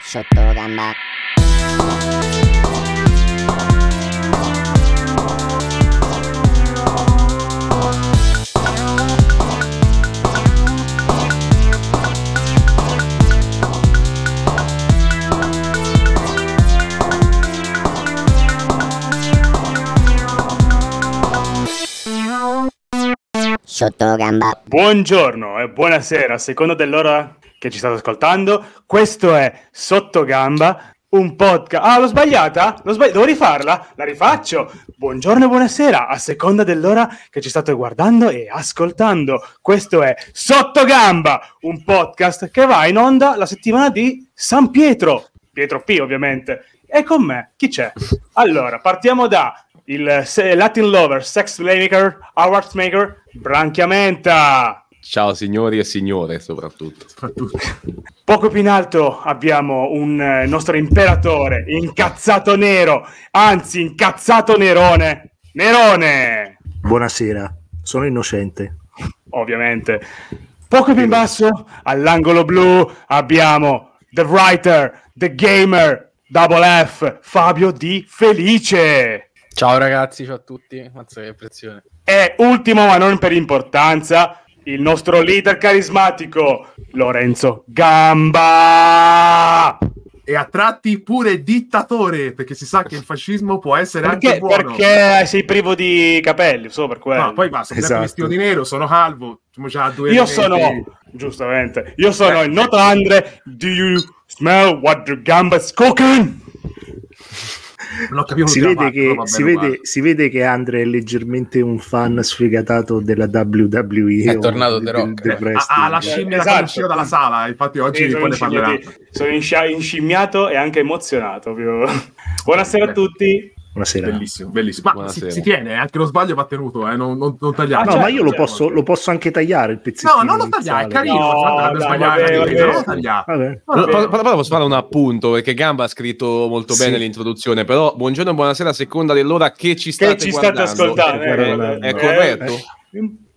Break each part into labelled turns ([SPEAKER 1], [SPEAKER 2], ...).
[SPEAKER 1] Sottogamba. Sottogamba.
[SPEAKER 2] Buongiorno e buonasera, a seconda dell'ora che ci state ascoltando. Questo è Sottogamba, un podcast. Ah, l'ho sbagliata? L'ho sbagli- Devo rifarla? La rifaccio. Buongiorno e buonasera, a seconda dell'ora che ci state guardando e ascoltando. Questo è Sottogamba, un podcast che va in onda la settimana di San Pietro. Pietro P, ovviamente. E con me chi c'è? Allora, partiamo da il se- Latin Lover, Sex Playmaker, Awards Maker, Branchiamenta.
[SPEAKER 3] Ciao signori e signore soprattutto.
[SPEAKER 2] Poco più in alto abbiamo un eh, nostro imperatore incazzato nero, anzi incazzato nerone. Nerone,
[SPEAKER 4] Buonasera, sono innocente.
[SPEAKER 2] ovviamente. Poco più in basso, all'angolo blu, abbiamo The Writer, The Gamer, Double F, Fabio Di Felice.
[SPEAKER 5] Ciao ragazzi, ciao a tutti. Mazza che pressione.
[SPEAKER 2] E ultimo, ma non per importanza, il nostro leader carismatico, Lorenzo Gamba.
[SPEAKER 6] e a tratti pure dittatore, perché si sa che il fascismo può essere
[SPEAKER 2] Perché,
[SPEAKER 6] anche buono.
[SPEAKER 2] perché sei privo di capelli, solo per quello.
[SPEAKER 6] No, poi basta, sempre
[SPEAKER 4] Esatto.
[SPEAKER 6] vestito di nero, sono calvo, siamo già a due
[SPEAKER 2] Io
[SPEAKER 6] elementi.
[SPEAKER 2] sono, giustamente, io sono il noto Andre. Do you smell what the gamba's cooking?
[SPEAKER 6] Non ho capito
[SPEAKER 4] Si
[SPEAKER 6] cosa
[SPEAKER 4] vede,
[SPEAKER 6] fatto,
[SPEAKER 4] che,
[SPEAKER 6] però va
[SPEAKER 4] si,
[SPEAKER 6] bene,
[SPEAKER 4] vede,
[SPEAKER 6] guarda.
[SPEAKER 4] si vede che Andre è leggermente un fan sfegatato della WWE.
[SPEAKER 5] È
[SPEAKER 4] o
[SPEAKER 5] tornato
[SPEAKER 4] del-
[SPEAKER 5] The
[SPEAKER 4] del-
[SPEAKER 5] Rock.
[SPEAKER 4] del
[SPEAKER 6] Ah, ah, la
[SPEAKER 4] wrestling.
[SPEAKER 6] scimmia
[SPEAKER 2] Esatto.
[SPEAKER 6] la fanno uscire dalla sala, infatti oggi
[SPEAKER 2] Sì, sono,
[SPEAKER 6] poi ne parlerà.
[SPEAKER 2] inscimmiati- sono inscia- inscimmiato e anche emozionato. proprio. Buonasera a
[SPEAKER 6] Beh.
[SPEAKER 2] tutti.
[SPEAKER 4] Buonasera.
[SPEAKER 6] Bellissimo, bellissimo. Ma si,
[SPEAKER 3] Buonasera.
[SPEAKER 6] si tiene, eh, anche lo sbaglio va tenuto, eh, non, non, non
[SPEAKER 2] Ah,
[SPEAKER 6] tagliare.
[SPEAKER 4] No,
[SPEAKER 2] cioè,
[SPEAKER 4] ma io lo
[SPEAKER 2] cioè,
[SPEAKER 4] posso, lo posso anche tagliare il pezzettino.
[SPEAKER 6] No, non lo tagliare, è
[SPEAKER 4] iniziale.
[SPEAKER 6] carino,
[SPEAKER 2] No,
[SPEAKER 6] infatti l'abbiamo
[SPEAKER 2] dai,
[SPEAKER 6] sbagliato,
[SPEAKER 2] vabbè,
[SPEAKER 6] capito?
[SPEAKER 2] vabbè.
[SPEAKER 6] non lo tagliare.
[SPEAKER 4] Vabbè.
[SPEAKER 3] Allora,
[SPEAKER 2] Vabbè.
[SPEAKER 3] pa- pa- pa- posso fare un appunto perché Gamba ha scritto molto
[SPEAKER 4] Sì.
[SPEAKER 3] bene l'introduzione, però buongiorno e buonasera a seconda dell'ora che ci state
[SPEAKER 2] Che ci state ascoltando.
[SPEAKER 3] È,
[SPEAKER 4] eh,
[SPEAKER 3] è
[SPEAKER 4] eh,
[SPEAKER 3] corretto?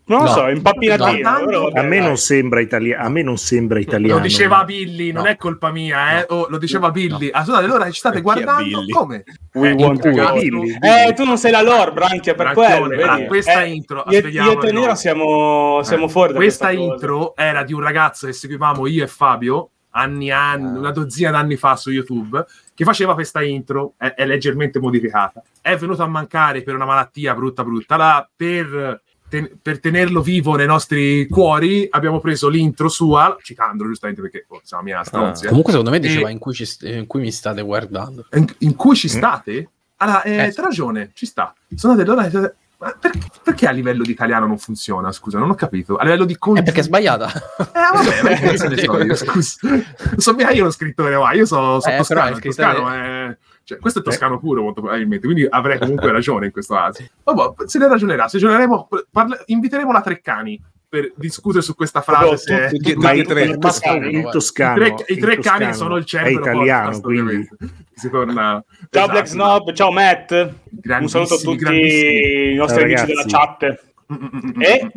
[SPEAKER 2] Non lo
[SPEAKER 3] No.
[SPEAKER 2] so, è impappinatina.
[SPEAKER 6] Guardando-
[SPEAKER 2] però vabbè,
[SPEAKER 4] A me
[SPEAKER 2] dai.
[SPEAKER 4] non sembra italiano. A me non sembra italiano.
[SPEAKER 6] Lo diceva Billy, non
[SPEAKER 5] No.
[SPEAKER 6] è colpa mia, eh. Oh, lo diceva Billy. Ah, scusate, allora ci state
[SPEAKER 3] Chi è
[SPEAKER 6] guardando
[SPEAKER 3] Billy?
[SPEAKER 6] come?
[SPEAKER 2] We
[SPEAKER 6] Eh,
[SPEAKER 2] want
[SPEAKER 6] cagato.
[SPEAKER 2] to-
[SPEAKER 4] Billy.
[SPEAKER 2] Eh, tu non sei la lore, Branchia, per
[SPEAKER 6] Branchione,
[SPEAKER 2] quello.
[SPEAKER 6] Bran-
[SPEAKER 2] vedi?
[SPEAKER 6] questa
[SPEAKER 2] Eh,
[SPEAKER 6] intro,
[SPEAKER 2] Io,
[SPEAKER 6] spieghiamo
[SPEAKER 2] io e te
[SPEAKER 6] allora.
[SPEAKER 2] Nero siamo, siamo
[SPEAKER 6] Eh,
[SPEAKER 2] fuori da
[SPEAKER 6] questa,
[SPEAKER 2] cosa.
[SPEAKER 6] intro era di un ragazzo che seguivamo io e Fabio anni anni,
[SPEAKER 3] Ah.
[SPEAKER 6] una dozzina d'anni fa su YouTube che faceva questa intro è, è leggermente modificata è venuto a mancare per una malattia brutta brutta là, per, ten- per tenerlo vivo nei nostri cuori abbiamo preso l'intro sua citandolo giustamente perché oh, siamo mia stronzia
[SPEAKER 5] Ah. Comunque, secondo me diceva
[SPEAKER 6] E-
[SPEAKER 5] in, cui ci st- in cui mi state guardando.
[SPEAKER 6] in, in cui
[SPEAKER 7] Mm.
[SPEAKER 6] ci state? Allora, eh,
[SPEAKER 5] Eh.
[SPEAKER 6] c'ha ragione, ci sta. Sono delle ore- Ma per- perché a livello di italiano non funziona? Scusa, non ho capito. A livello di
[SPEAKER 5] È
[SPEAKER 6] congiunzione
[SPEAKER 5] perché è sbagliata.
[SPEAKER 6] Eh, vabbè, ma che cazzo ne so io, scusa. Non so mica io lo scrittore, ma io sono, sono
[SPEAKER 5] Eh, però
[SPEAKER 6] toscano.
[SPEAKER 5] il
[SPEAKER 6] il
[SPEAKER 5] scrittore-
[SPEAKER 6] toscano è- cioè, questo è toscano puro, molto probabilmente, quindi avrei comunque ragione in questo caso. Ma boh, se ne ragionerà, se ragioneremo, parla- inviteremo la Treccani per discutere su questa frase. se-
[SPEAKER 2] tutti-
[SPEAKER 3] tutti-
[SPEAKER 4] Ma
[SPEAKER 3] tutti
[SPEAKER 4] il,
[SPEAKER 3] tre.
[SPEAKER 4] il toscano,
[SPEAKER 5] Toscano,
[SPEAKER 4] il
[SPEAKER 5] guarda.
[SPEAKER 6] I
[SPEAKER 4] toscano,
[SPEAKER 6] tre, i
[SPEAKER 4] il
[SPEAKER 6] tre
[SPEAKER 4] toscano
[SPEAKER 6] cani sono il
[SPEAKER 4] è
[SPEAKER 6] cervello
[SPEAKER 4] italiano,
[SPEAKER 6] podcast,
[SPEAKER 4] quindi
[SPEAKER 6] ovviamente. Si torna...
[SPEAKER 2] Ciao
[SPEAKER 6] esatto.
[SPEAKER 2] Black Snob, ciao Matt. Un saluto a
[SPEAKER 6] Grandissimi,
[SPEAKER 2] tutti
[SPEAKER 6] grandissimi.
[SPEAKER 2] i nostri
[SPEAKER 4] Ciao,
[SPEAKER 2] amici della
[SPEAKER 4] ragazzi.
[SPEAKER 2] chat, E?
[SPEAKER 6] E?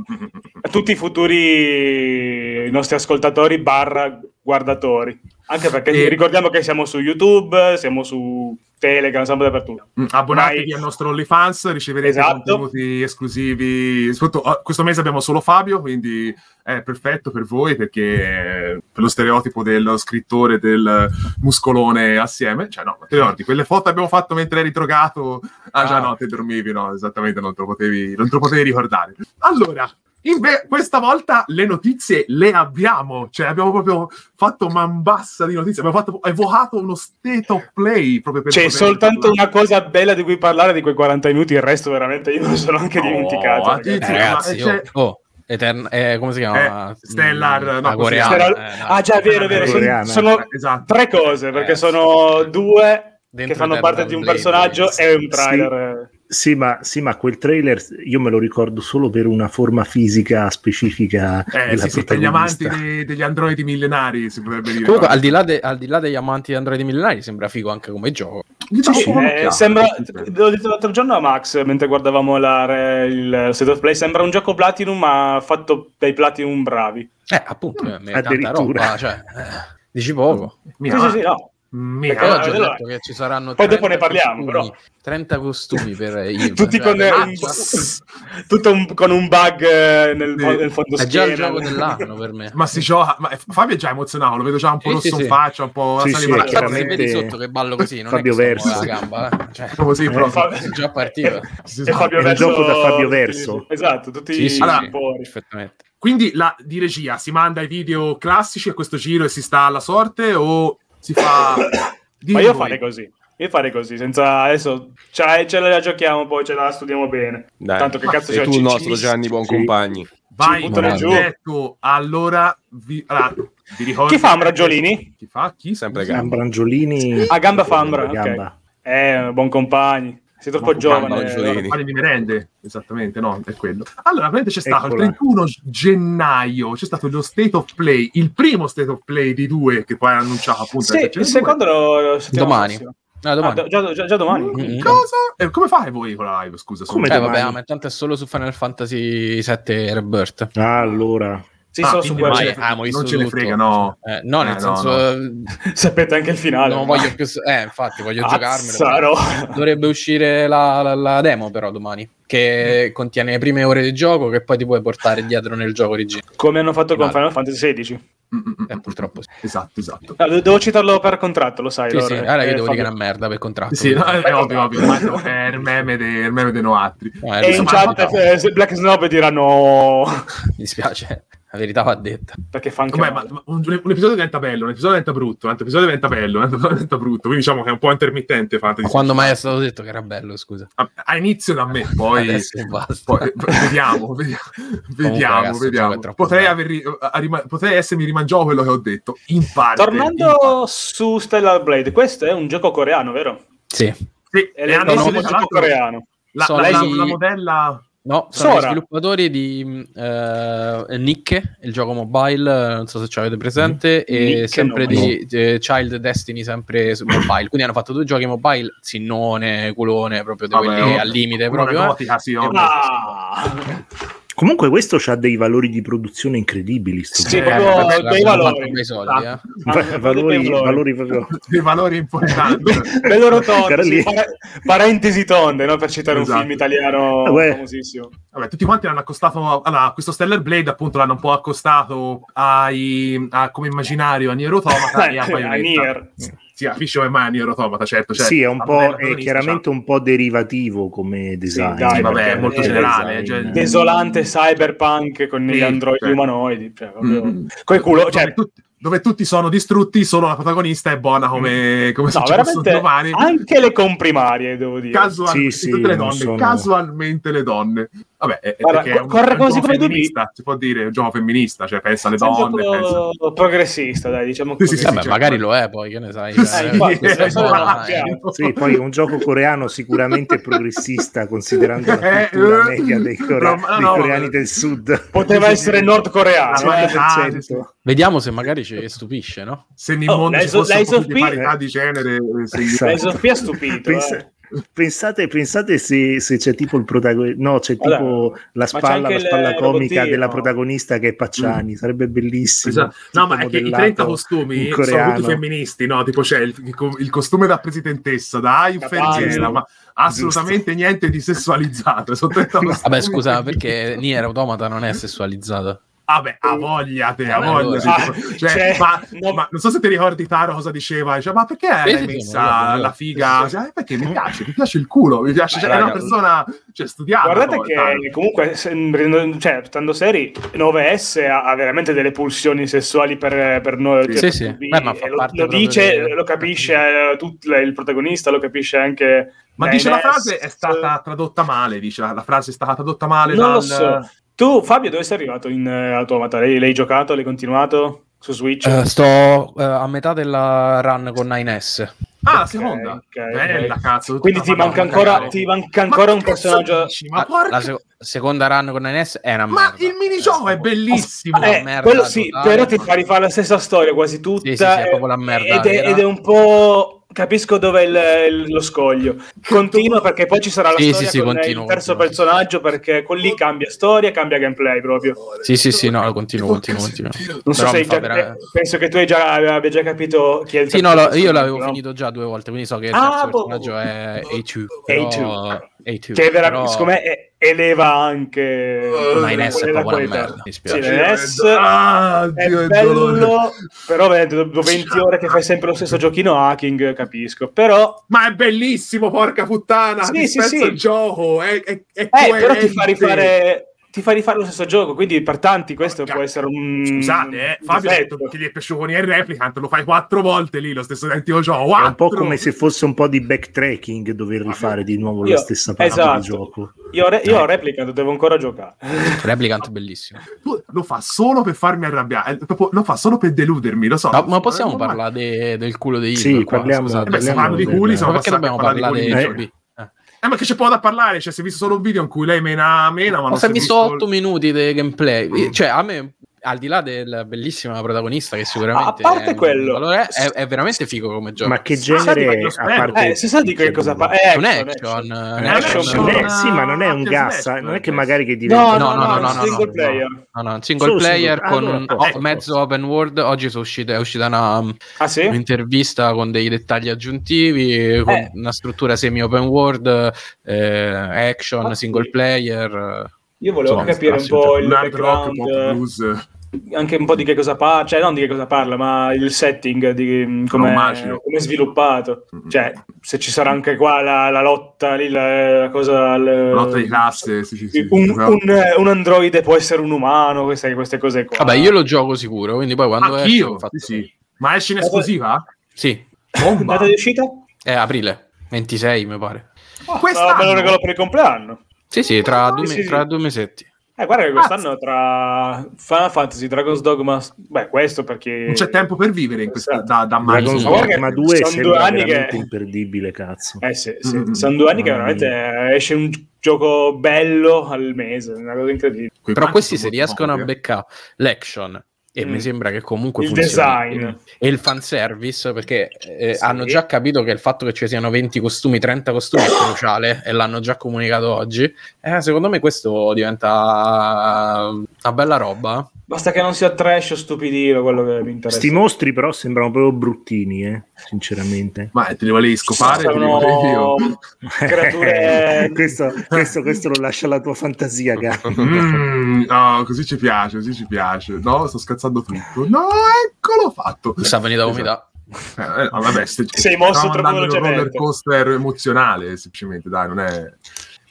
[SPEAKER 2] a tutti i futuri nostri ascoltatori barra guardatori. Anche perché
[SPEAKER 6] E-
[SPEAKER 2] ricordiamo che siamo su YouTube, siamo su Telegram, siamo dappertutto.
[SPEAKER 6] Abbonatevi
[SPEAKER 2] Vai.
[SPEAKER 6] al Mm, nostro OnlyFans, riceverete
[SPEAKER 2] Esatto.
[SPEAKER 6] contenuti esclusivi. Soprattutto, oh, questo mese abbiamo solo Fabio, quindi è perfetto per voi perché eh, per lo stereotipo dello scrittore del muscolone assieme. Cioè, no, ma ti ricordi quelle foto che abbiamo fatto mentre eri drogato? Ah, già,
[SPEAKER 5] Ah.
[SPEAKER 6] no, te dormivi, no, esattamente, non te lo potevi, non te lo potevi ricordare. Allora. inve- questa volta le notizie le abbiamo, cioè abbiamo proprio fatto mambassa di notizie, abbiamo fatto, evocato uno state of play proprio per
[SPEAKER 2] C'è
[SPEAKER 6] poter
[SPEAKER 2] soltanto
[SPEAKER 6] parlare.
[SPEAKER 2] una cosa bella di cui parlare di quei 40 minuti, il resto veramente io me lo sono anche
[SPEAKER 6] No,
[SPEAKER 2] dimenticato.
[SPEAKER 6] a
[SPEAKER 2] ragazzi.
[SPEAKER 5] Eh, ragazzi,
[SPEAKER 6] eh,
[SPEAKER 5] oh,
[SPEAKER 6] cioè-
[SPEAKER 5] oh, Etern- eh, come si chiama?
[SPEAKER 6] Eh, Stellar,
[SPEAKER 5] Mm,
[SPEAKER 6] no,
[SPEAKER 5] la
[SPEAKER 6] così,
[SPEAKER 5] coreana.
[SPEAKER 2] Stellar-
[SPEAKER 5] eh, no.
[SPEAKER 2] Ah già, è vero, è vero. Sono,
[SPEAKER 4] Coreana.
[SPEAKER 2] sono
[SPEAKER 6] Eh, esatto.
[SPEAKER 2] tre cose, perché
[SPEAKER 5] Eh,
[SPEAKER 2] sono due
[SPEAKER 5] Dentro
[SPEAKER 2] che fanno
[SPEAKER 5] Eternal
[SPEAKER 2] parte di un
[SPEAKER 5] Blade,
[SPEAKER 2] personaggio
[SPEAKER 5] sì.
[SPEAKER 2] e un trailer.
[SPEAKER 4] Sì ma, sì, ma quel trailer io me lo ricordo solo per una forma fisica specifica
[SPEAKER 6] Eh,
[SPEAKER 4] della
[SPEAKER 6] sì, sì, per gli amanti
[SPEAKER 4] protagonista.
[SPEAKER 6] dei- degli androidi millenari si potrebbe dire.
[SPEAKER 5] Comunque,
[SPEAKER 6] no?
[SPEAKER 5] al di, là de- al di là degli amanti di Android Millenari, sembra figo anche come gioco.
[SPEAKER 6] Gli do
[SPEAKER 4] Sì, sì.
[SPEAKER 6] un occhiata.
[SPEAKER 2] Eh, sembra, l'ho detto l'altro giorno a Max mentre guardavamo la, re- il State of Play. Sembra un gioco Platinum, ma fatto dai Platinum bravi.
[SPEAKER 5] Eh, appunto, eh, è tanta
[SPEAKER 4] addirittura.
[SPEAKER 5] roba, cioè, eh, dici poco.
[SPEAKER 6] Mi
[SPEAKER 2] Sì,
[SPEAKER 6] ama.
[SPEAKER 2] sì, sì, no.
[SPEAKER 6] Mi
[SPEAKER 5] Perché
[SPEAKER 2] Eh,
[SPEAKER 6] ama.
[SPEAKER 5] oggi ho
[SPEAKER 2] allora-
[SPEAKER 5] detto che ci saranno
[SPEAKER 2] Poi dopo ne
[SPEAKER 5] 30
[SPEAKER 2] parliamo,
[SPEAKER 5] costumi,
[SPEAKER 2] però.
[SPEAKER 5] 30 costumi per Yves.
[SPEAKER 2] Tutti
[SPEAKER 5] cioè,
[SPEAKER 2] con,
[SPEAKER 5] per
[SPEAKER 2] eh,
[SPEAKER 5] Maccia.
[SPEAKER 2] un- tutto un- con un bug eh, nel,
[SPEAKER 6] Sì.
[SPEAKER 2] nel fondo
[SPEAKER 5] È già il
[SPEAKER 2] schiena.
[SPEAKER 5] gioco dell'anno per me.
[SPEAKER 6] Ma si gioca. Ma Fabio è già emozionato, lo vedo già un po'
[SPEAKER 5] Sì,
[SPEAKER 6] rosso
[SPEAKER 5] sì,
[SPEAKER 6] in
[SPEAKER 5] sì.
[SPEAKER 6] faccia, un po'
[SPEAKER 4] Sì,
[SPEAKER 6] sale
[SPEAKER 4] sì,
[SPEAKER 6] in
[SPEAKER 5] Ma
[SPEAKER 6] macchia.
[SPEAKER 5] infatti
[SPEAKER 4] chiaramente-
[SPEAKER 5] vedi sotto che ballo così, non
[SPEAKER 4] Fabio
[SPEAKER 5] è che
[SPEAKER 4] Verso.
[SPEAKER 5] sto con la gamba, eh. Cioè,
[SPEAKER 6] Proprio così, proprio.
[SPEAKER 2] Fabio-
[SPEAKER 5] è già Eh, partito.
[SPEAKER 6] Sì, sì.
[SPEAKER 2] E Fabio
[SPEAKER 4] È un
[SPEAKER 2] Verso-
[SPEAKER 4] gioco da Fabio Verso.
[SPEAKER 2] Esatto, tutti
[SPEAKER 5] Sì, sì,
[SPEAKER 6] Allora-
[SPEAKER 2] i
[SPEAKER 5] sì,
[SPEAKER 2] fuori.
[SPEAKER 5] perfettamente.
[SPEAKER 6] Quindi la, di regia si manda i video classici a questo giro e si sta alla sorte o si fa...
[SPEAKER 2] Ma io
[SPEAKER 6] Dimmi
[SPEAKER 2] farei
[SPEAKER 6] voi.
[SPEAKER 2] così. Io farei così, senza adesso ce, ce la giochiamo poi, ce la studiamo bene.
[SPEAKER 3] Dai.
[SPEAKER 2] Tanto che
[SPEAKER 6] Ma
[SPEAKER 2] cazzo
[SPEAKER 3] Sei tu il nostro
[SPEAKER 2] ci-
[SPEAKER 3] Gianni
[SPEAKER 4] sì.
[SPEAKER 3] Buoncompagni.
[SPEAKER 6] Vai,
[SPEAKER 2] ci
[SPEAKER 5] buttano
[SPEAKER 6] buttano
[SPEAKER 5] giù.
[SPEAKER 6] giù. allora, vi, allora, vi ricordo...
[SPEAKER 2] Chi fa Ambragiolini?
[SPEAKER 6] Chi fa? Chi?
[SPEAKER 3] Sempre
[SPEAKER 6] Scusi?
[SPEAKER 3] Gamba.
[SPEAKER 4] Ambrangiolini.
[SPEAKER 2] A Ah, gamba Fambra,
[SPEAKER 4] Gamba.
[SPEAKER 2] Eh, buon compagni. Sei troppo
[SPEAKER 6] Buon compagno,
[SPEAKER 2] giovane. eh,
[SPEAKER 3] Giulini.
[SPEAKER 2] allora.
[SPEAKER 6] Pane di merende, esattamente, no, è quello. Allora, praticamente c'è stato
[SPEAKER 4] Eccola.
[SPEAKER 6] il 31 gennaio, c'è stato lo State of Play, il primo State of Play di due, che poi ha annunciato appunto...
[SPEAKER 2] Sì,
[SPEAKER 6] eh, ce ne
[SPEAKER 2] il secondo lo, lo settimana
[SPEAKER 5] Domani.
[SPEAKER 2] prossima.
[SPEAKER 5] No,
[SPEAKER 2] Ah,
[SPEAKER 5] domani.
[SPEAKER 2] do- già, già- già domani. Mm-hmm.
[SPEAKER 6] sono-
[SPEAKER 5] Mm.
[SPEAKER 6] Cosa? Eh, come fai voi con la live, scusa?
[SPEAKER 4] Come
[SPEAKER 6] sono-
[SPEAKER 5] Eh,
[SPEAKER 4] domani.
[SPEAKER 5] vabbè, ma intanto è solo su Final Fantasy 7 Rebirth.
[SPEAKER 4] Ah, allora.
[SPEAKER 2] Sì,
[SPEAKER 6] Ah,
[SPEAKER 2] sono su
[SPEAKER 6] quindi
[SPEAKER 2] guerra.
[SPEAKER 6] ce
[SPEAKER 5] Ormai
[SPEAKER 6] ne frega-
[SPEAKER 5] abbiamo visto
[SPEAKER 6] non ce ne
[SPEAKER 5] tutto.
[SPEAKER 6] frega, no.
[SPEAKER 5] Eh, no, nel
[SPEAKER 6] Eh, no,
[SPEAKER 5] senso, eh,
[SPEAKER 2] Sapete anche il finale.
[SPEAKER 5] non voglio più. s- Eh, infatti, voglio giocarmelo.
[SPEAKER 2] Azzaro.
[SPEAKER 5] Dovrebbe uscire la, la- la demo, però, domani.
[SPEAKER 2] Mm.
[SPEAKER 5] Che contiene le prime ore di gioco che poi ti puoi portare dietro nel gioco originale. Esatto.
[SPEAKER 2] Come hanno fatto con
[SPEAKER 5] Finale.
[SPEAKER 2] Final Fantasy XVI.
[SPEAKER 6] Mm, mm, mm,
[SPEAKER 5] Eh,
[SPEAKER 6] mm.
[SPEAKER 5] purtroppo sì.
[SPEAKER 6] Esatto, esatto.
[SPEAKER 2] No, de- devo citarlo per contratto, lo sai.
[SPEAKER 5] Sì,
[SPEAKER 2] allora.
[SPEAKER 5] sì,
[SPEAKER 2] Eh,
[SPEAKER 5] Allora io devo
[SPEAKER 2] Fabio.
[SPEAKER 5] dire che è una merda per contratto.
[SPEAKER 6] Sì, no,
[SPEAKER 5] quindi-
[SPEAKER 6] è ovvio, ovvio, ma no, è il meme de- il meme dei Noatri.
[SPEAKER 5] No, è
[SPEAKER 2] E in
[SPEAKER 5] risabato,
[SPEAKER 2] chat
[SPEAKER 5] però,
[SPEAKER 2] eh, se Black Snob dirà no.
[SPEAKER 5] Mi dispiace, la verità va detta.
[SPEAKER 2] Perché fa anche.
[SPEAKER 6] Vabbè, ma
[SPEAKER 2] male.
[SPEAKER 6] ma un, un episodio diventa bello, un episodio diventa brutto, un altro episodio diventa bello, un altro episodio diventa brutto, quindi diciamo che è un po' intermittente Fantasy.
[SPEAKER 5] Ma quando mai è stato detto che era bello, scusa?
[SPEAKER 6] A, a inizio da me, poi,
[SPEAKER 5] Adesso basta.
[SPEAKER 6] poi- poi vediamo, vediamo,
[SPEAKER 5] ragazzi,
[SPEAKER 6] vediamo.
[SPEAKER 5] il gioco è
[SPEAKER 6] vediamo.
[SPEAKER 5] troppo
[SPEAKER 6] Potrei,
[SPEAKER 5] bello.
[SPEAKER 6] aver ri- a- rima- potrei essermi rimangiato quello che ho detto, in parte. in parte.
[SPEAKER 2] Tornando su Stellar Blade, questo è un gioco coreano, vero?
[SPEAKER 5] Sì.
[SPEAKER 6] Sì,
[SPEAKER 2] È
[SPEAKER 6] e hanno
[SPEAKER 2] l'ennesimo
[SPEAKER 6] tra
[SPEAKER 2] gioco
[SPEAKER 6] l'altro,
[SPEAKER 2] coreano.
[SPEAKER 6] La,
[SPEAKER 5] Sono
[SPEAKER 6] la- la-
[SPEAKER 5] i-
[SPEAKER 6] la modella...
[SPEAKER 5] No, sono
[SPEAKER 2] Sora.
[SPEAKER 5] gli sviluppatori di mh, eh, Nick, il gioco mobile, eh, non so se ce l'avete presente, e
[SPEAKER 2] Mm-hmm. Nick,
[SPEAKER 5] sempre
[SPEAKER 2] no,
[SPEAKER 5] di eh, Child Destiny, sempre su mobile. Quindi hanno fatto due giochi mobile, zinnone, culone, proprio di
[SPEAKER 6] Vabbè,
[SPEAKER 5] quelli
[SPEAKER 2] oh,
[SPEAKER 6] ovvio.
[SPEAKER 5] al limite,
[SPEAKER 6] Una
[SPEAKER 5] proprio. eh.
[SPEAKER 6] gotica, sì,
[SPEAKER 5] E-
[SPEAKER 6] ovvio.
[SPEAKER 2] Ah!
[SPEAKER 4] Comunque questo ha dei valori di produzione incredibili. sto
[SPEAKER 2] Sì,
[SPEAKER 4] gioco.
[SPEAKER 2] proprio
[SPEAKER 5] vabbè,
[SPEAKER 2] dei
[SPEAKER 5] abbiamo
[SPEAKER 2] valori.
[SPEAKER 5] fatto bei soldi,
[SPEAKER 2] Ah.
[SPEAKER 5] eh.
[SPEAKER 4] Va- valori, valori proprio...
[SPEAKER 6] dei valori importanti.
[SPEAKER 2] Bello loro tondo,
[SPEAKER 4] Era
[SPEAKER 2] sì,
[SPEAKER 4] lì.
[SPEAKER 2] pare- parentesi tonde, no? per citare
[SPEAKER 6] Esatto.
[SPEAKER 2] un film italiano
[SPEAKER 4] Ah, beh.
[SPEAKER 2] famosissimo.
[SPEAKER 6] Vabbè, tutti quanti l'hanno accostato. Allora, questo Stellar Blade, appunto, l'hanno un po' accostato ai, a- come immaginario a Nier Automata e a
[SPEAKER 2] a
[SPEAKER 6] Bayonetta.
[SPEAKER 2] Nier.
[SPEAKER 6] Sì, capisce come mai a Nier Automata, certo. Cioè,
[SPEAKER 4] sì, è un
[SPEAKER 6] la
[SPEAKER 4] po',
[SPEAKER 6] modella
[SPEAKER 4] è
[SPEAKER 6] protagonista,
[SPEAKER 4] chiaramente un po' derivativo come design.
[SPEAKER 2] dai, vabbè,
[SPEAKER 4] perché
[SPEAKER 2] è
[SPEAKER 4] comunque
[SPEAKER 2] molto
[SPEAKER 4] il
[SPEAKER 6] generale,
[SPEAKER 4] design-
[SPEAKER 6] cioè-
[SPEAKER 2] Desolante cyberpunk con gli
[SPEAKER 6] Sì,
[SPEAKER 2] androidi
[SPEAKER 6] certo.
[SPEAKER 2] umanoidi. Cioè,
[SPEAKER 6] c'ha-
[SPEAKER 2] proprio...
[SPEAKER 6] Mm.
[SPEAKER 2] Coi culo,
[SPEAKER 6] dove,
[SPEAKER 2] cioè,
[SPEAKER 6] tutti, dove tutti sono distrutti, solo la protagonista è buona come, come se
[SPEAKER 2] Mm. no,
[SPEAKER 6] ci fossero
[SPEAKER 2] veramente
[SPEAKER 6] Cioè, domani.
[SPEAKER 2] anche le comprimarie, devo dire.
[SPEAKER 6] Casual-
[SPEAKER 4] Sì,
[SPEAKER 6] di
[SPEAKER 4] sì,
[SPEAKER 6] tutte le
[SPEAKER 4] non
[SPEAKER 6] donne,
[SPEAKER 4] sono-
[SPEAKER 6] casualmente le donne. Vabbè, è, è
[SPEAKER 2] Guarda,
[SPEAKER 6] perché è un,
[SPEAKER 2] corre
[SPEAKER 6] è un
[SPEAKER 2] così
[SPEAKER 6] gioco
[SPEAKER 2] come tu
[SPEAKER 6] femminista, si può dire, è un gioco femminista, cioè pensa alle
[SPEAKER 2] Sempre
[SPEAKER 6] donne, pensa...
[SPEAKER 2] un po' progressista, dai, diciamo
[SPEAKER 6] Sì,
[SPEAKER 2] così.
[SPEAKER 6] sì, sì,
[SPEAKER 5] Vabbè,
[SPEAKER 6] cioè-
[SPEAKER 5] magari lo è poi, che ne sai.
[SPEAKER 6] Sì,
[SPEAKER 5] eh,
[SPEAKER 2] infatti,
[SPEAKER 5] qualche
[SPEAKER 2] eh,
[SPEAKER 5] senso
[SPEAKER 2] no,
[SPEAKER 5] lo ha, eh.
[SPEAKER 2] abbiamo-
[SPEAKER 4] Sì, poi è un gioco coreano sicuramente progressista, considerando la cultura
[SPEAKER 6] Eh, eh.
[SPEAKER 4] media dei, core-
[SPEAKER 6] No, ma-
[SPEAKER 4] dei
[SPEAKER 6] no,
[SPEAKER 4] coreani
[SPEAKER 6] ma-
[SPEAKER 4] del sud.
[SPEAKER 2] Poteva essere
[SPEAKER 6] Ah,
[SPEAKER 2] nordcoreano.
[SPEAKER 6] ma-
[SPEAKER 2] eh.
[SPEAKER 6] ah, sì, sì.
[SPEAKER 4] 90%.
[SPEAKER 5] Vediamo se magari ci stupisce, no?
[SPEAKER 6] se nel
[SPEAKER 2] Oh,
[SPEAKER 6] mondo
[SPEAKER 2] la
[SPEAKER 6] ci
[SPEAKER 2] iso-
[SPEAKER 6] fosse
[SPEAKER 2] la
[SPEAKER 6] un po' più di
[SPEAKER 2] isopia-
[SPEAKER 6] parità di genere eh, se
[SPEAKER 4] Esatto.
[SPEAKER 2] La Sofia ha stupito.
[SPEAKER 4] Pensa-
[SPEAKER 2] eh.
[SPEAKER 4] Pensate, pensate se, se c'è tipo il protagonista, no, c'è
[SPEAKER 2] Allora,
[SPEAKER 4] tipo la
[SPEAKER 2] c'è
[SPEAKER 4] spalla,
[SPEAKER 2] anche
[SPEAKER 4] la
[SPEAKER 2] il
[SPEAKER 4] spalla comica
[SPEAKER 2] robottino.
[SPEAKER 4] della protagonista che è Pacciani, sarebbe bellissimo.
[SPEAKER 6] Mm. Esatto. No,
[SPEAKER 4] Tutto
[SPEAKER 6] ma è che i
[SPEAKER 4] modellato
[SPEAKER 6] 30
[SPEAKER 4] diciamo in
[SPEAKER 6] costumi sono
[SPEAKER 4] coreano.
[SPEAKER 6] tutti femministi, no? Tipo c'è il, il co- il costume da presidentessa, da Aiu
[SPEAKER 2] Capazzo.
[SPEAKER 6] Ferriera, ma assolutamente niente di sessualizzato. Sono 30 costumi
[SPEAKER 5] Vabbè, scusa,
[SPEAKER 6] femministi.
[SPEAKER 5] perché Nier Automata non è sessualizzato.
[SPEAKER 6] Ah beh, a voglia te,
[SPEAKER 5] Eh,
[SPEAKER 6] a voglia.
[SPEAKER 5] allora.
[SPEAKER 6] sì,
[SPEAKER 2] Ah,
[SPEAKER 6] tipo, cioè,
[SPEAKER 2] cioè,
[SPEAKER 6] ma,
[SPEAKER 2] no.
[SPEAKER 6] ma non so se ti ricordi Taro cosa diceva, diceva ma perché
[SPEAKER 5] sì,
[SPEAKER 6] l'hai
[SPEAKER 5] sì,
[SPEAKER 6] messa
[SPEAKER 5] ma guarda,
[SPEAKER 6] la
[SPEAKER 5] guarda.
[SPEAKER 6] figa?
[SPEAKER 5] Sì, sì.
[SPEAKER 6] Cioè, "Eh, perché mi piace, mi piace il culo, mi piace, cioè,
[SPEAKER 3] Raga,
[SPEAKER 6] è una persona cioè, studiata.
[SPEAKER 2] Guardate
[SPEAKER 6] no,
[SPEAKER 2] che
[SPEAKER 6] Taro.
[SPEAKER 2] comunque, se- prendendo- cioè, stando seri, 9S ha, ha veramente delle pulsioni sessuali per, per noi.
[SPEAKER 6] Sì,
[SPEAKER 2] cioè,
[SPEAKER 5] sì,
[SPEAKER 2] per tutti.
[SPEAKER 5] beh, ma fa
[SPEAKER 2] E lo,
[SPEAKER 5] parte
[SPEAKER 2] lo
[SPEAKER 5] proprio
[SPEAKER 2] dice,
[SPEAKER 5] del-
[SPEAKER 2] lo capisce eh, tut- il protagonista, lo capisce anche...
[SPEAKER 6] Ma dice la
[SPEAKER 2] NS.
[SPEAKER 6] frase è stata tradotta male, dice la, la frase è stata tradotta male
[SPEAKER 2] Non lo
[SPEAKER 6] dal...
[SPEAKER 2] so. Tu, Fabio, dove sei arrivato in eh, Automata? L'hai, l'hai giocato? L'hai continuato? Su Switch?
[SPEAKER 5] Eh, sto eh, a metà della run con 9S.
[SPEAKER 6] Ah, la
[SPEAKER 2] Ok,
[SPEAKER 6] seconda.
[SPEAKER 2] ok,
[SPEAKER 6] Bella,
[SPEAKER 2] ok.
[SPEAKER 6] cazzo. tutta
[SPEAKER 2] Quindi
[SPEAKER 6] la
[SPEAKER 2] ti manca,
[SPEAKER 6] Madonna,
[SPEAKER 2] ancora,
[SPEAKER 6] cagare.
[SPEAKER 2] ti manca
[SPEAKER 6] Ma
[SPEAKER 2] ancora un
[SPEAKER 6] che cazzo
[SPEAKER 2] personaggio...
[SPEAKER 6] dici?
[SPEAKER 5] Ah,
[SPEAKER 6] Ma porca...
[SPEAKER 5] La sec- seconda run con 9S è una
[SPEAKER 6] Ma
[SPEAKER 5] merda.
[SPEAKER 6] il minigioco è bellissimo.
[SPEAKER 5] una
[SPEAKER 2] Eh,
[SPEAKER 5] merda
[SPEAKER 2] quello sì,
[SPEAKER 5] totale,
[SPEAKER 2] però ti
[SPEAKER 5] ma-
[SPEAKER 2] fa rifare la stessa storia quasi tutta
[SPEAKER 5] Sì, sì, sì, è
[SPEAKER 2] eh,
[SPEAKER 5] proprio la merda
[SPEAKER 2] ed, è,
[SPEAKER 5] vera.
[SPEAKER 2] ed è un po' Capisco dov'è il- il- lo scoglio. Continua perché poi ci sarà la
[SPEAKER 5] Sì,
[SPEAKER 2] storia
[SPEAKER 5] sì, sì,
[SPEAKER 2] con eh,
[SPEAKER 5] continua,
[SPEAKER 2] il terzo
[SPEAKER 5] continua.
[SPEAKER 2] personaggio perché con lì cambia storia, cambia gameplay proprio.
[SPEAKER 5] Sì, sì, sì, no, continuo, continuo, continuo.
[SPEAKER 2] Non so se
[SPEAKER 5] Però mi
[SPEAKER 2] hai
[SPEAKER 5] fa
[SPEAKER 2] già-
[SPEAKER 5] vera-
[SPEAKER 2] penso che tu hai già, abbia già capito chi è il
[SPEAKER 5] Sì,
[SPEAKER 2] terzo
[SPEAKER 5] no, lo- io
[SPEAKER 2] personaggio,
[SPEAKER 5] l'avevo
[SPEAKER 2] no?
[SPEAKER 5] finito già due volte, quindi so che il
[SPEAKER 2] Ah,
[SPEAKER 5] terzo
[SPEAKER 2] boh.
[SPEAKER 5] personaggio è A2.
[SPEAKER 2] A2.
[SPEAKER 5] Però... A2.
[SPEAKER 2] Che è Cioè, vera-
[SPEAKER 5] però-
[SPEAKER 2] secondo me è- eleva anche
[SPEAKER 5] Ma in S è
[SPEAKER 2] la
[SPEAKER 5] proprio una
[SPEAKER 2] qualità.
[SPEAKER 5] merda,
[SPEAKER 2] Sì,
[SPEAKER 5] mi spiace.
[SPEAKER 2] in S
[SPEAKER 6] Ah,
[SPEAKER 2] è
[SPEAKER 6] Dio, è dolore.
[SPEAKER 2] bello, però beh, dopo 20 ore che fai sempre lo stesso giochino hacking, capisco. Però
[SPEAKER 6] Ma è bellissimo, porca puttana!
[SPEAKER 2] Sì, sì,
[SPEAKER 6] Sì, sì,
[SPEAKER 2] sì.
[SPEAKER 6] il gioco Oh, è, è, è
[SPEAKER 2] Eh, però ti fa
[SPEAKER 6] coerente.
[SPEAKER 2] rifare ti fa rifare lo stesso gioco, quindi per tanti questo
[SPEAKER 6] Porca-
[SPEAKER 2] può essere un
[SPEAKER 6] Scusate, eh,
[SPEAKER 2] un
[SPEAKER 6] Fabio ha detto
[SPEAKER 2] difetto.
[SPEAKER 6] che gli è piaciuto con il replicant, lo fai quattro volte lì, lo stesso identico gioco.
[SPEAKER 4] È un po'
[SPEAKER 6] quattro!
[SPEAKER 4] come se fosse un po' di backtracking dover rifare di nuovo
[SPEAKER 2] Io-
[SPEAKER 4] la stessa parte
[SPEAKER 2] esatto.
[SPEAKER 4] di gioco.
[SPEAKER 2] Io, re- io
[SPEAKER 4] Eh.
[SPEAKER 2] ho replicato, devo ancora giocare.
[SPEAKER 5] Replicant bellissimo.
[SPEAKER 6] Tu- Lo fa solo per farmi arrabbiare, eh, proprio- lo fa solo per deludermi, lo so.
[SPEAKER 5] Ma, ma possiamo
[SPEAKER 6] Eh,
[SPEAKER 5] parlare de- del culo dei
[SPEAKER 4] Sì, parliamo-
[SPEAKER 5] scusate.
[SPEAKER 4] Eh beh, se
[SPEAKER 5] Ma
[SPEAKER 4] parlo di
[SPEAKER 5] perché-
[SPEAKER 4] culi,
[SPEAKER 6] siamo
[SPEAKER 5] ma perché
[SPEAKER 6] passati a
[SPEAKER 5] dobbiamo
[SPEAKER 6] parlare
[SPEAKER 5] parlare
[SPEAKER 6] di
[SPEAKER 5] di
[SPEAKER 4] culi.
[SPEAKER 5] Jordi? Eh.
[SPEAKER 6] Eh, ma che c'è poco da parlare? Cioè, si è visto solo un video in cui lei mena, mena, ma
[SPEAKER 5] Ho
[SPEAKER 6] non si è
[SPEAKER 5] visto,
[SPEAKER 6] visto...
[SPEAKER 5] 8 minuti di gameplay. Cioè, a me, al di là della bellissima protagonista, che sicuramente
[SPEAKER 2] A parte
[SPEAKER 5] è, un
[SPEAKER 2] quello-
[SPEAKER 5] valore, è, è veramente figo come gioco.
[SPEAKER 4] Ma che
[SPEAKER 6] Sì, sì, ma
[SPEAKER 4] genere
[SPEAKER 6] io
[SPEAKER 4] è,
[SPEAKER 6] spero.
[SPEAKER 4] a parte cioè,
[SPEAKER 2] Eh, si sa di che cosa fa. Eh,
[SPEAKER 5] È un
[SPEAKER 2] action,
[SPEAKER 5] action,
[SPEAKER 2] action.
[SPEAKER 5] un
[SPEAKER 4] Eh,
[SPEAKER 5] action.
[SPEAKER 4] action,
[SPEAKER 6] no,
[SPEAKER 4] eh,
[SPEAKER 6] no,
[SPEAKER 4] sì, ma non è un
[SPEAKER 6] no,
[SPEAKER 4] gas, eh,
[SPEAKER 6] no,
[SPEAKER 4] non è che
[SPEAKER 6] no,
[SPEAKER 4] magari che diventa
[SPEAKER 2] No, no,
[SPEAKER 5] No, no, no, no, no,
[SPEAKER 2] single
[SPEAKER 5] no.
[SPEAKER 2] player.
[SPEAKER 5] No, no, un single
[SPEAKER 4] Solo
[SPEAKER 5] player
[SPEAKER 4] single- ah,
[SPEAKER 5] con
[SPEAKER 4] allora,
[SPEAKER 5] oh,
[SPEAKER 4] ecco.
[SPEAKER 5] mezzo open world. Oggi sono uscita- è uscita una, mm,
[SPEAKER 2] Ah sì?
[SPEAKER 5] un'intervista con dei dettagli aggiuntivi, con
[SPEAKER 2] Eh.
[SPEAKER 5] una struttura semi open world, eh, action,
[SPEAKER 2] Ah, sì.
[SPEAKER 5] single player.
[SPEAKER 2] Io volevo
[SPEAKER 5] Insomma,
[SPEAKER 2] capire un
[SPEAKER 5] classico
[SPEAKER 2] po' il
[SPEAKER 6] Un hard rock, pop
[SPEAKER 2] background,
[SPEAKER 6] blues, eh,
[SPEAKER 2] eh, anche un po' di che cosa parla, cioè non di che cosa parla, ma il setting di mm, come
[SPEAKER 6] immagino.
[SPEAKER 2] è sviluppato.
[SPEAKER 6] Mm.
[SPEAKER 2] Cioè, se ci sarà anche qua la, la lotta lì, la, la cosa la-
[SPEAKER 6] lotta di classe, sì, sì, sì.
[SPEAKER 2] Un,
[SPEAKER 6] Esatto.
[SPEAKER 2] un, eh, un androide può essere un umano, queste, queste cose qua.
[SPEAKER 5] Vabbè, io lo gioco sicuro, quindi poi quando esce,
[SPEAKER 6] Anch'io,
[SPEAKER 5] infatti-
[SPEAKER 6] sì, sì. Ma esce in esclusiva?
[SPEAKER 5] Sì,
[SPEAKER 6] Bomba!
[SPEAKER 2] Data di uscita?
[SPEAKER 5] è aprile 26, mi pare.
[SPEAKER 2] Ah, me lo
[SPEAKER 6] Quest'anno!
[SPEAKER 2] regalo per il compleanno.
[SPEAKER 5] Sì, sì, tra due,
[SPEAKER 2] Ah, Sì,
[SPEAKER 5] me-
[SPEAKER 2] sì,
[SPEAKER 5] tra
[SPEAKER 2] sì.
[SPEAKER 5] due mesetti.
[SPEAKER 2] Eh, guarda che quest'anno tra Final Fantasy, Dragon's Dogma, beh, questo perché
[SPEAKER 6] Non c'è tempo per vivere in questa, da, da
[SPEAKER 4] Dragon's
[SPEAKER 2] Ma guarda
[SPEAKER 6] Manzo.
[SPEAKER 2] che
[SPEAKER 4] Dogma 2
[SPEAKER 2] sono due
[SPEAKER 4] sembra
[SPEAKER 2] anni che-
[SPEAKER 4] veramente imperdibile, cazzo.
[SPEAKER 2] Eh sì, sì.
[SPEAKER 6] Mm.
[SPEAKER 2] sono due anni che
[SPEAKER 4] Mamma
[SPEAKER 2] veramente eh, esce un gioco bello al mese, una cosa incredibile.
[SPEAKER 6] Quei
[SPEAKER 5] Però
[SPEAKER 6] pranzi
[SPEAKER 5] questi se
[SPEAKER 6] sono
[SPEAKER 5] riescono a
[SPEAKER 6] molto eh.
[SPEAKER 5] beccare l'action, e
[SPEAKER 2] Mm.
[SPEAKER 5] mi sembra che comunque
[SPEAKER 2] il
[SPEAKER 5] funzioni.
[SPEAKER 2] design.
[SPEAKER 5] e il fanservice perché eh,
[SPEAKER 2] Sì.
[SPEAKER 5] hanno già capito che il fatto che ci siano 20 costumi, 30 costumi è cruciale e l'hanno già comunicato oggi. Eh, secondo me questo diventa una bella roba.
[SPEAKER 2] Basta che non sia trash o stupidino quello che mi interessa.
[SPEAKER 4] Sti mostri però sembrano proprio bruttini, eh, sinceramente.
[SPEAKER 6] Ma te li volevi scopare? Te li
[SPEAKER 2] Sono-
[SPEAKER 6] volevi io.
[SPEAKER 2] Creature-
[SPEAKER 4] questo, questo, questo lo lascia alla tua fantasia, cazzo.
[SPEAKER 6] Mm, no, così ci piace, così ci piace. No, sto scherzando tutto. No, eccolo fatto. Esatto.
[SPEAKER 5] Sta venendo a vomitare.
[SPEAKER 6] Eh, eh, vabbè, se-
[SPEAKER 2] Sei mosso
[SPEAKER 6] stiamo
[SPEAKER 2] troppo
[SPEAKER 6] andando in un
[SPEAKER 2] velocemente.
[SPEAKER 6] roller coaster emozionale, semplicemente, dai, non è...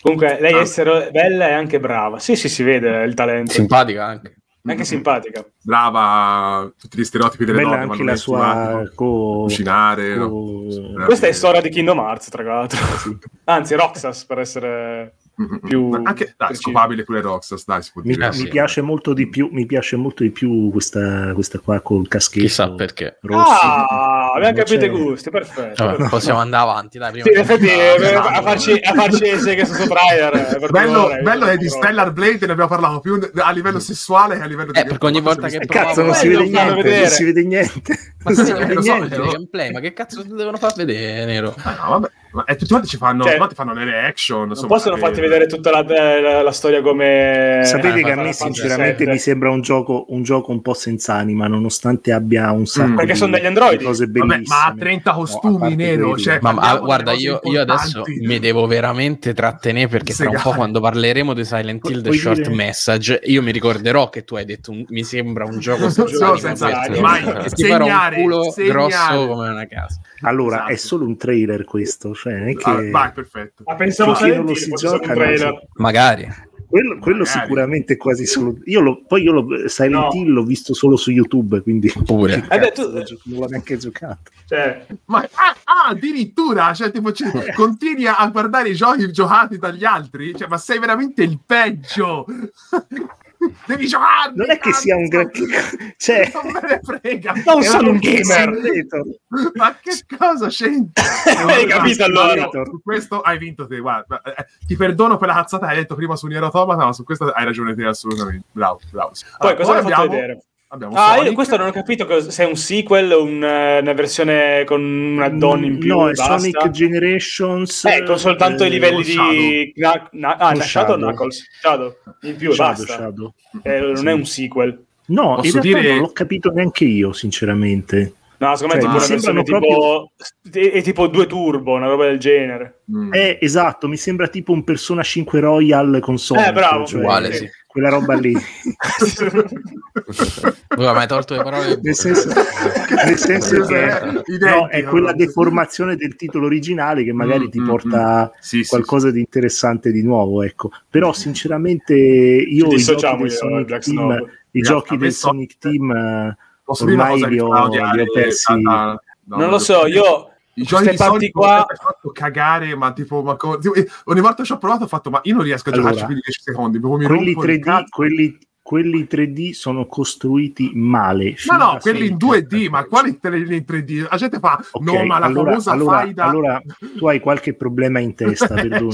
[SPEAKER 2] Comunque, lei
[SPEAKER 6] Ah.
[SPEAKER 2] essere bella e anche brava. Sì, sì, si vede il talento.
[SPEAKER 5] Simpatica anche.
[SPEAKER 2] anche
[SPEAKER 6] Mm-hmm.
[SPEAKER 2] simpatica.
[SPEAKER 6] Brava, tutti gli stereotipi delle
[SPEAKER 4] Bella
[SPEAKER 6] donne, ma
[SPEAKER 4] anche
[SPEAKER 6] non
[SPEAKER 4] la
[SPEAKER 6] è
[SPEAKER 4] sua
[SPEAKER 6] simpatico.
[SPEAKER 4] co...
[SPEAKER 6] cucinare, no.
[SPEAKER 4] co-
[SPEAKER 6] Eh,
[SPEAKER 2] Questa è
[SPEAKER 6] eh,
[SPEAKER 2] storia di Kingdom Hearts, tra l'altro. Anzi, Roxas, per essere...
[SPEAKER 6] Mm, mm,
[SPEAKER 2] più-
[SPEAKER 6] ma anche dai,
[SPEAKER 2] preciso.
[SPEAKER 6] scopabile pure Roxas, dai, si può
[SPEAKER 4] Mi,
[SPEAKER 6] dire.
[SPEAKER 5] Ah,
[SPEAKER 4] mi
[SPEAKER 5] sì.
[SPEAKER 4] piace molto di più, mi piace molto di più questa, questa qua col caschetto.
[SPEAKER 5] Chissà perché.
[SPEAKER 4] rosso.
[SPEAKER 2] Ah, abbiamo
[SPEAKER 4] Non
[SPEAKER 2] capito i
[SPEAKER 4] c'è-
[SPEAKER 2] gusti, perfetto.
[SPEAKER 5] Vabbè, possiamo andare avanti, dai, prima
[SPEAKER 2] Sì, in
[SPEAKER 5] che-
[SPEAKER 2] effetti, eh,
[SPEAKER 5] Ah,
[SPEAKER 2] a farci, a farci seghe su suo trailer. eh, per
[SPEAKER 6] Bello,
[SPEAKER 2] favore.
[SPEAKER 6] bello è di Stellar Blade, ne abbiamo parlato più a livello sessuale che a livello di...
[SPEAKER 5] Mm. Eh, perché ogni volta che
[SPEAKER 4] Eh,
[SPEAKER 5] provavo-
[SPEAKER 4] cazzo, non si
[SPEAKER 2] Quello
[SPEAKER 4] vede
[SPEAKER 2] fanno
[SPEAKER 4] niente,
[SPEAKER 2] vedere.
[SPEAKER 4] non si vede niente.
[SPEAKER 5] Ma
[SPEAKER 4] Non
[SPEAKER 5] sì,
[SPEAKER 4] si
[SPEAKER 5] lo
[SPEAKER 4] vede
[SPEAKER 6] lo
[SPEAKER 5] so,
[SPEAKER 4] niente.
[SPEAKER 5] è il gameplay, ma che cazzo devono far vedere, Nero?
[SPEAKER 6] Ah, no, vabbè. Ma, eh, tutte le volte ci
[SPEAKER 2] Cioè,
[SPEAKER 6] fanno, tutte le volte fanno le reaction.
[SPEAKER 2] Non
[SPEAKER 6] insomma,
[SPEAKER 2] possono
[SPEAKER 6] eh,
[SPEAKER 2] farti vedere tutta la, la- la storia come...
[SPEAKER 4] Sapete
[SPEAKER 5] Eh,
[SPEAKER 4] che a
[SPEAKER 5] ma-
[SPEAKER 4] me
[SPEAKER 5] ma-
[SPEAKER 4] sinceramente
[SPEAKER 2] ma-
[SPEAKER 4] mi sembra un gioco, un gioco un po' senza anima, nonostante abbia un sacco
[SPEAKER 6] Mm.
[SPEAKER 2] Perché
[SPEAKER 4] di-
[SPEAKER 2] sono degli androidi.
[SPEAKER 4] di cose
[SPEAKER 6] Vabbè,
[SPEAKER 4] bellissime.
[SPEAKER 6] ma ha 30
[SPEAKER 4] No, a
[SPEAKER 6] costumi
[SPEAKER 4] parte
[SPEAKER 6] nero.
[SPEAKER 4] quelli.
[SPEAKER 6] Cioè,
[SPEAKER 5] Ma,
[SPEAKER 6] parliamo
[SPEAKER 5] ma-
[SPEAKER 6] delle
[SPEAKER 5] guarda,
[SPEAKER 6] cose
[SPEAKER 5] io, io adesso
[SPEAKER 6] importanti.
[SPEAKER 5] mi devo veramente trattenere perché tra un po'
[SPEAKER 6] Segare.
[SPEAKER 5] quando parleremo di Silent Hill The
[SPEAKER 4] Puoi
[SPEAKER 5] Short
[SPEAKER 4] dire-
[SPEAKER 5] Message io mi ricorderò che tu hai detto un- mi sembra un gioco senza
[SPEAKER 2] Solo
[SPEAKER 5] anima
[SPEAKER 2] senza
[SPEAKER 5] questo.
[SPEAKER 2] anima, vai,
[SPEAKER 4] eh.
[SPEAKER 5] Ti farò
[SPEAKER 6] segnare,
[SPEAKER 5] un culo
[SPEAKER 6] segnare.
[SPEAKER 5] grosso come una casa.
[SPEAKER 4] Allora, è
[SPEAKER 6] Esatto.
[SPEAKER 4] solo un trailer questo, cioè non è che...
[SPEAKER 6] Ah, vai, perfetto.
[SPEAKER 2] Ma pensavo
[SPEAKER 4] Perché
[SPEAKER 2] Silent
[SPEAKER 4] Cioè, non lo
[SPEAKER 2] Hill
[SPEAKER 4] si
[SPEAKER 2] fosse solo
[SPEAKER 4] gioca,
[SPEAKER 2] un
[SPEAKER 4] non
[SPEAKER 2] trailer.
[SPEAKER 4] so.
[SPEAKER 5] Magari.
[SPEAKER 4] Quello, quello
[SPEAKER 6] Magari.
[SPEAKER 4] sicuramente è quasi solo... Io lo, poi io lo, Silent
[SPEAKER 2] No.
[SPEAKER 4] Hill l'ho visto solo su YouTube, quindi...
[SPEAKER 5] Pure.
[SPEAKER 4] Che
[SPEAKER 2] Eh beh,
[SPEAKER 4] cazzo,
[SPEAKER 2] tu-
[SPEAKER 4] l'ho gio- Non l'ho neanche giocato.
[SPEAKER 2] Cioè,
[SPEAKER 6] Ma ah, ah, addirittura, cioè, tipo,
[SPEAKER 4] Eh.
[SPEAKER 6] cioè, continui a guardare i giochi giocati dagli altri? Cioè, ma sei veramente il peggio. Devi giocare.
[SPEAKER 4] Non è che sia un gran... Cioè...
[SPEAKER 6] Non me ne frega.
[SPEAKER 2] Non sono un
[SPEAKER 4] è
[SPEAKER 2] gamer.
[SPEAKER 4] simulator.
[SPEAKER 6] Ma che cosa c'entra?
[SPEAKER 2] Hai capito allora?
[SPEAKER 6] Allora, su questo hai vinto te, guarda. Eh, ti perdono per la cazzata che hai detto prima su Nier Automata, ma su questo hai ragione te assolutamente. Bravo, bravo.
[SPEAKER 2] poi
[SPEAKER 6] Allora,
[SPEAKER 2] cosa
[SPEAKER 6] poi
[SPEAKER 2] hanno fatto
[SPEAKER 6] abbiamo-
[SPEAKER 2] vedere?
[SPEAKER 6] Abbiamo
[SPEAKER 2] Ah, io
[SPEAKER 6] Sonic.
[SPEAKER 2] questo non ho capito cos- se è un sequel o un, eh, una versione con un add-on in più.
[SPEAKER 4] Mm, no, è
[SPEAKER 2] basta.
[SPEAKER 4] Sonic Generations.
[SPEAKER 2] Eh, con soltanto
[SPEAKER 4] eh,
[SPEAKER 2] i livelli
[SPEAKER 6] con
[SPEAKER 2] di... Kna- Kna- ah,
[SPEAKER 4] Con
[SPEAKER 2] na- Shadow o
[SPEAKER 4] Shadow.
[SPEAKER 2] Knuckles? Shadow. In più, e
[SPEAKER 4] Shadow,
[SPEAKER 2] basta.
[SPEAKER 4] Shadow.
[SPEAKER 2] Eh, non
[SPEAKER 4] Sì.
[SPEAKER 2] è un sequel.
[SPEAKER 4] No,
[SPEAKER 6] Posso
[SPEAKER 4] in realtà
[SPEAKER 6] dire-
[SPEAKER 4] non l'ho capito neanche io, sinceramente.
[SPEAKER 2] No, secondo me è
[SPEAKER 4] Cioè, mi
[SPEAKER 2] tipo una versione
[SPEAKER 4] sembrano
[SPEAKER 2] tipo... È, è tipo due turbo, una roba del genere.
[SPEAKER 6] Mm.
[SPEAKER 4] Eh, esatto, mi sembra tipo un Persona 5 Royal con Sonic.
[SPEAKER 2] Eh, bravo.
[SPEAKER 4] cioè,
[SPEAKER 5] Uguale, sì.
[SPEAKER 4] Quella roba lì.
[SPEAKER 5] Dove mi hai tolto le parole?
[SPEAKER 4] nel senso, nel senso che
[SPEAKER 6] Identico,
[SPEAKER 4] no, è quella
[SPEAKER 6] proprio.
[SPEAKER 4] deformazione del titolo originale che magari ti
[SPEAKER 6] Mm, mm,
[SPEAKER 4] porta
[SPEAKER 6] Sì, sì,
[SPEAKER 4] qualcosa di interessante di nuovo. Ecco. Però, sinceramente, io
[SPEAKER 2] Ci
[SPEAKER 4] i giochi
[SPEAKER 2] dissociamo
[SPEAKER 4] del
[SPEAKER 2] io,
[SPEAKER 4] Sonic
[SPEAKER 2] Black
[SPEAKER 4] Team,
[SPEAKER 2] Snob.
[SPEAKER 4] i
[SPEAKER 6] Raga, Esatto, a
[SPEAKER 4] giochi
[SPEAKER 6] me
[SPEAKER 4] del
[SPEAKER 6] so-
[SPEAKER 4] Sonic Team eh,
[SPEAKER 6] Posso dire una
[SPEAKER 4] ormai
[SPEAKER 6] cosa
[SPEAKER 4] li
[SPEAKER 6] che
[SPEAKER 4] ho-
[SPEAKER 6] Claudia
[SPEAKER 4] li ho
[SPEAKER 6] è-
[SPEAKER 4] persi.
[SPEAKER 6] da- da-
[SPEAKER 2] non lo so, io...
[SPEAKER 6] I
[SPEAKER 2] queste
[SPEAKER 6] giochi
[SPEAKER 2] parti
[SPEAKER 6] parti
[SPEAKER 2] qua...
[SPEAKER 6] qua fatto cagare, ma tipo, ma co- tipo, eh, ogni volta che ci ho provato ho fatto, ma io non riesco a
[SPEAKER 4] Allora,
[SPEAKER 6] giocarci più di 10 secondi. proprio mi
[SPEAKER 4] quelli
[SPEAKER 6] rompo il
[SPEAKER 4] 3D,
[SPEAKER 6] cazzo.
[SPEAKER 4] quelli, quelli 3D sono costruiti male.
[SPEAKER 6] No,
[SPEAKER 4] fino
[SPEAKER 6] no,
[SPEAKER 4] a
[SPEAKER 6] quelli in
[SPEAKER 4] sempre.
[SPEAKER 6] 2D, ma quali te- in 3D? La gente fa,
[SPEAKER 4] Ok,
[SPEAKER 6] no, ma la
[SPEAKER 4] allora,
[SPEAKER 6] famosa
[SPEAKER 4] allora-
[SPEAKER 6] faida... Cioè,
[SPEAKER 4] allora tu hai qualche problema in testa, perdona.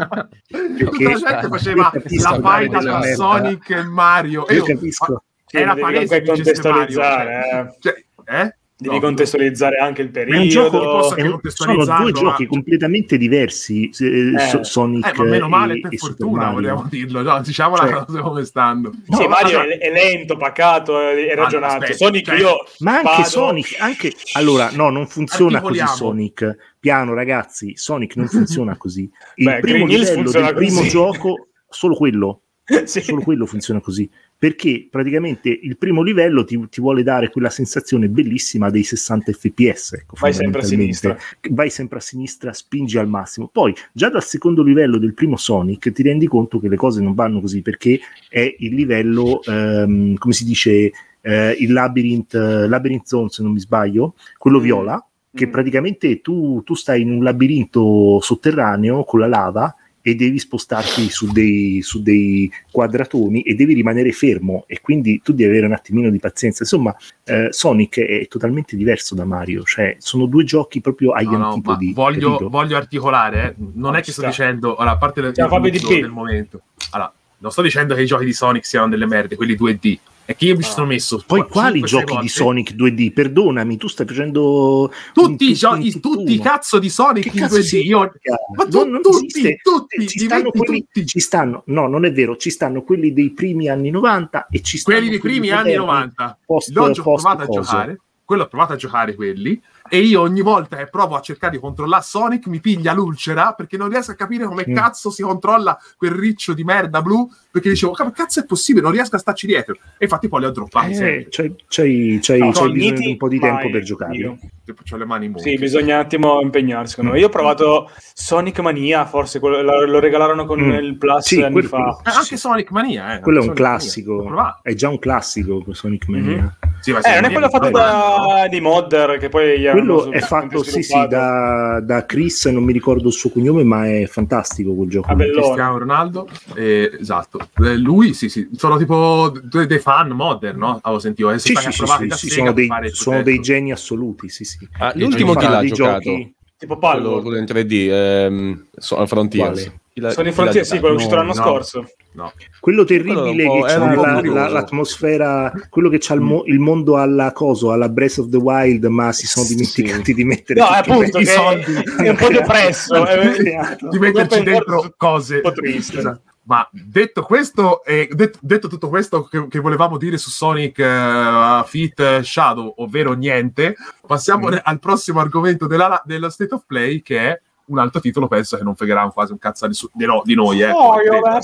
[SPEAKER 6] Tutta la gente
[SPEAKER 4] io capisco
[SPEAKER 6] faceva la
[SPEAKER 4] che
[SPEAKER 6] faida
[SPEAKER 4] parli
[SPEAKER 6] tra
[SPEAKER 4] della
[SPEAKER 6] Sonic e Mario.
[SPEAKER 4] Io
[SPEAKER 6] Eh,
[SPEAKER 4] capisco.
[SPEAKER 2] Sì,
[SPEAKER 6] Era
[SPEAKER 2] devi
[SPEAKER 6] palese
[SPEAKER 2] comunque
[SPEAKER 6] che vincesse Mario,
[SPEAKER 2] contestualizzare,
[SPEAKER 6] cioè-
[SPEAKER 2] eh.
[SPEAKER 6] cioè, eh?
[SPEAKER 2] Devi
[SPEAKER 6] No.
[SPEAKER 2] contestualizzare anche il
[SPEAKER 4] Ma è un
[SPEAKER 2] periodo.
[SPEAKER 4] gioco-
[SPEAKER 6] non posso
[SPEAKER 4] è un- sono
[SPEAKER 6] contestualizzarlo,
[SPEAKER 4] due
[SPEAKER 6] ma- cioè
[SPEAKER 4] giochi completamente diversi, se- so- Sonic
[SPEAKER 6] Eh, ma meno male
[SPEAKER 4] e,
[SPEAKER 6] per
[SPEAKER 4] e Super
[SPEAKER 6] fortuna,
[SPEAKER 4] Mario.
[SPEAKER 6] vogliamo dirlo. No, diciamo
[SPEAKER 4] Cioè-
[SPEAKER 6] la cosa come stanno.
[SPEAKER 4] No,
[SPEAKER 2] sì, Mario
[SPEAKER 6] allora-
[SPEAKER 2] è, è lento, pacato, è, è
[SPEAKER 6] Ah,
[SPEAKER 2] ragionato.
[SPEAKER 6] aspetta,
[SPEAKER 2] Sonic
[SPEAKER 6] cioè-
[SPEAKER 2] io
[SPEAKER 4] Ma anche
[SPEAKER 2] vado-
[SPEAKER 4] Sonic, anche... allora no, non funziona così
[SPEAKER 6] Articoliamo.
[SPEAKER 4] Sonic. Piano ragazzi, Sonic non funziona così. Il
[SPEAKER 2] Beh,
[SPEAKER 4] primo
[SPEAKER 2] Green Hills
[SPEAKER 4] livello
[SPEAKER 2] funziona
[SPEAKER 4] del primo
[SPEAKER 2] così.
[SPEAKER 4] gioco, solo quello,
[SPEAKER 2] Sì.
[SPEAKER 4] solo quello funziona così. Perché praticamente il primo livello ti, ti vuole dare quella sensazione bellissima dei 60 fps. Ecco,
[SPEAKER 2] Vai sempre a
[SPEAKER 4] fondamentalmente.
[SPEAKER 2] sinistra.
[SPEAKER 4] Vai sempre a sinistra, spingi al massimo. Poi, già dal secondo livello del primo Sonic, ti rendi conto che le cose non vanno così perché è il livello, ehm, come si dice, eh, il labyrinth, eh, labyrinth Zone, se non mi sbaglio, quello
[SPEAKER 2] Mm.
[SPEAKER 4] viola che
[SPEAKER 2] Mm.
[SPEAKER 4] praticamente tu, tu stai in un labirinto sotterraneo con la lava e devi spostarti su dei, su dei quadratoni e devi rimanere fermo e quindi tu devi avere un attimino di pazienza. Insomma, eh, Sonic è totalmente diverso da Mario, cioè sono due giochi proprio agli
[SPEAKER 6] No, no,
[SPEAKER 4] antipodi.
[SPEAKER 6] ma voglio,
[SPEAKER 4] capito?
[SPEAKER 6] voglio articolare, eh. non
[SPEAKER 2] Ah,
[SPEAKER 6] è che sto
[SPEAKER 2] sta.
[SPEAKER 6] dicendo, allora, a parte le-
[SPEAKER 2] Ciao, Fabio
[SPEAKER 6] l'uso
[SPEAKER 2] DP.
[SPEAKER 6] del momento, allora, non sto dicendo che i giochi di Sonic siano delle merde, quelli 2D, è che io mi ci
[SPEAKER 2] Ah.
[SPEAKER 6] sono messo.
[SPEAKER 4] Poi
[SPEAKER 6] qua-
[SPEAKER 4] quali
[SPEAKER 6] cinque, sei
[SPEAKER 4] giochi di
[SPEAKER 6] volte.
[SPEAKER 4] Sonic 2D? Perdonami, tu stai facendo
[SPEAKER 6] Tutti
[SPEAKER 4] un
[SPEAKER 6] i giochi,
[SPEAKER 4] tutto-
[SPEAKER 6] tutti i
[SPEAKER 4] uno.
[SPEAKER 6] cazzo di Sonic
[SPEAKER 4] Che
[SPEAKER 6] in
[SPEAKER 4] cazzo
[SPEAKER 6] 2D.
[SPEAKER 4] si
[SPEAKER 6] Io...
[SPEAKER 4] gioca?
[SPEAKER 6] Ma tu-
[SPEAKER 4] Non- non
[SPEAKER 6] tutti,
[SPEAKER 4] esiste.
[SPEAKER 6] tutti,
[SPEAKER 4] ci stanno,
[SPEAKER 6] diventi
[SPEAKER 4] quelli,
[SPEAKER 6] tutti.
[SPEAKER 4] ci stanno, no, non è vero, ci stanno quelli dei primi anni 90 e ci stanno
[SPEAKER 6] Quelli dei primi anni
[SPEAKER 4] moderni,
[SPEAKER 6] 90.
[SPEAKER 4] Post,
[SPEAKER 6] L'ho gio-
[SPEAKER 4] post
[SPEAKER 6] provato a
[SPEAKER 4] coso.
[SPEAKER 6] giocare, quello ho provato a giocare quelli, e io ogni volta che provo a cercare di controllare Sonic mi piglia l'ulcera perché non riesco a capire come
[SPEAKER 4] Mm.
[SPEAKER 6] cazzo si controlla quel riccio di merda blu, perché dicevo, come cazzo è possibile, non riesco a starci dietro. E infatti poi li ho droppati
[SPEAKER 4] Eh,
[SPEAKER 6] sempre.
[SPEAKER 4] c'hai, c'hai, c'hai,
[SPEAKER 2] No,
[SPEAKER 4] c'hai
[SPEAKER 2] sono
[SPEAKER 4] bisogno
[SPEAKER 2] niti,
[SPEAKER 4] di un po' di
[SPEAKER 2] ma
[SPEAKER 4] tempo
[SPEAKER 2] è-
[SPEAKER 4] per giocare.
[SPEAKER 2] io.
[SPEAKER 6] Tipo, C'ho le mani in mucchio.
[SPEAKER 2] Sì, bisogna un attimo impegnarsi.
[SPEAKER 4] Mm.
[SPEAKER 2] Secondo me, io ho provato Sonic Mania, forse quello- lo, lo regalarono con
[SPEAKER 4] Mm.
[SPEAKER 2] il Plus
[SPEAKER 4] Sì,
[SPEAKER 2] anni
[SPEAKER 4] quello-
[SPEAKER 2] fa.
[SPEAKER 6] Eh, anche Sonic Mania, eh.
[SPEAKER 4] Quello è un
[SPEAKER 6] Sonic Mania.
[SPEAKER 4] classico,
[SPEAKER 6] L'ho provato.
[SPEAKER 4] è già un classico Sonic Mania.
[SPEAKER 6] Sì, ma
[SPEAKER 2] Eh, non è
[SPEAKER 6] Sonic
[SPEAKER 2] quello fatto
[SPEAKER 6] Mania-
[SPEAKER 2] da, di Modder che poi gli hanno
[SPEAKER 4] Quello
[SPEAKER 2] su-
[SPEAKER 4] è fatto sì, sì,
[SPEAKER 2] sviluppato.
[SPEAKER 4] da, da Chris, non mi ricordo il suo cognome, ma è fantastico quel gioco.
[SPEAKER 2] Ah, bello.
[SPEAKER 6] Cristiano Ronaldo, eh, esatto. Eh, lui, sì, sì, sono tipo de- dei fan modern, no? Avevo sentito, eh,
[SPEAKER 4] Sì,
[SPEAKER 6] sono
[SPEAKER 4] sì,
[SPEAKER 6] stati
[SPEAKER 4] sì,
[SPEAKER 6] approvati
[SPEAKER 4] sì,
[SPEAKER 6] da
[SPEAKER 4] sì,
[SPEAKER 6] Sega
[SPEAKER 4] sono,
[SPEAKER 6] per
[SPEAKER 4] dei,
[SPEAKER 6] fare il
[SPEAKER 4] sono
[SPEAKER 6] progetto.
[SPEAKER 4] dei geni assoluti, sì, sì.
[SPEAKER 3] Ah, l'ultimo
[SPEAKER 4] Farà
[SPEAKER 3] chi l'ha
[SPEAKER 4] dei
[SPEAKER 3] giocato?
[SPEAKER 4] giochi-
[SPEAKER 2] Tipo
[SPEAKER 3] Quello,
[SPEAKER 2] Pallo.
[SPEAKER 3] quello in 3D, ehm, so- Frontiers.
[SPEAKER 4] Quale?
[SPEAKER 3] Chi l'ha-
[SPEAKER 2] Sono
[SPEAKER 3] chi
[SPEAKER 2] in
[SPEAKER 3] l'ha
[SPEAKER 2] frontiera, sì,
[SPEAKER 3] giocato?
[SPEAKER 2] quello è uscito
[SPEAKER 6] No,
[SPEAKER 2] l'anno
[SPEAKER 6] no.
[SPEAKER 2] scorso.
[SPEAKER 6] No.
[SPEAKER 4] quello
[SPEAKER 3] Quello
[SPEAKER 4] terribile
[SPEAKER 3] era un
[SPEAKER 4] che
[SPEAKER 3] po'-
[SPEAKER 4] c'ha
[SPEAKER 3] era un po'
[SPEAKER 4] la- la-
[SPEAKER 3] curioso.
[SPEAKER 4] l'atmosfera, quello che c'ha il, mo- il mondo alla coso, alla Breath of the Wild, ma si sono
[SPEAKER 3] Sì.
[SPEAKER 4] dimenticati di mettere
[SPEAKER 2] No,
[SPEAKER 4] tutti
[SPEAKER 2] appunto,
[SPEAKER 4] i
[SPEAKER 2] che
[SPEAKER 4] soldi.
[SPEAKER 2] è un po' depresso. eh.
[SPEAKER 6] Esatto. Di metterci
[SPEAKER 2] Open world
[SPEAKER 6] dentro
[SPEAKER 2] tutto
[SPEAKER 6] cose.
[SPEAKER 2] un po' triste.
[SPEAKER 6] Esatto. Ma detto questo, eh, det- detto tutto questo che, che volevamo dire su Sonic eh, Fit Shadow, ovvero niente, passiamo
[SPEAKER 4] Mm.
[SPEAKER 6] ne- al prossimo argomento della, dello State of Play, che è un altro titolo, penso che non fregherà quasi un cazzo a nessu- di, no- di noi. Eh,
[SPEAKER 2] Oh, io- ma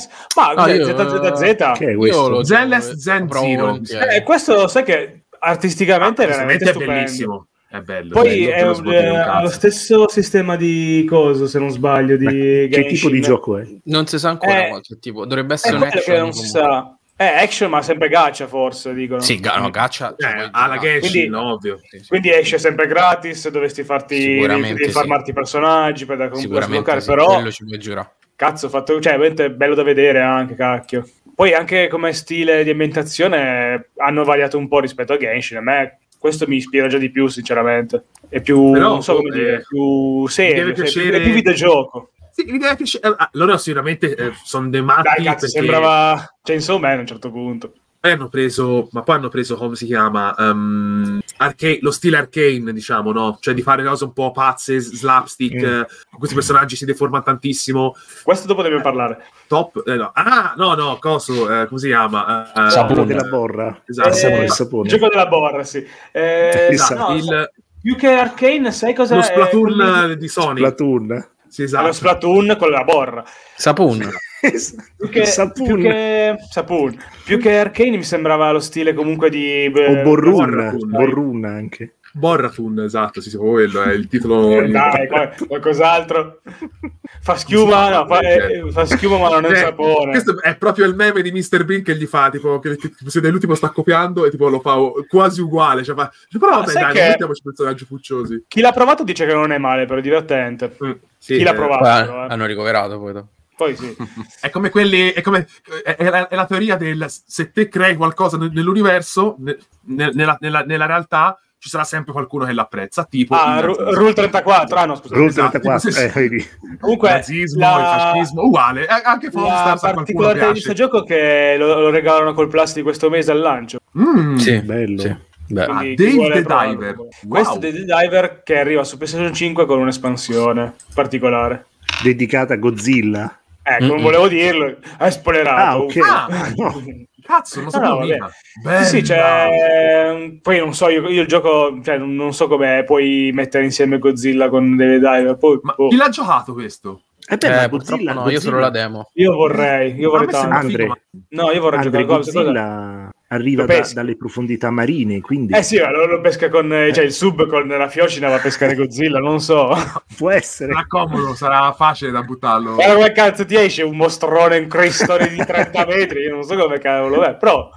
[SPEAKER 5] Ah, io-
[SPEAKER 2] ZZZ.
[SPEAKER 4] Che è
[SPEAKER 5] Io
[SPEAKER 4] questo?
[SPEAKER 5] lo
[SPEAKER 4] eh,
[SPEAKER 6] Zenless Zen
[SPEAKER 5] provo
[SPEAKER 6] Zero.
[SPEAKER 5] volentieri.
[SPEAKER 2] Eh, questo sai che artisticamente è Ah, veramente
[SPEAKER 6] veramente è
[SPEAKER 2] stupendo.
[SPEAKER 6] bellissimo. È bello.
[SPEAKER 2] Poi
[SPEAKER 6] bello,
[SPEAKER 2] è
[SPEAKER 6] te lo
[SPEAKER 2] un-
[SPEAKER 6] svuoti in un
[SPEAKER 2] eh, ha
[SPEAKER 6] cazzo.
[SPEAKER 2] lo stesso sistema di coso, se non sbaglio, di
[SPEAKER 4] Ma Che
[SPEAKER 2] Genshin.
[SPEAKER 4] tipo di gioco è?
[SPEAKER 5] Non si sa ancora
[SPEAKER 2] Eh,
[SPEAKER 5] qualche tipo.
[SPEAKER 2] È
[SPEAKER 5] Dovrebbe essere un
[SPEAKER 2] quello
[SPEAKER 5] action.
[SPEAKER 2] che non si
[SPEAKER 5] comunque.
[SPEAKER 2] sa. È action, ma sempre gaccia, forse, dicono. Mm.
[SPEAKER 5] Sì, ga- no, caccia. cioè,
[SPEAKER 6] Eh,
[SPEAKER 5] puoi
[SPEAKER 6] alla
[SPEAKER 5] giocare.
[SPEAKER 6] Genshin,
[SPEAKER 2] Quindi-
[SPEAKER 6] no, ovvio. Sì, sì.
[SPEAKER 2] Quindi esce sempre gratis, dovresti farti
[SPEAKER 5] Sicuramente
[SPEAKER 2] devi
[SPEAKER 5] sì.
[SPEAKER 2] farmarti i personaggi per da comunque da sbloccare,
[SPEAKER 5] Sicuramente sì,
[SPEAKER 2] però
[SPEAKER 5] quello ci puoi giurare.
[SPEAKER 2] cazzo, ho fatto, cioè, veramente è bello da vedere anche, cacchio. Poi anche come stile di ambientazione hanno variato un po' rispetto a Genshin, a me questo mi ispira già di più, sinceramente. È più,
[SPEAKER 6] Però,
[SPEAKER 2] non so come
[SPEAKER 6] eh,
[SPEAKER 2] dire, più serio,
[SPEAKER 6] deve
[SPEAKER 2] cioè,
[SPEAKER 6] piacere-
[SPEAKER 2] è più videogioco.
[SPEAKER 6] Sì, l'idea è che... eh, ah, loro sicuramente eh, sono dei matti
[SPEAKER 2] Dai, cazzo,
[SPEAKER 6] perché-
[SPEAKER 2] sembrava Chainsaw Man a un certo punto.
[SPEAKER 6] Poi hanno preso, ma poi hanno preso, come si chiama, Ehm, Arca- lo stile arcane, diciamo, no? Cioè di fare cose un po' pazze, slapstick,
[SPEAKER 4] Mm.
[SPEAKER 6] eh, questi personaggi si deformano tantissimo,
[SPEAKER 2] Questo dopo dobbiamo parlare.
[SPEAKER 6] top. eh, no. Ah, no, no, coso, eh, come si chiama? Eh, eh,
[SPEAKER 4] quello
[SPEAKER 3] Sapone.
[SPEAKER 4] della borra.
[SPEAKER 6] Esatto,
[SPEAKER 4] il sapone,
[SPEAKER 2] Eh,
[SPEAKER 4] il sapone.
[SPEAKER 2] Gioco della borra, sì. Eh,
[SPEAKER 4] Esatto.
[SPEAKER 2] no, sa-
[SPEAKER 6] il-
[SPEAKER 2] più che Arcane, sai cosa
[SPEAKER 6] lo
[SPEAKER 2] è?
[SPEAKER 6] Splatoon eh, di Sony.
[SPEAKER 4] Splatoon.
[SPEAKER 6] Sì,
[SPEAKER 2] Ah,
[SPEAKER 6] esatto.
[SPEAKER 2] Lo Splatoon con la borra.
[SPEAKER 5] Sapone.
[SPEAKER 2] Più che,
[SPEAKER 4] il sapone.
[SPEAKER 2] Più che, Sapun. Più che Arcane mi sembrava lo stile comunque di...
[SPEAKER 4] O
[SPEAKER 2] eh,
[SPEAKER 4] Borrun,
[SPEAKER 6] Borrun, dai.
[SPEAKER 4] Borrun anche.
[SPEAKER 6] Borratun, esatto, sì, sì, quello è il titolo.
[SPEAKER 2] Eh, Dai, qual- qualcos'altro. Fa schiuma, no, fa, eh, fa schiuma ma non è
[SPEAKER 6] cioè, Eh,
[SPEAKER 2] sapone.
[SPEAKER 6] Questo è proprio il meme di Mr. Bean che gli fa, tipo, che, che tipo, se dell'ultimo sta copiando e tipo lo fa quasi uguale. Cioè, fa, cioè, però vabbè,
[SPEAKER 2] sai
[SPEAKER 6] dai,
[SPEAKER 2] che-
[SPEAKER 6] non mettiamoci personaggi pucciosi.
[SPEAKER 2] Chi l'ha provato dice che non è male, però è divertente.
[SPEAKER 6] Mm, sì,
[SPEAKER 2] Chi l'ha
[SPEAKER 6] eh,
[SPEAKER 2] provato?
[SPEAKER 5] Poi
[SPEAKER 2] però, eh.
[SPEAKER 5] hanno ricoverato poi. dopo.
[SPEAKER 2] Poi sì.
[SPEAKER 5] Eh,
[SPEAKER 6] È come quelli. È, come, è, è la, è la teoria del se te crei qualcosa nel- nell'universo, ne- ne- nella, nella- nella realtà ci sarà sempre qualcuno che l'apprezza. Tipo.
[SPEAKER 2] Ah,
[SPEAKER 6] il
[SPEAKER 2] Ru-
[SPEAKER 6] nazismo.
[SPEAKER 2] Rule 34. Ah, no, scusa.
[SPEAKER 4] Rule
[SPEAKER 6] Esatto,
[SPEAKER 4] 34,
[SPEAKER 6] sì, sì.
[SPEAKER 4] eh, vedi.
[SPEAKER 2] Comunque,
[SPEAKER 6] il nazismo,
[SPEAKER 2] la-
[SPEAKER 6] il fascismo, uguale. Eh, Anche
[SPEAKER 2] La
[SPEAKER 6] Formstars a qualcuno
[SPEAKER 2] particolarità di questo
[SPEAKER 6] piace.
[SPEAKER 2] gioco è che lo, lo regalano col plus di questo mese al lancio.
[SPEAKER 6] Mm.
[SPEAKER 5] Sì,
[SPEAKER 4] bello.
[SPEAKER 5] sì. Beh,
[SPEAKER 6] Ah,
[SPEAKER 2] Quindi
[SPEAKER 6] Dave
[SPEAKER 2] chi vuole
[SPEAKER 6] the
[SPEAKER 2] provarlo,
[SPEAKER 6] Diver.
[SPEAKER 2] può.
[SPEAKER 6] Wow.
[SPEAKER 2] Questo è Dave the Diver che arriva su PlayStation 5 con un'espansione particolare.
[SPEAKER 4] Dedicata a Godzilla.
[SPEAKER 2] Ecco, non
[SPEAKER 5] Mm-mm.
[SPEAKER 2] volevo dirlo, hai
[SPEAKER 4] Ah,
[SPEAKER 2] spoilerato.
[SPEAKER 4] ok.
[SPEAKER 6] Ah,
[SPEAKER 4] No.
[SPEAKER 6] Cazzo, non lo sapevo
[SPEAKER 2] No, no,
[SPEAKER 6] prima.
[SPEAKER 2] Sì, sì,
[SPEAKER 6] Bella.
[SPEAKER 2] c'è- Poi non so, io, io il gioco, cioè, non non so come puoi mettere insieme Godzilla con Dave the Diver. Poi,
[SPEAKER 6] Ma
[SPEAKER 2] boh,
[SPEAKER 6] chi l'ha giocato questo?
[SPEAKER 4] Eh beh, ma
[SPEAKER 5] eh, purtroppo
[SPEAKER 4] Godzilla,
[SPEAKER 5] no, io solo
[SPEAKER 4] Godzilla-
[SPEAKER 5] la demo. Ah,
[SPEAKER 2] Io vorrei, io
[SPEAKER 6] A me
[SPEAKER 2] vorrei tanto.
[SPEAKER 6] sembra figo,
[SPEAKER 4] Andre.
[SPEAKER 6] ma-
[SPEAKER 2] No, io vorrei
[SPEAKER 4] Andre,
[SPEAKER 2] giocare con questa cosa.
[SPEAKER 4] Godzilla arriva
[SPEAKER 2] Lo
[SPEAKER 4] da-
[SPEAKER 2] pesca.
[SPEAKER 4] dalle profondità marine, quindi
[SPEAKER 2] Eh sì, allora lo pesca con, eh, cioè il sub con la fiocina va a pescare Godzilla, non so.
[SPEAKER 4] può essere.
[SPEAKER 6] sarà comodo, sarà facile da buttarlo.
[SPEAKER 2] Guarda come cazzo ti esce un mostrone, un cristone di 30 metri, io non so come cavolo è, però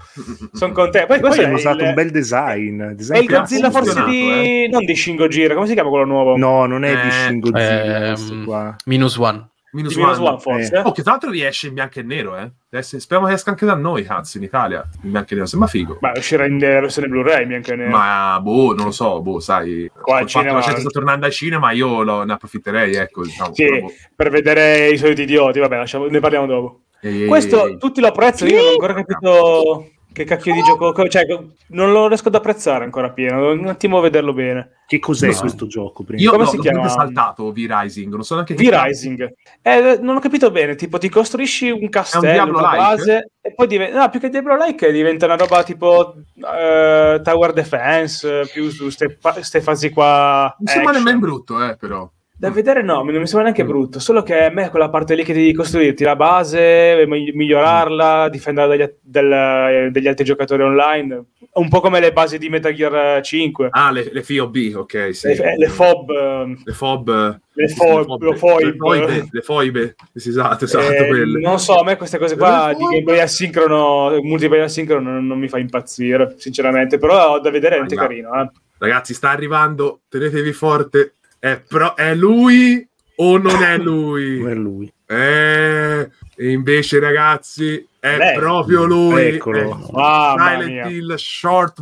[SPEAKER 2] sono contento. Poi
[SPEAKER 4] E Poi
[SPEAKER 2] questo è
[SPEAKER 4] hanno usato
[SPEAKER 2] il-
[SPEAKER 4] un bel design.
[SPEAKER 2] È
[SPEAKER 4] design
[SPEAKER 2] il Godzilla
[SPEAKER 4] classico.
[SPEAKER 2] forse di... non di Shingo Gira, come si chiama quello nuovo?
[SPEAKER 4] No, non è
[SPEAKER 6] Eh,
[SPEAKER 4] di Shin Godzilla questo
[SPEAKER 5] Ehm,
[SPEAKER 4] qua.
[SPEAKER 5] minus one.
[SPEAKER 6] Minus
[SPEAKER 2] Di Minus
[SPEAKER 6] One.
[SPEAKER 2] One forse.
[SPEAKER 4] Eh.
[SPEAKER 6] Oh, che tra l'altro riesce in bianco e nero, eh. Adesso Speriamo che esca anche da noi, cazzo, in Italia. In bianco e nero, sembra figo.
[SPEAKER 2] Beh, uscirà in eh, versione Blu-ray, mi anche ne...
[SPEAKER 6] Ma boh, non lo so, boh, sai.
[SPEAKER 2] Qua al
[SPEAKER 6] col fatto che
[SPEAKER 2] cinema-
[SPEAKER 6] la gente sta tornando al cinema, io lo- ne approfitterei, ecco. Diciamo,
[SPEAKER 2] Sì,
[SPEAKER 6] però, boh.
[SPEAKER 2] per vedere i soliti idioti, vabbè, lasciamo- ne parliamo dopo.
[SPEAKER 6] Ehi, ehi,
[SPEAKER 2] Questo
[SPEAKER 6] ehi.
[SPEAKER 2] tutti lo apprezzano, io non ho ancora capito che cacchio di gioco, co- cioè non lo riesco ad apprezzare ancora pieno, devo un attimo vederlo bene.
[SPEAKER 4] Che cos'è
[SPEAKER 6] no.
[SPEAKER 4] questo gioco? prima?
[SPEAKER 6] Io
[SPEAKER 2] come
[SPEAKER 6] no,
[SPEAKER 2] si
[SPEAKER 6] l'ho
[SPEAKER 2] chiama?
[SPEAKER 6] veramente saltato V-Rising, non so neanche che
[SPEAKER 2] V-Rising. Eh, non ho capito bene, tipo ti costruisci un castello,
[SPEAKER 6] Diablo
[SPEAKER 2] una
[SPEAKER 6] like?
[SPEAKER 2] base e poi diventa no, più che Diablo like diventa una roba tipo eh, Tower Defense, eh, più su queste fasi qua.
[SPEAKER 6] Non sembra
[SPEAKER 2] action.
[SPEAKER 6] nemmeno brutto, eh, però. Mm.
[SPEAKER 2] Da vedere no, non mi sembra neanche brutto, solo che a me quella parte lì che devi costruirti la base, eh, mi- migliorarla, difenderla dagli, at- dal- degli altri giocatori online, un po' come le basi di Metal Gear 5,
[SPEAKER 6] Ah, le, le FOB, ok, sì.
[SPEAKER 2] le, le FOB, ehm,
[SPEAKER 6] Le FOB. eh,
[SPEAKER 2] Le
[SPEAKER 6] sì,
[SPEAKER 2] fob, le foib.
[SPEAKER 6] Le foibe, le foibe. Sì, esatto, esatto,
[SPEAKER 2] eh,
[SPEAKER 6] quelle.
[SPEAKER 2] non so, a me queste cose qua
[SPEAKER 6] Le
[SPEAKER 2] di
[SPEAKER 6] FOB.
[SPEAKER 2] gameplay asincrono, multiplayer asincrono non, non mi fa impazzire, sinceramente, però da vedere è veramente
[SPEAKER 6] Allora.
[SPEAKER 2] carino, eh.
[SPEAKER 6] Ragazzi, sta arrivando, tenetevi forte. È, pro- è lui o non
[SPEAKER 4] Non è
[SPEAKER 6] è lui?
[SPEAKER 4] lui.
[SPEAKER 6] Eh, e invece, ragazzi, è
[SPEAKER 2] Beh.
[SPEAKER 6] proprio lui.
[SPEAKER 4] Eccolo.
[SPEAKER 6] È
[SPEAKER 2] Mamma
[SPEAKER 6] Silent
[SPEAKER 2] mia.
[SPEAKER 6] Hill Short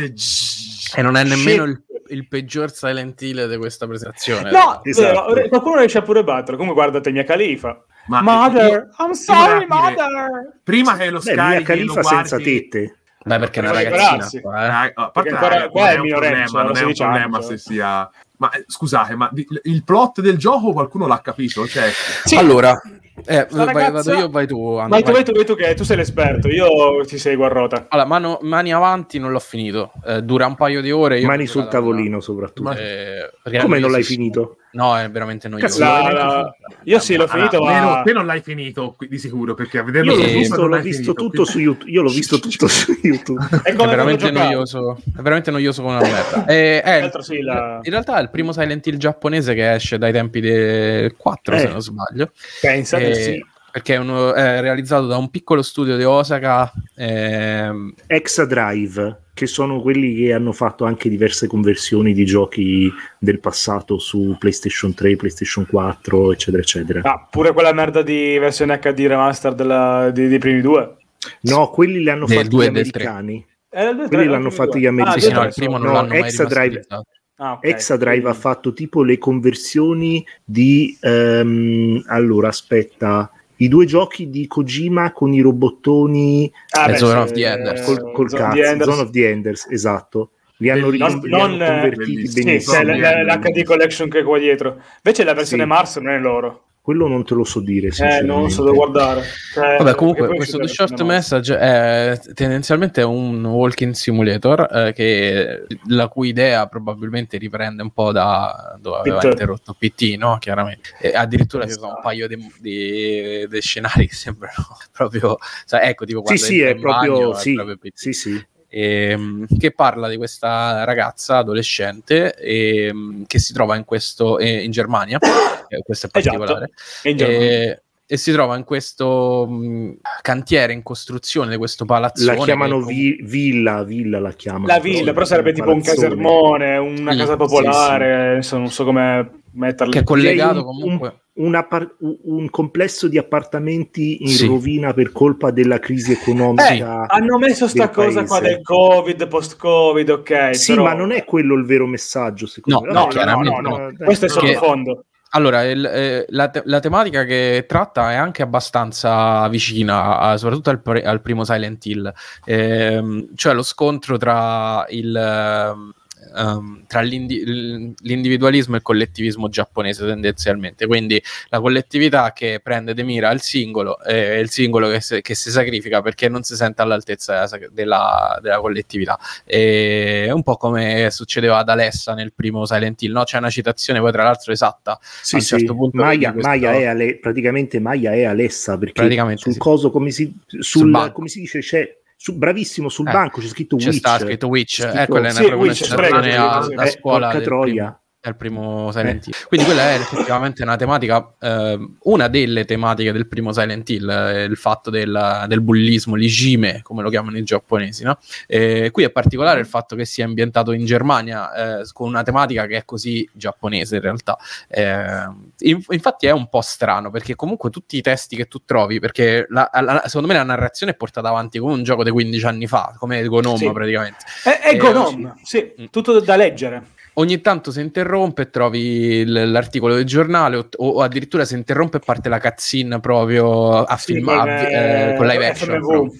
[SPEAKER 6] Message.
[SPEAKER 5] E non è nemmeno il, il peggior Silent Hill di questa
[SPEAKER 6] Eh,
[SPEAKER 5] presentazione.
[SPEAKER 2] No,
[SPEAKER 4] Esatto.
[SPEAKER 2] vero, qualcuno riesce a pure battere, comunque guardate mia califa.
[SPEAKER 6] Ma-
[SPEAKER 2] mother, I'm sorry,
[SPEAKER 6] volevo dire-
[SPEAKER 2] mother.
[SPEAKER 6] Prima che lo
[SPEAKER 4] Beh, Mia
[SPEAKER 6] scarichi e lo
[SPEAKER 4] Khalifa senza
[SPEAKER 6] guardi...
[SPEAKER 4] tette.
[SPEAKER 5] Dai, perché è una
[SPEAKER 2] Perché
[SPEAKER 5] ragazzina
[SPEAKER 2] ragazzi.
[SPEAKER 5] qua, eh.
[SPEAKER 6] Eh, a parte
[SPEAKER 2] Perché ancora-
[SPEAKER 6] ragazzi,
[SPEAKER 2] qua
[SPEAKER 6] non
[SPEAKER 2] è
[SPEAKER 6] è un
[SPEAKER 2] minorenza,
[SPEAKER 6] problema,
[SPEAKER 2] hanno
[SPEAKER 6] non è un
[SPEAKER 2] 16
[SPEAKER 6] problema
[SPEAKER 2] anni,
[SPEAKER 6] se
[SPEAKER 2] cioè.
[SPEAKER 6] sia... Ma eh, scusate, ma di- il plot del gioco qualcuno l'ha capito? Cioè,
[SPEAKER 2] Sì.
[SPEAKER 5] Allora, eh,
[SPEAKER 2] Sta
[SPEAKER 5] vai-
[SPEAKER 2] ragazza-
[SPEAKER 5] vado io o vai tu? Anna?
[SPEAKER 2] Vai tu, vai tu, vai tu che tu sei l'esperto, io ti seguo a rota.
[SPEAKER 5] Allora, mano- mani avanti non l'ho finito. Eh, dura un paio di ore. io
[SPEAKER 4] Mani
[SPEAKER 5] ho
[SPEAKER 4] sul
[SPEAKER 5] giocato a-
[SPEAKER 4] tavolino soprattutto.
[SPEAKER 5] Eh, perché
[SPEAKER 4] Come
[SPEAKER 5] è
[SPEAKER 4] non l'hai
[SPEAKER 5] noioso.
[SPEAKER 4] finito?
[SPEAKER 5] No, è veramente noioso.
[SPEAKER 4] Cazzo, la-
[SPEAKER 5] Veramente
[SPEAKER 2] la-
[SPEAKER 5] noioso.
[SPEAKER 2] io sì, l'ho
[SPEAKER 5] Ah,
[SPEAKER 2] finito, ma-
[SPEAKER 6] almeno te non l'hai finito qui- di sicuro, perché a vederlo
[SPEAKER 4] Io l'ho
[SPEAKER 5] Eh,
[SPEAKER 6] su
[SPEAKER 4] visto,
[SPEAKER 6] YouTube non
[SPEAKER 4] l'ho
[SPEAKER 6] l'hai
[SPEAKER 4] visto
[SPEAKER 6] finito,
[SPEAKER 4] tutto
[SPEAKER 6] quindi-
[SPEAKER 4] su YouTube. Io l'ho visto tutto su YouTube.
[SPEAKER 2] È
[SPEAKER 5] È
[SPEAKER 2] come
[SPEAKER 5] veramente
[SPEAKER 2] quando giocavo.
[SPEAKER 5] noioso. È veramente noioso come una merda. Eh, eh,
[SPEAKER 2] Tra l'altro sì, la-
[SPEAKER 5] In realtà è il primo Silent Hill giapponese che esce dai tempi del 4, se
[SPEAKER 4] Eh.
[SPEAKER 5] non sbaglio.
[SPEAKER 2] Pensa,
[SPEAKER 5] Eh,
[SPEAKER 2] sì.
[SPEAKER 5] Perché è, uno- è realizzato da un piccolo studio di Osaka. ehm,
[SPEAKER 4] Exa Drive, che sono quelli che hanno fatto anche diverse conversioni di giochi del passato su PlayStation 3, PlayStation 4, eccetera, eccetera.
[SPEAKER 2] Ah, pure quella merda di versione HD remaster della- di- dei primi due.
[SPEAKER 4] No, quelli li hanno
[SPEAKER 5] Del
[SPEAKER 4] fatti gli
[SPEAKER 5] due e del tre.
[SPEAKER 4] americani.
[SPEAKER 2] Eh, due, tre,
[SPEAKER 4] Quelli
[SPEAKER 2] no,
[SPEAKER 4] l'hanno
[SPEAKER 2] primi
[SPEAKER 4] fatti
[SPEAKER 2] due.
[SPEAKER 4] gli americani.
[SPEAKER 5] sì,
[SPEAKER 2] due,
[SPEAKER 5] sì, no,
[SPEAKER 2] tre
[SPEAKER 5] il primo
[SPEAKER 2] sono.
[SPEAKER 5] non
[SPEAKER 4] No, eh,
[SPEAKER 5] l'hanno mai
[SPEAKER 4] Exa Drive-
[SPEAKER 5] rimasterizzato.
[SPEAKER 2] Ah, ok.
[SPEAKER 4] Exa Drive ha fatto tipo le conversioni di ehm, allora aspetta i due giochi di Kojima con i robottoni
[SPEAKER 2] Ah,
[SPEAKER 5] È Zone
[SPEAKER 2] sì,
[SPEAKER 5] of the Enders.
[SPEAKER 2] eh,
[SPEAKER 4] col, col
[SPEAKER 2] Zone of
[SPEAKER 4] cazzo,
[SPEAKER 2] the Enders.
[SPEAKER 4] Zone of the Enders, esatto. Li hanno, ri-
[SPEAKER 2] Non-
[SPEAKER 4] li
[SPEAKER 2] non,
[SPEAKER 4] hanno
[SPEAKER 2] eh,
[SPEAKER 4] convertiti
[SPEAKER 6] bellissimo.
[SPEAKER 2] Sì, cioè,
[SPEAKER 4] benissimo.
[SPEAKER 2] c'è
[SPEAKER 6] Zombie
[SPEAKER 2] l- l-
[SPEAKER 6] Enders.
[SPEAKER 2] l'HD Collection che è qua dietro. Invece la versione
[SPEAKER 4] Sì.
[SPEAKER 2] Mars non è loro.
[SPEAKER 4] Quello non te lo so dire,
[SPEAKER 2] Eh,
[SPEAKER 4] sinceramente.
[SPEAKER 2] non so da guardare.
[SPEAKER 4] Eh,
[SPEAKER 2] Cioè,
[SPEAKER 5] Vabbè,
[SPEAKER 2] perché
[SPEAKER 5] comunque,
[SPEAKER 2] poi
[SPEAKER 5] questo
[SPEAKER 2] c'è
[SPEAKER 5] The
[SPEAKER 2] la
[SPEAKER 5] Short
[SPEAKER 2] versione Mars.
[SPEAKER 5] Message è tendenzialmente un walking simulator eh, che- la cui idea probabilmente riprende un po' da dove aveva
[SPEAKER 2] Pitt.
[SPEAKER 5] interrotto PT, no? Chiaramente. E addirittura ci sono un
[SPEAKER 2] Esatto.
[SPEAKER 5] paio di, di- di scenari che sembrano proprio... cioè, ecco, tipo
[SPEAKER 4] Sì,
[SPEAKER 5] quando
[SPEAKER 4] sì,
[SPEAKER 5] entra
[SPEAKER 4] è
[SPEAKER 5] in bagno,
[SPEAKER 4] proprio,
[SPEAKER 5] è
[SPEAKER 4] sì,
[SPEAKER 5] proprio PT.
[SPEAKER 4] sì, sì.
[SPEAKER 5] ehm, che parla di questa ragazza adolescente ehm, che si trova in questo eh, in Germania, eh, questo è
[SPEAKER 2] Esatto,
[SPEAKER 5] particolare,
[SPEAKER 2] È in Germania.
[SPEAKER 5] e, e si trova in questo mh, cantiere in costruzione di questo
[SPEAKER 4] La
[SPEAKER 5] palazzone.
[SPEAKER 4] chiamano
[SPEAKER 5] che-
[SPEAKER 4] vi- villa, villa la chiamano.
[SPEAKER 2] La villa, però sarebbe tipo un
[SPEAKER 4] palazzone.
[SPEAKER 2] casermone, una
[SPEAKER 5] Sì,
[SPEAKER 2] casa
[SPEAKER 5] sì,
[SPEAKER 2] popolare, insomma, non so come metterla.
[SPEAKER 5] Che è collegato
[SPEAKER 4] Lei un-
[SPEAKER 5] comunque.
[SPEAKER 4] un, appar- un- un complesso di appartamenti in
[SPEAKER 5] Sì.
[SPEAKER 4] rovina per colpa della crisi
[SPEAKER 5] Sì.
[SPEAKER 2] Eh,
[SPEAKER 4] economica.
[SPEAKER 2] Hanno messo sta
[SPEAKER 4] Eh, del
[SPEAKER 2] cosa
[SPEAKER 4] paese.
[SPEAKER 2] qua del Covid, post-Covid, ok.
[SPEAKER 4] sì,
[SPEAKER 2] però-
[SPEAKER 4] ma non è quello il vero messaggio, Eh, secondo
[SPEAKER 5] No,
[SPEAKER 4] me.
[SPEAKER 5] no,
[SPEAKER 4] Vabbè,
[SPEAKER 5] chiaramente no.
[SPEAKER 4] dai,
[SPEAKER 2] Questo è
[SPEAKER 4] no,
[SPEAKER 5] Che-
[SPEAKER 2] sottofondo.
[SPEAKER 5] Allora, il- eh, la, te- la tematica che tratta è anche abbastanza vicina, a- soprattutto al, pre- al primo Silent Hill, Ehm, cioè lo scontro tra il, ehm, ehm, tra l'indi- l- l'individualismo e il collettivismo giapponese tendenzialmente, quindi la collettività che prende de mira il singolo e il singolo che, se- che si sacrifica perché non si sente all'altezza della sac- della- della collettività. E è un po' come succedeva ad Alessa nel primo Silent Hill, no? C'è una citazione poi tra l'altro esatta,
[SPEAKER 4] Sì,
[SPEAKER 5] a un
[SPEAKER 4] sì.
[SPEAKER 5] certo punto
[SPEAKER 4] Maya,
[SPEAKER 5] vedi questo-
[SPEAKER 4] Maya è Ale- praticamente Maya è Alessa perché
[SPEAKER 5] Praticamente
[SPEAKER 4] sul
[SPEAKER 5] sì.
[SPEAKER 4] coso come si, sul-
[SPEAKER 5] Sul banco.
[SPEAKER 4] come si dice c'è su- bravissimo sul
[SPEAKER 5] Eh,
[SPEAKER 4] banco c'è scritto
[SPEAKER 5] c'è
[SPEAKER 4] Witch.
[SPEAKER 5] sta scritto Witch,
[SPEAKER 4] C'è scritto-
[SPEAKER 5] eh, quella è una
[SPEAKER 2] Sì,
[SPEAKER 5] proprio
[SPEAKER 2] Witch,
[SPEAKER 5] un'accensione
[SPEAKER 2] prego,
[SPEAKER 5] a-
[SPEAKER 2] sì, sì.
[SPEAKER 5] a
[SPEAKER 4] Eh,
[SPEAKER 5] scuola
[SPEAKER 4] porca
[SPEAKER 5] del
[SPEAKER 4] troia.
[SPEAKER 5] primo, del primo Silent Hill. Quindi quella è effettivamente una tematica, ehm, una delle tematiche del primo Silent Hill, eh, il fatto del, del bullismo, l'igime, come lo chiamano i giapponesi, no? Eh, qui è particolare il fatto che sia ambientato in Germania eh, con una tematica che è così giapponese in realtà. Eh, in- infatti è un po' strano perché comunque tutti i testi che tu trovi, perché la- la- secondo me la narrazione è portata avanti come un gioco di 15 anni fa, come Gonoma
[SPEAKER 2] Sì.
[SPEAKER 5] praticamente.
[SPEAKER 2] È, è
[SPEAKER 5] Eh,
[SPEAKER 2] Gonom, sì,
[SPEAKER 5] Mm.
[SPEAKER 2] tutto da leggere.
[SPEAKER 5] Ogni tanto si interrompe, e trovi l- l'articolo del giornale o, o addirittura si interrompe e parte la cutscene proprio a
[SPEAKER 2] Sì,
[SPEAKER 5] film, a-
[SPEAKER 2] eh,
[SPEAKER 5] eh, con live action.
[SPEAKER 2] FMV.
[SPEAKER 5] proprio.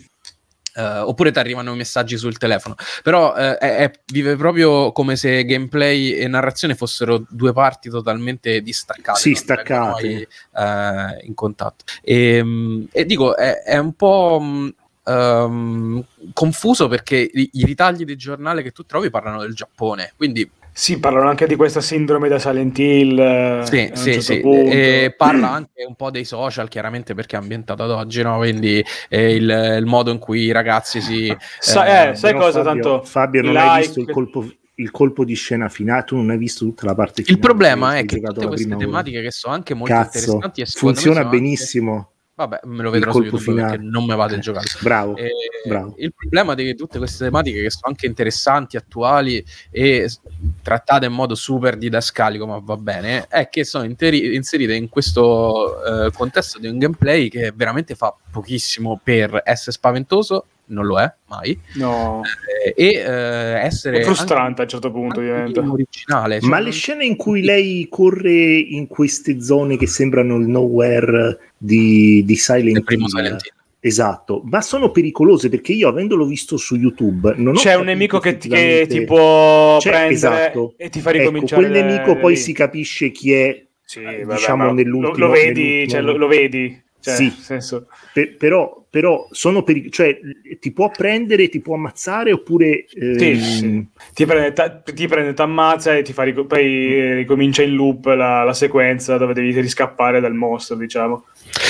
[SPEAKER 5] Eh, oppure ti arrivano messaggi sul telefono. Però eh, è- è- vive proprio come se gameplay e narrazione fossero due parti totalmente distaccate.
[SPEAKER 4] Sì,
[SPEAKER 5] non
[SPEAKER 4] staccate.
[SPEAKER 5] vengono mai, eh, in contatto. E, mh, e dico, è, è un po'... mh, ehm, confuso perché i, i ritagli di giornale che tu trovi parlano del Giappone quindi
[SPEAKER 2] Sì, parlano anche di questa sindrome da Silent Hill. eh,
[SPEAKER 5] sì,
[SPEAKER 2] a un
[SPEAKER 5] sì,
[SPEAKER 2] certo
[SPEAKER 5] sì.
[SPEAKER 2] punto.
[SPEAKER 5] E parla anche un po' dei social, chiaramente perché è ambientato ad oggi, no? quindi eh, il, il modo in cui i ragazzi si...
[SPEAKER 2] Sa-
[SPEAKER 5] eh,
[SPEAKER 2] eh, sai
[SPEAKER 4] Però
[SPEAKER 2] cosa?
[SPEAKER 4] Fabio-
[SPEAKER 2] tanto
[SPEAKER 4] Fabio non
[SPEAKER 2] i
[SPEAKER 4] hai
[SPEAKER 2] like-
[SPEAKER 4] visto il colpo il colpo di scena finale, tu non hai visto tutta la parte
[SPEAKER 5] Il
[SPEAKER 4] finale,
[SPEAKER 5] problema
[SPEAKER 4] hai-
[SPEAKER 5] è
[SPEAKER 4] hai
[SPEAKER 5] che
[SPEAKER 4] giocato
[SPEAKER 5] tutte
[SPEAKER 4] la
[SPEAKER 5] queste
[SPEAKER 4] prima ora.
[SPEAKER 5] tematiche che sono anche molto
[SPEAKER 4] Cazzo,
[SPEAKER 5] interessanti e secondo me
[SPEAKER 4] funziona
[SPEAKER 5] sono anche-
[SPEAKER 4] benissimo
[SPEAKER 5] Vabbè, me lo
[SPEAKER 4] il
[SPEAKER 5] vedrò su
[SPEAKER 4] colpo
[SPEAKER 5] YouTube
[SPEAKER 4] finale.
[SPEAKER 5] perché non me vado a giocare.
[SPEAKER 4] bravo
[SPEAKER 5] Eh,
[SPEAKER 4] bravo
[SPEAKER 5] Il problema di tutte queste tematiche che sono anche interessanti, attuali e s- trattate in modo super didascalico, ma va bene, è che sono interi- inserite in questo eh, contesto di un gameplay che veramente fa pochissimo per essere spaventoso, non lo è mai,
[SPEAKER 2] No,
[SPEAKER 5] eh, e eh, essere
[SPEAKER 2] è frustrante a
[SPEAKER 5] anche-
[SPEAKER 2] un certo punto.
[SPEAKER 5] anche
[SPEAKER 2] diventa.
[SPEAKER 5] originale. cioè
[SPEAKER 4] ma
[SPEAKER 5] non-
[SPEAKER 4] le scene in cui lei corre in queste zone che sembrano il nowhere di, di Silent,
[SPEAKER 5] del primo
[SPEAKER 4] Hill,
[SPEAKER 5] Silent Hill.
[SPEAKER 4] esatto ma sono pericolose perché io avendolo visto su YouTube non ho
[SPEAKER 2] C'è un
[SPEAKER 4] capito
[SPEAKER 2] nemico che, ti- che
[SPEAKER 4] effettivamente-
[SPEAKER 2] ti può
[SPEAKER 4] C'è-
[SPEAKER 2] prendere
[SPEAKER 4] esatto.
[SPEAKER 2] e ti fa
[SPEAKER 4] ecco,
[SPEAKER 2] ricominciare.
[SPEAKER 4] quel nemico
[SPEAKER 2] da-
[SPEAKER 4] poi
[SPEAKER 2] lì.
[SPEAKER 4] si capisce chi è
[SPEAKER 2] Sì,
[SPEAKER 4] eh,
[SPEAKER 2] vabbè,
[SPEAKER 4] diciamo
[SPEAKER 2] ma
[SPEAKER 4] nell'ultimo-
[SPEAKER 2] Lo, lo vedi,
[SPEAKER 4] nell'ultimo-
[SPEAKER 2] cioè, lo, lo vedi. Cioè,
[SPEAKER 4] Sì.
[SPEAKER 2] nel senso-
[SPEAKER 4] Pe- però, però sono per, cioè, ti può prendere, ti può ammazzare oppure ehm,
[SPEAKER 2] sì. ti prende, ta- ti prende, t'ammazza e ti fa rico- poi ricomincia in loop la, la sequenza dove devi riscappare dal mostro, diciamo.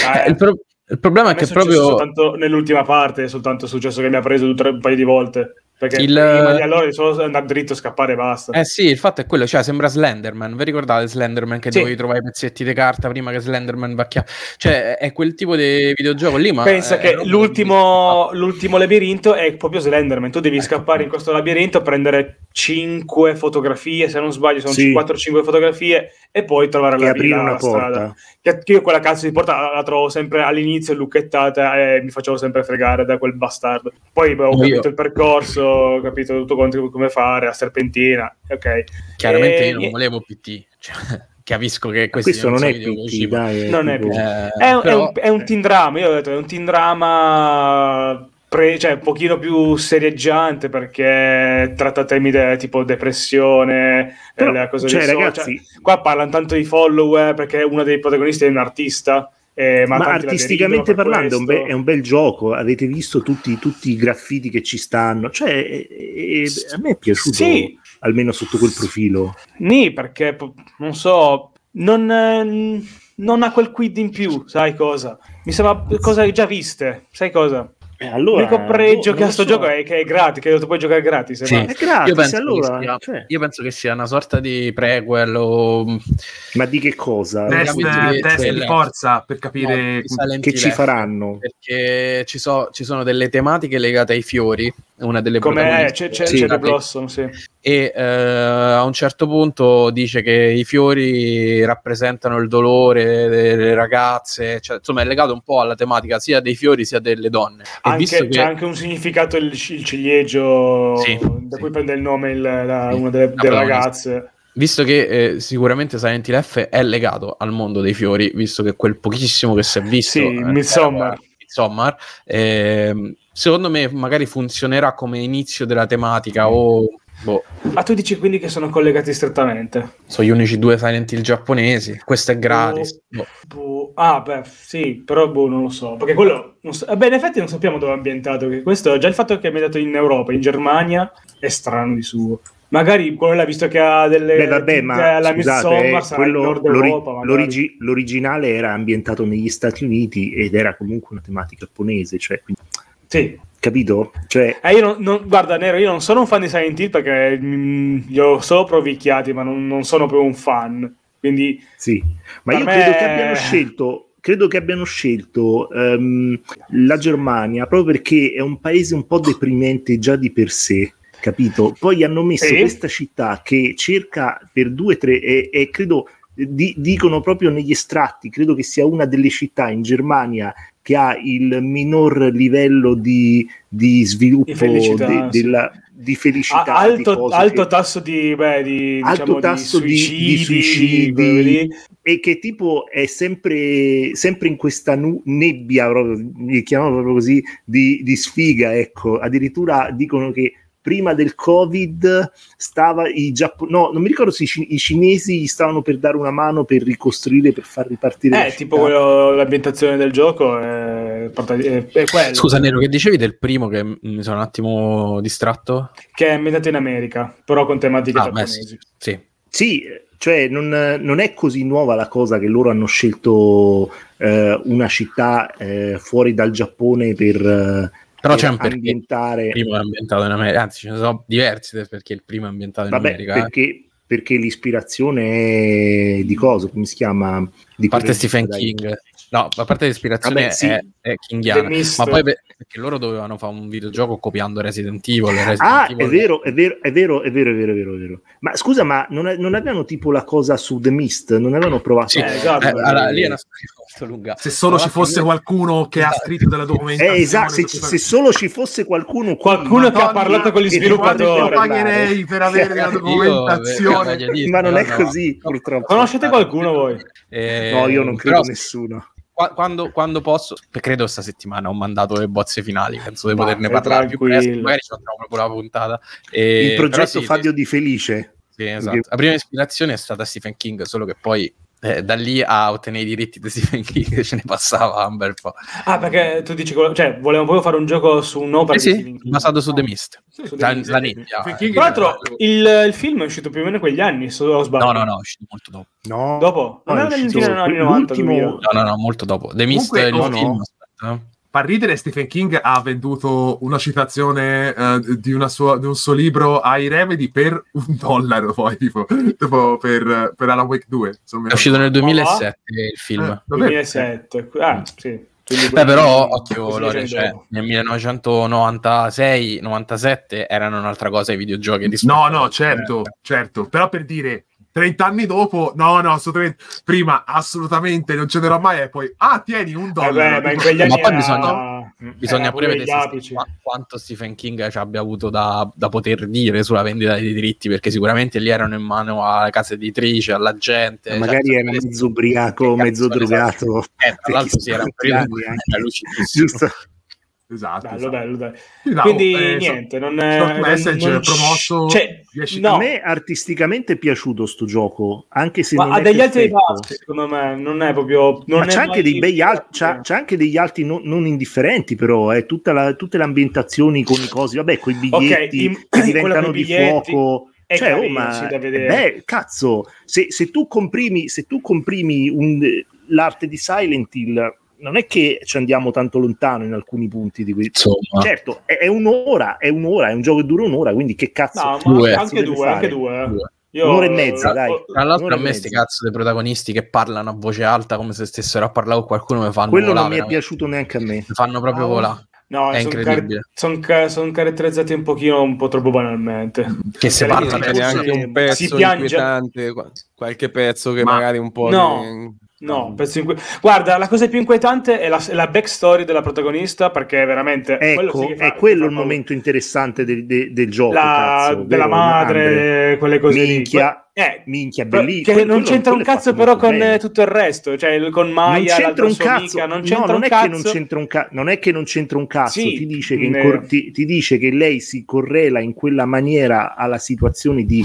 [SPEAKER 2] Ah,
[SPEAKER 5] Eh, il, pro- il problema
[SPEAKER 2] a
[SPEAKER 5] è
[SPEAKER 2] me è
[SPEAKER 5] che
[SPEAKER 2] successo
[SPEAKER 5] proprio...
[SPEAKER 2] soltanto nell'ultima parte è soltanto successo che mi ha preso due, tre- un paio di volte. Perché
[SPEAKER 5] Il-
[SPEAKER 2] prima di allora solo andare dritto, scappare e basta.
[SPEAKER 5] Eh sì, il fatto è quello, cioè sembra Slenderman, vi ricordate Slenderman che
[SPEAKER 2] Sì.
[SPEAKER 5] dovevi trovare i pezzetti di carta prima che Slenderman va a chia- Cioè è quel tipo di videogioco lì, ma...
[SPEAKER 2] Pensa
[SPEAKER 5] eh,
[SPEAKER 2] che
[SPEAKER 5] no,
[SPEAKER 2] l'ultimo, l'ultimo labirinto è proprio Slenderman. Tu devi
[SPEAKER 5] Ecco.
[SPEAKER 2] scappare in questo labirinto, prendere 5 fotografie, se non sbaglio, sono
[SPEAKER 4] Sì.
[SPEAKER 2] 4-5 fotografie, e poi trovare
[SPEAKER 4] che
[SPEAKER 2] la,
[SPEAKER 4] aprire
[SPEAKER 2] la-
[SPEAKER 4] una
[SPEAKER 2] la strada.
[SPEAKER 4] porta.
[SPEAKER 2] Che, che io quella cazzo di porta la, la trovo sempre all'inizio lucchettata e mi facevo sempre fregare da quel bastardo. Poi beh, ho
[SPEAKER 5] Io-
[SPEAKER 2] capito il percorso, ho capito tutto quanto, come fare, la serpentina, ok.
[SPEAKER 5] Chiaramente
[SPEAKER 2] Eh,
[SPEAKER 5] io non
[SPEAKER 2] nie-
[SPEAKER 5] volevo PT. Cioè, capisco che questi
[SPEAKER 4] Questo non
[SPEAKER 5] sono
[SPEAKER 4] è
[SPEAKER 5] videogiochi,
[SPEAKER 4] Pitti,
[SPEAKER 5] ma-
[SPEAKER 4] dai.
[SPEAKER 2] Non è
[SPEAKER 4] tipo-
[SPEAKER 2] Pitti.
[SPEAKER 5] eh,
[SPEAKER 2] È, un- è
[SPEAKER 5] però-
[SPEAKER 2] un, è un teen drama, io ho detto, è un teen drama pre- cioè, un pochino più serieggiante perché tratta temi de- tipo depressione,
[SPEAKER 4] Però,
[SPEAKER 2] eh, cose
[SPEAKER 4] cioè,
[SPEAKER 2] di social.
[SPEAKER 4] ragazzi,
[SPEAKER 2] Qua parlano tanto di follower perché uno dei protagonisti è un artista. eh, ma
[SPEAKER 4] ma
[SPEAKER 2] tanti la
[SPEAKER 4] artisticamente
[SPEAKER 2] deridono per
[SPEAKER 4] parlando è un, be-
[SPEAKER 2] questo.
[SPEAKER 4] è un bel gioco. Avete visto tutti, tutti i graffiti che ci stanno? Cioè, è- è- è- a me è piaciuto
[SPEAKER 2] Sì.
[SPEAKER 4] almeno sotto quel profilo.
[SPEAKER 2] Nì, perché po- non so, non, eh, non ha quel quid in più, sai cosa? Mi sembra cose già viste, sai cosa?
[SPEAKER 4] Eh, allora,
[SPEAKER 2] L'unico pregio
[SPEAKER 4] boh,
[SPEAKER 2] che
[SPEAKER 4] non
[SPEAKER 2] ha sto
[SPEAKER 4] so.
[SPEAKER 2] gioco è che è gratis, che lo puoi giocare gratis.
[SPEAKER 5] Sì.
[SPEAKER 2] ma-
[SPEAKER 4] è gratis.
[SPEAKER 5] Io penso,
[SPEAKER 4] allora,
[SPEAKER 5] che sia,
[SPEAKER 4] cioè,
[SPEAKER 5] io penso che sia una sorta di prequel o mh,
[SPEAKER 4] ma di che cosa?
[SPEAKER 6] Test,
[SPEAKER 5] Veramente,
[SPEAKER 6] test di
[SPEAKER 5] quella-
[SPEAKER 6] forza per capire.
[SPEAKER 5] no, di Silent
[SPEAKER 4] che ci
[SPEAKER 5] Hill,
[SPEAKER 4] faranno?
[SPEAKER 5] perché ci, so- ci sono delle tematiche legate ai fiori, una delle
[SPEAKER 2] Come eh,
[SPEAKER 5] protagoniste.
[SPEAKER 2] c'è, c'è,
[SPEAKER 5] Sì.
[SPEAKER 2] c'è The Blossom, sì.
[SPEAKER 5] e eh, a un certo punto dice che i fiori rappresentano il dolore eh, delle ragazze, cioè, insomma è legato un po' alla tematica sia dei fiori sia delle donne. E
[SPEAKER 2] Anche,
[SPEAKER 5] visto che
[SPEAKER 2] C'è anche un significato il, il ciliegio
[SPEAKER 5] Sì,
[SPEAKER 2] da
[SPEAKER 5] sì.
[SPEAKER 2] cui prende il nome il- la-
[SPEAKER 5] Sì,
[SPEAKER 2] una delle,
[SPEAKER 5] la
[SPEAKER 2] delle
[SPEAKER 5] protagonista.
[SPEAKER 2] ragazze.
[SPEAKER 5] Visto che eh, sicuramente Silent Hill F è legato al mondo dei fiori, visto che quel pochissimo che si è visto...
[SPEAKER 2] Sì,
[SPEAKER 5] eh,
[SPEAKER 2] Midsommar.
[SPEAKER 5] era- Midsommar, ehm, secondo me magari funzionerà come inizio della tematica o... boh,
[SPEAKER 2] Ah, tu dici quindi che sono collegati strettamente?
[SPEAKER 5] sono gli unici due Silent Hill giapponesi, questo è gratis. boh.
[SPEAKER 2] Boh, ah, beh, sì, però boh, non lo so. Perché quello. Non so, eh, beh, in effetti non sappiamo dove è ambientato. Che questo, già il fatto che è ambientato in Europa, in Germania, è strano di suo. Magari quello là, visto che ha delle. cioè,
[SPEAKER 4] Beh, vabbè, ma
[SPEAKER 2] la
[SPEAKER 4] scusate, eh,
[SPEAKER 2] Midsommar sarà in
[SPEAKER 4] quello-
[SPEAKER 2] Nord
[SPEAKER 4] l'ori-
[SPEAKER 2] Europa, magari.
[SPEAKER 4] l'origi- l'originale era ambientato negli Stati Uniti ed era comunque una tematica giapponese, cioè, quindi-
[SPEAKER 2] Sì.
[SPEAKER 4] capito? Cioè,
[SPEAKER 2] Eh, io non, non- guarda, Nero, io non sono un fan di Silent Hill perché mm, li ho solo provicchiati, ma non, non sono proprio un fan. Quindi,
[SPEAKER 4] sì, ma
[SPEAKER 2] Per
[SPEAKER 4] io
[SPEAKER 2] me-
[SPEAKER 4] credo che abbiano scelto, credo che abbiano scelto ehm, la Germania proprio perché è un paese un po' deprimente già di per sé. Capito? Poi hanno messo
[SPEAKER 2] Sì.
[SPEAKER 4] questa città che cerca per due, tre, e, e credo di- dicono proprio negli estratti, credo che sia una delle città in Germania che ha il minor livello di, di sviluppo
[SPEAKER 2] Di felicità,
[SPEAKER 4] de-
[SPEAKER 2] sì.
[SPEAKER 4] della- di
[SPEAKER 2] a-
[SPEAKER 4] felicità. di
[SPEAKER 2] alto,
[SPEAKER 4] cose
[SPEAKER 2] alto
[SPEAKER 4] che-
[SPEAKER 2] tasso di, beh, di,
[SPEAKER 4] Alto
[SPEAKER 2] diciamo,
[SPEAKER 4] tasso
[SPEAKER 2] di
[SPEAKER 4] di- di
[SPEAKER 2] suicidi, di
[SPEAKER 4] suicidi.
[SPEAKER 2] quelli lì.
[SPEAKER 4] e che tipo è sempre, sempre in questa nu- nebbia, proprio, li chiamano proprio così, di, di sfiga, ecco, addirittura dicono che prima del covid stava i giapponesi, no, non mi ricordo se i, ci- i cinesi gli stavano per dare una mano per ricostruire, per far ripartire la
[SPEAKER 2] Eh, tipo
[SPEAKER 4] città.
[SPEAKER 2] quello- l'ambientazione del gioco è, porta- è- è quello
[SPEAKER 5] Scusa Nero, che dicevi del primo che m- mi sono un attimo distratto?
[SPEAKER 2] che è ambientato in America, però con tematiche
[SPEAKER 5] Ah, beh,
[SPEAKER 2] giapponesi.
[SPEAKER 5] sì. sì.
[SPEAKER 4] Sì, cioè non, non è così nuova la cosa che loro hanno scelto eh, una città eh, fuori dal Giappone per, eh,
[SPEAKER 5] Però
[SPEAKER 4] per
[SPEAKER 5] c'è un perché.
[SPEAKER 4] ambientare...
[SPEAKER 5] Il primo è ambientato in America, anzi ce ne sono diversi de- perché il primo è ambientato in
[SPEAKER 4] Vabbè,
[SPEAKER 5] America. eh.
[SPEAKER 4] perché, perché l'ispirazione è di cosa? Come si chiama? Di
[SPEAKER 5] A parte
[SPEAKER 4] quel-
[SPEAKER 5] Stephen
[SPEAKER 4] dai.
[SPEAKER 5] King, no, a parte l'ispirazione
[SPEAKER 4] Vabbè, sì.
[SPEAKER 5] è, è
[SPEAKER 2] The
[SPEAKER 5] kingiana,
[SPEAKER 2] Mist.
[SPEAKER 5] ma poi per- perché loro dovevano fare un videogioco copiando Resident Evil. Resident
[SPEAKER 4] Ah,
[SPEAKER 5] Evil-
[SPEAKER 4] è vero, è vero, è vero, è vero, è vero, è vero, è vero. Ma scusa, ma non, è- non avevano tipo la cosa su The Mist? Non avevano provato?
[SPEAKER 5] Sì,
[SPEAKER 2] Eh, esatto.
[SPEAKER 5] eh, allora, lì è una storia molto lunga.
[SPEAKER 6] Se solo ci
[SPEAKER 5] Tra l'altro
[SPEAKER 6] fosse
[SPEAKER 5] io-
[SPEAKER 6] qualcuno che ha scritto della documentazione.
[SPEAKER 4] Eh, esatto, se,
[SPEAKER 6] su
[SPEAKER 4] se
[SPEAKER 6] questa-
[SPEAKER 4] solo ci fosse qualcuno...
[SPEAKER 2] Qualcuno che ha
[SPEAKER 6] Madonna,
[SPEAKER 2] parlato con gli
[SPEAKER 4] che ti
[SPEAKER 6] Guarda che
[SPEAKER 2] sviluppatori.
[SPEAKER 4] guarda-
[SPEAKER 6] pagherei per avere la
[SPEAKER 4] Io-
[SPEAKER 6] documentazione.
[SPEAKER 5] eh. voglio dire,
[SPEAKER 4] Ma non
[SPEAKER 5] no,
[SPEAKER 4] è
[SPEAKER 5] no.
[SPEAKER 4] così, purtroppo.
[SPEAKER 2] Conoscete qualcuno voi?
[SPEAKER 5] Eh,
[SPEAKER 4] No, io non credo
[SPEAKER 5] però-
[SPEAKER 4] nessuno.
[SPEAKER 5] Qua- quando, quando posso, credo sta settimana ho mandato le bozze finali, penso di
[SPEAKER 2] Ma
[SPEAKER 5] poterne
[SPEAKER 2] è
[SPEAKER 5] parlare più
[SPEAKER 2] tranquillo.
[SPEAKER 5] presto, magari ci facciamo proprio la puntata. E-
[SPEAKER 4] Il progetto
[SPEAKER 5] però sì,
[SPEAKER 4] Fabio Di Felice.
[SPEAKER 5] sì, esatto. La prima ispirazione è stata Stephen King, solo che poi eh, da lì a ottenere i diritti di Stephen King ce ne passava un bel po'.
[SPEAKER 2] Ah, perché tu dici, quello- cioè, volevo proprio fare un gioco su un'opera
[SPEAKER 5] Eh
[SPEAKER 2] di
[SPEAKER 5] sì,
[SPEAKER 2] Stephen King.
[SPEAKER 5] basato su The
[SPEAKER 2] No.
[SPEAKER 5] Mist,
[SPEAKER 2] Sì, su The
[SPEAKER 5] la,
[SPEAKER 2] Mist.
[SPEAKER 5] la nebbia.
[SPEAKER 6] Stephen King-
[SPEAKER 2] Tra l'altro, il, il film è uscito più o meno in quegli anni, se non sbaglio.
[SPEAKER 5] No, no, no, è uscito molto dopo.
[SPEAKER 4] No,
[SPEAKER 2] Dopo? Non era
[SPEAKER 4] No, è
[SPEAKER 2] nel
[SPEAKER 4] uscito-
[SPEAKER 2] fine degli anni 90,
[SPEAKER 4] l'ultimo-
[SPEAKER 2] 2000.
[SPEAKER 5] No, no, no, molto dopo. The Mist
[SPEAKER 6] Comunque,
[SPEAKER 5] è il
[SPEAKER 6] no,
[SPEAKER 5] film,
[SPEAKER 4] no.
[SPEAKER 5] aspetta, eh.
[SPEAKER 6] Fa ridere Stephen King ha venduto una citazione eh, di, una sua- di un suo libro ai Remedy per un dollaro poi, tipo, tipo per, per Alan Wake 2. insomma.
[SPEAKER 5] È uscito nel 2007 il film.
[SPEAKER 4] Ah.
[SPEAKER 6] Eh, davvero?
[SPEAKER 2] 2007. Ah, sì. Quindi
[SPEAKER 5] Beh,
[SPEAKER 2] quindi-
[SPEAKER 5] però, occhio,
[SPEAKER 2] questi
[SPEAKER 5] Lore,
[SPEAKER 2] anni
[SPEAKER 5] cioè,
[SPEAKER 2] dopo.
[SPEAKER 5] nel 1996-97 erano un'altra cosa i videogiochi. rispetto
[SPEAKER 6] No,
[SPEAKER 5] a-
[SPEAKER 6] no, certo,
[SPEAKER 5] Eh,
[SPEAKER 6] certo. Però per dire 30 anni dopo, no, no, assolutamente. Prima assolutamente non ce n'era mai e poi, ah, tieni un dollaro.
[SPEAKER 2] Eh Vabbè, ma in quegli
[SPEAKER 5] Ma
[SPEAKER 2] anni
[SPEAKER 5] poi
[SPEAKER 2] era-
[SPEAKER 5] Ah, Eh, bisogna- Bisogna
[SPEAKER 2] Era
[SPEAKER 5] pure
[SPEAKER 2] uno degli
[SPEAKER 5] vedere se-
[SPEAKER 2] Mm. apici.
[SPEAKER 5] qua- quanto Stephen King ci abbia avuto da, da poter dire sulla vendita dei diritti, perché sicuramente lì erano in mano alla casa editrice, alla gente. cioè,
[SPEAKER 4] Eh, magari
[SPEAKER 5] cioè,
[SPEAKER 4] era
[SPEAKER 5] vedete-
[SPEAKER 4] mezzo ubriaco,
[SPEAKER 5] che
[SPEAKER 4] mezzo
[SPEAKER 5] cazzo ne sa.
[SPEAKER 4] drogato.
[SPEAKER 5] Eh, tra l'altro si era un periodo in cui
[SPEAKER 4] Anni
[SPEAKER 5] era
[SPEAKER 4] anche.
[SPEAKER 5] lucidissimo.
[SPEAKER 4] Giusto.
[SPEAKER 6] Esatto.
[SPEAKER 2] Bello,
[SPEAKER 6] esatto.
[SPEAKER 2] bello, dai.
[SPEAKER 6] Quindi, no,
[SPEAKER 2] Quindi
[SPEAKER 6] eh,
[SPEAKER 2] niente, non
[SPEAKER 6] so-
[SPEAKER 2] è...
[SPEAKER 6] Short Message
[SPEAKER 2] non-
[SPEAKER 6] promosso.
[SPEAKER 2] Cioè,
[SPEAKER 6] riesci-
[SPEAKER 2] no.
[SPEAKER 4] A me artisticamente è piaciuto sto gioco, anche se
[SPEAKER 2] ma
[SPEAKER 4] non
[SPEAKER 2] ha
[SPEAKER 4] è
[SPEAKER 2] degli altri
[SPEAKER 4] perfetto.
[SPEAKER 2] passi, secondo me, non è proprio... Non
[SPEAKER 4] Ma
[SPEAKER 2] è
[SPEAKER 4] c'è
[SPEAKER 2] mai-
[SPEAKER 4] anche, dei bei al- c'ha- c'ha anche degli alti non, non indifferenti, però eh, tutta la- tutte le ambientazioni con i cosi, vabbè, con i biglietti
[SPEAKER 2] in-
[SPEAKER 4] che
[SPEAKER 2] in quello
[SPEAKER 4] diventano
[SPEAKER 2] coi
[SPEAKER 4] di
[SPEAKER 2] biglietti
[SPEAKER 4] fuoco.
[SPEAKER 2] è
[SPEAKER 4] Cioè, oh,
[SPEAKER 2] carino,
[SPEAKER 4] ma
[SPEAKER 2] sì, da vedere.
[SPEAKER 4] beh, cazzo, se, se tu comprimi, se tu comprimi un- l'arte di Silent Hill, non è che ci andiamo tanto lontano in alcuni punti di questo.
[SPEAKER 5] Insomma,
[SPEAKER 4] Certo, è, è un'ora, è un'ora, è un gioco che dura un'ora, quindi che cazzo?
[SPEAKER 2] No, ma
[SPEAKER 5] Due.
[SPEAKER 2] anche
[SPEAKER 4] Cazzo deve
[SPEAKER 2] due, anche
[SPEAKER 4] fare?
[SPEAKER 2] due. eh.
[SPEAKER 5] due.
[SPEAKER 2] Io- eh,
[SPEAKER 4] Un'ora e mezza, dai.
[SPEAKER 5] tra l'altro a me
[SPEAKER 4] Un'ora e
[SPEAKER 5] sti
[SPEAKER 4] mezza.
[SPEAKER 5] cazzo dei protagonisti che parlano a voce alta come se stessero a parlare con qualcuno mi fanno
[SPEAKER 4] Quello non
[SPEAKER 5] volare,
[SPEAKER 4] mi è
[SPEAKER 5] veramente.
[SPEAKER 4] piaciuto neanche a me.
[SPEAKER 5] Mi fanno proprio
[SPEAKER 2] Ah.
[SPEAKER 5] volare.
[SPEAKER 2] No,
[SPEAKER 5] È
[SPEAKER 2] son car-
[SPEAKER 5] incredibile.
[SPEAKER 2] son ca- son caratterizzati un pochino, un po' troppo banalmente.
[SPEAKER 5] Mm. Che se
[SPEAKER 2] Eh,
[SPEAKER 3] Non
[SPEAKER 5] parlano
[SPEAKER 2] sì,
[SPEAKER 3] c'è neanche un
[SPEAKER 2] si
[SPEAKER 3] pezzo
[SPEAKER 2] piange.
[SPEAKER 3] inquietante, qua- qualche pezzo che
[SPEAKER 6] Ma-
[SPEAKER 3] magari un po'.
[SPEAKER 2] No.
[SPEAKER 3] di-
[SPEAKER 2] No, penso in que- guarda, la cosa più inquietante è la, è la backstory della protagonista perché è veramente...
[SPEAKER 4] Ecco,
[SPEAKER 2] sì che fa-
[SPEAKER 4] è quello
[SPEAKER 2] fa
[SPEAKER 4] il
[SPEAKER 2] paura.
[SPEAKER 4] momento interessante del, de- del gioco.
[SPEAKER 2] La-
[SPEAKER 4] cazzo,
[SPEAKER 2] della
[SPEAKER 4] vero,
[SPEAKER 2] madre,
[SPEAKER 4] Andre?
[SPEAKER 2] quelle cose lì.
[SPEAKER 4] Minchia,
[SPEAKER 2] Eh,
[SPEAKER 4] minchia,
[SPEAKER 2] però-
[SPEAKER 4] bellissimo.
[SPEAKER 2] Che
[SPEAKER 4] Quello-
[SPEAKER 2] non
[SPEAKER 4] quello-
[SPEAKER 2] c'entra un
[SPEAKER 4] quello è
[SPEAKER 2] cazzo
[SPEAKER 4] fatto
[SPEAKER 2] però
[SPEAKER 4] molto
[SPEAKER 2] con eh,
[SPEAKER 4] bene.
[SPEAKER 2] tutto il resto, cioè il- con Maya,
[SPEAKER 4] non c'entra
[SPEAKER 2] l'altra
[SPEAKER 4] un
[SPEAKER 2] sua
[SPEAKER 4] cazzo,
[SPEAKER 2] amica, non
[SPEAKER 4] No,
[SPEAKER 2] c'entra
[SPEAKER 4] non
[SPEAKER 2] un
[SPEAKER 4] è
[SPEAKER 2] cazzo.
[SPEAKER 4] Che non, c'entra un ca- non è che non c'entra un cazzo,
[SPEAKER 2] Sì,
[SPEAKER 4] ti, dice che
[SPEAKER 2] ne-
[SPEAKER 4] incor- ti- ti dice che lei si correla in quella maniera alla situazione di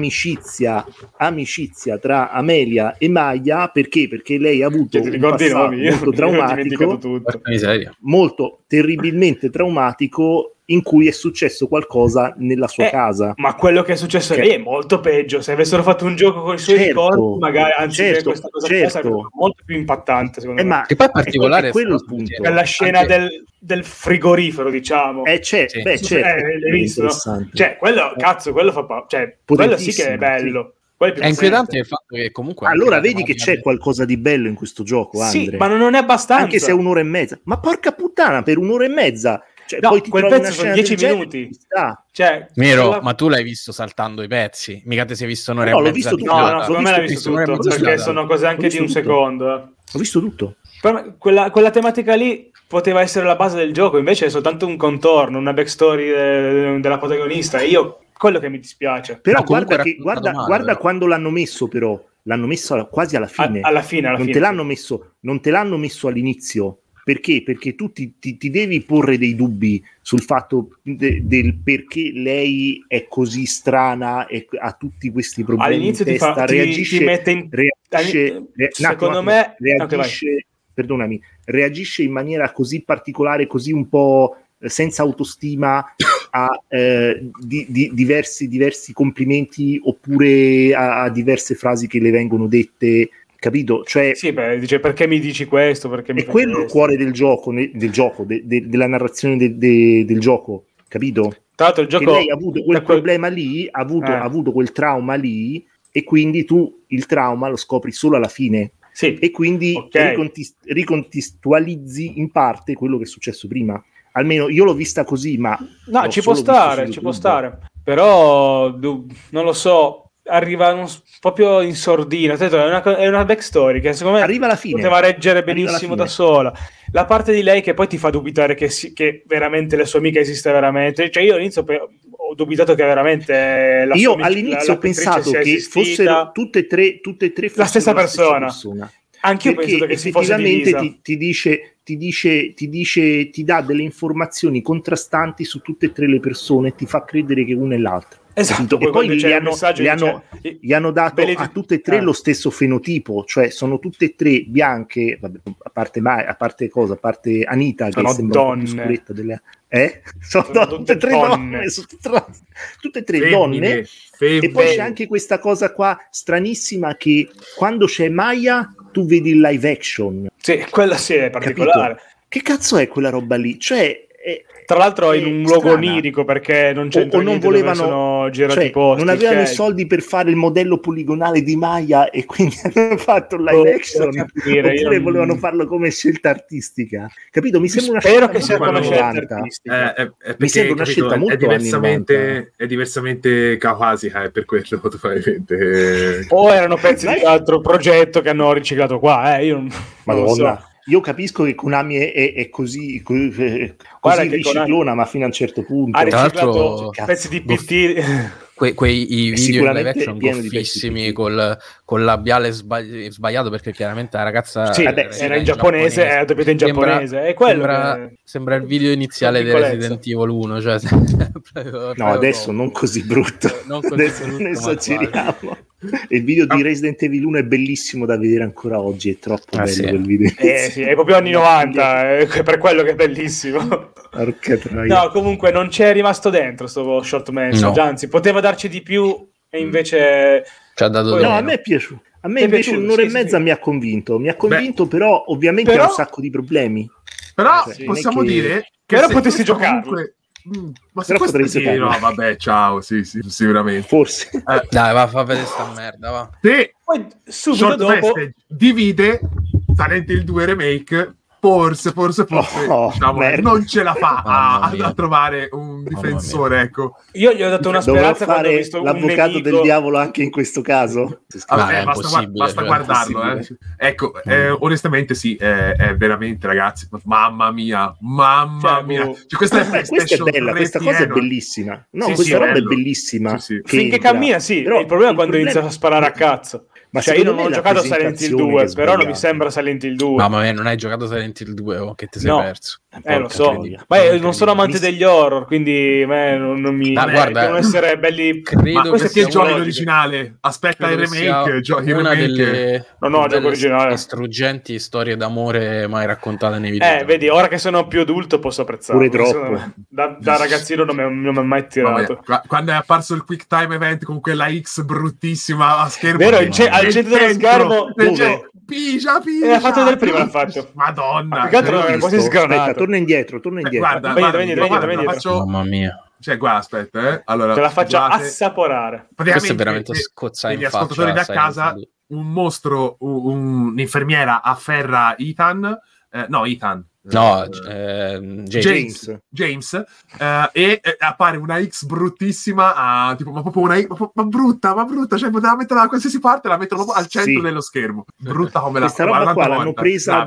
[SPEAKER 4] amicizia, amicizia tra Amelia e Maya perché? Perché lei ha avuto
[SPEAKER 2] Cioè, ti
[SPEAKER 4] un
[SPEAKER 2] ricordi i
[SPEAKER 4] passato
[SPEAKER 2] nomi? Io
[SPEAKER 4] molto
[SPEAKER 2] mi ero dimenticato
[SPEAKER 4] traumatico
[SPEAKER 2] tutto.
[SPEAKER 5] Porca miseria.
[SPEAKER 4] molto terribilmente traumatico in cui è successo qualcosa nella sua
[SPEAKER 2] Eh,
[SPEAKER 4] casa.
[SPEAKER 2] Ma quello che è successo
[SPEAKER 4] Che-
[SPEAKER 2] lì è molto peggio. Se avessero fatto un gioco con i suoi
[SPEAKER 4] Certo,
[SPEAKER 2] ricordi, magari anziché
[SPEAKER 4] certo,
[SPEAKER 2] questa cosa qua,
[SPEAKER 4] certo.
[SPEAKER 2] sarebbe molto più impattante, secondo
[SPEAKER 4] Eh,
[SPEAKER 2] me.
[SPEAKER 4] ma
[SPEAKER 5] Che poi è
[SPEAKER 4] que-
[SPEAKER 5] particolare
[SPEAKER 4] è quello il
[SPEAKER 5] sta cosa,
[SPEAKER 4] punto.
[SPEAKER 2] È la scena
[SPEAKER 5] anche-
[SPEAKER 2] del, del frigorifero, diciamo.
[SPEAKER 4] Eh, c'è,
[SPEAKER 5] Sì.
[SPEAKER 4] beh,
[SPEAKER 2] Sì,
[SPEAKER 4] certo,
[SPEAKER 2] eh, l'hai visto, no?
[SPEAKER 4] interessante. Eh.
[SPEAKER 2] Cioè, quello, cazzo, quello fa paura. Cioè, quello sì che è
[SPEAKER 4] Potentissimo,
[SPEAKER 2] bello. Quello più
[SPEAKER 5] È inquietante
[SPEAKER 2] potente.
[SPEAKER 5] il fatto che comunque...
[SPEAKER 4] allora
[SPEAKER 5] anche la
[SPEAKER 4] vedi che
[SPEAKER 5] tematica
[SPEAKER 4] c'è
[SPEAKER 5] del-
[SPEAKER 4] qualcosa di bello in questo gioco,
[SPEAKER 2] Sì,
[SPEAKER 4] Andre.
[SPEAKER 2] ma non è abbastanza.
[SPEAKER 4] Anche se è un'ora e mezza. Ma porca puttana, per un'ora e mezza. Cioè,
[SPEAKER 2] No,
[SPEAKER 4] poi ti
[SPEAKER 2] quel
[SPEAKER 4] trovi
[SPEAKER 2] pezzo
[SPEAKER 4] una
[SPEAKER 2] sono
[SPEAKER 4] scena
[SPEAKER 2] 10
[SPEAKER 4] del genere,
[SPEAKER 2] minuti.
[SPEAKER 4] ci sta.
[SPEAKER 2] Cioè,
[SPEAKER 5] Mero,
[SPEAKER 2] la-
[SPEAKER 5] ma tu l'hai visto saltando i pezzi? Mica ti sei visto
[SPEAKER 4] No,
[SPEAKER 5] un'ora e
[SPEAKER 4] l'ho
[SPEAKER 5] mezza
[SPEAKER 4] visto
[SPEAKER 5] di
[SPEAKER 4] tutto.
[SPEAKER 2] No,
[SPEAKER 5] puntata?
[SPEAKER 2] no,
[SPEAKER 4] l'ho
[SPEAKER 2] secondo me
[SPEAKER 4] visto
[SPEAKER 2] l'hai visto
[SPEAKER 4] tutto,
[SPEAKER 5] l'ho
[SPEAKER 2] tutto,
[SPEAKER 5] visto
[SPEAKER 2] perché
[SPEAKER 5] tutto.
[SPEAKER 2] sono cose anche
[SPEAKER 4] L'ho
[SPEAKER 2] di un
[SPEAKER 4] visto tutto.
[SPEAKER 2] secondo. eh.
[SPEAKER 4] Ho visto tutto.
[SPEAKER 2] Però quella, quella tematica lì poteva essere la base del gioco, invece è soltanto un contorno, una backstory eh, della protagonista. E io, quello che mi dispiace.
[SPEAKER 4] Però
[SPEAKER 5] Ma comunque
[SPEAKER 4] guarda, che-
[SPEAKER 5] raccontato
[SPEAKER 4] guarda-
[SPEAKER 5] male,
[SPEAKER 4] guarda
[SPEAKER 5] però.
[SPEAKER 4] quando l'hanno messo, però. L'hanno messo alla- quasi alla
[SPEAKER 2] A-
[SPEAKER 4] fine.
[SPEAKER 2] alla fine, alla
[SPEAKER 4] non,
[SPEAKER 2] fine.
[SPEAKER 4] te l'hanno messo, non te l'hanno messo all'inizio. Perché? Perché tu ti, ti- ti devi porre dei dubbi sul fatto de- del perché lei è così strana e ha tutti questi problemi.
[SPEAKER 2] All'inizio
[SPEAKER 4] in
[SPEAKER 2] ti,
[SPEAKER 4] testa,
[SPEAKER 2] fa, ti-
[SPEAKER 4] reagisce,
[SPEAKER 2] ti mette in...
[SPEAKER 4] reagisce-
[SPEAKER 2] Eh,
[SPEAKER 4] re- un attimo,
[SPEAKER 2] secondo
[SPEAKER 4] un attimo,
[SPEAKER 2] me-
[SPEAKER 4] reagisce, perdonami, reagisce in maniera così particolare, così un po' eh, senza autostima a eh, di- di- diversi, diversi complimenti oppure a, a diverse frasi che le vengono dette, capito?
[SPEAKER 5] eh.
[SPEAKER 4] Cioè,
[SPEAKER 2] Sì, beh, dice perché mi dici questo, perché mi
[SPEAKER 4] è
[SPEAKER 2] fai
[SPEAKER 4] quello il
[SPEAKER 2] questo?"
[SPEAKER 4] cuore del gioco, ne- del gioco de- de- della narrazione de- de- del gioco, capito?
[SPEAKER 2] Tra l'altro il
[SPEAKER 4] che
[SPEAKER 2] gioco...
[SPEAKER 4] lei ha avuto quel
[SPEAKER 2] da quel-
[SPEAKER 4] problema lì, ha avuto,
[SPEAKER 2] Ecco, Eh.
[SPEAKER 4] ha avuto quel trauma lì, e quindi tu il trauma lo scopri solo alla fine
[SPEAKER 2] Sì,
[SPEAKER 4] e quindi
[SPEAKER 2] Ok.
[SPEAKER 4] ricontis- ricontestualizzi in parte quello che è successo prima. Almeno io l'ho vista così, ma
[SPEAKER 2] no,
[SPEAKER 4] l'ho
[SPEAKER 2] ci può
[SPEAKER 4] solo visto su
[SPEAKER 2] stare, ci
[SPEAKER 4] YouTube.
[SPEAKER 2] può stare. Però, du- non lo so, arriva non s- proprio in sordina. Ho detto, È una, co- è una backstory che secondo me...
[SPEAKER 4] arriva alla fine.
[SPEAKER 2] poteva reggere
[SPEAKER 4] Arriva alla
[SPEAKER 2] benissimo da
[SPEAKER 4] fine.
[SPEAKER 2] sola. La parte di lei che poi ti fa dubitare che, si- che veramente la sua amica esiste veramente. Cioè, io all'inizio pe- ho dubitato che veramente la
[SPEAKER 4] Io
[SPEAKER 2] sua amica- la-
[SPEAKER 4] all'inizio
[SPEAKER 2] la
[SPEAKER 4] ho pensato
[SPEAKER 2] pittrice sia
[SPEAKER 4] che
[SPEAKER 2] esistita.
[SPEAKER 4] fossero tutte e tre, tutte e tre fossero
[SPEAKER 2] stessa persona. Anch'io ho
[SPEAKER 4] Perché
[SPEAKER 2] pensato che si fosse
[SPEAKER 4] effettivamente
[SPEAKER 2] divisa.
[SPEAKER 4] ti, ti dice, ti dice, ti dice, ti dà delle informazioni contrastanti su tutte e tre le persone, e ti fa credere che una è l'altra.
[SPEAKER 2] Esatto,
[SPEAKER 4] e poi
[SPEAKER 2] quando
[SPEAKER 4] gli
[SPEAKER 2] c'è il
[SPEAKER 4] hanno-
[SPEAKER 2] messaggio
[SPEAKER 4] gli
[SPEAKER 2] dice-
[SPEAKER 4] hanno- gli hanno dato
[SPEAKER 2] Benedi-
[SPEAKER 4] a tutte e tre
[SPEAKER 2] Ah.
[SPEAKER 4] lo stesso fenotipo, cioè sono tutte e tre bianche, vabbè, a parte mai, a parte cosa, a parte Anita che
[SPEAKER 2] Sono
[SPEAKER 4] sembra un po' più
[SPEAKER 2] donne.
[SPEAKER 4] scuretta delle eh? Sono,
[SPEAKER 2] Sono
[SPEAKER 4] tutte, e tre donne, sono tutte e tre- tutte e tre donne. E poi c'è anche questa cosa qua stranissima che quando c'è Maya tu vedi il live action.
[SPEAKER 2] Sì, quella sì è particolare.
[SPEAKER 4] Che cazzo è quella roba lì? Cioè è-
[SPEAKER 2] Tra l'altro
[SPEAKER 4] è
[SPEAKER 2] in un luogo
[SPEAKER 4] strana.
[SPEAKER 2] onirico perché non
[SPEAKER 4] o,
[SPEAKER 2] c'entra
[SPEAKER 4] o non
[SPEAKER 2] niente dove
[SPEAKER 4] volevano
[SPEAKER 2] sono girati
[SPEAKER 4] cioè,
[SPEAKER 2] i posti.
[SPEAKER 4] non avevano
[SPEAKER 2] ok?
[SPEAKER 4] i soldi per fare il modello poligonale di Maya e quindi hanno fatto un live
[SPEAKER 2] Boh,
[SPEAKER 4] action
[SPEAKER 2] devo capire,
[SPEAKER 4] oppure
[SPEAKER 2] io-
[SPEAKER 4] volevano farlo come scelta artistica capito mi sembra una
[SPEAKER 2] Spero
[SPEAKER 4] scelta
[SPEAKER 2] che sia
[SPEAKER 4] molto
[SPEAKER 6] come
[SPEAKER 2] una
[SPEAKER 4] anni
[SPEAKER 2] scelta
[SPEAKER 4] 90.
[SPEAKER 5] Eh,
[SPEAKER 2] artistica.
[SPEAKER 4] Mi sembra una scelta molto
[SPEAKER 6] è
[SPEAKER 4] anni
[SPEAKER 6] diversamente, è diversamente caucasica, è per quello probabilmente.
[SPEAKER 2] O erano pezzi di altro progetto che hanno riciclato qua, eh? Io non, non lo so.
[SPEAKER 4] Madonna, Io capisco che Konami è, è- è così, co- eh,
[SPEAKER 2] Guarda
[SPEAKER 4] così
[SPEAKER 2] che
[SPEAKER 4] riciclona,
[SPEAKER 2] Konami-
[SPEAKER 4] ma fino a un certo punto.
[SPEAKER 2] Ha
[SPEAKER 5] Tra
[SPEAKER 2] riciclato
[SPEAKER 5] l'altro-
[SPEAKER 2] pezzi di
[SPEAKER 5] Boh.
[SPEAKER 2] PT.
[SPEAKER 5] Que- quei i
[SPEAKER 4] È
[SPEAKER 5] video in live
[SPEAKER 4] sicuramente
[SPEAKER 5] action
[SPEAKER 4] pieno di pezzi
[SPEAKER 5] goffissimi
[SPEAKER 4] di-
[SPEAKER 5] col, col labiale sbagli- sbagliato perché chiaramente la ragazza
[SPEAKER 2] Sì,
[SPEAKER 4] vabbè,
[SPEAKER 2] era
[SPEAKER 5] eh,
[SPEAKER 2] in giapponese, era doppiato in
[SPEAKER 5] Sembra-
[SPEAKER 2] giapponese. È quello
[SPEAKER 5] sembra,
[SPEAKER 4] Eh,
[SPEAKER 2] che-
[SPEAKER 5] sembra il video iniziale di
[SPEAKER 2] piccolezza.
[SPEAKER 5] Resident Evil 1 cioè, proprio-
[SPEAKER 4] No,
[SPEAKER 5] proprio
[SPEAKER 4] adesso
[SPEAKER 5] dopo.
[SPEAKER 4] non così brutto.
[SPEAKER 5] Non così
[SPEAKER 4] adesso
[SPEAKER 5] brutto,
[SPEAKER 4] non
[SPEAKER 5] ma
[SPEAKER 4] esageriamo. Il video
[SPEAKER 2] Ah.
[SPEAKER 4] di Resident Evil 1 è bellissimo da vedere ancora oggi, è troppo
[SPEAKER 5] Ah,
[SPEAKER 4] bello
[SPEAKER 5] sì.
[SPEAKER 4] quel video.
[SPEAKER 2] Eh, sì, è proprio anni 90, eh, per quello che è bellissimo.
[SPEAKER 4] Porca troia.
[SPEAKER 2] No, comunque non c'è rimasto dentro sto short message,
[SPEAKER 5] No. Mm.
[SPEAKER 2] anzi poteva darci di più e invece...
[SPEAKER 5] ci ha dato
[SPEAKER 2] Poi-
[SPEAKER 5] del-
[SPEAKER 4] No, a me è piaciuto. A me
[SPEAKER 2] Ti è
[SPEAKER 4] invece
[SPEAKER 2] piaciuto,
[SPEAKER 4] un'ora
[SPEAKER 2] sì,
[SPEAKER 4] e mezza
[SPEAKER 2] sì.
[SPEAKER 4] mi ha convinto. Mi ha convinto, però ovviamente
[SPEAKER 2] Però-
[SPEAKER 4] ha un sacco di problemi.
[SPEAKER 6] Però
[SPEAKER 4] Sì,
[SPEAKER 6] possiamo
[SPEAKER 4] non è che-
[SPEAKER 6] dire
[SPEAKER 2] che ora
[SPEAKER 6] se
[SPEAKER 2] potessi
[SPEAKER 6] questo
[SPEAKER 2] giocarlo.
[SPEAKER 6] comunque- Mm, ma se
[SPEAKER 4] Però
[SPEAKER 6] questo
[SPEAKER 4] potrei
[SPEAKER 6] sì,
[SPEAKER 4] giocarlo.
[SPEAKER 6] no, vabbè, ciao, sì, sì, sicuramente. Eh,
[SPEAKER 4] Forse.
[SPEAKER 5] dai va fa vedere sta merda va
[SPEAKER 6] Se
[SPEAKER 2] Poi subito
[SPEAKER 6] Short
[SPEAKER 2] dopo...
[SPEAKER 6] Message divide Silent Hill 2 Remake, forse, forse, forse,
[SPEAKER 4] Oh,
[SPEAKER 6] diciamo,
[SPEAKER 4] merda.
[SPEAKER 6] non ce la fa a,
[SPEAKER 5] Mamma
[SPEAKER 6] a-
[SPEAKER 5] mia.
[SPEAKER 6] a trovare un difensore, ecco.
[SPEAKER 2] Io gli ho dato una
[SPEAKER 4] Dovrò
[SPEAKER 2] speranza quando ho
[SPEAKER 4] fare
[SPEAKER 2] visto un
[SPEAKER 4] l'avvocato
[SPEAKER 2] nemico...
[SPEAKER 4] del diavolo anche in questo caso?
[SPEAKER 5] Ma
[SPEAKER 6] Vabbè,
[SPEAKER 5] è Mm.
[SPEAKER 6] basta, gua-
[SPEAKER 5] impossibile,
[SPEAKER 6] basta
[SPEAKER 5] cioè,
[SPEAKER 6] guardarlo. eh. Ecco, eh, onestamente sì, è, è veramente, ragazzi, mamma mia, mamma
[SPEAKER 2] Cioè,
[SPEAKER 6] mia.
[SPEAKER 2] boh.
[SPEAKER 6] Cioè, questa è,
[SPEAKER 4] Beh, questa è
[SPEAKER 6] PlayStation
[SPEAKER 4] bella,
[SPEAKER 6] 3
[SPEAKER 4] questa cosa è
[SPEAKER 6] pieno.
[SPEAKER 4] bellissima. No,
[SPEAKER 6] Sì,
[SPEAKER 4] questa
[SPEAKER 6] sì,
[SPEAKER 4] roba è
[SPEAKER 6] bello.
[SPEAKER 4] bellissima.
[SPEAKER 6] Sì, sì.
[SPEAKER 4] che
[SPEAKER 2] Finché
[SPEAKER 4] entra.
[SPEAKER 2] cammina, sì,
[SPEAKER 4] Però
[SPEAKER 2] il problema è quando
[SPEAKER 4] problema-
[SPEAKER 2] inizia a sparare a cazzo.
[SPEAKER 4] Ma
[SPEAKER 2] cioè, io
[SPEAKER 4] secondo
[SPEAKER 2] non ho
[SPEAKER 4] me è la
[SPEAKER 2] giocato a Silent Hill
[SPEAKER 4] presentazione
[SPEAKER 2] 2,
[SPEAKER 4] che è
[SPEAKER 2] però non mi
[SPEAKER 4] sbagliata.
[SPEAKER 2] sembra Silent Hill 2.
[SPEAKER 5] mamma mia non hai giocato Silent Hill 2 oh, che ti sei
[SPEAKER 2] No.
[SPEAKER 5] perso
[SPEAKER 2] eh, lo
[SPEAKER 4] porca
[SPEAKER 2] so.
[SPEAKER 4] troia.
[SPEAKER 2] Ma io non sono amante
[SPEAKER 4] Mi-
[SPEAKER 2] degli horror, quindi a me non, non mi...
[SPEAKER 5] Ah,
[SPEAKER 2] eh,
[SPEAKER 5] guarda,
[SPEAKER 2] devono essere belli...
[SPEAKER 5] credo
[SPEAKER 6] Ma questo
[SPEAKER 5] che
[SPEAKER 6] è il
[SPEAKER 5] sia
[SPEAKER 6] gioco
[SPEAKER 5] una-
[SPEAKER 6] originale. Aspetta il
[SPEAKER 5] Credo
[SPEAKER 6] remake.
[SPEAKER 5] sia
[SPEAKER 6] gio- il
[SPEAKER 5] una
[SPEAKER 6] remake.
[SPEAKER 5] delle
[SPEAKER 2] No, no,
[SPEAKER 5] delle
[SPEAKER 2] gioco originale.
[SPEAKER 5] distruggenti storie d'amore mai raccontate nei video.
[SPEAKER 2] Eh, vedi, ora che sono più adulto posso apprezzarlo.
[SPEAKER 4] Pure troppo.
[SPEAKER 2] Sono- Da, da ragazzino non mi non mi ha mai
[SPEAKER 6] Mamma mia,
[SPEAKER 2] tirato.
[SPEAKER 6] qua- quando è apparso il quick time event con quella X bruttissima a schermo
[SPEAKER 2] Vero,
[SPEAKER 6] nel
[SPEAKER 2] il ce- al centro dello schermo,
[SPEAKER 6] nel
[SPEAKER 2] dove?
[SPEAKER 6] centro, pigia pigia
[SPEAKER 2] Eh, ha fatto del primo, l'ha fatto. Ma
[SPEAKER 6] madonna
[SPEAKER 2] più che altro
[SPEAKER 6] l'ho
[SPEAKER 2] era
[SPEAKER 6] visto.
[SPEAKER 2] quasi sgranato.
[SPEAKER 4] Aspetta, torna indietro, torna
[SPEAKER 6] Eh,
[SPEAKER 4] indietro.
[SPEAKER 6] guarda,
[SPEAKER 2] Vieni,
[SPEAKER 6] guarda,
[SPEAKER 2] vieni,
[SPEAKER 6] guarda,
[SPEAKER 2] vieni,
[SPEAKER 6] guarda,
[SPEAKER 2] vieni.
[SPEAKER 6] faccio
[SPEAKER 5] Mamma mia.
[SPEAKER 6] cioè qua aspetta eh. allora
[SPEAKER 2] Te la faccio
[SPEAKER 6] scusate,
[SPEAKER 2] Cioè, assaporare.
[SPEAKER 6] praticamente-
[SPEAKER 5] Questo è veramente scozzare
[SPEAKER 6] gli
[SPEAKER 5] in faccia.
[SPEAKER 6] ascoltatori da
[SPEAKER 5] sai,
[SPEAKER 6] casa
[SPEAKER 5] quindi.
[SPEAKER 6] un mostro un- un'infermiera afferra Ethan eh, no Ethan
[SPEAKER 5] No,
[SPEAKER 6] Eh,
[SPEAKER 5] ehm, James.
[SPEAKER 6] James, James, eh, e eh, appare una X bruttissima, ah, tipo, ma proprio una X, ma, pro- ma brutta, ma brutta, cioè poteva metterla da qualsiasi parte, la mettono proprio al centro
[SPEAKER 4] Sì.
[SPEAKER 6] dello schermo, brutta come la
[SPEAKER 4] Questa roba qua
[SPEAKER 6] guardate
[SPEAKER 4] l'hanno
[SPEAKER 6] morta,
[SPEAKER 4] presa
[SPEAKER 6] bravi.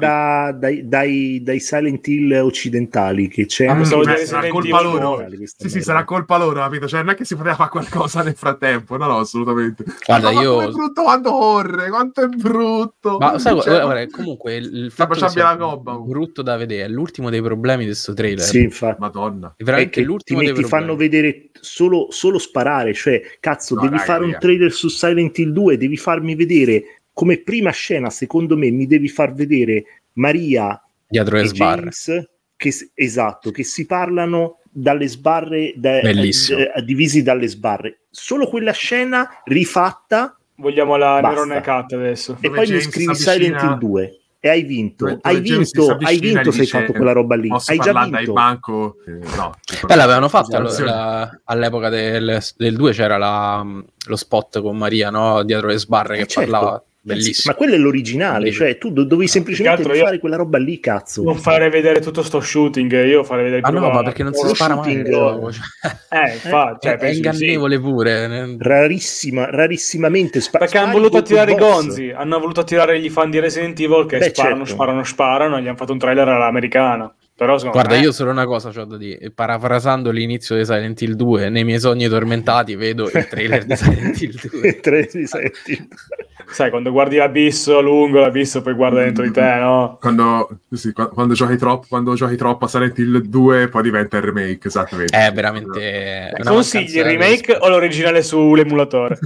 [SPEAKER 4] da- dai, dai- dai Silent Hill occidentali che c'è.
[SPEAKER 2] Ah, pensavo
[SPEAKER 6] Mm,
[SPEAKER 2] di
[SPEAKER 6] eh,
[SPEAKER 2] avere
[SPEAKER 6] sarà
[SPEAKER 2] Silent
[SPEAKER 6] colpa
[SPEAKER 2] Hill
[SPEAKER 6] loro.
[SPEAKER 4] uguale, questa
[SPEAKER 6] Sì, sì,
[SPEAKER 4] merda.
[SPEAKER 6] sarà colpa loro, capito? Cioè, non è che si poteva fare qualcosa nel frattempo, no, no, assolutamente.
[SPEAKER 5] Guarda,
[SPEAKER 6] ma
[SPEAKER 5] io-
[SPEAKER 6] Quanto è brutto quando corre, quanto è brutto.
[SPEAKER 5] Ma sai,
[SPEAKER 6] Cioè,
[SPEAKER 5] guarda, guarda, comunque il- il
[SPEAKER 6] Sta
[SPEAKER 5] fatto che
[SPEAKER 6] facendo
[SPEAKER 5] sia
[SPEAKER 6] la gobba.
[SPEAKER 5] brutto da vedere è l'ultimo dei problemi di questo trailer.
[SPEAKER 4] Sì, infatti.
[SPEAKER 6] Madonna.
[SPEAKER 5] È
[SPEAKER 4] È
[SPEAKER 5] veramente
[SPEAKER 4] che ti,
[SPEAKER 5] l'ultimo dei
[SPEAKER 4] ti
[SPEAKER 5] problemi.
[SPEAKER 4] fanno vedere solo, solo sparare, cioè cazzo,
[SPEAKER 6] No,
[SPEAKER 4] devi
[SPEAKER 6] raga,
[SPEAKER 4] fare un
[SPEAKER 6] raga.
[SPEAKER 4] trailer su Silent Hill 2, devi farmi vedere come prima scena, secondo me, mi devi far vedere Maria
[SPEAKER 5] dietro le
[SPEAKER 4] e
[SPEAKER 5] sbarre.
[SPEAKER 4] James che, s- esatto, che si parlano dalle sbarre, da-
[SPEAKER 5] Bellissimo.
[SPEAKER 4] eh, divisi dalle sbarre. Solo quella scena rifatta
[SPEAKER 2] Vogliamo la
[SPEAKER 4] Basta.
[SPEAKER 2] Nerone Cat adesso.
[SPEAKER 4] e
[SPEAKER 6] Dove
[SPEAKER 4] poi
[SPEAKER 6] James
[SPEAKER 4] mi scrivi
[SPEAKER 6] si avvicina-
[SPEAKER 4] Silent Hill 2 e hai vinto,
[SPEAKER 6] Dove- dove
[SPEAKER 4] hai
[SPEAKER 6] James si
[SPEAKER 4] vinto, hai
[SPEAKER 6] avvicina e
[SPEAKER 4] vinto
[SPEAKER 6] gli
[SPEAKER 4] se hai
[SPEAKER 6] dice,
[SPEAKER 4] fatto quella roba lì,
[SPEAKER 6] Posso
[SPEAKER 4] hai già
[SPEAKER 6] parlare dai
[SPEAKER 4] vinto.
[SPEAKER 6] banco? Eh, no.
[SPEAKER 5] Beh, l'avevano fatto allora,
[SPEAKER 6] Attenzione.
[SPEAKER 5] la- all'epoca del, del 2 c'era la- lo spot con Maria no? dietro le sbarre
[SPEAKER 4] Eh,
[SPEAKER 5] che
[SPEAKER 4] certo.
[SPEAKER 5] parlava bellissimo.
[SPEAKER 4] Ma quello è l'originale, cioè tu do- dovevi semplicemente
[SPEAKER 2] Più che altro io-
[SPEAKER 4] fare quella roba lì, cazzo.
[SPEAKER 2] Non fare vedere tutto sto shooting, io farei vedere
[SPEAKER 5] Ah no,
[SPEAKER 2] prima-
[SPEAKER 5] ma perché non si
[SPEAKER 4] lo
[SPEAKER 5] spara mai?
[SPEAKER 4] shooting,
[SPEAKER 5] nel gioco,
[SPEAKER 4] eh,
[SPEAKER 5] cioè.
[SPEAKER 2] Eh, infatti, cioè,
[SPEAKER 5] è, è
[SPEAKER 2] penso di sì.
[SPEAKER 5] ingannevole pure. eh. ne-
[SPEAKER 4] Rarissima, rarissimamente spa-
[SPEAKER 2] Perché hanno
[SPEAKER 4] spari
[SPEAKER 2] voluto
[SPEAKER 4] contro
[SPEAKER 2] attirare i
[SPEAKER 4] boss.
[SPEAKER 2] gonzi, hanno voluto attirare gli fan di Resident Evil che
[SPEAKER 4] Beh,
[SPEAKER 2] sparano,
[SPEAKER 4] certo.
[SPEAKER 2] sparano, sparano, e gli hanno fatto un trailer all'americana. Però secondo
[SPEAKER 5] Guarda,
[SPEAKER 4] eh.
[SPEAKER 2] me-
[SPEAKER 5] io solo una cosa ho da dire. Parafrasando l'inizio di Silent Hill 2, nei miei sogni tormentati vedo il trailer di Silent Hill 2.
[SPEAKER 4] Tre di Silent Hill.
[SPEAKER 2] Sai, quando guardi l'abisso lungo, l'abisso poi guarda dentro di te, no?
[SPEAKER 6] Quando, sì, qua- quando giochi troppo, quando giochi troppo a Silent Hill 2, poi diventa il remake, esattamente.
[SPEAKER 5] È Eh, veramente... una
[SPEAKER 2] Consigli il
[SPEAKER 5] mancanza
[SPEAKER 2] remake o l'originale sull'emulatore?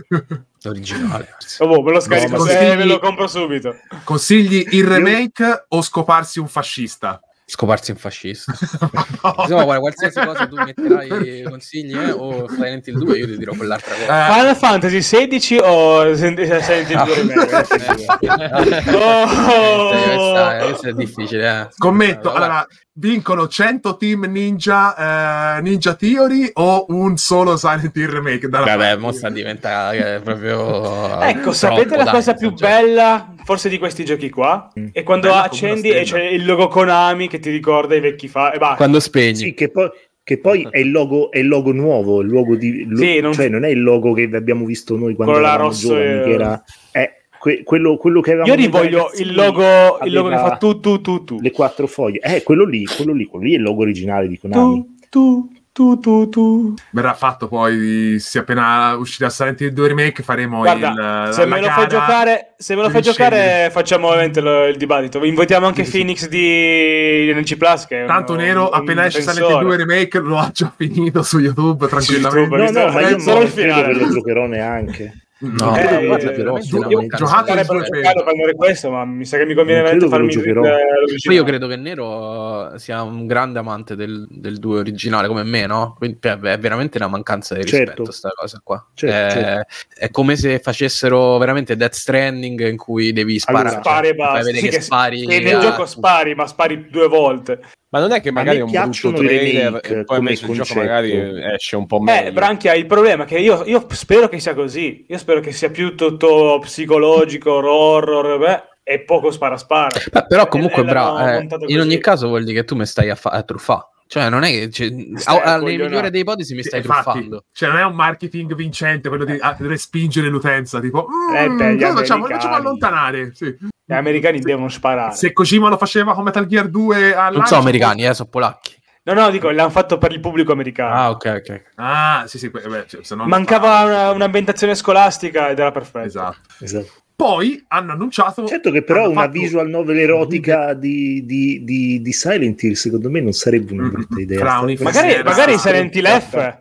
[SPEAKER 5] Originale.
[SPEAKER 2] Oh, boh, me lo scarico
[SPEAKER 6] No, ma
[SPEAKER 2] se-
[SPEAKER 6] consigli-
[SPEAKER 2] me lo compro subito.
[SPEAKER 6] Eh. Consigli il remake o scoparsi un fascista?
[SPEAKER 5] Scoparsi un fascista.
[SPEAKER 6] Insomma,
[SPEAKER 5] Insomma, guarda, qualsiasi cosa tu metterai consigli eh, o Silent Hill 2, io ti dirò quell'altra cosa.
[SPEAKER 2] Final Fantasy 16 o Silent Hill
[SPEAKER 5] Ah.
[SPEAKER 2] 2 Remake?
[SPEAKER 5] Eh,
[SPEAKER 4] Oh!
[SPEAKER 5] questa, questa è difficile. eh.
[SPEAKER 6] Scommetto,
[SPEAKER 5] Guarda,
[SPEAKER 6] allora, vincono 100 team ninja, eh, ninja Theory o un solo Silent Hill remake? Dalla
[SPEAKER 5] Vabbè,
[SPEAKER 6] parte.
[SPEAKER 5] mo sta diventando eh, proprio.
[SPEAKER 2] Ecco,
[SPEAKER 5] troppo,
[SPEAKER 2] sapete la
[SPEAKER 5] dai,
[SPEAKER 2] cosa più
[SPEAKER 5] esagerato.
[SPEAKER 2] bella forse di questi giochi qua?
[SPEAKER 4] Mm.
[SPEAKER 2] È quando
[SPEAKER 6] Bella come
[SPEAKER 2] accendi
[SPEAKER 6] una
[SPEAKER 2] e c'è
[SPEAKER 6] stella.
[SPEAKER 2] il logo Konami che ti ricorda i vecchi fa e basta.
[SPEAKER 5] Quando spegni.
[SPEAKER 4] Sì, che poi, che poi è, il logo, è il logo nuovo, il logo di, lo-
[SPEAKER 2] Sì, non-
[SPEAKER 4] cioè non è il logo che abbiamo visto noi quando
[SPEAKER 2] Quello là
[SPEAKER 4] eravamo
[SPEAKER 2] rosso
[SPEAKER 4] giovani,
[SPEAKER 2] e-
[SPEAKER 4] che era... eh, que- quello, quello che avevamo
[SPEAKER 2] Io
[SPEAKER 4] noi
[SPEAKER 2] rivoglio
[SPEAKER 4] ragazzini
[SPEAKER 2] il logo, il
[SPEAKER 4] aveva
[SPEAKER 2] logo che fa tu tu tu tu.
[SPEAKER 4] le quattro foglie eh quello lì quello lì quello lì è il logo originale di Konami
[SPEAKER 2] Tu tu tu tu tu.
[SPEAKER 6] verrà fatto poi se appena uscirà Silent Hill 2 Remake faremo
[SPEAKER 2] Guarda,
[SPEAKER 6] il, la-
[SPEAKER 2] se me lo
[SPEAKER 6] la
[SPEAKER 2] fai
[SPEAKER 6] gara.
[SPEAKER 2] giocare, se me lo
[SPEAKER 6] tu
[SPEAKER 2] fai
[SPEAKER 6] mi
[SPEAKER 2] giocare
[SPEAKER 6] scegli.
[SPEAKER 2] facciamo ovviamente lo- il dibattito. Invochiamo anche
[SPEAKER 6] Sì, sì.
[SPEAKER 2] Phoenix di NC Plus che è un-
[SPEAKER 6] tanto
[SPEAKER 2] un
[SPEAKER 6] Nero appena esce Silent Hill
[SPEAKER 2] difensore. Eh,
[SPEAKER 6] 2 Remake lo ha già finito su YouTube
[SPEAKER 2] YouTube,
[SPEAKER 6] tranquillamente
[SPEAKER 4] no no ma io
[SPEAKER 2] Solo
[SPEAKER 4] non
[SPEAKER 2] il
[SPEAKER 4] credo
[SPEAKER 2] finale.
[SPEAKER 4] che lo giocherò neanche
[SPEAKER 5] No,
[SPEAKER 2] Eh,
[SPEAKER 5] guarda,
[SPEAKER 2] guarda,
[SPEAKER 5] però,
[SPEAKER 2] veramente
[SPEAKER 6] no,
[SPEAKER 5] veramente.
[SPEAKER 6] giocate
[SPEAKER 2] Sarebbe
[SPEAKER 6] Sarebbe
[SPEAKER 2] peccato prendere questo, ma mi sa che mi conviene
[SPEAKER 4] Non
[SPEAKER 2] veramente
[SPEAKER 4] credo che
[SPEAKER 2] farmi
[SPEAKER 4] lo giocherò.
[SPEAKER 2] il- eh, l'originale.
[SPEAKER 5] Poi io credo che Nero eh, sia un grande amante del, del duo originale come me, no? Quindi cioè, è veramente una mancanza di rispetto
[SPEAKER 4] Certo.
[SPEAKER 5] questa cosa qua.
[SPEAKER 4] Certo,
[SPEAKER 5] Eh, È come se facessero veramente Death Stranding in cui devi sparare.
[SPEAKER 4] Allora,
[SPEAKER 2] Spari e
[SPEAKER 5] fai
[SPEAKER 2] basta.
[SPEAKER 5] vedere
[SPEAKER 2] Sì,
[SPEAKER 5] che
[SPEAKER 2] che-
[SPEAKER 5] spari
[SPEAKER 2] che nel
[SPEAKER 5] a-
[SPEAKER 2] gioco spari, ma spari due volte.
[SPEAKER 3] Ma non è che
[SPEAKER 4] me
[SPEAKER 3] magari è un brutto
[SPEAKER 4] piacciono i
[SPEAKER 3] trailer
[SPEAKER 4] remake
[SPEAKER 3] e poi
[SPEAKER 4] come
[SPEAKER 3] invece il gioco
[SPEAKER 4] concetto.
[SPEAKER 3] magari esce un po' meglio.
[SPEAKER 2] Eh, Branchia, il problema è che io, io spero che sia così. Io spero che sia più tutto psicologico, horror, beh, e poco spara-spara.
[SPEAKER 5] Beh, però comunque,
[SPEAKER 2] E- e l'hanno
[SPEAKER 5] bravo, eh,
[SPEAKER 2] montato
[SPEAKER 5] in
[SPEAKER 2] così.
[SPEAKER 5] ogni caso vuol dire che tu mi stai a, fa- a truffare. Cioè, non è che... cioè,
[SPEAKER 2] Stai
[SPEAKER 5] a-
[SPEAKER 2] a
[SPEAKER 5] alle
[SPEAKER 2] coglionare.
[SPEAKER 5] migliori delle ipotesi mi stai
[SPEAKER 6] Infatti,
[SPEAKER 5] truffando.
[SPEAKER 6] cioè non è un marketing vincente quello di ah, respingere l'utenza tipo "Mm,
[SPEAKER 2] Eh, beh, gli
[SPEAKER 6] cosa facciamo?
[SPEAKER 2] americani.
[SPEAKER 6] Lo facciamo allontanare sì.
[SPEAKER 2] Gli americani devono sparare.
[SPEAKER 6] se Kojima lo faceva con Metal Gear 2 al
[SPEAKER 5] Non
[SPEAKER 6] lancio-
[SPEAKER 5] sono americani, eh, sono polacchi.
[SPEAKER 2] No, no, dico, l'hanno fatto per il pubblico americano.
[SPEAKER 5] Ah, ok, ok.
[SPEAKER 6] ah sì sì que- beh, cioè, se no non
[SPEAKER 2] Mancava
[SPEAKER 6] parla.
[SPEAKER 2] una- un'ambientazione scolastica ed era perfetto.
[SPEAKER 6] esatto
[SPEAKER 4] esatto.
[SPEAKER 6] poi hanno annunciato
[SPEAKER 4] certo che però
[SPEAKER 6] hanno
[SPEAKER 4] una
[SPEAKER 6] fatto-
[SPEAKER 4] visual novel erotica di, di- di- di Silent Hill secondo me non sarebbe una
[SPEAKER 6] Mm,
[SPEAKER 4] brutta idea
[SPEAKER 6] fra
[SPEAKER 4] Sta-
[SPEAKER 6] un-
[SPEAKER 2] Magari,
[SPEAKER 6] Sì,
[SPEAKER 2] magari
[SPEAKER 6] era-
[SPEAKER 2] Silent Hill F.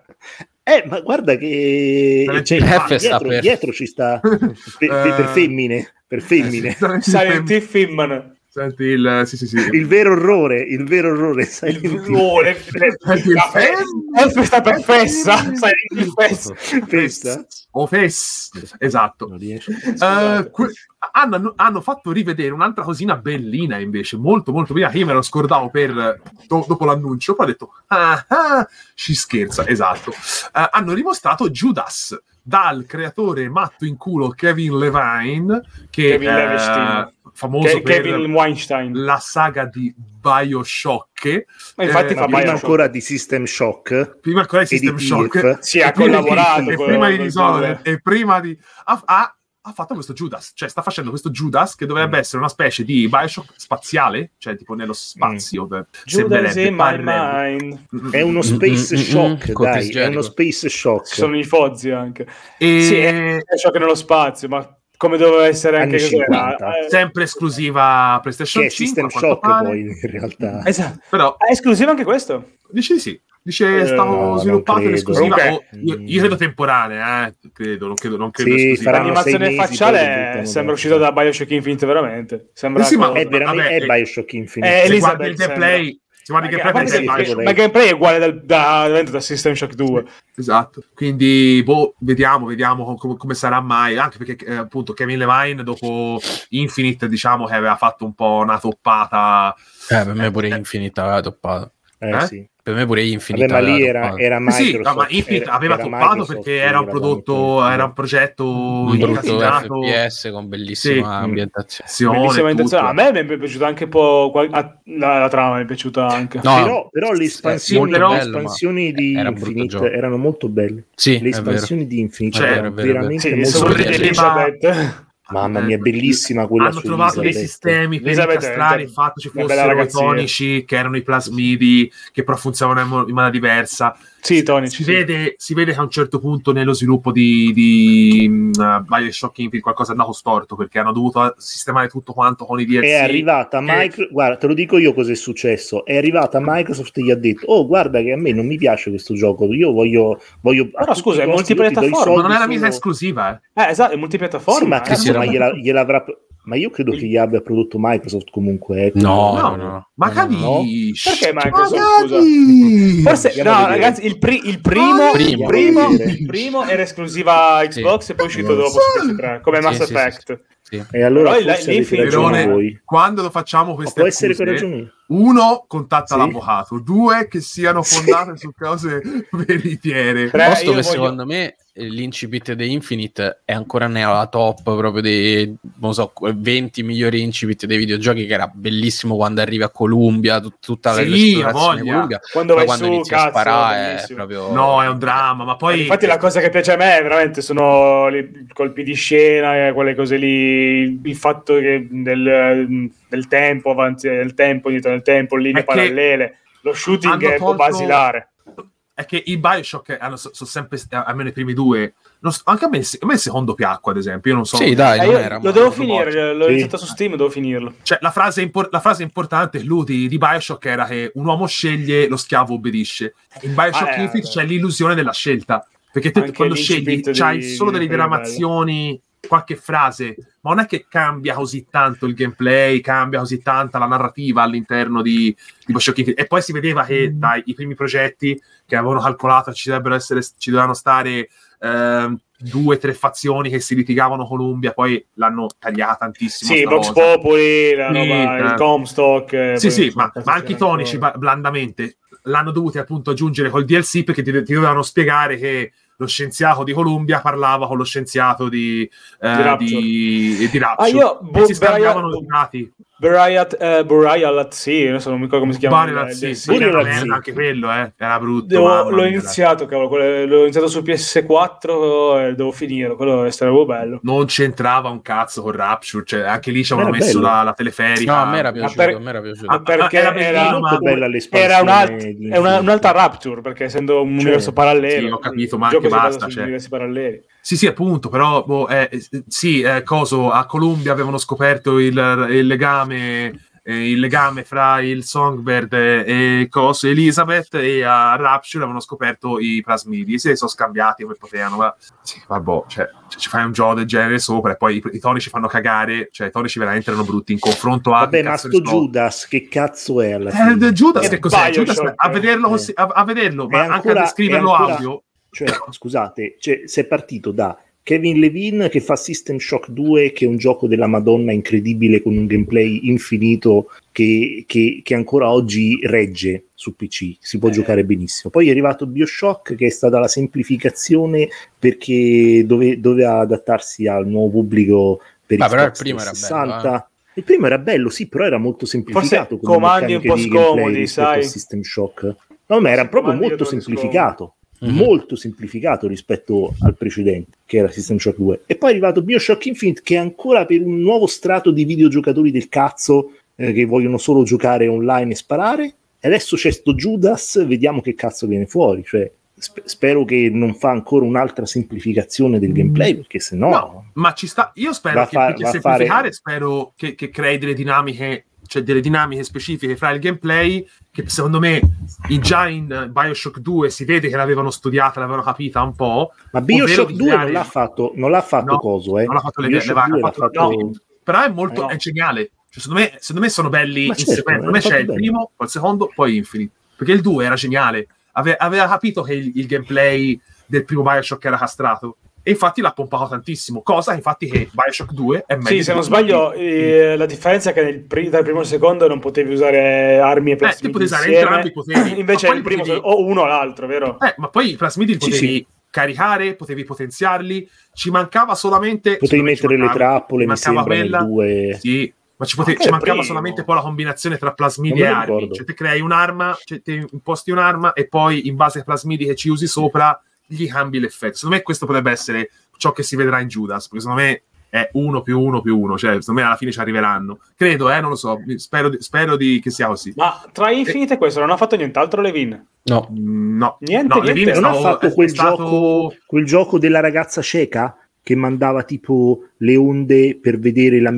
[SPEAKER 4] eh ma guarda che
[SPEAKER 6] Silent
[SPEAKER 4] cioè,
[SPEAKER 6] Hill
[SPEAKER 4] qua
[SPEAKER 5] F sta
[SPEAKER 4] dietro,
[SPEAKER 5] per-
[SPEAKER 4] dietro ci sta per, per- per
[SPEAKER 6] Eh,
[SPEAKER 4] femmine per femmine
[SPEAKER 6] eh, sì,
[SPEAKER 2] Silent Hill Filman.
[SPEAKER 6] Silent Hill, eh, sì, sì, sì.
[SPEAKER 4] il vero orrore il vero orrore
[SPEAKER 2] Il
[SPEAKER 4] Silent Hill.
[SPEAKER 2] oh, le- le-
[SPEAKER 6] Silent Hill
[SPEAKER 2] la fe-
[SPEAKER 6] Film.
[SPEAKER 2] F sta per fessa.
[SPEAKER 6] Film.
[SPEAKER 2] Silent Hill fessa.
[SPEAKER 4] Festa?
[SPEAKER 6] O Fes, esatto.
[SPEAKER 4] Non riesco.
[SPEAKER 6] Eh, que- hanno, hanno fatto rivedere un'altra cosina bellina invece, molto molto bella, che io me lo scordavo per, do- dopo l'annuncio, poi ho detto, ah, ah, ci scherza, esatto. Eh, hanno rimostrato Judas dal creatore matto in culo Kevin Levine, che
[SPEAKER 2] Kevin
[SPEAKER 6] eh,
[SPEAKER 2] Levestein.
[SPEAKER 6] famoso
[SPEAKER 2] Ke-
[SPEAKER 6] per
[SPEAKER 2] Kevin Weinstein.
[SPEAKER 6] la saga di Bioshock,
[SPEAKER 2] Ma infatti
[SPEAKER 6] eh,
[SPEAKER 2] fa
[SPEAKER 6] ma
[SPEAKER 4] prima
[SPEAKER 2] Bioshock.
[SPEAKER 4] ancora di System Shock
[SPEAKER 6] prima ancora di
[SPEAKER 4] e di
[SPEAKER 6] Cioè, System Shock,
[SPEAKER 4] TF.
[SPEAKER 2] Sì, ha
[SPEAKER 6] E prima di-
[SPEAKER 2] collaborato.
[SPEAKER 6] e
[SPEAKER 2] con-
[SPEAKER 6] prima di
[SPEAKER 2] con-
[SPEAKER 6] Dishonored e prima di ha, ha- ha fatto questo Judas cioè sta facendo questo Judas che
[SPEAKER 4] Mm.
[SPEAKER 6] dovrebbe essere una specie di Bioshock spaziale cioè tipo nello spazio per-
[SPEAKER 2] Judas
[SPEAKER 6] sembrerebbe,
[SPEAKER 2] in my
[SPEAKER 6] parrebbe.
[SPEAKER 2] mind.
[SPEAKER 6] Mm, mm.
[SPEAKER 4] è uno space
[SPEAKER 5] Mm, mm, mm,
[SPEAKER 4] shock
[SPEAKER 5] mm,
[SPEAKER 4] dai
[SPEAKER 5] Curtis
[SPEAKER 4] è uno
[SPEAKER 5] Jericho.
[SPEAKER 4] space shock
[SPEAKER 2] Ci sono i fozzi anche.
[SPEAKER 6] e
[SPEAKER 2] Sì, è che nello spazio, ma come doveva essere anche
[SPEAKER 4] Anni
[SPEAKER 2] cos'era?
[SPEAKER 4] 50.
[SPEAKER 2] Eh,
[SPEAKER 6] sempre esclusiva
[SPEAKER 4] che
[SPEAKER 6] PlayStation
[SPEAKER 4] è
[SPEAKER 6] 5
[SPEAKER 4] System
[SPEAKER 6] a quanto
[SPEAKER 4] Shock
[SPEAKER 6] pare.
[SPEAKER 4] poi in realtà
[SPEAKER 2] Esatto.
[SPEAKER 6] però
[SPEAKER 2] È esclusivo anche questo?
[SPEAKER 6] dice di sì dice
[SPEAKER 2] Eh,
[SPEAKER 6] è stato
[SPEAKER 2] no,
[SPEAKER 4] non
[SPEAKER 6] sviluppato in
[SPEAKER 4] credo.
[SPEAKER 6] esclusiva
[SPEAKER 2] Comunque-
[SPEAKER 6] o- io, io credo temporanea eh, credo non credo non
[SPEAKER 4] Sì,
[SPEAKER 6] credo esclusiva.
[SPEAKER 4] faranno
[SPEAKER 2] L'animazione
[SPEAKER 4] sei mesi, poi lo
[SPEAKER 2] facciale
[SPEAKER 4] buttano
[SPEAKER 2] sembra
[SPEAKER 4] dentro.
[SPEAKER 2] uscita da Bioshock Infinite, veramente. Sembra
[SPEAKER 6] Eh Sì, sì, ma-
[SPEAKER 2] cosa-
[SPEAKER 4] Eh è veramente
[SPEAKER 6] vabbè,
[SPEAKER 4] è Bioshock Infinite
[SPEAKER 2] Eh,
[SPEAKER 6] se
[SPEAKER 2] Elizabeth
[SPEAKER 6] guardi il
[SPEAKER 2] sembra.
[SPEAKER 6] gameplay se guardi il
[SPEAKER 2] Ma-
[SPEAKER 6] gameplay
[SPEAKER 2] ma-
[SPEAKER 6] pensi
[SPEAKER 4] perché-
[SPEAKER 6] a Bioshock.
[SPEAKER 2] ma il gameplay è uguale dal- da, da, da System Shock 2.
[SPEAKER 6] Esatto, quindi boh, vediamo, vediamo com- come, sarà mai, anche perché eh, appunto Kevin Levine dopo Infinite diciamo che aveva fatto un po' una toppata,
[SPEAKER 5] Eh, per me pure Infinite aveva toppato.
[SPEAKER 4] Eh,
[SPEAKER 6] eh?
[SPEAKER 4] sì.
[SPEAKER 5] Per me pure
[SPEAKER 4] Vabbè,
[SPEAKER 5] Infinite
[SPEAKER 4] ma lì
[SPEAKER 5] aveva
[SPEAKER 4] era,
[SPEAKER 5] toppato.
[SPEAKER 4] era
[SPEAKER 6] Eh sì,
[SPEAKER 4] Microsoft
[SPEAKER 6] no, ma Infinite
[SPEAKER 4] era-
[SPEAKER 6] aveva
[SPEAKER 4] era
[SPEAKER 6] toppato
[SPEAKER 4] Microsoft
[SPEAKER 6] perché
[SPEAKER 4] che
[SPEAKER 6] era un
[SPEAKER 4] era
[SPEAKER 6] prodotto,
[SPEAKER 4] comunque-
[SPEAKER 6] era un progetto
[SPEAKER 5] un brutto
[SPEAKER 6] incasinato,
[SPEAKER 5] FPS con bellissima
[SPEAKER 6] Sì.
[SPEAKER 5] ambientazione.
[SPEAKER 6] azione,
[SPEAKER 2] Bellissima
[SPEAKER 6] tutto.
[SPEAKER 2] intenzione. A me mi è piaciuta anche un po' qual- a- la, la trama, mi è piaciuta anche.
[SPEAKER 5] No,
[SPEAKER 4] però, però le espansioni,
[SPEAKER 6] molto
[SPEAKER 4] le
[SPEAKER 5] bello, ma
[SPEAKER 4] espansioni di
[SPEAKER 5] era un brutto
[SPEAKER 4] Infinite
[SPEAKER 5] gioco.
[SPEAKER 4] erano molto belle
[SPEAKER 5] Sì,
[SPEAKER 4] le
[SPEAKER 5] è vero.
[SPEAKER 4] espansioni di Infinite
[SPEAKER 6] Cioè,
[SPEAKER 4] erano
[SPEAKER 5] è vero, è vero.
[SPEAKER 4] veramente
[SPEAKER 2] Sì,
[SPEAKER 4] molto
[SPEAKER 2] sono
[SPEAKER 5] sorride
[SPEAKER 4] belle
[SPEAKER 2] di
[SPEAKER 5] bellissimo.
[SPEAKER 2] Elizabeth.
[SPEAKER 4] Mamma mia, bellissima quella
[SPEAKER 6] hanno
[SPEAKER 4] su
[SPEAKER 6] trovato dei
[SPEAKER 4] Elizabeth.
[SPEAKER 6] sistemi per
[SPEAKER 2] Elizabeth è
[SPEAKER 6] incastrare
[SPEAKER 2] una-
[SPEAKER 6] il fatto ci
[SPEAKER 2] una bella
[SPEAKER 6] fossero i
[SPEAKER 2] ragazzina.
[SPEAKER 6] tonici che erano i plasmidi che però funzionavano in mo- in maniera diversa
[SPEAKER 2] Sì, Tony.
[SPEAKER 6] si, vede, si vede che a un certo punto nello sviluppo di, di mh, Bioshock Infinite qualcosa è andato storto perché hanno dovuto eh, sistemare tutto quanto con i DLC.
[SPEAKER 4] è arrivata Microsoft, guarda, te lo dico io cosa è successo. È arrivata Microsoft e gli ha detto: Oh, guarda, che a me non mi piace questo gioco. Io voglio. voglio
[SPEAKER 2] Però, scusa, è multipiattaforma,
[SPEAKER 6] Ma non è la
[SPEAKER 4] mia
[SPEAKER 6] misa esclusiva, eh.
[SPEAKER 2] Eh, esatto, è multipiattaforma.
[SPEAKER 4] ma,
[SPEAKER 2] eh.
[SPEAKER 4] cazzo,
[SPEAKER 5] Sì, sì,
[SPEAKER 4] ma
[SPEAKER 5] era-
[SPEAKER 4] gliela- gliel'avrà- ma io credo che gli abbia prodotto Microsoft comunque. eh.
[SPEAKER 5] No,
[SPEAKER 6] No,
[SPEAKER 5] no, no.
[SPEAKER 6] Ma
[SPEAKER 5] No, no, no.
[SPEAKER 6] cadi,
[SPEAKER 2] Perché Microsoft,
[SPEAKER 6] Magari!
[SPEAKER 2] Forse,
[SPEAKER 4] Andiamo a
[SPEAKER 2] no,
[SPEAKER 4] vedere.
[SPEAKER 2] ragazzi, il, pri- il primo, il
[SPEAKER 5] Primo.
[SPEAKER 2] primo,
[SPEAKER 4] Andiamo a
[SPEAKER 2] il primo era esclusiva
[SPEAKER 5] Sì.
[SPEAKER 2] Xbox e poi è uscito dopo su PS3, come
[SPEAKER 5] Sì,
[SPEAKER 2] Mass
[SPEAKER 5] sì, sì,
[SPEAKER 2] Effect.
[SPEAKER 5] Sì.
[SPEAKER 4] E allora
[SPEAKER 2] Però il-
[SPEAKER 4] forse avete
[SPEAKER 2] l'Infinite-
[SPEAKER 4] ragione
[SPEAKER 6] Verone,
[SPEAKER 4] voi.
[SPEAKER 6] Quando lo facciamo
[SPEAKER 4] Ma
[SPEAKER 6] queste
[SPEAKER 4] può essere che
[SPEAKER 6] accuse,
[SPEAKER 4] ragioni. io.
[SPEAKER 6] uno contatta
[SPEAKER 4] Sì.
[SPEAKER 6] l'avvocato, due che siano
[SPEAKER 4] Sì.
[SPEAKER 6] fondate su cose veritiere.
[SPEAKER 2] Tre,
[SPEAKER 5] Posto
[SPEAKER 2] io
[SPEAKER 5] che
[SPEAKER 2] voglio-
[SPEAKER 5] secondo me eh, l'incipit di Infinite è ancora nella top proprio dei non so, que- 20 migliori incipit dei videogiochi che era bellissimo quando arrivi a Columbia, tut- tutta
[SPEAKER 6] Sì, ha
[SPEAKER 5] l'esplorazione
[SPEAKER 6] voglia.
[SPEAKER 5] di Columbia,
[SPEAKER 2] Quando vai
[SPEAKER 5] poi quando
[SPEAKER 2] su,
[SPEAKER 5] inizi
[SPEAKER 2] cazzo,
[SPEAKER 5] a sparare è
[SPEAKER 2] bellissimo.
[SPEAKER 5] proprio
[SPEAKER 6] No, è un dramma, ma poi
[SPEAKER 2] Infatti la cosa che piace a me veramente sono i colpi di scena, eh, quelle cose lì il, il fatto che del, del tempo, avanti nel tempo, dietro nel tempo, linee
[SPEAKER 6] È che
[SPEAKER 2] parallele, lo shooting
[SPEAKER 6] hanno
[SPEAKER 2] è un po'
[SPEAKER 6] tolto-
[SPEAKER 2] basilare.
[SPEAKER 6] è che i Bioshock eh, hanno, sono sempre, st- almeno i primi due, non so- anche a me, il se- a me il secondo piacque, ad esempio, io non so.
[SPEAKER 5] Sì, dai,
[SPEAKER 2] Eh,
[SPEAKER 5] non
[SPEAKER 2] io
[SPEAKER 5] era
[SPEAKER 2] lo
[SPEAKER 5] male.
[SPEAKER 2] devo
[SPEAKER 6] molto
[SPEAKER 2] finire, l'ho
[SPEAKER 4] Sì.
[SPEAKER 2] iniziato su Steam, devo finirlo.
[SPEAKER 6] Cioè, la frase, impor- la frase importante Lou, di, di Bioshock era che un uomo sceglie, lo schiavo obbedisce. In Bioshock
[SPEAKER 2] Ah, eh,
[SPEAKER 6] Infinite
[SPEAKER 2] vabbè.
[SPEAKER 6] c'è l'illusione della scelta, perché te
[SPEAKER 2] Anche
[SPEAKER 6] quando scegli
[SPEAKER 2] l'incipit
[SPEAKER 6] c'hai
[SPEAKER 2] di-
[SPEAKER 6] solo
[SPEAKER 2] di
[SPEAKER 6] delle
[SPEAKER 2] Fairy Tail.
[SPEAKER 6] diramazioni, qualche frase, ma non è che cambia così tanto il gameplay, cambia così tanta la narrativa all'interno di, di Bioshock Infinite. E poi si vedeva che
[SPEAKER 2] Mm.
[SPEAKER 6] dai, i primi progetti che avevano calcolato ci, dovrebbero essere, ci dovevano stare... ehm, due tre fazioni che si litigavano Columbia poi l'hanno tagliata tantissimo
[SPEAKER 2] Sì,
[SPEAKER 6] sta
[SPEAKER 2] Vox
[SPEAKER 6] cosa.
[SPEAKER 2] Populi, la
[SPEAKER 6] Sì,
[SPEAKER 2] roba, il
[SPEAKER 6] eh.
[SPEAKER 2] Comstock. eh,
[SPEAKER 6] Sì,
[SPEAKER 2] poi,
[SPEAKER 6] sì,
[SPEAKER 2] insomma,
[SPEAKER 6] ma,
[SPEAKER 2] cose
[SPEAKER 6] ma anche i
[SPEAKER 2] che erano
[SPEAKER 6] tonici,
[SPEAKER 2] ancora-
[SPEAKER 6] ba- blandamente, l'hanno dovuti appunto aggiungere col DLC perché ti, ti dovevano spiegare che lo scienziato di Columbia parlava con lo scienziato di, eh,
[SPEAKER 2] Di Rapture.
[SPEAKER 6] di, di, Rapture.
[SPEAKER 2] Ah, io-
[SPEAKER 6] E
[SPEAKER 2] boh,
[SPEAKER 6] si scambiavano
[SPEAKER 2] Brian-
[SPEAKER 6] i dati.
[SPEAKER 2] Burial, eh, Burial at Sea, adesso non mi ricordo come si chiama.
[SPEAKER 6] Burial at
[SPEAKER 2] il-
[SPEAKER 6] Sea,
[SPEAKER 2] il-
[SPEAKER 6] sì,
[SPEAKER 2] Burial
[SPEAKER 6] era
[SPEAKER 2] at
[SPEAKER 6] una merda
[SPEAKER 2] Sea.
[SPEAKER 6] anche quello, eh, era brutto.
[SPEAKER 2] Devo-
[SPEAKER 6] mamma
[SPEAKER 2] l'ho
[SPEAKER 6] mia.
[SPEAKER 2] iniziato, cavolo, quello- l'ho iniziato su PS4 e devo finire, quello è stato bello.
[SPEAKER 6] Non c'entrava un cazzo con Rapture, cioè anche lì ci avevano
[SPEAKER 4] Era
[SPEAKER 6] messo
[SPEAKER 4] bello.
[SPEAKER 6] la, la teleferica.
[SPEAKER 5] No, a me era piaciuto,
[SPEAKER 2] per-
[SPEAKER 5] a me era piaciuto.
[SPEAKER 2] Ma perché
[SPEAKER 6] Ah, era
[SPEAKER 2] era,
[SPEAKER 6] bellino, ma-
[SPEAKER 4] molto bella l'espansione
[SPEAKER 2] era un'alt-
[SPEAKER 4] di
[SPEAKER 2] è una-
[SPEAKER 4] Infinite.
[SPEAKER 2] un'altra Rapture, perché essendo un
[SPEAKER 4] Cioè,
[SPEAKER 2] universo parallelo,
[SPEAKER 6] sì, ho capito,
[SPEAKER 2] il
[SPEAKER 6] ma anche
[SPEAKER 2] gioco si basa
[SPEAKER 6] basta,
[SPEAKER 2] su
[SPEAKER 6] cioè.
[SPEAKER 2] universi paralleli.
[SPEAKER 6] Sì, sì, appunto, però boh, eh, eh, sì, eh, coso, a Columbia avevano scoperto il, il legame eh, il legame fra il Songbird e, e coso Elizabeth e a Rapture avevano scoperto i plasmidi, si sono scambiati come potevano, ma sì, vabbè, cioè, cioè, ci fai un gioco del genere sopra e poi i, i tonici fanno cagare, cioè i tonici veramente erano brutti in confronto a
[SPEAKER 4] Vabbè,
[SPEAKER 6] che
[SPEAKER 4] ma
[SPEAKER 6] cazzo ne
[SPEAKER 4] sto
[SPEAKER 6] so.
[SPEAKER 4] Judas, che cazzo è alla
[SPEAKER 6] Eh,
[SPEAKER 4] fine?
[SPEAKER 6] Judas che
[SPEAKER 2] Eh,
[SPEAKER 6] cos'è?
[SPEAKER 2] Bioshock,
[SPEAKER 6] Judas, a vederlo, così- a, a
[SPEAKER 4] eh.
[SPEAKER 6] vederlo,
[SPEAKER 4] È
[SPEAKER 6] ma anche a
[SPEAKER 4] ancora-
[SPEAKER 6] descriverlo
[SPEAKER 4] è ancora-
[SPEAKER 6] audio
[SPEAKER 4] Cioè, scusate, cioè, si è partito da Kevin Levin che fa System Shock 2, che è un gioco della Madonna incredibile con un gameplay infinito che, che- che ancora oggi regge su PC, si
[SPEAKER 5] Eh.
[SPEAKER 4] può giocare benissimo. Poi è arrivato Bioshock che è stata la semplificazione perché dove- doveva adattarsi al nuovo pubblico per
[SPEAKER 5] Beh, però il
[SPEAKER 4] Xbox
[SPEAKER 5] primo era bello, eh.
[SPEAKER 4] 60. Il primo era bello, sì, però era molto semplificato. con le
[SPEAKER 2] comandi un
[SPEAKER 4] meccaniche
[SPEAKER 2] po'
[SPEAKER 4] di gameplay
[SPEAKER 2] scomodi,
[SPEAKER 4] rispetto
[SPEAKER 2] sai.
[SPEAKER 4] al System Shock. No, ma era
[SPEAKER 2] Sì,
[SPEAKER 4] proprio
[SPEAKER 2] comandi
[SPEAKER 4] molto
[SPEAKER 2] che trovi
[SPEAKER 4] semplificato
[SPEAKER 5] Mhm.
[SPEAKER 4] molto semplificato rispetto al precedente che era System Shock 2 e poi è arrivato Bioshock Infinite che è ancora per un nuovo strato di videogiocatori del cazzo eh, che vogliono solo giocare online e sparare e adesso c'è sto Judas vediamo che cazzo viene fuori cioè, sp- spero che non fa ancora un'altra semplificazione del gameplay perché se no,
[SPEAKER 6] No, ma ci sta. Io spero
[SPEAKER 4] Va a
[SPEAKER 6] che
[SPEAKER 4] fa-
[SPEAKER 6] più che
[SPEAKER 4] va a
[SPEAKER 6] semplificare,
[SPEAKER 4] fare-
[SPEAKER 6] spero che, che crei delle dinamiche, cioè delle dinamiche specifiche fra il gameplay. Che secondo me in- già in eh, Bioshock 2 si vede che l'avevano studiata, l'avevano capita un po'.
[SPEAKER 4] ma
[SPEAKER 6] Ovvero
[SPEAKER 4] Bioshock
[SPEAKER 6] di
[SPEAKER 4] 2 non
[SPEAKER 6] creare-
[SPEAKER 4] l'ha fatto non l'ha fatto
[SPEAKER 6] No,
[SPEAKER 4] coso eh.
[SPEAKER 6] non l'ha fatto le-
[SPEAKER 4] Bioshock
[SPEAKER 6] le varie,
[SPEAKER 4] 2
[SPEAKER 6] ha
[SPEAKER 4] l'ha
[SPEAKER 6] fatto-
[SPEAKER 4] fatto-
[SPEAKER 6] no. Però è molto
[SPEAKER 2] No.
[SPEAKER 6] è geniale. Cioè, secondo, me, secondo me sono belli
[SPEAKER 4] Ma
[SPEAKER 6] in
[SPEAKER 4] certo,
[SPEAKER 6] sequenza. Secondo me
[SPEAKER 4] è
[SPEAKER 6] c'è
[SPEAKER 4] fatto
[SPEAKER 6] il
[SPEAKER 4] bene.
[SPEAKER 6] primo, poi il secondo, poi Infinite. Perché il 2 era geniale. Ave- aveva capito che il, il gameplay del primo Bioshock era castrato. E infatti l'ha pompato tantissimo. Cosa infatti che Bioshock 2 è meglio.
[SPEAKER 2] Sì, se non sbaglio, eh, la differenza è che nel pri- dal primo al secondo non potevi usare armi e plasmidi
[SPEAKER 6] tu Eh, potevi usare
[SPEAKER 2] insieme.
[SPEAKER 6] entrambi i poteri.
[SPEAKER 2] Invece
[SPEAKER 6] Ma poi
[SPEAKER 2] il primo
[SPEAKER 6] potevi-
[SPEAKER 2] o uno o l'altro, vero?
[SPEAKER 6] Eh, ma poi i plasmidi li
[SPEAKER 4] Sì,
[SPEAKER 6] potevi
[SPEAKER 4] sì.
[SPEAKER 6] caricare, potevi potenziarli. Ci mancava solamente.
[SPEAKER 4] potevi
[SPEAKER 6] secondo me ci
[SPEAKER 4] mettere le
[SPEAKER 6] mancava-
[SPEAKER 4] trappole mi
[SPEAKER 6] ci mancava
[SPEAKER 4] sembra
[SPEAKER 6] quella.
[SPEAKER 4] nel Eh, 2
[SPEAKER 6] Sì. Ma ci, pote-
[SPEAKER 2] Ma che
[SPEAKER 6] ci mancava
[SPEAKER 2] primo?
[SPEAKER 6] solamente poi la combinazione tra plasmidi e
[SPEAKER 4] Non me lo
[SPEAKER 6] armi.
[SPEAKER 4] ricordo.
[SPEAKER 6] Cioè, te crei un'arma, cioè, te imposti un'arma e poi in base ai plasmidi che ci usi sopra gli cambi l'effetto. Secondo me questo potrebbe essere ciò che si vedrà in Judas, perché secondo me è uno più uno più uno, cioè secondo me alla fine ci arriveranno. Credo, eh, non lo so, spero, di- spero di- che sia così.
[SPEAKER 2] Ma tra Infinite e questo non ha fatto nient'altro Levin.
[SPEAKER 5] No,
[SPEAKER 6] Mm, No,
[SPEAKER 2] Niente,
[SPEAKER 6] no,
[SPEAKER 2] niente.
[SPEAKER 6] Levine
[SPEAKER 4] non
[SPEAKER 6] è
[SPEAKER 4] ha
[SPEAKER 6] stato-
[SPEAKER 4] fatto
[SPEAKER 6] è
[SPEAKER 4] quel,
[SPEAKER 6] stato-
[SPEAKER 4] gioco, quel gioco della ragazza cieca che mandava tipo le onde per vedere
[SPEAKER 6] Non mi sa-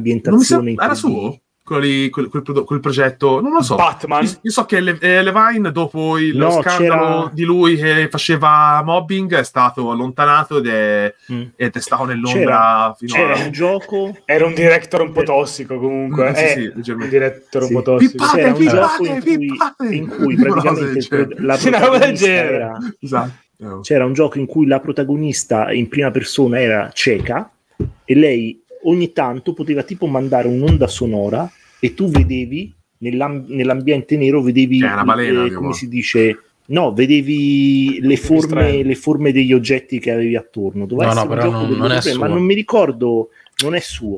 [SPEAKER 4] l'ambientazione in
[SPEAKER 6] era
[SPEAKER 4] 3D?
[SPEAKER 6] suo? Quello lì, quel, quel prodo- quel progetto, non lo so.
[SPEAKER 2] Batman.
[SPEAKER 6] Io, io so che Le- eh, Levine, dopo il
[SPEAKER 4] No,
[SPEAKER 6] scandalo
[SPEAKER 4] c'era-
[SPEAKER 6] di lui che faceva mobbing, è stato allontanato ed è,
[SPEAKER 4] Mm.
[SPEAKER 6] ed è stato nell'ombra fino
[SPEAKER 4] C'era
[SPEAKER 6] a.
[SPEAKER 4] un gioco
[SPEAKER 2] Era un director un po' tossico comunque.
[SPEAKER 6] Mm, sì,
[SPEAKER 2] eh,
[SPEAKER 6] sì,
[SPEAKER 2] un
[SPEAKER 6] leggermente.
[SPEAKER 2] director un
[SPEAKER 4] Sì.
[SPEAKER 2] po' tossico.
[SPEAKER 6] Pippate,
[SPEAKER 4] c'era un
[SPEAKER 6] pippate,
[SPEAKER 4] gioco in cui,
[SPEAKER 6] pippate.
[SPEAKER 4] in cui
[SPEAKER 6] Una cosa del
[SPEAKER 4] praticamente il pro-
[SPEAKER 6] genere.
[SPEAKER 4] la
[SPEAKER 2] Sì, una cosa del
[SPEAKER 4] protagonista
[SPEAKER 2] genere.
[SPEAKER 4] era-
[SPEAKER 6] Esatto. Eh,
[SPEAKER 4] c'era un gioco in cui la protagonista in prima persona era cieca e lei ogni tanto poteva tipo mandare un'onda sonora e tu vedevi nell'am- nell'ambiente nero vedevi
[SPEAKER 6] Cioè, una balena,
[SPEAKER 4] eh,
[SPEAKER 2] diciamo.
[SPEAKER 6] tipo.
[SPEAKER 4] come si dice no vedevi le forme,
[SPEAKER 2] strano.
[SPEAKER 4] le forme degli oggetti che avevi attorno doveva essere
[SPEAKER 5] No, no,
[SPEAKER 4] un
[SPEAKER 5] però
[SPEAKER 4] gioco
[SPEAKER 5] non-
[SPEAKER 4] del
[SPEAKER 5] non è
[SPEAKER 4] genere, ma
[SPEAKER 5] suo.
[SPEAKER 4] non mi ricordo non è suo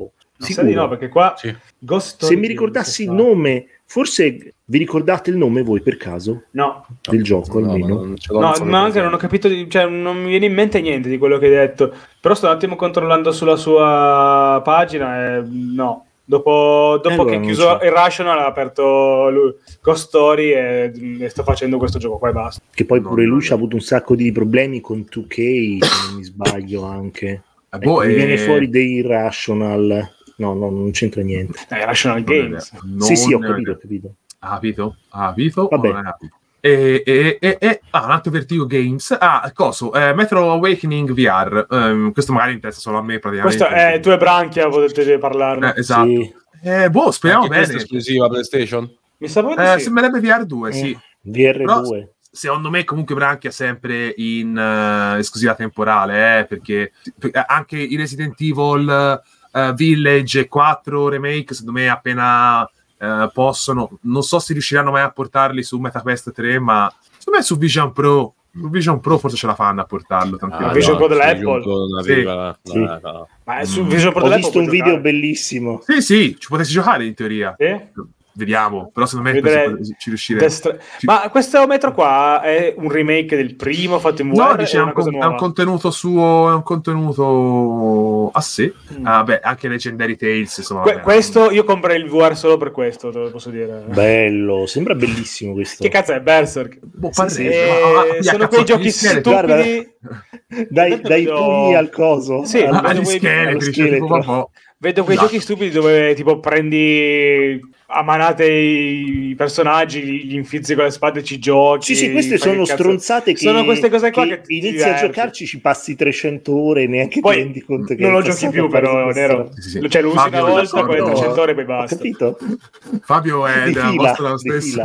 [SPEAKER 2] No, sai
[SPEAKER 4] sicuro
[SPEAKER 2] di no, perché qua
[SPEAKER 5] sì.
[SPEAKER 2] Ghost
[SPEAKER 4] se
[SPEAKER 2] Story
[SPEAKER 4] mi
[SPEAKER 2] Games
[SPEAKER 4] ricordassi il
[SPEAKER 2] fa-
[SPEAKER 4] nome Forse vi ricordate il nome voi per caso
[SPEAKER 2] No,
[SPEAKER 4] del gioco
[SPEAKER 3] No,
[SPEAKER 4] almeno?
[SPEAKER 3] ma non ce l'ho,
[SPEAKER 2] no,
[SPEAKER 3] non so
[SPEAKER 2] ma
[SPEAKER 3] cosa.
[SPEAKER 2] anche non ho capito, di- cioè non mi viene in mente niente di quello che hai detto. Però sto un attimo controllando sulla sua pagina e no. Dopo, dopo
[SPEAKER 4] allora
[SPEAKER 2] che ha
[SPEAKER 4] non
[SPEAKER 2] chiuso
[SPEAKER 4] c'è.
[SPEAKER 2] Irrational ha aperto lui, Ghost Story e, e sto facendo questo gioco qua e basta.
[SPEAKER 4] Che poi
[SPEAKER 6] No,
[SPEAKER 4] pure
[SPEAKER 6] no,
[SPEAKER 4] lui
[SPEAKER 6] no.
[SPEAKER 4] ci ha avuto un sacco di problemi con 2K, se non mi sbaglio anche.
[SPEAKER 6] Eh,
[SPEAKER 4] Ecco,
[SPEAKER 6] boh,
[SPEAKER 4] mi
[SPEAKER 6] eh,
[SPEAKER 4] viene fuori dei Irrational. No, no, non c'entra niente.
[SPEAKER 2] Dai, Irrational
[SPEAKER 6] non è
[SPEAKER 2] Eh, Games.
[SPEAKER 6] vero. Non
[SPEAKER 4] sì, sì, ho
[SPEAKER 6] è
[SPEAKER 4] capito, ho
[SPEAKER 6] vero. Ah,
[SPEAKER 4] capito.
[SPEAKER 6] Ha capito? Ha capito?
[SPEAKER 4] Vabbè.
[SPEAKER 6] O Oh, non ha capito? E, e, e, e- ah, un altro Vertigo Games. Ah, coso? eh, Metro Awakening VR. Ehm, questo magari interessa solo a me, praticamente.
[SPEAKER 2] Questo è due branchie, potete parlarne.
[SPEAKER 6] Eh, esatto.
[SPEAKER 4] Sì,
[SPEAKER 6] Eh, boh, speriamo
[SPEAKER 3] Anche
[SPEAKER 6] bene.
[SPEAKER 3] questa è esclusiva PlayStation?
[SPEAKER 2] Mi sa proprio di
[SPEAKER 6] Eh,
[SPEAKER 2] sì.
[SPEAKER 6] Sembrerebbe VR 2, sì.
[SPEAKER 4] Mm, VR2.
[SPEAKER 6] Secondo me comunque Branchia è sempre in eh, esclusiva temporale, eh, perché per- anche i Resident Evil eh, Village 4 Remake, secondo me appena eh, possono, non so se riusciranno mai a portarli su MetaQuest 3, ma secondo me su Vision Pro, su Vision Pro forse ce la fanno a portarlo
[SPEAKER 3] Ah,
[SPEAKER 6] tranquillamente.
[SPEAKER 2] Vision Pro dell'Apple.
[SPEAKER 3] Vision Pro non
[SPEAKER 6] Sì.
[SPEAKER 3] arriva.
[SPEAKER 4] Sì.
[SPEAKER 3] No, no. Mm.
[SPEAKER 2] Ma è Ah,
[SPEAKER 6] Mm.
[SPEAKER 2] su Vision Pro
[SPEAKER 4] Ho
[SPEAKER 2] dell'Apple
[SPEAKER 4] visto
[SPEAKER 2] puoi
[SPEAKER 4] un video
[SPEAKER 2] giocare.
[SPEAKER 4] bellissimo.
[SPEAKER 6] Sì, sì, ci potessi giocare in teoria.
[SPEAKER 2] Sì?
[SPEAKER 6] Vediamo, però secondo me
[SPEAKER 2] Vedrei-
[SPEAKER 6] penso che ci riusciremo.
[SPEAKER 2] Destra- Ma questo metro qua è un remake del primo fatto in VR?
[SPEAKER 6] No,
[SPEAKER 2] o
[SPEAKER 6] dice,
[SPEAKER 2] è
[SPEAKER 6] è
[SPEAKER 2] una
[SPEAKER 6] un,
[SPEAKER 2] cosa
[SPEAKER 6] con- è un
[SPEAKER 2] nuova?
[SPEAKER 6] contenuto suo, è un contenuto a sé.
[SPEAKER 2] Mm.
[SPEAKER 6] Ah, beh, anche Legendary Tales, insomma.
[SPEAKER 2] Que-
[SPEAKER 6] vabbè.
[SPEAKER 2] questo io comprei il VR solo per questo, te lo posso dire.
[SPEAKER 4] Bello, sembra bellissimo questo.
[SPEAKER 2] Che cazzo è Berserk?
[SPEAKER 6] Boh,
[SPEAKER 4] Sì,
[SPEAKER 6] parre-
[SPEAKER 4] sì.
[SPEAKER 6] ma- ma-
[SPEAKER 2] Eh,
[SPEAKER 6] via,
[SPEAKER 2] sono
[SPEAKER 6] ah, cazzo,
[SPEAKER 2] quei giochi
[SPEAKER 6] gli scheletri.
[SPEAKER 2] stupidi.
[SPEAKER 4] Guarda, Dai,
[SPEAKER 2] Tanto
[SPEAKER 4] dai
[SPEAKER 2] vedo-
[SPEAKER 4] pugni al coso.
[SPEAKER 2] Sì,
[SPEAKER 4] al-
[SPEAKER 6] Ah,
[SPEAKER 2] Guarda,
[SPEAKER 6] gli
[SPEAKER 2] voi-
[SPEAKER 6] scheletri,
[SPEAKER 4] allo
[SPEAKER 6] cioè, tipo,
[SPEAKER 4] scheletro.
[SPEAKER 6] vabbè.
[SPEAKER 2] Vedo quei
[SPEAKER 6] No.
[SPEAKER 2] giochi stupidi dove tipo prendi a manate i personaggi, li, li infizzi con le spade e ci giochi.
[SPEAKER 4] Sì, sì, queste
[SPEAKER 2] fai
[SPEAKER 4] sono
[SPEAKER 2] che cazzo-
[SPEAKER 4] stronzate che,
[SPEAKER 2] Sono queste cose qua che ti
[SPEAKER 4] inizi a
[SPEAKER 2] diverti.
[SPEAKER 4] giocarci, ci passi 300 ore, neanche
[SPEAKER 2] Poi
[SPEAKER 4] ti rendi conto che
[SPEAKER 2] Non
[SPEAKER 4] è
[SPEAKER 2] lo
[SPEAKER 4] passato
[SPEAKER 2] giochi più,
[SPEAKER 4] quasi
[SPEAKER 2] però,
[SPEAKER 4] questa-
[SPEAKER 2] Nero.
[SPEAKER 6] Sì, sì.
[SPEAKER 2] Cioè, lo usi
[SPEAKER 6] Fabio,
[SPEAKER 2] una volta, poi
[SPEAKER 6] d'accordo.
[SPEAKER 2] 300 ore e poi
[SPEAKER 4] Ho
[SPEAKER 2] basta.
[SPEAKER 4] capito?
[SPEAKER 6] Fabio è
[SPEAKER 4] Di
[SPEAKER 6] della
[SPEAKER 4] fila,
[SPEAKER 6] vostra Eh, lo
[SPEAKER 4] di
[SPEAKER 6] stesso.
[SPEAKER 4] fila.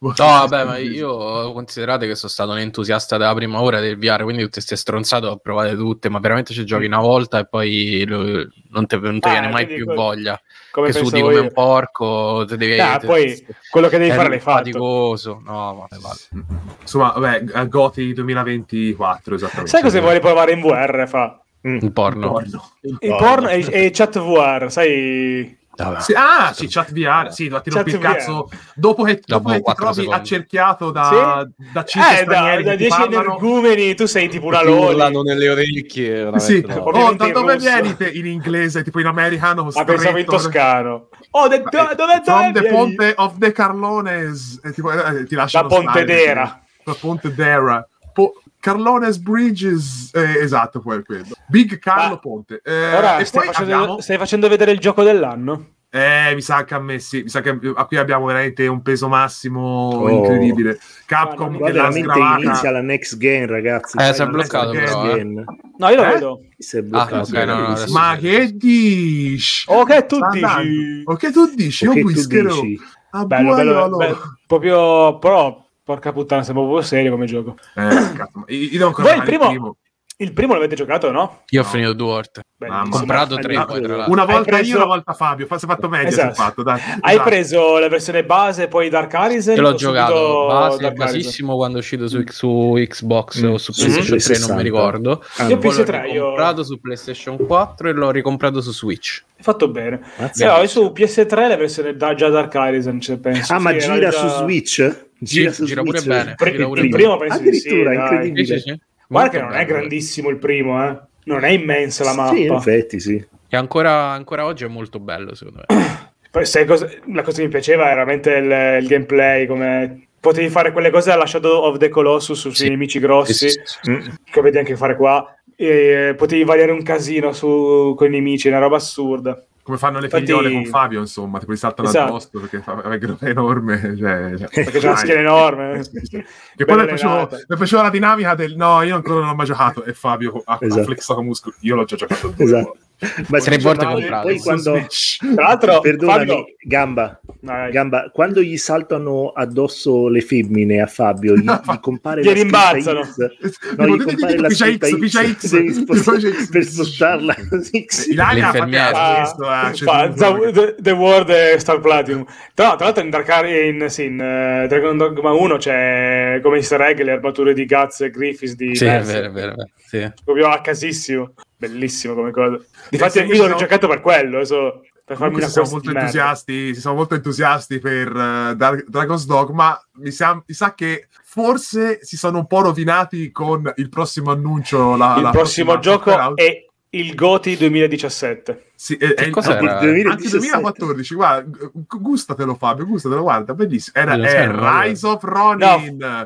[SPEAKER 6] No,
[SPEAKER 5] No, vabbè, ma io considerate che sono stato un entusiasta della prima ora del VR, quindi tutte queste stronzate ho provate tutte, ma veramente ci giochi una volta e poi lo- non te, non te
[SPEAKER 2] Ah,
[SPEAKER 5] viene mai
[SPEAKER 2] quindi
[SPEAKER 5] più
[SPEAKER 2] que-
[SPEAKER 5] voglia.
[SPEAKER 2] Come
[SPEAKER 5] che sudi
[SPEAKER 2] pensavo
[SPEAKER 5] come
[SPEAKER 2] io.
[SPEAKER 5] un porco, te devi...
[SPEAKER 2] Ah,
[SPEAKER 5] te-
[SPEAKER 2] poi quello che devi
[SPEAKER 6] Cioè,
[SPEAKER 5] è
[SPEAKER 2] fare l'hai fatto.
[SPEAKER 5] faticoso. No, vabbè, vabbè.
[SPEAKER 6] Mm, Insomma, vabbè, Goti 2024, esattamente.
[SPEAKER 2] Sai cosa Mm. vuole provare in VR? Fa
[SPEAKER 5] Il porno.
[SPEAKER 6] Porno.
[SPEAKER 2] il
[SPEAKER 4] No,
[SPEAKER 2] porno
[SPEAKER 4] no.
[SPEAKER 2] e, e chat VR, sai?
[SPEAKER 5] Vabbè.
[SPEAKER 6] Sì, ah, sì, chat VR, sì, ma ti
[SPEAKER 2] Chat
[SPEAKER 6] rompi il
[SPEAKER 2] VR.
[SPEAKER 6] cazzo dopo che, dopo
[SPEAKER 5] Dopo
[SPEAKER 6] che ti
[SPEAKER 5] quattro
[SPEAKER 6] trovi
[SPEAKER 5] secondi.
[SPEAKER 6] accerchiato da, da 5
[SPEAKER 2] eh, da,
[SPEAKER 6] stranieri
[SPEAKER 2] da
[SPEAKER 6] che ti
[SPEAKER 2] 10
[SPEAKER 6] parlano.
[SPEAKER 2] energumeni tu sei tipo una
[SPEAKER 3] Ti urlano
[SPEAKER 2] loli.
[SPEAKER 3] nelle orecchie.
[SPEAKER 5] Eh,
[SPEAKER 3] veramente,
[SPEAKER 6] Sì,
[SPEAKER 3] no.
[SPEAKER 2] Ovvio-
[SPEAKER 6] oh,
[SPEAKER 2] Ovviamente
[SPEAKER 6] da
[SPEAKER 2] in
[SPEAKER 6] dove
[SPEAKER 2] russo.
[SPEAKER 6] vieni te in inglese, tipo in americano?
[SPEAKER 2] Ma
[SPEAKER 6] stretto,
[SPEAKER 2] pensavo in toscano. Oh, de,
[SPEAKER 6] Ma-
[SPEAKER 2] do- dove
[SPEAKER 6] From
[SPEAKER 2] dove
[SPEAKER 6] the
[SPEAKER 2] vieni?
[SPEAKER 6] Ponte of the Carlones. E tipo, eh, ti lascio
[SPEAKER 2] Da Pontedera.
[SPEAKER 6] Da Pontedera. Po- Carlones Bridges. Eh, esatto, poi è quello. Big Carlo
[SPEAKER 2] Ma-
[SPEAKER 6] Ponte. Eh,
[SPEAKER 2] Ora
[SPEAKER 6] e
[SPEAKER 2] stai
[SPEAKER 6] poi
[SPEAKER 2] facendo,
[SPEAKER 6] abbiamo-
[SPEAKER 2] stai facendo vedere il gioco dell'anno?
[SPEAKER 6] Eh, mi sa che a me sì. Mi sa che a qui abbiamo veramente un peso massimo
[SPEAKER 4] Oh.
[SPEAKER 6] incredibile. Capcom
[SPEAKER 2] Guarda,
[SPEAKER 4] Qua
[SPEAKER 6] che l'ha
[SPEAKER 4] veramente
[SPEAKER 6] sgravata.
[SPEAKER 4] inizia la next gen, ragazzi.
[SPEAKER 5] Eh,
[SPEAKER 4] Cioè,
[SPEAKER 5] si è
[SPEAKER 4] la
[SPEAKER 5] bloccato
[SPEAKER 4] next
[SPEAKER 5] però, eh.
[SPEAKER 4] gen.
[SPEAKER 2] No, io lo
[SPEAKER 6] Eh?
[SPEAKER 2] vedo.
[SPEAKER 4] Si è bloccato.
[SPEAKER 5] Ah, ok, no, no,
[SPEAKER 4] Sì, sì.
[SPEAKER 5] adesso-
[SPEAKER 6] Ma che dici?
[SPEAKER 2] Oh, che tu
[SPEAKER 6] Sta
[SPEAKER 2] dici?
[SPEAKER 6] andando. Oh, che tu dici?
[SPEAKER 4] Ok,
[SPEAKER 6] Io
[SPEAKER 4] tu
[SPEAKER 6] whiskerò.
[SPEAKER 4] dici.
[SPEAKER 6] Ah,
[SPEAKER 2] Bello, bello,
[SPEAKER 6] buaiolo.
[SPEAKER 2] bello. Proprio, però, porca puttana, sembra proprio serio come gioco.
[SPEAKER 6] Eh, cazzo, ma io io devo ancora
[SPEAKER 2] Voi il
[SPEAKER 6] fare il
[SPEAKER 2] primo-
[SPEAKER 6] primo.
[SPEAKER 2] Il primo l'avete giocato, no?
[SPEAKER 5] Io ho
[SPEAKER 6] No.
[SPEAKER 5] finito due volte. Ho
[SPEAKER 6] Mamma
[SPEAKER 2] Bellissimo.
[SPEAKER 5] comprato
[SPEAKER 4] ma-
[SPEAKER 5] tre
[SPEAKER 4] ma-
[SPEAKER 5] poi, tra l'altro.
[SPEAKER 6] Una
[SPEAKER 2] Hai
[SPEAKER 6] volta
[SPEAKER 2] preso-
[SPEAKER 6] io, una volta Fabio. Fa- Si è fatto meglio.
[SPEAKER 2] Esatto.
[SPEAKER 6] si è fatto, dai.
[SPEAKER 2] Hai
[SPEAKER 6] Esatto.
[SPEAKER 2] preso la versione base e poi Dark Arisen?
[SPEAKER 5] Io l'ho
[SPEAKER 2] o
[SPEAKER 5] giocato
[SPEAKER 2] subito
[SPEAKER 5] base,
[SPEAKER 2] Dark Arisen?
[SPEAKER 5] basissimo quando è uscito su, su Xbox
[SPEAKER 6] Mm.
[SPEAKER 5] o su
[SPEAKER 4] Sì,
[SPEAKER 5] PlayStation 3,
[SPEAKER 4] 360.
[SPEAKER 5] non mi ricordo.
[SPEAKER 4] Mm-hmm. Ah,
[SPEAKER 2] Io
[SPEAKER 5] Poi l'ho
[SPEAKER 2] PS3, io-
[SPEAKER 5] comprato su PlayStation 4 e l'ho ricomprato su Switch.
[SPEAKER 2] Hai fatto bene.
[SPEAKER 4] mazza.
[SPEAKER 2] Sì, allora, su PS3 la versione da, già Dark Arisen, ce penso.
[SPEAKER 4] Ah, ma
[SPEAKER 2] Sì, era
[SPEAKER 4] gira
[SPEAKER 2] già-
[SPEAKER 4] su Switch? Gira
[SPEAKER 5] Sì,
[SPEAKER 4] su
[SPEAKER 5] gira
[SPEAKER 4] Switch.
[SPEAKER 5] pure bene,
[SPEAKER 2] Pre-
[SPEAKER 5] gira pure
[SPEAKER 2] il
[SPEAKER 5] bene.
[SPEAKER 2] primo penso di sì,
[SPEAKER 4] Addirittura,
[SPEAKER 2] dai.
[SPEAKER 4] incredibile.
[SPEAKER 5] Sì, sì, sì.
[SPEAKER 2] Guarda che non è
[SPEAKER 5] bello.
[SPEAKER 2] grandissimo il primo, eh. Non è immensa la
[SPEAKER 4] Sì, in
[SPEAKER 2] mappa.
[SPEAKER 4] effetti, sì.
[SPEAKER 5] E ancora, ancora oggi è molto bello, secondo me.
[SPEAKER 2] Poi, sai cosa- la cosa che mi piaceva era veramente il, il gameplay, come potevi fare quelle cose alla Shadow of the Colossus sui
[SPEAKER 5] Sì.
[SPEAKER 2] nemici grossi,
[SPEAKER 5] Sì, sì, sì.
[SPEAKER 4] Mm.
[SPEAKER 2] che vedi anche fare qua. E potevi variare un casino su, con i nemici, una roba assurda.
[SPEAKER 6] Come fanno le
[SPEAKER 2] Infatti-
[SPEAKER 6] figliole con Fabio, insomma, tipo li saltano
[SPEAKER 2] Esatto.
[SPEAKER 6] addosso perché fa- perché è enorme. Cioè, cioè,
[SPEAKER 2] Perché c'è una
[SPEAKER 6] dai.
[SPEAKER 2] schiena enorme.
[SPEAKER 6] Sì, sì. Che poi
[SPEAKER 2] Bella
[SPEAKER 6] mi piaceva,
[SPEAKER 2] allenata.
[SPEAKER 6] mi piaceva la dinamica del no, io ancora non ho mai giocato. E Fabio ha, ha
[SPEAKER 4] Esatto.
[SPEAKER 6] flexato muscoli. Io l'ho già giocato. due
[SPEAKER 4] Esatto.
[SPEAKER 6] volte.
[SPEAKER 4] Ma
[SPEAKER 5] Tre
[SPEAKER 4] sì,
[SPEAKER 5] volte
[SPEAKER 4] ma
[SPEAKER 5] comprato.
[SPEAKER 4] Poi
[SPEAKER 6] Su
[SPEAKER 4] quando...
[SPEAKER 6] Switch.
[SPEAKER 2] Tra l'altro,
[SPEAKER 4] Perdonami,
[SPEAKER 2] Fabio...
[SPEAKER 4] Gamba,
[SPEAKER 2] Dai.
[SPEAKER 4] Gamba, quando gli saltano addosso le femmine a Fabio, gli, gli compare
[SPEAKER 2] Gli
[SPEAKER 4] la scritta
[SPEAKER 2] rimbalzano.
[SPEAKER 4] X.
[SPEAKER 6] Tipo,
[SPEAKER 4] No, gli
[SPEAKER 6] dite- dite-
[SPEAKER 4] compare
[SPEAKER 6] dite
[SPEAKER 4] la
[SPEAKER 6] pigia
[SPEAKER 4] scritta
[SPEAKER 6] X, pigia
[SPEAKER 4] X,
[SPEAKER 6] X,
[SPEAKER 4] devi spostare-
[SPEAKER 6] pigia X.
[SPEAKER 4] per spostarla. Sì, sì.
[SPEAKER 6] Ilaria fa
[SPEAKER 5] L'infermiera.
[SPEAKER 6] caso,
[SPEAKER 2] Ah,
[SPEAKER 6] questo, eh, c'è
[SPEAKER 2] fa-
[SPEAKER 6] tutto,
[SPEAKER 2] The, The- The World è Star Platinum. Tra, tra l'altro, in, Dark Ar- in, sì, in eh, Dragon Dogma 1 c'è come easter egg le armature di Guts e Griffiths di
[SPEAKER 5] Sì, è
[SPEAKER 2] Berserk.
[SPEAKER 5] vero, è vero. è vero. Sì.
[SPEAKER 2] Proprio a casissimo. Bellissimo come cosa.
[SPEAKER 6] se
[SPEAKER 2] Difatti, io
[SPEAKER 6] invece
[SPEAKER 2] l'ho
[SPEAKER 6] no-
[SPEAKER 2] giocato per quello. adesso- per farmi
[SPEAKER 6] Comunque
[SPEAKER 2] una
[SPEAKER 6] si siamo,
[SPEAKER 2] quest
[SPEAKER 6] molto
[SPEAKER 2] di merda.
[SPEAKER 6] entusiasti, si siamo molto entusiasti per eh, Dar- Dragon's Dogma. Mi sa, mi sa che forse si sono un po' rovinati con il prossimo annuncio. La,
[SPEAKER 2] Il
[SPEAKER 6] la
[SPEAKER 2] prossimo
[SPEAKER 6] prossima
[SPEAKER 2] gioco
[SPEAKER 6] Superout.
[SPEAKER 2] è il GOTI 2017.
[SPEAKER 6] Sì, è-
[SPEAKER 2] Eh,
[SPEAKER 6] è il-
[SPEAKER 5] cos'era?
[SPEAKER 6] anche
[SPEAKER 4] Il
[SPEAKER 6] il
[SPEAKER 4] 2017.
[SPEAKER 6] 2014, guarda, gu- gustatelo Fabio, gustatelo, guarda, bellissimo. Era
[SPEAKER 5] Io non
[SPEAKER 6] è
[SPEAKER 5] so, non
[SPEAKER 6] Rise of Ronin.
[SPEAKER 5] Ah,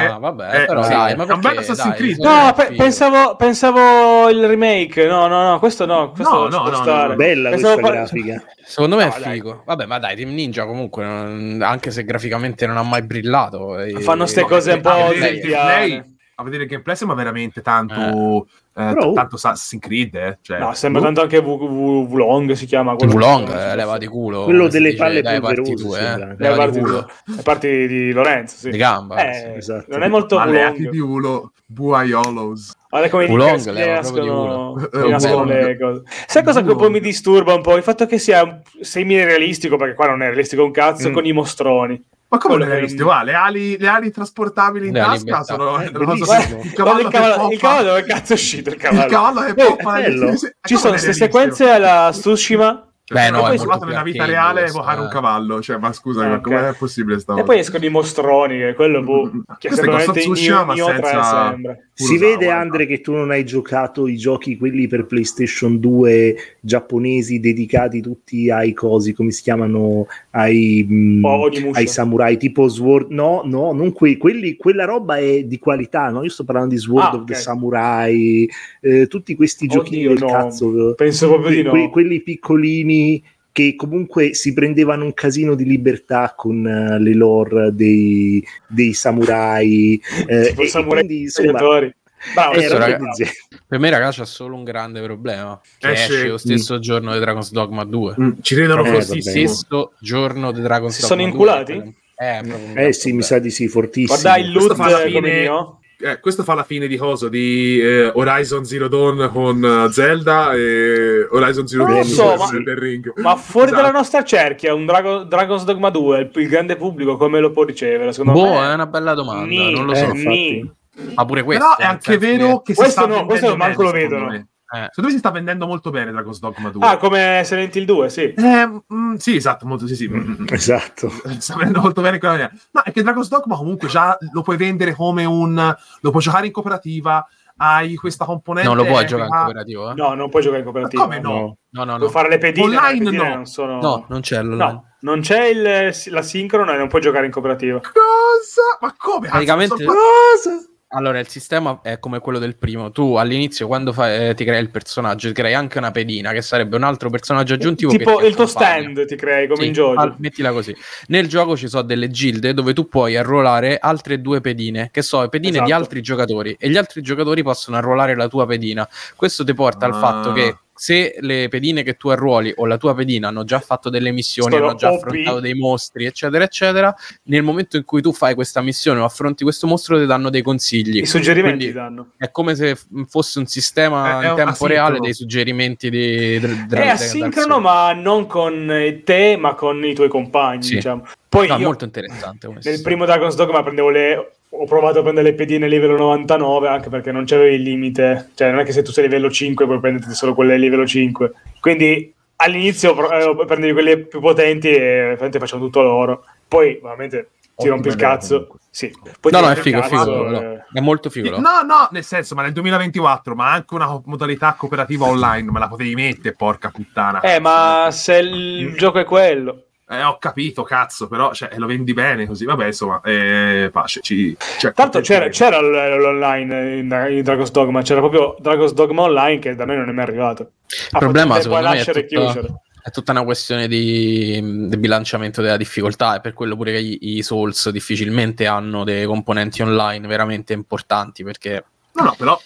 [SPEAKER 6] che-
[SPEAKER 5] vabbè,
[SPEAKER 6] eh,
[SPEAKER 5] però
[SPEAKER 6] sì,
[SPEAKER 5] dai,
[SPEAKER 6] è
[SPEAKER 5] ma
[SPEAKER 6] un bel
[SPEAKER 5] perché,
[SPEAKER 6] Assassin's
[SPEAKER 5] dai,
[SPEAKER 6] Creed.
[SPEAKER 5] sono
[SPEAKER 2] No,
[SPEAKER 5] figo.
[SPEAKER 2] pe- pensavo, pensavo il remake. No, no, no, questo no. Questo
[SPEAKER 6] No,
[SPEAKER 2] ci
[SPEAKER 6] no,
[SPEAKER 2] può
[SPEAKER 6] no,
[SPEAKER 2] stare.
[SPEAKER 6] no.
[SPEAKER 4] Bella
[SPEAKER 2] Pensavo
[SPEAKER 4] questa
[SPEAKER 2] par-
[SPEAKER 4] grafica.
[SPEAKER 5] Secondo me
[SPEAKER 2] No,
[SPEAKER 5] è
[SPEAKER 2] dai.
[SPEAKER 5] figo. Vabbè, ma dai, Team Ninja comunque, non- anche se graficamente non ha mai brillato. eh, e-
[SPEAKER 2] Fanno ste cose un po' eh.
[SPEAKER 5] Ah,
[SPEAKER 6] a
[SPEAKER 5] ok.
[SPEAKER 6] vedere, il
[SPEAKER 2] oddio.
[SPEAKER 6] gameplay, a vedere il gameplay sembra veramente tanto, eh,
[SPEAKER 4] Però, oh.
[SPEAKER 6] tanto Assassin's Creed. eh, cioè.
[SPEAKER 2] uh. No, sembra tanto anche V- V- Wulong si chiama. quello-
[SPEAKER 5] Wulong, eh, leva di culo.
[SPEAKER 4] Quello
[SPEAKER 5] come si
[SPEAKER 4] delle
[SPEAKER 5] dice
[SPEAKER 4] palle
[SPEAKER 5] dai parti
[SPEAKER 4] polverose,
[SPEAKER 5] tue,
[SPEAKER 4] sembra.
[SPEAKER 5] eh,
[SPEAKER 2] Le
[SPEAKER 5] leva di
[SPEAKER 2] parti,
[SPEAKER 5] culo,
[SPEAKER 2] le parti di Lorenzo, sì.
[SPEAKER 5] di gamba. sì.
[SPEAKER 2] Eh,
[SPEAKER 4] esatto.
[SPEAKER 2] Non è molto
[SPEAKER 6] Alleati di
[SPEAKER 2] Wulong.
[SPEAKER 6] Ulo, Buaiolos.
[SPEAKER 2] Guarda come
[SPEAKER 5] Wulong,
[SPEAKER 2] Wulong,
[SPEAKER 5] leva proprio di
[SPEAKER 2] nascono,
[SPEAKER 5] Wulong.
[SPEAKER 2] gli nascono
[SPEAKER 6] Eh, Wulong.
[SPEAKER 2] le cose. Sai cosa che un po' mi disturba un po'? Il fatto che sia semi-realistico, perché qua non è realistico un cazzo,
[SPEAKER 6] Mm.
[SPEAKER 2] con i mostroni.
[SPEAKER 6] Ma come
[SPEAKER 2] Quello
[SPEAKER 6] non l'hai
[SPEAKER 2] che-
[SPEAKER 6] visto? Guarda, le ali, le ali trasportabili in
[SPEAKER 5] Le ali in
[SPEAKER 6] tasca
[SPEAKER 5] tasca.
[SPEAKER 6] sono
[SPEAKER 4] Eh,
[SPEAKER 6] non lo so
[SPEAKER 4] bellissimo.
[SPEAKER 6] se- il
[SPEAKER 2] Guarda
[SPEAKER 6] cavallo
[SPEAKER 2] il
[SPEAKER 6] che
[SPEAKER 2] cavallo,
[SPEAKER 6] poppa-
[SPEAKER 2] il cavallo, dove cazzo è uscito il cavallo?
[SPEAKER 6] il cavallo che
[SPEAKER 2] Eh,
[SPEAKER 6] poppa
[SPEAKER 4] è
[SPEAKER 6] nel-
[SPEAKER 4] bello.
[SPEAKER 2] Ci
[SPEAKER 6] sì, come
[SPEAKER 2] sono
[SPEAKER 6] non
[SPEAKER 2] queste
[SPEAKER 6] l'hai
[SPEAKER 2] sequenze
[SPEAKER 6] visto?
[SPEAKER 2] alla Tsushima
[SPEAKER 5] Beh, no,
[SPEAKER 6] e
[SPEAKER 5] è
[SPEAKER 6] poi
[SPEAKER 5] molto
[SPEAKER 6] sono andato
[SPEAKER 5] più
[SPEAKER 6] nella vita
[SPEAKER 5] arcade
[SPEAKER 6] reale
[SPEAKER 5] questo,
[SPEAKER 6] evocare
[SPEAKER 5] eh.
[SPEAKER 6] un cavallo. Cioè, ma scusa,
[SPEAKER 2] Eh,
[SPEAKER 6] ma
[SPEAKER 2] ok.
[SPEAKER 6] com'è possibile sta
[SPEAKER 2] e
[SPEAKER 6] cosa?
[SPEAKER 2] poi escono i mostroni, che quello boh,
[SPEAKER 6] Mm,
[SPEAKER 2] che
[SPEAKER 6] Questo è
[SPEAKER 2] sembra
[SPEAKER 6] Ghost of
[SPEAKER 2] veramente
[SPEAKER 6] Tsushima, ma
[SPEAKER 2] Neo- Neo 3
[SPEAKER 6] senza-
[SPEAKER 2] sembra.
[SPEAKER 4] Si
[SPEAKER 6] Kurosawa,
[SPEAKER 4] vede,
[SPEAKER 6] guarda.
[SPEAKER 4] Andre, che tu non hai giocato i giochi, quelli per PlayStation 2 giapponesi dedicati tutti ai cosi, come si chiamano, ai, mh,
[SPEAKER 2] Oh, ogni muscio.
[SPEAKER 4] ai samurai, tipo Sword. No, no, non que- quelli, quella roba è di qualità, no? Io sto parlando di Sword
[SPEAKER 2] Ah,
[SPEAKER 4] of the
[SPEAKER 2] ok.
[SPEAKER 4] Samurai, eh, tutti questi
[SPEAKER 2] Oddio,
[SPEAKER 4] giochini del
[SPEAKER 2] no.
[SPEAKER 4] cazzo,
[SPEAKER 2] Penso proprio di
[SPEAKER 4] que-
[SPEAKER 2] no.
[SPEAKER 4] que- quelli piccolini che comunque si prendevano un casino di libertà con eh, le lore dei, dei samurai. eh,
[SPEAKER 2] Tipo
[SPEAKER 4] e- e
[SPEAKER 2] samurai
[SPEAKER 4] quindi, insomma,
[SPEAKER 2] gladiatori. Bravo,
[SPEAKER 4] eh,
[SPEAKER 5] Questo,
[SPEAKER 2] bravo.
[SPEAKER 4] roba
[SPEAKER 5] raga-
[SPEAKER 4] del genere.
[SPEAKER 5] Per me, ragazzi, c'è solo un grande problema. Che
[SPEAKER 6] Eh,
[SPEAKER 5] esce
[SPEAKER 6] sì.
[SPEAKER 5] lo stesso giorno di Dragon's Dogma 2.
[SPEAKER 6] Mm, Ci credono
[SPEAKER 4] Eh,
[SPEAKER 5] Lo
[SPEAKER 6] forse
[SPEAKER 4] vabbè.
[SPEAKER 5] stesso giorno di Dragon's
[SPEAKER 2] Si
[SPEAKER 5] Dogma
[SPEAKER 2] sono
[SPEAKER 5] 2,
[SPEAKER 2] inculati?
[SPEAKER 5] quello- Eh, proprio un
[SPEAKER 4] Eh sì, mi sa
[SPEAKER 5] problema.
[SPEAKER 4] di sì, fortissimo.
[SPEAKER 2] Guarda il
[SPEAKER 6] Questo
[SPEAKER 2] loot
[SPEAKER 6] fa la
[SPEAKER 2] come
[SPEAKER 6] fine-
[SPEAKER 2] Neo.
[SPEAKER 6] Eh, questo fa la fine di cosa? Di eh, Horizon Zero Dawn con eh, Zelda e Horizon Zero
[SPEAKER 2] Non
[SPEAKER 6] Dawn
[SPEAKER 2] lo so,
[SPEAKER 6] con
[SPEAKER 2] ma-
[SPEAKER 6] Elden Ring.
[SPEAKER 2] Ma fuori
[SPEAKER 6] Esatto.
[SPEAKER 2] dalla nostra cerchia, un Drago- Dragon's Dogma 2, il, il grande pubblico come lo può ricevere? Secondo
[SPEAKER 5] Boh,
[SPEAKER 2] me
[SPEAKER 5] è una bella domanda,
[SPEAKER 2] Ni,
[SPEAKER 5] non lo
[SPEAKER 4] Eh,
[SPEAKER 5] so.
[SPEAKER 4] infatti.
[SPEAKER 2] ni.
[SPEAKER 5] Ma pure questo.
[SPEAKER 6] Però è
[SPEAKER 5] nel
[SPEAKER 6] anche
[SPEAKER 5] senso
[SPEAKER 6] vero che, si
[SPEAKER 2] Questo
[SPEAKER 6] sta
[SPEAKER 2] no,
[SPEAKER 6] vendendo
[SPEAKER 2] questo manco
[SPEAKER 6] meglio,
[SPEAKER 2] lo
[SPEAKER 6] secondo
[SPEAKER 2] vedono.
[SPEAKER 6] me.
[SPEAKER 5] che- eh,
[SPEAKER 6] Secondo me si sta vendendo molto bene Dragon's Dogma 2.
[SPEAKER 2] Ah, come Silent Hill 2, sì.
[SPEAKER 6] Eh, mm, sì, esatto, molto sì, sì. mm, mm, mm.
[SPEAKER 4] Esatto.
[SPEAKER 6] sta venendo molto bene in quella maniera. No, è che Dragon's Dogma comunque già lo puoi vendere come un lo puoi giocare in cooperativa, hai questa componente
[SPEAKER 5] non lo puoi
[SPEAKER 6] epica.
[SPEAKER 5] giocare in cooperativo, eh?
[SPEAKER 2] No, non puoi giocare in cooperativa.
[SPEAKER 6] Come no?
[SPEAKER 5] No, no,
[SPEAKER 2] Puoi
[SPEAKER 5] no.
[SPEAKER 2] fare le pedine, ma le
[SPEAKER 6] Online
[SPEAKER 2] pedine
[SPEAKER 6] no.
[SPEAKER 2] non sono
[SPEAKER 5] No, non c'è l'online.
[SPEAKER 2] No, non c'è il- la sincrona e non puoi giocare in cooperativa.
[SPEAKER 6] Cosa? Ma come?
[SPEAKER 5] Praticamente-
[SPEAKER 6] Cazzo, cosa?
[SPEAKER 5] Allora, il sistema è come quello del primo. Tu all'inizio, quando fai- eh, ti crei il personaggio, ti crei anche una pedina, che sarebbe un altro personaggio aggiuntivo. che
[SPEAKER 2] tipo
[SPEAKER 5] ti
[SPEAKER 2] il tuo
[SPEAKER 5] accompagna.
[SPEAKER 2] stand ti crei come
[SPEAKER 5] Sì,
[SPEAKER 2] in gioco.
[SPEAKER 5] al- mettila così. Nel gioco ci sono delle gilde dove tu puoi arruolare altre due pedine, che so, pedine di
[SPEAKER 2] Esatto.
[SPEAKER 5] altri giocatori, e gli altri giocatori possono arruolare la tua pedina. Questo ti porta al
[SPEAKER 6] Ah.
[SPEAKER 5] fatto che se le pedine che tu arruoli o la tua pedina hanno già fatto delle missioni,
[SPEAKER 2] Sono
[SPEAKER 5] hanno già
[SPEAKER 2] OP.
[SPEAKER 5] affrontato dei mostri, eccetera, eccetera, nel momento in cui tu fai questa missione o affronti questo mostro ti danno dei consigli.
[SPEAKER 2] I suggerimenti
[SPEAKER 5] Quindi-
[SPEAKER 2] danno.
[SPEAKER 5] È come se f- fosse un sistema
[SPEAKER 6] È- è
[SPEAKER 5] in
[SPEAKER 6] un
[SPEAKER 5] tempo reale
[SPEAKER 6] asincrono.
[SPEAKER 5] dei suggerimenti di... dr- dr-
[SPEAKER 2] è asincrono,
[SPEAKER 5] dal-
[SPEAKER 2] ma non con eh, te, ma con i tuoi compagni,
[SPEAKER 5] Sì.
[SPEAKER 2] diciamo. Poi
[SPEAKER 5] No, è
[SPEAKER 2] io
[SPEAKER 5] molto interessante questo.
[SPEAKER 2] nel primo Dragon's Dogma prendevo le ho provato a prendere le pedine livello 99 anche perché non c'avevi il limite, cioè non è che se tu sei livello 5 puoi prenderti solo quelle livello 5. Quindi all'inizio pro- eh, prendevi quelle più potenti e veramente facevano tutto loro. Poi veramente ti
[SPEAKER 6] Ottima
[SPEAKER 2] rompi il
[SPEAKER 6] idea,
[SPEAKER 2] cazzo.
[SPEAKER 6] comunque.
[SPEAKER 2] Sì. Poi
[SPEAKER 5] No,
[SPEAKER 2] ti
[SPEAKER 5] no, è
[SPEAKER 2] rompi il
[SPEAKER 5] figo, è
[SPEAKER 2] cazzo,
[SPEAKER 5] figo.
[SPEAKER 2] eh.
[SPEAKER 5] no. È molto figo. no?
[SPEAKER 6] No, no, nel senso, ma nel 2024, ma anche una co- modalità cooperativa online, me la potevi mettere, porca puttana.
[SPEAKER 2] Eh, ma se il gioco è quello.
[SPEAKER 6] Eh, ho capito, cazzo, però cioè, lo vendi bene così. Vabbè, insomma, eh, pace. Ci, cioè, ci
[SPEAKER 2] Tanto c'era,
[SPEAKER 6] accontenteremo.
[SPEAKER 2] c'era l- l'online in, in Dragon's Dogma, c'era proprio Dragon's Dogma Online che da noi non è mai arrivato.
[SPEAKER 5] Il
[SPEAKER 2] Ha
[SPEAKER 5] problema,
[SPEAKER 2] fatto in tempo a
[SPEAKER 5] secondo me, è
[SPEAKER 2] nascere e
[SPEAKER 5] tutta,
[SPEAKER 2] chiudere.
[SPEAKER 5] è tutta una questione di, di bilanciamento della difficoltà. È per quello pure che i, i Souls difficilmente hanno dei componenti online veramente importanti. Perché
[SPEAKER 6] No, no, però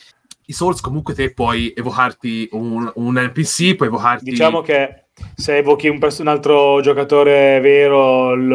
[SPEAKER 6] i Souls comunque te puoi evocarti un, un NPC, puoi evocarti...
[SPEAKER 2] Diciamo che se evochi un, pers- un altro giocatore vero, l-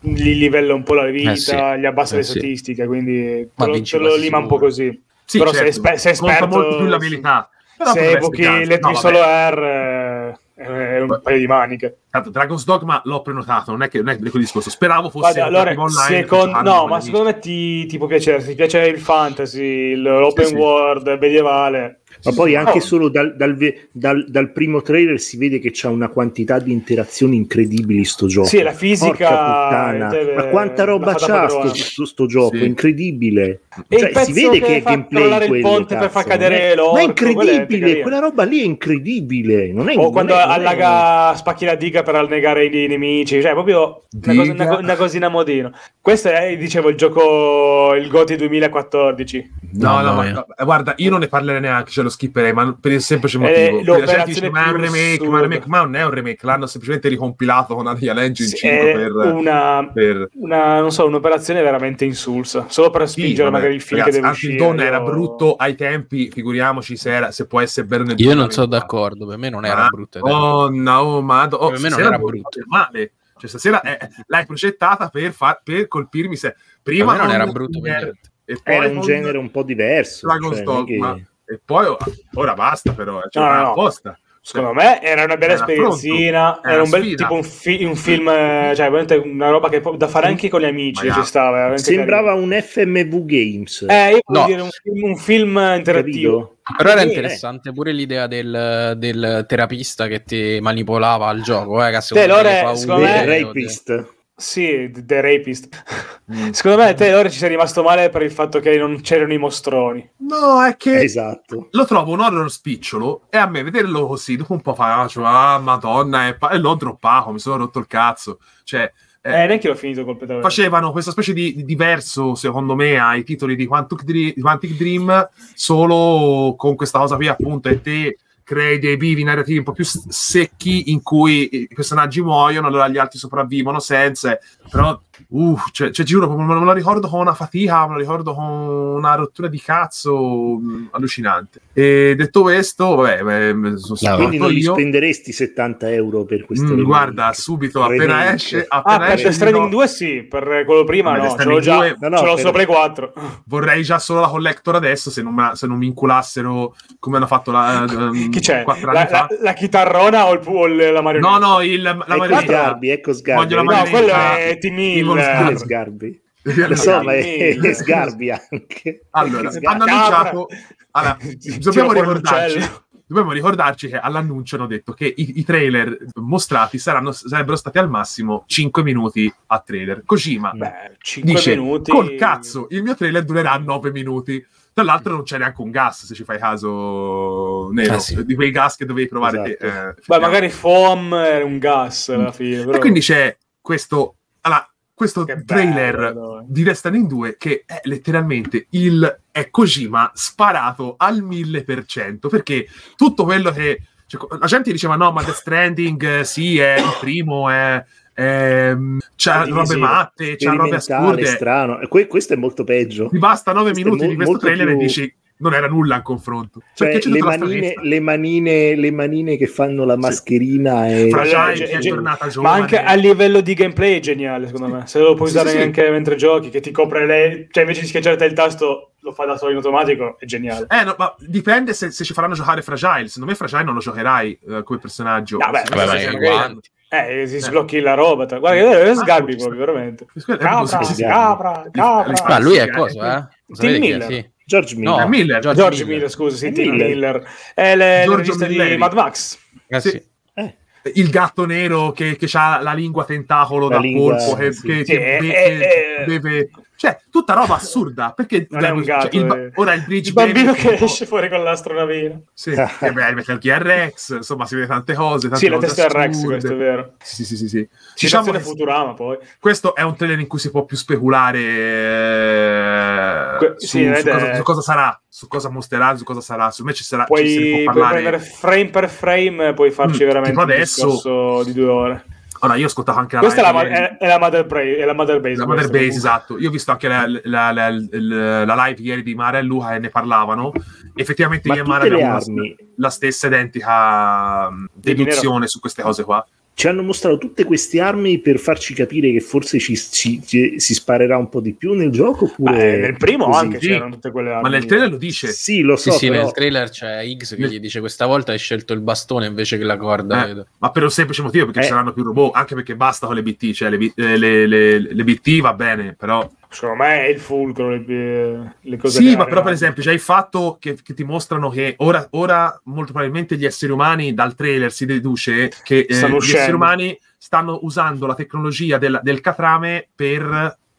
[SPEAKER 2] l- gli livella un po' la vita,
[SPEAKER 5] Eh sì,
[SPEAKER 2] gli abbassa
[SPEAKER 5] eh
[SPEAKER 2] le
[SPEAKER 5] sì.
[SPEAKER 2] statistiche, quindi
[SPEAKER 5] Ma
[SPEAKER 2] te lo,
[SPEAKER 5] vinci
[SPEAKER 2] te lo
[SPEAKER 5] quasi
[SPEAKER 2] lima un po'
[SPEAKER 5] sicuro.
[SPEAKER 2] così.
[SPEAKER 6] Sì,
[SPEAKER 2] però se
[SPEAKER 6] certo,
[SPEAKER 2] è esper- se è
[SPEAKER 6] conta
[SPEAKER 2] esperto-
[SPEAKER 6] molto più l'abilità. Però
[SPEAKER 2] se
[SPEAKER 6] potrebbe
[SPEAKER 2] evochi
[SPEAKER 6] essere
[SPEAKER 2] le
[SPEAKER 6] cazzo. No, vabbè.
[SPEAKER 2] solo R eh, è un paio di maniche.
[SPEAKER 6] Tanto Dragon's Dogma l'ho prenotato, non è che non è di quel discorso. Speravo fosse
[SPEAKER 2] Guarda,
[SPEAKER 6] la
[SPEAKER 2] allora,
[SPEAKER 6] prima online.
[SPEAKER 2] secondo,
[SPEAKER 6] giocando
[SPEAKER 2] no,
[SPEAKER 6] con
[SPEAKER 2] ma
[SPEAKER 6] gli
[SPEAKER 2] secondo me ti, ti può piacere. Se ti piace il fantasy, l- l'open
[SPEAKER 6] Sì, sì.
[SPEAKER 2] world medievale,
[SPEAKER 4] Ma poi anche
[SPEAKER 2] Oh.
[SPEAKER 4] solo dal, dal ve- dal- dal primo trailer si vede che c'è una quantità di interazioni incredibili sto gioco.
[SPEAKER 2] Sì, la fisica,
[SPEAKER 4] Porca puttana.
[SPEAKER 2] eh,
[SPEAKER 4] Ma quanta
[SPEAKER 2] la
[SPEAKER 4] roba
[SPEAKER 2] fa da
[SPEAKER 4] c'ha
[SPEAKER 2] padrona.
[SPEAKER 4] sto, sto- sto gioco,
[SPEAKER 6] Sì.
[SPEAKER 4] incredibile.
[SPEAKER 2] E
[SPEAKER 4] Cioè,
[SPEAKER 2] il pezzo
[SPEAKER 4] si vede che, è
[SPEAKER 2] fa
[SPEAKER 4] gameplay
[SPEAKER 2] crollare il
[SPEAKER 4] quello,
[SPEAKER 2] ponte per
[SPEAKER 4] cazzo,
[SPEAKER 2] far
[SPEAKER 4] non è-
[SPEAKER 2] cadere l'orco.
[SPEAKER 4] Ma
[SPEAKER 2] quella
[SPEAKER 4] è
[SPEAKER 2] è
[SPEAKER 4] incredibile,
[SPEAKER 2] la
[SPEAKER 4] quella roba lì è incredibile. Non è,
[SPEAKER 2] O
[SPEAKER 4] non
[SPEAKER 2] oh, quando
[SPEAKER 4] è- non è-
[SPEAKER 2] allaga, spacchi la diga per annegare i nemici, cioè proprio una, cosa- una co- una cosina a modino. Questo è, dicevo, il gioco, il GOTY 2014.
[SPEAKER 6] No, no,
[SPEAKER 5] Mamma
[SPEAKER 6] ma
[SPEAKER 5] mia.
[SPEAKER 6] eh, guarda, io non ne parlerei neanche, cioè lo skipperei, ma per il semplice motivo.
[SPEAKER 2] Eh,
[SPEAKER 6] Perché la gente
[SPEAKER 2] l'operazione
[SPEAKER 6] dice, ma è un
[SPEAKER 2] più
[SPEAKER 6] remake, ma è un remake, ma non è un remake, l'hanno semplicemente ricompilato con Alien Engine
[SPEAKER 2] Sì,
[SPEAKER 6] 5
[SPEAKER 2] è
[SPEAKER 6] per...
[SPEAKER 2] una,
[SPEAKER 6] per-
[SPEAKER 2] una- non so, un'operazione veramente insulsa, solo per
[SPEAKER 6] Sì,
[SPEAKER 2] spingere
[SPEAKER 6] vabbè,
[SPEAKER 2] magari il film
[SPEAKER 6] ragazzi,
[SPEAKER 2] che deve
[SPEAKER 6] anche il
[SPEAKER 2] uscire.
[SPEAKER 6] Dawn
[SPEAKER 2] io-
[SPEAKER 6] era brutto ai tempi, figuriamoci se, era- se può essere bello nel
[SPEAKER 5] Io non sono
[SPEAKER 6] 2024.
[SPEAKER 5] d'accordo, per me non
[SPEAKER 2] Ah,
[SPEAKER 5] era brutto.
[SPEAKER 6] Oh, no, ma oh,
[SPEAKER 5] Per me non
[SPEAKER 6] stasera
[SPEAKER 5] era
[SPEAKER 6] devo
[SPEAKER 5] brutto.
[SPEAKER 6] fare Male. Cioè, stasera eh, l'hai progettata per, fa- per colpirmi. Se...
[SPEAKER 5] Per
[SPEAKER 6] Prima
[SPEAKER 5] me non era
[SPEAKER 6] con-
[SPEAKER 5] brutto per niente.
[SPEAKER 6] e poi
[SPEAKER 4] Era un
[SPEAKER 6] con
[SPEAKER 4] genere un po' diverso.
[SPEAKER 6] Dragon's
[SPEAKER 4] cioè, non è che-
[SPEAKER 6] Dogma. E poi oh, ora basta, però. eh, Cioè,
[SPEAKER 2] No, no,
[SPEAKER 6] era
[SPEAKER 2] no.
[SPEAKER 6] apposta.
[SPEAKER 2] Secondo me era una bella
[SPEAKER 6] Era
[SPEAKER 2] esperienzina,
[SPEAKER 6] pronto,
[SPEAKER 2] era,
[SPEAKER 6] era
[SPEAKER 2] un bel
[SPEAKER 6] sfida.
[SPEAKER 2] tipo un, fi- un film, eh, cioè veramente una roba che po- da fare anche con gli amici,
[SPEAKER 6] Ma
[SPEAKER 2] ci stava, veramente
[SPEAKER 4] Sembrava un FMV Games.
[SPEAKER 2] carino. Eh, io voglio
[SPEAKER 5] No.
[SPEAKER 2] dire un film, un film interattivo.
[SPEAKER 4] capito?
[SPEAKER 5] Però era
[SPEAKER 4] Sì, eh.
[SPEAKER 5] interessante pure l'idea del, del terapista che ti manipolava al gioco. Eh, che a
[SPEAKER 2] Beh,
[SPEAKER 5] seconda delle
[SPEAKER 2] Lore,
[SPEAKER 5] paure-
[SPEAKER 2] secondo me-
[SPEAKER 4] Eh, Rapist.
[SPEAKER 2] Sì, The Rapist.
[SPEAKER 6] Mm.
[SPEAKER 2] Secondo me te ora ci sei rimasto male per il fatto che non c'erano i mostroni.
[SPEAKER 6] No, è che
[SPEAKER 4] Esatto.
[SPEAKER 6] lo trovo un horror spicciolo e a me vederlo così dopo un po' faccio, ah, madonna, e, pa- e l'ho droppato, mi sono rotto il cazzo. Cioè,
[SPEAKER 2] Eh, neanche l'ho finito completamente.
[SPEAKER 6] facevano questa specie di, di diverso, secondo me, ai titoli di Quantic, Dre- di Quantic Dream, solo con questa cosa qui, appunto, e te crei dei bivi narrativi un po' più s- secchi in cui i personaggi muoiono, allora gli altri sopravvivono senza, però, uh, cioè, cioè, giuro, proprio me me lo ricordo con una fatica, me lo ricordo con una rottura di cazzo mh, allucinante. E detto questo, vabbè, beh, me- sono
[SPEAKER 4] Quindi
[SPEAKER 6] stato
[SPEAKER 4] non gli
[SPEAKER 6] io.
[SPEAKER 4] spenderesti 70 euro per questo?
[SPEAKER 6] Mm,
[SPEAKER 4] remake?
[SPEAKER 6] guarda, subito, appena
[SPEAKER 4] Remake.
[SPEAKER 6] esce,
[SPEAKER 2] Ah,
[SPEAKER 6] appena
[SPEAKER 2] per
[SPEAKER 6] esce,
[SPEAKER 2] The Stranding
[SPEAKER 6] no.
[SPEAKER 2] 2 sì, per quello prima
[SPEAKER 6] Beh, Death
[SPEAKER 2] no, ce l'ho
[SPEAKER 6] Stranding
[SPEAKER 2] già,
[SPEAKER 6] 2
[SPEAKER 4] no, no,
[SPEAKER 2] ce l'ho
[SPEAKER 4] per-
[SPEAKER 2] sopra i 4.
[SPEAKER 6] vorrei già solo la collector adesso se non, me- se non mi inculassero come hanno fatto la, ehm,
[SPEAKER 2] Chi c'è?
[SPEAKER 6] quattro
[SPEAKER 2] La,
[SPEAKER 6] anni fa.
[SPEAKER 2] la- la chitarrona o, il, pu- o il- la marionetta?
[SPEAKER 6] No, no, il, la
[SPEAKER 4] Ecco
[SPEAKER 6] marionetta.
[SPEAKER 4] Sgarbi, ecco Sgarbi.
[SPEAKER 6] Voglio la
[SPEAKER 4] vedi?
[SPEAKER 2] No,
[SPEAKER 6] marionetta.
[SPEAKER 2] quello è Team
[SPEAKER 6] Evil
[SPEAKER 4] Pure
[SPEAKER 6] Sgarbi.
[SPEAKER 2] Hill.
[SPEAKER 4] Sgarbi. Lo so, ma è, è Sgarbi anche.
[SPEAKER 6] Allora,
[SPEAKER 4] Perché
[SPEAKER 6] hanno
[SPEAKER 4] Sgarbi-
[SPEAKER 2] Capra.
[SPEAKER 6] annunciato... Allora,
[SPEAKER 2] Tiro
[SPEAKER 6] dobbiamo
[SPEAKER 2] fuori un
[SPEAKER 6] ricordarci...
[SPEAKER 2] uccello.
[SPEAKER 6] Dobbiamo ricordarci che all'annuncio hanno detto che i, i trailer mostrati saranno- sarebbero stati al massimo 5 minuti a trailer. Kojima
[SPEAKER 2] Beh, 5
[SPEAKER 6] dice,
[SPEAKER 2] minuti.
[SPEAKER 6] col cazzo, il mio trailer durerà 9 minuti. Tra l'altro non c'è neanche un gas, se ci fai caso, Nero,
[SPEAKER 5] Ah, sì.
[SPEAKER 6] di quei gas che dovevi provare te.
[SPEAKER 4] Esatto.
[SPEAKER 6] eh,
[SPEAKER 2] Beh, magari Foam era un gas
[SPEAKER 6] Mm.
[SPEAKER 2] alla fine. però-
[SPEAKER 6] E quindi c'è questo, allora, questo
[SPEAKER 2] Che bello,
[SPEAKER 6] trailer
[SPEAKER 2] dai.
[SPEAKER 6] di Death Stranding 2 che è letteralmente il è Kojima sparato al 1000% perché tutto quello che cioè, co- la gente diceva no ma Death Stranding eh, sì è il primo è, è, mm, c'ha
[SPEAKER 4] È
[SPEAKER 6] robe
[SPEAKER 4] divisivo,
[SPEAKER 6] matte c'ha robe
[SPEAKER 4] Sperimentale,
[SPEAKER 6] assurde
[SPEAKER 4] strano. E que- questo è molto peggio.
[SPEAKER 6] ti basta 9
[SPEAKER 4] Questo è
[SPEAKER 6] minuti
[SPEAKER 4] mo-
[SPEAKER 6] di questo
[SPEAKER 4] molto
[SPEAKER 6] trailer e
[SPEAKER 4] più-
[SPEAKER 6] dici non era nulla in confronto
[SPEAKER 4] Cioè,
[SPEAKER 6] Perché c'è
[SPEAKER 4] le,
[SPEAKER 6] tutta la
[SPEAKER 4] manine,
[SPEAKER 6] stranezza?
[SPEAKER 4] le, manine, le manine che fanno la mascherina e
[SPEAKER 6] Fra
[SPEAKER 2] Cioè,
[SPEAKER 6] Giant
[SPEAKER 2] ge-
[SPEAKER 6] che è
[SPEAKER 2] ge-
[SPEAKER 6] tornata
[SPEAKER 2] Ma
[SPEAKER 6] giovane
[SPEAKER 2] anche a livello di gameplay è geniale, secondo me. Se lo puoi
[SPEAKER 6] Sì,
[SPEAKER 2] usare
[SPEAKER 6] sì, sì.
[SPEAKER 2] anche mentre giochi, che ti copre le. cioè invece di schiacciare il tasto, lo fa da solo in automatico, è geniale.
[SPEAKER 6] Eh, no, ma dipende se, se ci faranno giocare Fragile. Secondo me Fragile non lo giocherai eh, come personaggio.
[SPEAKER 2] Ah, beh,
[SPEAKER 6] Se-
[SPEAKER 5] Vabbè,
[SPEAKER 2] Vabbè,
[SPEAKER 5] ma
[SPEAKER 6] se-
[SPEAKER 5] i
[SPEAKER 2] magari-
[SPEAKER 5] guanti.
[SPEAKER 2] Eh, si sblocchi la roba. tra- Guarda, che è sgarbi
[SPEAKER 6] Ah,
[SPEAKER 2] proprio, veramente.
[SPEAKER 6] quello è
[SPEAKER 2] Capra,
[SPEAKER 6] proprio-
[SPEAKER 4] sì,
[SPEAKER 2] capra, capra.
[SPEAKER 5] Ma lui è
[SPEAKER 6] Eh,
[SPEAKER 5] coso, eh? Lo sapete chi è?
[SPEAKER 2] Miller.
[SPEAKER 5] Sì.
[SPEAKER 4] George
[SPEAKER 5] No,
[SPEAKER 4] Miller.
[SPEAKER 6] Eh, Miller.
[SPEAKER 5] George,
[SPEAKER 2] George
[SPEAKER 5] Miller.
[SPEAKER 2] Miller, scusa, sì,
[SPEAKER 4] È
[SPEAKER 2] Tim
[SPEAKER 4] Miller.
[SPEAKER 2] Miller. È le- il
[SPEAKER 6] Giorgio
[SPEAKER 2] regista di
[SPEAKER 6] Milleri.
[SPEAKER 2] Mad Max.
[SPEAKER 5] Eh sì.
[SPEAKER 6] Sì.
[SPEAKER 4] Eh,
[SPEAKER 6] Il gatto nero che, ha la lingua tentacolo
[SPEAKER 4] La
[SPEAKER 6] da
[SPEAKER 4] lingua,
[SPEAKER 6] polpo che,
[SPEAKER 4] sì.
[SPEAKER 6] che-
[SPEAKER 2] Sì,
[SPEAKER 6] che
[SPEAKER 2] eh,
[SPEAKER 6] be-
[SPEAKER 2] eh,
[SPEAKER 6] che
[SPEAKER 2] eh.
[SPEAKER 6] beve. Cioè, tutta roba assurda. Perché
[SPEAKER 2] Non è un
[SPEAKER 6] cioè,
[SPEAKER 2] gatto.
[SPEAKER 6] il ba-
[SPEAKER 2] eh.
[SPEAKER 6] ora il bridge
[SPEAKER 2] Il bambino
[SPEAKER 6] baby-
[SPEAKER 2] che esce fuori con l'astronavina.
[SPEAKER 6] Sì, che beh, Metal Gear Rex, insomma, si vede tante cose. Tante
[SPEAKER 2] Sì, la
[SPEAKER 6] cose
[SPEAKER 2] testa del Rex,
[SPEAKER 6] assurde.
[SPEAKER 2] questo è vero.
[SPEAKER 6] Sì, sì, sì, sì.
[SPEAKER 2] Citazione
[SPEAKER 6] Diciamo che-
[SPEAKER 2] Futurama, poi.
[SPEAKER 6] questo è un trailer in cui si può più speculare eh,
[SPEAKER 2] Que-
[SPEAKER 6] su,
[SPEAKER 2] sì,
[SPEAKER 6] su
[SPEAKER 2] ed è-
[SPEAKER 6] cosa, su cosa sarà, su cosa mostrerà, su cosa sarà. Su me ci sarà, ci se ne
[SPEAKER 2] Puoi,
[SPEAKER 6] può
[SPEAKER 2] puoi
[SPEAKER 6] parlare.
[SPEAKER 2] prendere frame per frame, puoi farci
[SPEAKER 6] Mm,
[SPEAKER 2] veramente
[SPEAKER 6] tipo
[SPEAKER 2] un
[SPEAKER 6] adesso-
[SPEAKER 2] discorso di due ore.
[SPEAKER 6] Ora, io ho ascoltato anche la
[SPEAKER 2] Questa è la, ma-
[SPEAKER 6] live,
[SPEAKER 2] è, è la Mother Bra- è la Mother Base.
[SPEAKER 6] la Mother
[SPEAKER 2] questa,
[SPEAKER 6] Base,
[SPEAKER 2] comunque.
[SPEAKER 6] esatto. Io ho visto anche la, la- la- la- la live ieri di Mara e Luca e ne parlavano. Effettivamente,
[SPEAKER 4] Ma
[SPEAKER 6] io e Mara
[SPEAKER 4] tutte le
[SPEAKER 6] abbiamo la,
[SPEAKER 4] armi-
[SPEAKER 6] la stessa identica mh,
[SPEAKER 2] Di
[SPEAKER 6] deduzione su queste cose qua.
[SPEAKER 4] Ci hanno mostrato tutte queste armi per farci capire che forse ci, ci- ci- si sparerà un po' di più nel gioco? Oppure
[SPEAKER 2] Beh, eh, nel primo
[SPEAKER 4] così?
[SPEAKER 2] anche
[SPEAKER 6] sì.
[SPEAKER 2] c'erano tutte quelle armi.
[SPEAKER 6] Ma nel trailer lo dice.
[SPEAKER 4] Sì, lo
[SPEAKER 5] Sì,
[SPEAKER 4] so,
[SPEAKER 5] sì,
[SPEAKER 4] però-
[SPEAKER 5] nel trailer c'è X che
[SPEAKER 6] Nel-
[SPEAKER 5] gli dice questa volta hai scelto il bastone invece che la corda.
[SPEAKER 6] Eh.
[SPEAKER 5] vedo.
[SPEAKER 6] Ma per un semplice motivo, perché
[SPEAKER 4] Eh.
[SPEAKER 6] ci saranno più robot, anche perché basta con le BT, cioè le, B- eh, le- le- le BT va bene, però...
[SPEAKER 2] Secondo me è il fulcro, le, eh, le cose
[SPEAKER 6] Sì,
[SPEAKER 2] che
[SPEAKER 6] ma però
[SPEAKER 2] arrivano.
[SPEAKER 6] per esempio c'è il fatto che, che ti mostrano che ora, ora molto probabilmente gli esseri umani dal trailer si deduce che eh,
[SPEAKER 2] Stanno
[SPEAKER 6] gli
[SPEAKER 2] uscendo.
[SPEAKER 6] esseri umani stanno usando la tecnologia del, del catrame per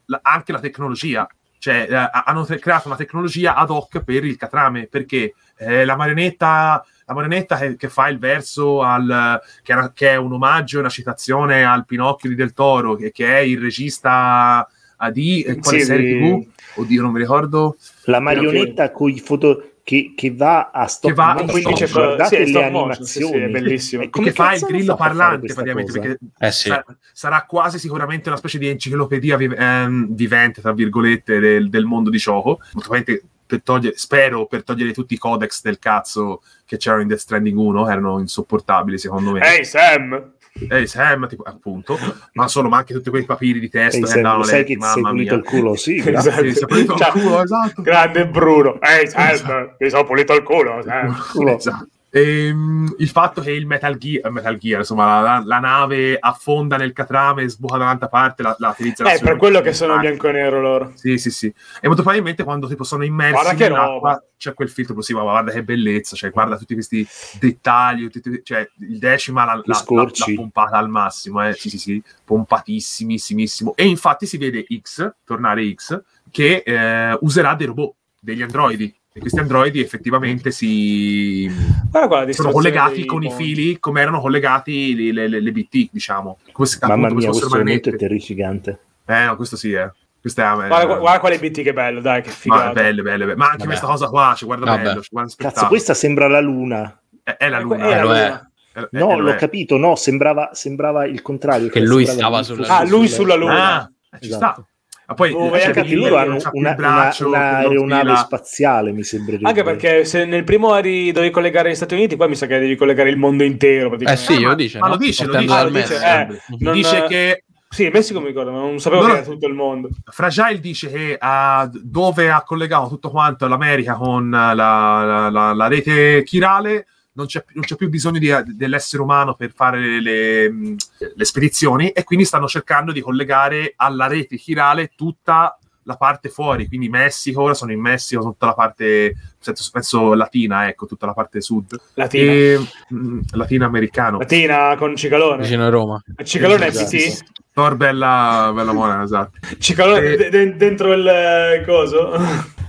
[SPEAKER 6] la- anche la tecnologia. Cioè, eh, hanno te- creato una tecnologia ad hoc per il catrame, perché eh, la marionetta, la marionetta che, che fa il verso al, che, è una- che è un omaggio, una citazione al Pinocchio di Del Toro, che, che è il regista eh, di eh, quale
[SPEAKER 2] Sì,
[SPEAKER 6] serie
[SPEAKER 2] di-
[SPEAKER 6] TV? Oddio, non mi ricordo.
[SPEAKER 4] La marionetta con i foto che, che va a stop
[SPEAKER 6] Che va in
[SPEAKER 4] motion,
[SPEAKER 6] stop-
[SPEAKER 2] sì,
[SPEAKER 4] guardate
[SPEAKER 2] in
[SPEAKER 4] le
[SPEAKER 2] stop motion,
[SPEAKER 4] animazioni
[SPEAKER 2] sì, sì, è bellissimo.
[SPEAKER 4] E
[SPEAKER 6] che fa il
[SPEAKER 4] cazzo hanno
[SPEAKER 6] grillo
[SPEAKER 4] fatto a fare
[SPEAKER 6] parlante
[SPEAKER 4] questa
[SPEAKER 6] praticamente
[SPEAKER 4] cosa?
[SPEAKER 6] perché
[SPEAKER 5] Eh sì.
[SPEAKER 6] sa- Cioè, sarà quasi sicuramente una specie di enciclopedia vi- ehm, vivente tra virgolette del, del mondo di gioco Praticamente per togliere, spero per togliere tutti i codex del cazzo che c'erano in Death Stranding 1 erano insopportabili secondo me
[SPEAKER 2] Ehi Sam!
[SPEAKER 6] Ehi, Sam tipo, appunto ma solo ma anche tutti quei papiri di
[SPEAKER 4] Ehi,
[SPEAKER 6] testo eh, che
[SPEAKER 4] Sam, lo
[SPEAKER 6] andavano
[SPEAKER 4] sai
[SPEAKER 6] letti,
[SPEAKER 4] che ti sei
[SPEAKER 6] mamma
[SPEAKER 4] pulito
[SPEAKER 6] mia
[SPEAKER 4] il culo? Sì,
[SPEAKER 2] Esatto.
[SPEAKER 4] grazie.
[SPEAKER 6] Sì, si è pulito il
[SPEAKER 2] Ciao.
[SPEAKER 6] culo, esatto.
[SPEAKER 2] Grande Bruno! Ehi Sam!
[SPEAKER 6] Esatto.
[SPEAKER 2] Mi sono pulito il culo, Sam!
[SPEAKER 4] Culo.
[SPEAKER 6] Esatto. Ehm, il fatto che il Metal Gear, eh, Metal Gear, insomma, la, la nave affonda nel catrame, sbuca da un'altra parte, la, la utilizzano
[SPEAKER 2] Eh, per quello che sono bianco
[SPEAKER 6] bianco
[SPEAKER 2] e nero loro.
[SPEAKER 6] Esatto. Sì, sì, sì. E molto probabilmente quando tipo sono immersi
[SPEAKER 2] Guarda che
[SPEAKER 6] nell'acqua
[SPEAKER 2] roba.
[SPEAKER 6] c'è quel filtro così, ma guarda che bellezza, cioè guarda tutti questi dettagli, tutti- cioè il decima la, la, la-
[SPEAKER 4] scorci.
[SPEAKER 6] la pompata al massimo, eh. sì, sì, sì, pompatissimissimo. E infatti si vede X, tornare X, che eh, userà dei robot, degli androidi. E questi androidi effettivamente si
[SPEAKER 2] Guarda qua la
[SPEAKER 6] sono
[SPEAKER 2] distorsione
[SPEAKER 6] collegati
[SPEAKER 2] dei
[SPEAKER 6] con i
[SPEAKER 2] mondi.
[SPEAKER 6] fili come erano collegati le, le- le- le BT, diciamo. Come se,
[SPEAKER 4] Mamma
[SPEAKER 6] appunto, come
[SPEAKER 4] mia,
[SPEAKER 6] se fossero
[SPEAKER 4] questo momento è
[SPEAKER 6] manette.
[SPEAKER 4] terrificante.
[SPEAKER 6] Eh, no, questo sì, eh. Questa è,
[SPEAKER 2] Guarda, qua- guarda quale BT che bello, dai, che
[SPEAKER 6] ma
[SPEAKER 2] figata.
[SPEAKER 6] belle, belle, belle. Ma anche
[SPEAKER 5] Vabbè.
[SPEAKER 6] questa cosa qua, ci guarda
[SPEAKER 5] Vabbè.
[SPEAKER 6] bello, ci guarda
[SPEAKER 4] Cazzo,
[SPEAKER 6] spettacolo.
[SPEAKER 4] questa sembra la luna.
[SPEAKER 6] è, è la
[SPEAKER 2] Eh,
[SPEAKER 6] luna.
[SPEAKER 2] eh,
[SPEAKER 5] Eh, lo è.
[SPEAKER 2] luna.
[SPEAKER 6] è- è-
[SPEAKER 4] No,
[SPEAKER 6] è-
[SPEAKER 4] l'ho
[SPEAKER 6] eh, è-
[SPEAKER 4] capito, no, sembrava, sembrava il contrario.
[SPEAKER 5] Che
[SPEAKER 4] cioè
[SPEAKER 5] lui
[SPEAKER 4] sembrava
[SPEAKER 5] stava
[SPEAKER 4] che
[SPEAKER 5] sulla
[SPEAKER 2] luna. Ah, lui sulla luna.
[SPEAKER 6] Ah, ci
[SPEAKER 4] Esatto.
[SPEAKER 6] sta. Ma poi
[SPEAKER 2] Oh, vai
[SPEAKER 6] eh, c'è
[SPEAKER 2] a
[SPEAKER 4] Cioè, perché
[SPEAKER 2] capire,
[SPEAKER 4] loro hanno
[SPEAKER 6] c'ha più
[SPEAKER 4] una,
[SPEAKER 6] braccio,
[SPEAKER 4] una-
[SPEAKER 6] più
[SPEAKER 4] un'aeronave
[SPEAKER 6] fila.
[SPEAKER 4] spaziale, mi sembrerebbe.
[SPEAKER 2] Anche perché se nel primo eri, dovevi collegare gli Stati Uniti, qua mi sa che devi collegare il mondo intero.
[SPEAKER 5] Eh
[SPEAKER 2] praticamente.
[SPEAKER 5] sì,
[SPEAKER 6] ma-
[SPEAKER 5] lo dice.
[SPEAKER 6] ma
[SPEAKER 5] no?
[SPEAKER 6] lo dice, lo
[SPEAKER 5] Partendo
[SPEAKER 6] dice,
[SPEAKER 5] dal
[SPEAKER 2] lo dice,
[SPEAKER 5] mezzo.
[SPEAKER 2] eh.
[SPEAKER 5] Mhm.
[SPEAKER 2] Non-
[SPEAKER 6] Dice che
[SPEAKER 2] Sì, il Messico mi ricordo, ma non sapevo
[SPEAKER 6] Loro-
[SPEAKER 2] che era tutto il mondo.
[SPEAKER 6] Fragile dice che ah, dove ha collegato tutto quanto l'America con eh, la, la- la- la rete chirale non c'è, non c'è più bisogno di- eh, dell'essere umano per fare le, mh, le spedizioni e quindi stanno cercando di collegare alla rete chirale tutta la parte fuori, quindi Messico, ora sono in Messico, tutta la parte, penso, penso latina, ecco, tutta la parte sud,
[SPEAKER 2] Latina.
[SPEAKER 6] E, mm, mh, latinoamericano.
[SPEAKER 2] Latina con Cicalone. Eh,
[SPEAKER 5] Vicino a Roma.
[SPEAKER 2] Cicalone è
[SPEAKER 4] Esatto.
[SPEAKER 2] BT?
[SPEAKER 6] Tor bella, bella mona, esatto.
[SPEAKER 2] Cicalone
[SPEAKER 6] Eh.
[SPEAKER 2] de- de- dentro il eh, coso?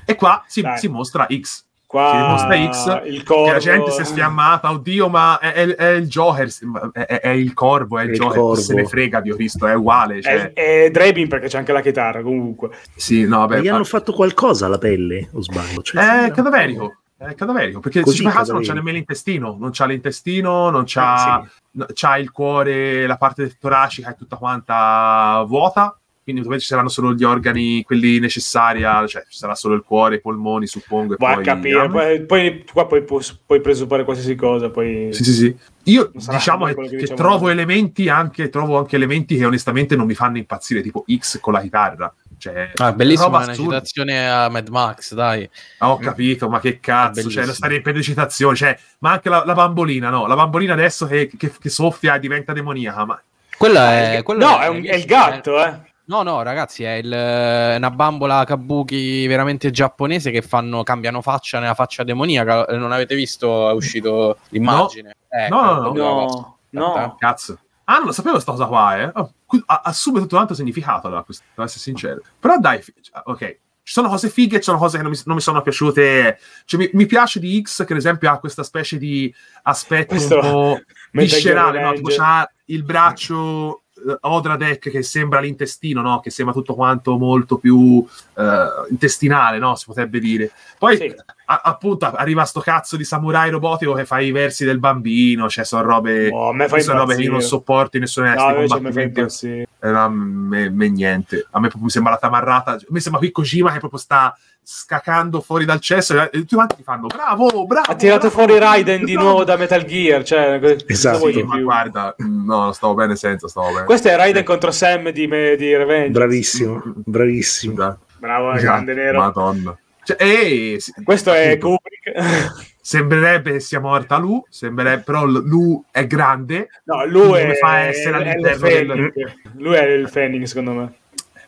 [SPEAKER 6] E qua si,
[SPEAKER 2] Dai.
[SPEAKER 6] si mostra X,
[SPEAKER 2] Qua
[SPEAKER 6] Si dimostra X,
[SPEAKER 2] il
[SPEAKER 6] che
[SPEAKER 2] corvo.
[SPEAKER 6] la gente si è sfiammata, oddio, ma è, è- è il Joker, è, è- è il corvo, è il,
[SPEAKER 4] È il
[SPEAKER 6] Joker,
[SPEAKER 4] corvo.
[SPEAKER 6] se ne frega Dio Cristo, è uguale. Cioè,
[SPEAKER 2] È, è Drebin perché c'è anche la chitarra, comunque.
[SPEAKER 6] sì, no, vabbè,
[SPEAKER 4] Ma gli
[SPEAKER 6] ma-
[SPEAKER 4] hanno fatto qualcosa alla pelle, o sbaglio? Cioè,
[SPEAKER 6] è
[SPEAKER 4] sembra-
[SPEAKER 6] cadaverico, è cadaverico, perché
[SPEAKER 4] Così
[SPEAKER 6] se ci fai caso non
[SPEAKER 4] cadaverico.
[SPEAKER 6] c'ha nemmeno l'intestino, non c'ha l'intestino, non c'ha,
[SPEAKER 2] Eh,
[SPEAKER 6] no- c'ha il cuore, la parte toracica è tutta quanta vuota. Quindi ovviamente ci saranno solo gli organi, quelli necessari, a- cioè ci sarà solo il cuore, i polmoni, suppongo. E
[SPEAKER 2] Vai a
[SPEAKER 6] poi-
[SPEAKER 2] capire. Poi, poi qua puoi, puoi presupporre qualsiasi cosa. Poi...
[SPEAKER 6] Sì, sì, sì. Io
[SPEAKER 2] Non sarà
[SPEAKER 6] diciamo
[SPEAKER 2] mai
[SPEAKER 6] che,
[SPEAKER 2] quello che
[SPEAKER 6] che
[SPEAKER 2] diciamo
[SPEAKER 6] trovo
[SPEAKER 2] noi.
[SPEAKER 6] elementi anche, trovo anche elementi che onestamente non mi fanno impazzire, tipo X con la chitarra. Cioè,
[SPEAKER 5] Ah, bellissima
[SPEAKER 6] roba
[SPEAKER 5] una
[SPEAKER 6] assurda.
[SPEAKER 5] citazione a Mad Max, dai.
[SPEAKER 6] Ah, ho capito, ma che cazzo, cioè,
[SPEAKER 5] Bellissimo.
[SPEAKER 6] lo stare in citazioni, cioè, ma anche la, la bambolina, no? La bambolina adesso che, che- che soffia e diventa demoniaca, ma
[SPEAKER 5] Quella è. quella
[SPEAKER 2] no, è, un- è il gatto, eh.
[SPEAKER 5] No, no, ragazzi, è, il, è una bambola kabuki veramente giapponese che fanno, cambiano faccia nella faccia demoniaca. Eh, Non avete visto? È uscito l'immagine. Ecco,
[SPEAKER 6] No, no, no.
[SPEAKER 5] quella cosa.
[SPEAKER 2] No, no.
[SPEAKER 6] cazzo. Ah, non lo sapevo sta cosa qua, eh. Oh, qui- a- assume tutto un altro significato, allora, questo, devo essere sincero. Però dai, fi- cioè, ok. Ci sono cose fighe, ci sono cose che non mi, non mi sono piaciute. Cioè, mi, mi piace di X, che ad esempio ha questa specie di aspetto
[SPEAKER 2] Questo-
[SPEAKER 6] un po'
[SPEAKER 2] Metal Gear
[SPEAKER 6] viscerale, no? Tipo
[SPEAKER 2] Revenge.
[SPEAKER 6] c'ha il braccio eh, Odradek che sembra l'intestino, no? Che sembra tutto quanto molto più eh, intestinale, no? Si potrebbe dire. Poi
[SPEAKER 2] Sì.
[SPEAKER 6] a- appunto arriva sto cazzo di samurai robotico che fa i versi del bambino, cioè sono robe,
[SPEAKER 2] Oh, a me fa
[SPEAKER 6] sono robe che io non
[SPEAKER 2] impazzire.
[SPEAKER 6] sopporto in nessun
[SPEAKER 2] No,
[SPEAKER 6] no,
[SPEAKER 2] invece mi fa
[SPEAKER 6] combattimento.
[SPEAKER 2] impazzire.
[SPEAKER 6] Eh, no, me, me niente. A me proprio mi sembra la tamarrata. Mi sembra qui Kojima che proprio sta scacando fuori dal cesso e tutti quanti fanno bravo, bravo.
[SPEAKER 2] Ha tirato
[SPEAKER 6] bravo,
[SPEAKER 2] fuori Raiden di
[SPEAKER 6] bravo".
[SPEAKER 2] nuovo da Metal Gear. Cioè, cosa
[SPEAKER 4] Esatto.
[SPEAKER 2] vuoi
[SPEAKER 6] Sì,
[SPEAKER 2] di
[SPEAKER 6] ma
[SPEAKER 2] più?
[SPEAKER 6] guarda, no, stavo bene senza, stavo bene.
[SPEAKER 2] Questo è Raiden contro Sam di, me- di Revenge.
[SPEAKER 4] Bravissimo, bravissimo.
[SPEAKER 6] Esatto.
[SPEAKER 2] Bravo, grande nero.
[SPEAKER 6] Madonna. Cioè, ehi, s-
[SPEAKER 2] Questo è
[SPEAKER 6] appunto,
[SPEAKER 2] Kubrick.
[SPEAKER 6] Sembrerebbe che sia morta Lu, sembrerebbe, però l- Lu è grande.
[SPEAKER 2] no, lui
[SPEAKER 6] Come
[SPEAKER 2] è,
[SPEAKER 6] fa a essere
[SPEAKER 2] è il
[SPEAKER 6] all'interno del-
[SPEAKER 2] Fenix. Lui è il Fenix, secondo me.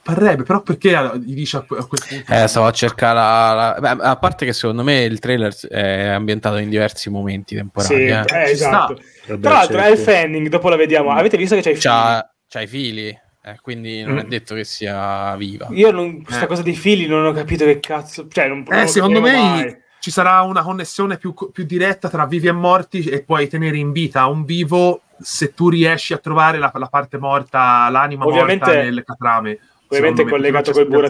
[SPEAKER 6] Parrebbe, però perché allora, gli dice a, que- a quel punto?
[SPEAKER 5] Eh, stavo a cercare la, la- beh, a parte che secondo me il trailer è ambientato in diversi momenti
[SPEAKER 2] Sì,
[SPEAKER 5] temporanei. eh.
[SPEAKER 2] eh,
[SPEAKER 6] Ci
[SPEAKER 2] esatto.
[SPEAKER 6] sta.
[SPEAKER 4] Vabbè,
[SPEAKER 2] Tra l'altro, è
[SPEAKER 4] certo.
[SPEAKER 2] il Fanning, dopo la vediamo. Avete visto che c'è il
[SPEAKER 5] C'ha, c'ha i fili, eh, quindi non è
[SPEAKER 4] Mm.
[SPEAKER 5] detto che sia viva.
[SPEAKER 2] Io non, questa
[SPEAKER 6] Eh.
[SPEAKER 2] cosa dei fili non ho capito che cazzo. Cioè, non non
[SPEAKER 6] Eh,
[SPEAKER 2] lo
[SPEAKER 6] secondo me
[SPEAKER 2] sapevo mai.
[SPEAKER 6] ci sarà una connessione più, più diretta tra vivi e morti e puoi tenere in vita un vivo se tu riesci a trovare la, la parte morta, l'anima
[SPEAKER 2] Ovviamente-
[SPEAKER 6] morta nel catrame.
[SPEAKER 2] Ovviamente
[SPEAKER 6] Secondo
[SPEAKER 2] è
[SPEAKER 6] me,
[SPEAKER 2] collegato
[SPEAKER 6] perché
[SPEAKER 2] col
[SPEAKER 6] non c'è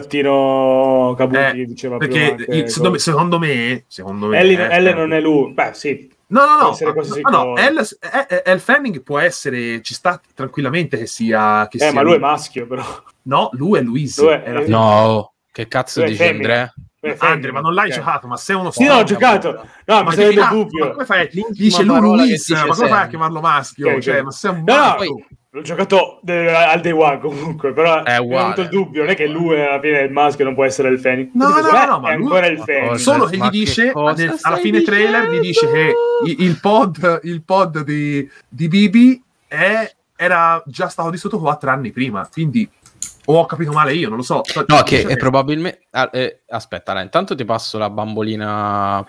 [SPEAKER 2] burattino Kabuki,
[SPEAKER 6] Eh,
[SPEAKER 2] diceva
[SPEAKER 6] Perché
[SPEAKER 2] prima.
[SPEAKER 6] io-
[SPEAKER 2] anche,
[SPEAKER 6] secondo, me,
[SPEAKER 2] con-
[SPEAKER 6] secondo me, secondo me
[SPEAKER 2] Ellen,
[SPEAKER 6] eh,
[SPEAKER 2] Ellen non è lui. Beh, sì.
[SPEAKER 6] No, no,
[SPEAKER 2] Può
[SPEAKER 6] no,
[SPEAKER 2] essere quasi
[SPEAKER 6] ma
[SPEAKER 2] sicuro.
[SPEAKER 6] no, El, eh, eh, El Fanning può essere, ci sta tranquillamente che sia... Che
[SPEAKER 2] Eh,
[SPEAKER 6] sia
[SPEAKER 2] ma lui è maschio, però.
[SPEAKER 6] No, lui è Luigi.
[SPEAKER 2] Lui è-
[SPEAKER 6] era-
[SPEAKER 2] eh,
[SPEAKER 5] No, che cazzo
[SPEAKER 2] Lui è
[SPEAKER 5] dici
[SPEAKER 2] femmina.
[SPEAKER 5] Andrea?
[SPEAKER 2] Lui è
[SPEAKER 6] Andre, ma non l'hai
[SPEAKER 2] Ok.
[SPEAKER 6] giocato, ma sei uno
[SPEAKER 2] Sì, no, ho
[SPEAKER 6] porca
[SPEAKER 2] giocato.
[SPEAKER 6] puttana.
[SPEAKER 2] No, ma
[SPEAKER 6] Ma,
[SPEAKER 2] sei
[SPEAKER 6] che
[SPEAKER 2] nel
[SPEAKER 6] cazzo, ma
[SPEAKER 2] dubbio.
[SPEAKER 6] come fai? Dice lui
[SPEAKER 5] parola che
[SPEAKER 6] Luis,
[SPEAKER 5] dice
[SPEAKER 6] ma come fai a
[SPEAKER 5] sempre.
[SPEAKER 6] chiamarlo maschio?
[SPEAKER 2] Ok,
[SPEAKER 6] Cioè,
[SPEAKER 2] ok.
[SPEAKER 6] ma sei un
[SPEAKER 2] No, no,
[SPEAKER 6] matto.
[SPEAKER 5] poi-
[SPEAKER 2] L'ho giocato eh, al day one comunque, però
[SPEAKER 5] È
[SPEAKER 2] ho
[SPEAKER 5] uguale.
[SPEAKER 2] avuto il dubbio, non è che lui alla fine è il maschio non può essere il Fenix.
[SPEAKER 6] No,
[SPEAKER 2] Secondo
[SPEAKER 6] no,
[SPEAKER 2] me
[SPEAKER 6] no, ma
[SPEAKER 2] eh, è
[SPEAKER 6] lui-
[SPEAKER 2] ancora il
[SPEAKER 5] Madonna.
[SPEAKER 2] Fenix.
[SPEAKER 6] Solo che
[SPEAKER 5] Ma
[SPEAKER 6] gli
[SPEAKER 5] che
[SPEAKER 6] dice
[SPEAKER 5] cosa
[SPEAKER 6] nel- alla
[SPEAKER 5] stai
[SPEAKER 6] fine trailer gli dice che i- il pod, il pod di, di Bibi è- era già stato distrutto quattro anni prima. Quindi, o ho capito male io, non lo so.
[SPEAKER 5] No, che è probabilmente... ah, eh, aspetta, allora, intanto ti passo la bambolina... la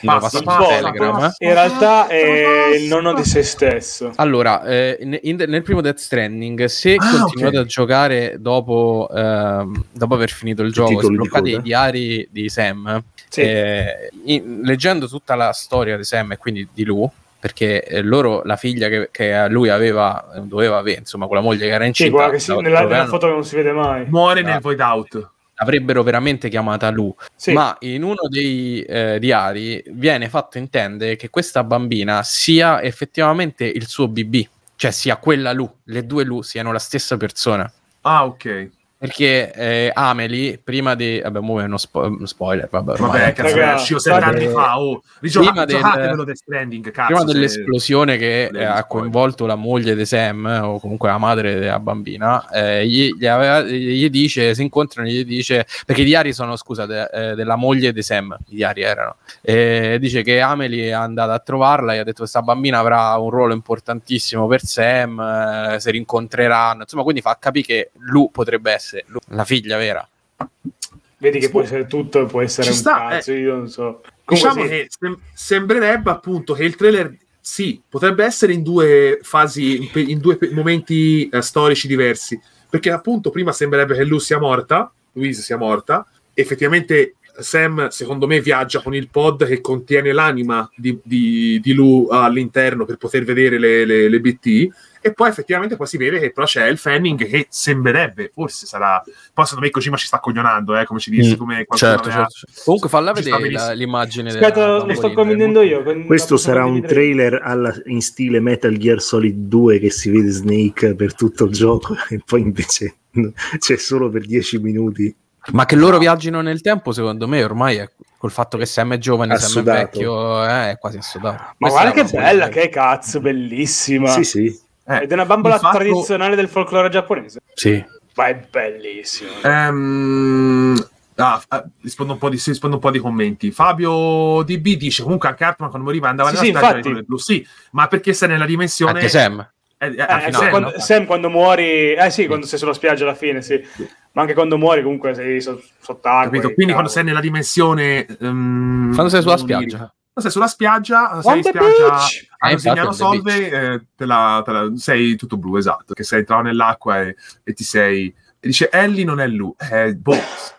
[SPEAKER 6] Passa,
[SPEAKER 5] passo su
[SPEAKER 6] passa,
[SPEAKER 5] Telegram.
[SPEAKER 6] passa.
[SPEAKER 5] eh.
[SPEAKER 2] In realtà è il nonno di se stesso.
[SPEAKER 5] Allora, eh, in- in- nel primo Death Stranding, se
[SPEAKER 6] Ah,
[SPEAKER 5] continuate
[SPEAKER 6] ok.
[SPEAKER 5] a giocare dopo, ehm, dopo aver finito il gioco,
[SPEAKER 4] titolo di
[SPEAKER 5] sbloccate
[SPEAKER 4] coda.
[SPEAKER 5] i diari di Sam,
[SPEAKER 2] Sì.
[SPEAKER 5] eh, in- leggendo tutta la storia di Sam e quindi di Lou, perché eh, loro, la figlia che, che a lui aveva, eh, doveva avere, insomma, quella moglie che era
[SPEAKER 2] Sì,
[SPEAKER 5] incinta,
[SPEAKER 2] guarda che sì,
[SPEAKER 5] dove- Ah.
[SPEAKER 2] nella,
[SPEAKER 5] dove
[SPEAKER 2] nella
[SPEAKER 5] hanno-
[SPEAKER 2] foto che non si vede mai.
[SPEAKER 6] Muore
[SPEAKER 5] No.
[SPEAKER 6] nel void out.
[SPEAKER 5] l'avrebbero veramente chiamata Lou.
[SPEAKER 2] Sì.
[SPEAKER 5] Ma in uno dei eh, diari viene fatto intendere che questa bambina sia effettivamente il suo BB, cioè sia quella Lu, le due Lu siano la stessa persona.
[SPEAKER 6] Ah, ok.
[SPEAKER 5] Perché eh, Amelie, prima di... Vabbè, mo è uno spo- spoiler, vabbè, ormai.
[SPEAKER 6] Vabbè, cazzo,
[SPEAKER 2] Raga,
[SPEAKER 6] è uscito sette
[SPEAKER 2] state-
[SPEAKER 6] anni fa. Oh, Rigioca-
[SPEAKER 5] Prima del-
[SPEAKER 6] giocatevelo Death Stranding, cazzo. cioè,
[SPEAKER 5] prima
[SPEAKER 6] se-
[SPEAKER 5] dell'esplosione che
[SPEAKER 6] se-
[SPEAKER 5] eh, ha coinvolto la moglie di Sam eh, o comunque la madre della bambina eh, gli, gli aveva- gli dice si incontrano e gli dice perché i diari sono scusa de- eh, della moglie di Sam i diari erano e dice che Amelie è andata a trovarla e ha detto questa bambina avrà un ruolo importantissimo per Sam eh, si rincontreranno insomma quindi fa capire che lui potrebbe essere Lu, la figlia vera
[SPEAKER 2] Vedi che può essere tutto, può essere
[SPEAKER 6] Ci
[SPEAKER 2] un
[SPEAKER 6] sta, eh.
[SPEAKER 2] cazzo, io non so. Comunque
[SPEAKER 6] Diciamo
[SPEAKER 2] sì,
[SPEAKER 6] che sem- sembrerebbe appunto che il trailer, sì, potrebbe essere in due fasi, pe- in due pe- momenti eh, storici diversi. Perché appunto prima sembrerebbe che Lou sia morta, Louise sia morta. Effettivamente Sam, secondo me, viaggia con il pod che contiene l'anima di, di, di Lou all'interno per poter vedere le, le- le BT. E poi effettivamente poi si vede che però c'è il Fanning che sembrerebbe, forse sarà... Poi secondo me Kojima ci sta coglionando, eh, come ci disse,
[SPEAKER 5] Mm,
[SPEAKER 6] come qualcuno aveva-
[SPEAKER 2] Cioè,
[SPEAKER 5] comunque falla
[SPEAKER 6] Ci sta
[SPEAKER 5] vedere
[SPEAKER 6] benissimo.
[SPEAKER 5] la- l'immagine della
[SPEAKER 2] Aspetta, lo
[SPEAKER 5] bambolina.
[SPEAKER 2] sto condividendo io. con-
[SPEAKER 4] Questo
[SPEAKER 2] Eh, la posso
[SPEAKER 4] sarà un
[SPEAKER 2] condividere io.
[SPEAKER 4] trailer alla- in stile Metal Gear Solid 2 che si vede Snake per tutto il gioco e poi invece c'è solo per 10 minuti.
[SPEAKER 5] Ma che loro viaggino nel tempo, secondo me, ormai è col fatto che Sam è giovane, Sam è
[SPEAKER 4] Assodato.
[SPEAKER 5] vecchio, eh, è quasi assodato.
[SPEAKER 2] Ma
[SPEAKER 5] Questa
[SPEAKER 2] guarda
[SPEAKER 5] è la
[SPEAKER 2] che bella,
[SPEAKER 5] bambolina.
[SPEAKER 2] che cazzo, bellissima.
[SPEAKER 4] Sì, sì.
[SPEAKER 6] Eh,
[SPEAKER 2] Ed è una bambola
[SPEAKER 6] il fatto-
[SPEAKER 2] tradizionale del folklore giapponese.
[SPEAKER 5] Sì.
[SPEAKER 2] Ma è bellissima.
[SPEAKER 6] Ehm, ah, ah, rispondo, un po di, sì, rispondo un po' di commenti. Fabio DB dice comunque anche Hartman quando moriva andava
[SPEAKER 2] Sì,
[SPEAKER 6] nella
[SPEAKER 2] sì,
[SPEAKER 6] spiaggia
[SPEAKER 2] infatti.
[SPEAKER 6] con il blu. Sì, ma perché sei nella dimensione
[SPEAKER 5] Anche Sam.
[SPEAKER 6] Eh, eh,
[SPEAKER 2] Eh,
[SPEAKER 6] anche
[SPEAKER 2] ecco,
[SPEAKER 5] finale,
[SPEAKER 6] Sam,
[SPEAKER 2] quando-
[SPEAKER 6] no?
[SPEAKER 2] Sam quando muori, eh sì, quando sei sulla spiaggia alla fine, sì. Ma anche quando muori comunque sei so- sott'acqua.
[SPEAKER 6] Capito?
[SPEAKER 2] e cavolo.
[SPEAKER 6] Quindi quando sei nella dimensione ehm,
[SPEAKER 5] Quando sei sulla
[SPEAKER 6] non lirica.
[SPEAKER 5] spiaggia.
[SPEAKER 6] Quando sei sulla spiaggia, Ah, sei
[SPEAKER 2] On
[SPEAKER 6] in
[SPEAKER 2] the
[SPEAKER 6] spiaggia
[SPEAKER 2] beach!
[SPEAKER 6] a
[SPEAKER 5] Eh, infatti,
[SPEAKER 6] Rosignano
[SPEAKER 5] on the
[SPEAKER 6] Solve, eh, te la- te la- sei tutto blu, esatto, che sei entrato nell'acqua e, e ti sei... E dice, Ellie non è Lu. Eh, boh, s-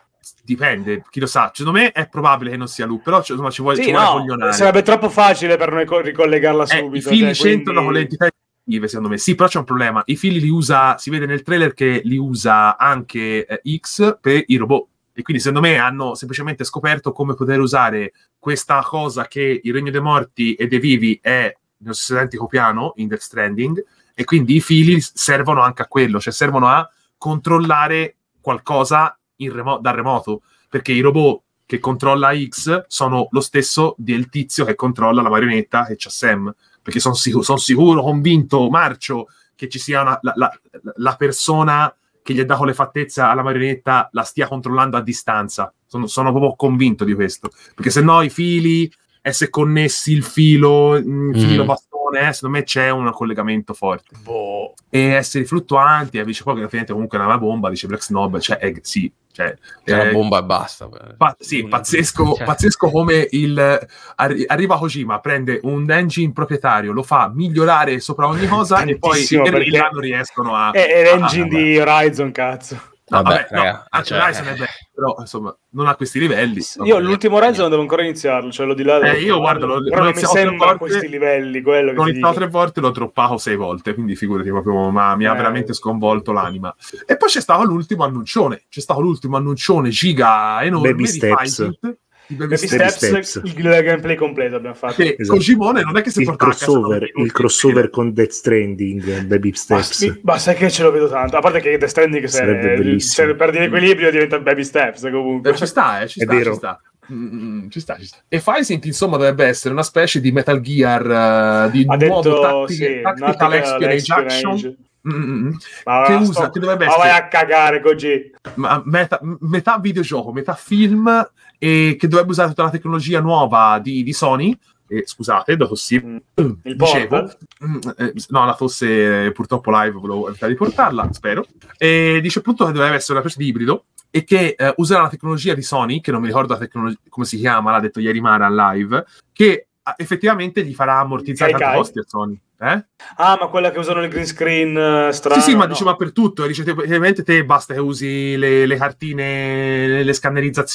[SPEAKER 6] dipende, chi lo sa. Secondo me è probabile che non sia Lu, però cioè, insomma, ci vuole,
[SPEAKER 2] Sì,
[SPEAKER 6] ci vuole
[SPEAKER 2] no,
[SPEAKER 6] coglionare.
[SPEAKER 2] sarebbe troppo facile per noi co- ricollegarla
[SPEAKER 6] Eh,
[SPEAKER 2] subito.
[SPEAKER 6] I figli
[SPEAKER 2] cioè, quindi-
[SPEAKER 6] c'entrano con le entità estive, secondo me. Sì, però c'è un problema. I figli li usa, si vede nel trailer che li usa anche eh, X per i robot. E quindi secondo me hanno semplicemente scoperto come poter usare questa cosa che il regno dei morti e dei vivi è nello stesso identico piano in Death Stranding e quindi i fili servono anche a quello, cioè servono a controllare qualcosa in remo- dal remoto, perché i robot che controlla X sono lo stesso del tizio che controlla la marionetta che c'ha Sam, perché sono sicuro, son sicuro, convinto, marcio, che ci sia una- la, la- la persona che gli ha dato le fattezze alla marionetta la stia controllando a distanza. Sono, sono proprio convinto di questo, perché se no i fili, essere connessi, il filo, mm, filo
[SPEAKER 5] Mm.
[SPEAKER 6] bastone, eh, secondo me c'è un collegamento forte
[SPEAKER 2] Boh.
[SPEAKER 6] e essere fluttuanti e dice poi che alla fine comunque è una bomba dice Black Snob cioè eh, sì cioè,
[SPEAKER 5] C'è una
[SPEAKER 6] eh,
[SPEAKER 5] bomba e basta.
[SPEAKER 6] pa- sì, pazzesco,
[SPEAKER 5] Cioè,
[SPEAKER 6] pazzesco come il arri- arriva Kojima, prende un engine proprietario, lo fa migliorare sopra ogni cosa e poi i
[SPEAKER 2] Tantissimo, perché-
[SPEAKER 6] guerrilla non riescono a...
[SPEAKER 2] È, è
[SPEAKER 6] a-
[SPEAKER 2] l'engine Eh, di Horizon, cazzo.
[SPEAKER 6] No,
[SPEAKER 5] Vabbè,
[SPEAKER 6] vabbè, no,
[SPEAKER 5] raga,
[SPEAKER 6] anche
[SPEAKER 5] cioè,
[SPEAKER 6] Horizon è
[SPEAKER 5] eh.
[SPEAKER 6] bello, però insomma, non a questi livelli.
[SPEAKER 2] Io l'ultimo Horizon devo ancora iniziarlo, cioè lo di là.
[SPEAKER 6] Eh, io, guarda, lo-
[SPEAKER 2] però
[SPEAKER 6] lo
[SPEAKER 2] non mi
[SPEAKER 6] iniziavo tre
[SPEAKER 2] sembra a
[SPEAKER 6] volte-
[SPEAKER 2] questi livelli quello che
[SPEAKER 6] L'ho
[SPEAKER 2] ti
[SPEAKER 6] iniziato
[SPEAKER 2] dico.
[SPEAKER 6] tre volte, l'ho droppato sei volte, quindi figurati proprio, ma mi ha
[SPEAKER 2] Eh.
[SPEAKER 6] veramente sconvolto l'anima. E poi c'è stato l'ultimo annuncione, c'è stato l'ultimo annuncione giga enorme
[SPEAKER 4] Baby
[SPEAKER 6] di
[SPEAKER 4] Steps.
[SPEAKER 6] Fighting, di Baby
[SPEAKER 2] Baby
[SPEAKER 6] Steps,
[SPEAKER 2] Steps,
[SPEAKER 4] Steps.
[SPEAKER 2] il gameplay completo abbiamo fatto.
[SPEAKER 6] che
[SPEAKER 4] Esatto.
[SPEAKER 6] Kojimone non è che si
[SPEAKER 4] il
[SPEAKER 6] porta a casa
[SPEAKER 4] crossover,
[SPEAKER 6] tutti i
[SPEAKER 4] il
[SPEAKER 6] minuti.
[SPEAKER 4] crossover con Death Stranding, eh, Baby
[SPEAKER 2] Ma
[SPEAKER 4] Steps.
[SPEAKER 2] sì, ma sai che ce lo vedo tanto. A parte che Death Stranding se-
[SPEAKER 4] Sarebbe
[SPEAKER 2] se-
[SPEAKER 4] bellissimo.
[SPEAKER 2] per dire equilibrio diventa Baby Steps
[SPEAKER 6] Eh,
[SPEAKER 2] comunque.
[SPEAKER 6] ci sta, eh, ci
[SPEAKER 4] È
[SPEAKER 6] sta,
[SPEAKER 4] vero.
[SPEAKER 6] ci sta. Mm, mm, mm, ci sta, ci sta. E Fighting insomma dovrebbe essere una specie di Metal Gear eh, di
[SPEAKER 2] ha
[SPEAKER 6] nuovo
[SPEAKER 2] detto
[SPEAKER 6] tactic-
[SPEAKER 2] sì,
[SPEAKER 6] tactical
[SPEAKER 2] Nautical
[SPEAKER 6] experience
[SPEAKER 2] Experience.
[SPEAKER 6] action Mm, mm, mm.
[SPEAKER 2] Ma
[SPEAKER 6] che
[SPEAKER 2] va,
[SPEAKER 6] usa,
[SPEAKER 2] sto-
[SPEAKER 6] che dovrebbe
[SPEAKER 2] Ma vai
[SPEAKER 6] essere
[SPEAKER 2] a cagare così.
[SPEAKER 6] ma- meta- metà videogioco, metà film e che dovrebbe usare tutta la tecnologia nuova di, di Sony. Eh, scusate, dopo sì.
[SPEAKER 2] Mm. Il
[SPEAKER 6] Dicevo,
[SPEAKER 2] portal?
[SPEAKER 6] mm, eh, no, la tosse eh, purtroppo live, volevo evitare di portarla, spero. E dice appunto che dovrebbe essere una specie di ibrido e che eh, userà la tecnologia di Sony, che non mi ricordo la tecnologia, come si chiama, l'ha detto ieri Mara live, che ah, effettivamente gli farà ammortizzare
[SPEAKER 2] Kai
[SPEAKER 6] tanti
[SPEAKER 2] Kai.
[SPEAKER 6] costi a Sony. Eh?
[SPEAKER 2] Ah, ma quella che usano il green screen eh, strano.
[SPEAKER 6] sì, sì, ma
[SPEAKER 2] no.
[SPEAKER 6] diceva per tutto. Dice, te, praticamente te basta che usi le, le cartine, le, le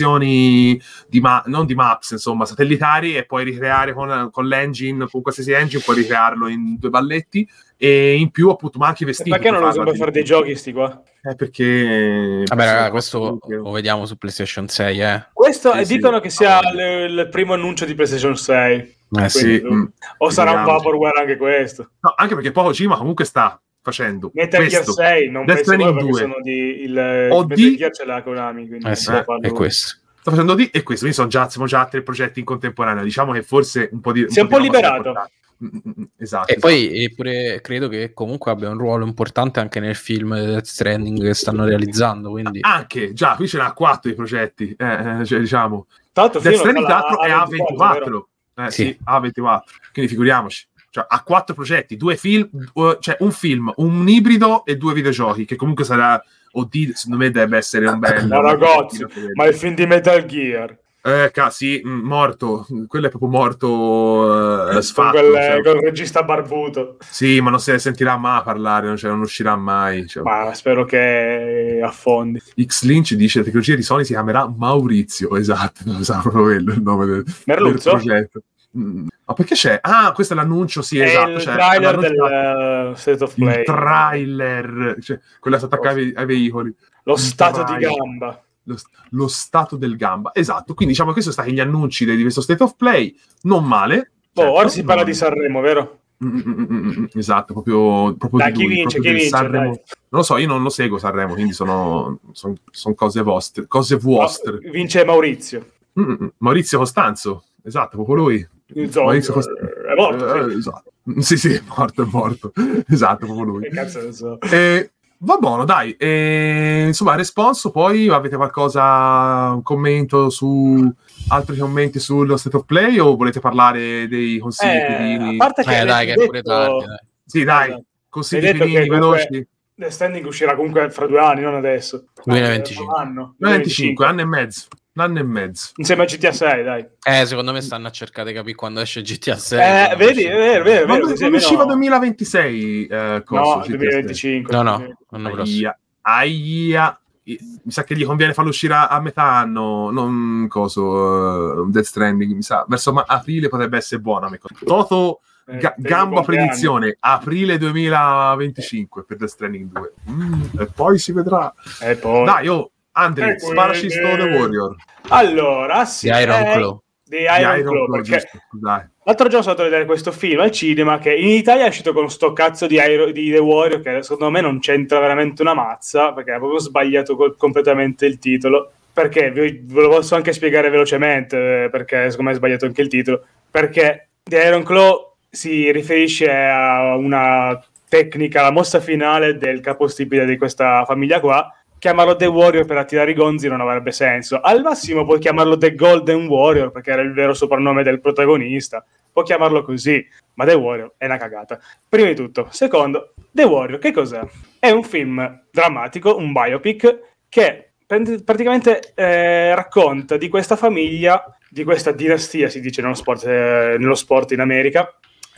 [SPEAKER 6] scannerizzazioni di ma- non di maps, insomma, satellitari e puoi ricreare con, con l'engine, con qualsiasi engine, puoi ricrearlo in due balletti e in più appunto, ma anche i vestiti.
[SPEAKER 2] Perché non lo
[SPEAKER 6] puoi
[SPEAKER 2] usano
[SPEAKER 6] farlo
[SPEAKER 2] per fare dei
[SPEAKER 6] addirittura.
[SPEAKER 2] giochi sti qua?
[SPEAKER 6] Eh, perché...
[SPEAKER 5] Vabbè, raga,
[SPEAKER 6] perché-
[SPEAKER 5] questo lo vediamo su PlayStation 6, eh.
[SPEAKER 2] Questo
[SPEAKER 6] Sì,
[SPEAKER 2] eh,
[SPEAKER 6] sì.
[SPEAKER 2] dicono che sia
[SPEAKER 6] Ah,
[SPEAKER 2] il, il primo annuncio di PlayStation 6.
[SPEAKER 5] Eh
[SPEAKER 2] sì.
[SPEAKER 6] Sì, mm.
[SPEAKER 2] O sarà un
[SPEAKER 6] Figuriamoci.
[SPEAKER 2] vaporware anche questo.
[SPEAKER 6] No, anche perché poi Kojima comunque sta facendo
[SPEAKER 2] Metal
[SPEAKER 6] questo.
[SPEAKER 2] Gear 6 non
[SPEAKER 6] Death
[SPEAKER 2] penso proprio
[SPEAKER 6] Stranding
[SPEAKER 2] perché
[SPEAKER 6] 2.
[SPEAKER 2] sono di il
[SPEAKER 6] O
[SPEAKER 2] Metal
[SPEAKER 6] di-
[SPEAKER 2] Gear ce l'ha Konami, quindi
[SPEAKER 5] Eh sì,
[SPEAKER 2] non parlo-
[SPEAKER 5] è questo.
[SPEAKER 6] sta facendo di e questo, quindi sono già, siamo già a tre progetti in contemporanea. Diciamo che forse un po' di.
[SPEAKER 2] Si è un po'
[SPEAKER 6] di roba
[SPEAKER 2] liberato.
[SPEAKER 6] da portare. Mm, mm, mm, Esatto.
[SPEAKER 5] E poi e pure credo che comunque abbia un ruolo importante anche nel film Death Stranding che stanno realizzando, quindi...
[SPEAKER 6] esatto.
[SPEAKER 2] Ah,
[SPEAKER 6] anche già qui ce n'ha quattro i progetti, eh, eh, cioè, diciamo.
[SPEAKER 2] Tanto
[SPEAKER 6] Death
[SPEAKER 2] fino
[SPEAKER 6] Stranding
[SPEAKER 2] fa la-
[SPEAKER 6] tra l'altro è
[SPEAKER 2] vero?
[SPEAKER 6] A24, eh,
[SPEAKER 5] Sì.
[SPEAKER 6] sì. A24, quindi figuriamoci. Cioè, ha quattro progetti, due film, eh, cioè un film, un ibrido e due videogiochi, che comunque sarà, oddio, secondo me deve essere un bel...
[SPEAKER 2] Ma ragazzi, ma il film di Metal Gear
[SPEAKER 6] Eh, ca- sì, mm, morto, quello è proprio morto, eh,
[SPEAKER 2] con
[SPEAKER 6] sfatto.
[SPEAKER 2] quel,
[SPEAKER 6] cioè,
[SPEAKER 2] col regista barbuto.
[SPEAKER 6] Sì, ma non se ne sentirà mai parlare, non, cioè, non uscirà mai. cioè.
[SPEAKER 2] Ma spero che affondi.
[SPEAKER 6] X Lynch dice la tecnologia di Sony si chiamerà Maurizio, esatto, non lo sa proprio quello il nome del, del
[SPEAKER 2] Merluzzo
[SPEAKER 6] progetto. Mm. Ma perché c'è? Ah, questo è l'annuncio, sì,
[SPEAKER 2] è
[SPEAKER 6] esatto.
[SPEAKER 2] il
[SPEAKER 6] cioè,
[SPEAKER 2] trailer
[SPEAKER 6] l'annuncio-
[SPEAKER 2] del eh, State of
[SPEAKER 6] il
[SPEAKER 2] Play.
[SPEAKER 6] trailer, cioè, quello è stato attaccato ai, ai veicoli,
[SPEAKER 2] Lo
[SPEAKER 6] il
[SPEAKER 2] stato di
[SPEAKER 6] trailer.
[SPEAKER 2] gamba.
[SPEAKER 6] lo, lo stato del gamba, esatto. Quindi diciamo che sono stati gli annunci di, di questo State of Play, non male.
[SPEAKER 2] Boh,
[SPEAKER 6] certo,
[SPEAKER 2] ora si parla
[SPEAKER 6] non-
[SPEAKER 2] di Sanremo, vero?
[SPEAKER 6] Mm, mm, mm, mm, esatto, proprio, proprio
[SPEAKER 2] Dai,
[SPEAKER 6] di
[SPEAKER 2] chi
[SPEAKER 6] lui,
[SPEAKER 2] vince?
[SPEAKER 6] proprio
[SPEAKER 2] Chi
[SPEAKER 6] del
[SPEAKER 2] vince?
[SPEAKER 6] Sanremo.
[SPEAKER 2] dai.
[SPEAKER 6] Non lo so, io non lo seguo Sanremo, quindi sono, son- son cose vostre, cose vostre.
[SPEAKER 2] No, Ah, vince Maurizio.
[SPEAKER 6] Mm, mm, mm. Maurizio Costanzo, esatto, proprio lui.
[SPEAKER 2] Il zombie,
[SPEAKER 6] Maurizio Cost-
[SPEAKER 2] eh, è morto,
[SPEAKER 6] Eh,
[SPEAKER 2] sì.
[SPEAKER 6] esatto. Mm, Sì, sì, è morto, è morto. esatto, proprio lui.
[SPEAKER 2] Che cazzo ne so.
[SPEAKER 6] Eh, va buono, dai. Eh, insomma, responso, poi avete qualcosa, un commento su altri commenti sullo State of Play o volete parlare dei consigli?
[SPEAKER 2] Eh,
[SPEAKER 6] Pinini?
[SPEAKER 2] a parte che
[SPEAKER 5] Eh dai, che è pure tardi.
[SPEAKER 2] Detto...
[SPEAKER 5] dai.
[SPEAKER 6] Sì, dai,
[SPEAKER 2] Esatto.
[SPEAKER 6] consigli
[SPEAKER 2] Hai detto
[SPEAKER 6] Pinini,
[SPEAKER 2] che comunque-
[SPEAKER 6] veloci.
[SPEAKER 2] The Standing uscirà comunque fra due anni, non adesso.
[SPEAKER 5] 2025.
[SPEAKER 2] Un anno.
[SPEAKER 6] 25 anni e mezzo. Un anno e mezzo.
[SPEAKER 2] Insieme a GTA 6, dai.
[SPEAKER 5] Eh, secondo me stanno a cercare di capire quando esce GTA 6.
[SPEAKER 2] ah. Eh, vedi, è vero, è vero, è
[SPEAKER 6] Ma
[SPEAKER 2] vero.
[SPEAKER 6] non
[SPEAKER 2] sì, è vero.
[SPEAKER 6] usciva 2026 eh, cosa,
[SPEAKER 2] No,
[SPEAKER 6] GTA
[SPEAKER 2] 2025.
[SPEAKER 5] No, no, l'anno prossimo.
[SPEAKER 6] Aia, aia. I- Mi sa che gli conviene farlo uscire a, a metà anno, non coso, eh, Death Stranding, mi sa. Verso ma- aprile potrebbe essere buona. amico. Toto,
[SPEAKER 2] Eh,
[SPEAKER 6] ga-
[SPEAKER 2] per i
[SPEAKER 6] gamba
[SPEAKER 2] compleanni.
[SPEAKER 6] predizione, aprile 2025 per Death Stranding 2. Mm, e poi si vedrà.
[SPEAKER 2] E poi...
[SPEAKER 6] Dai, oh, Andre,
[SPEAKER 2] Eh,
[SPEAKER 6] sparaci Stone Warrior.
[SPEAKER 2] Allora, sì,
[SPEAKER 5] di Iron
[SPEAKER 2] eh,
[SPEAKER 5] Claw.
[SPEAKER 2] di Iron
[SPEAKER 6] Di Iron
[SPEAKER 2] Claw,
[SPEAKER 6] Claw,
[SPEAKER 2] perché
[SPEAKER 6] giusto, scusate.
[SPEAKER 2] L'altro giorno sono andato a vedere questo film al cinema che in Italia è uscito con sto cazzo di, Iron- di The Warrior che secondo me non c'entra veramente una mazza perché ha proprio sbagliato col- completamente il titolo. Perché vi- ve lo posso anche spiegare velocemente eh, perché secondo me è sbagliato anche il titolo. Perché The Iron Claw si riferisce a una tecnica, la mossa finale del capostipite di questa famiglia qua. Chiamarlo The Warrior per attirare i gonzi non avrebbe senso. Al massimo puoi chiamarlo The Golden Warrior perché era il vero soprannome del protagonista può chiamarlo così, ma The Warrior è una cagata. Prima di tutto. Secondo, The Warrior che cos'è? È un film drammatico, un biopic, che prende- praticamente eh, racconta di questa famiglia, di questa dinastia, si dice nello sport, eh, nello sport in America,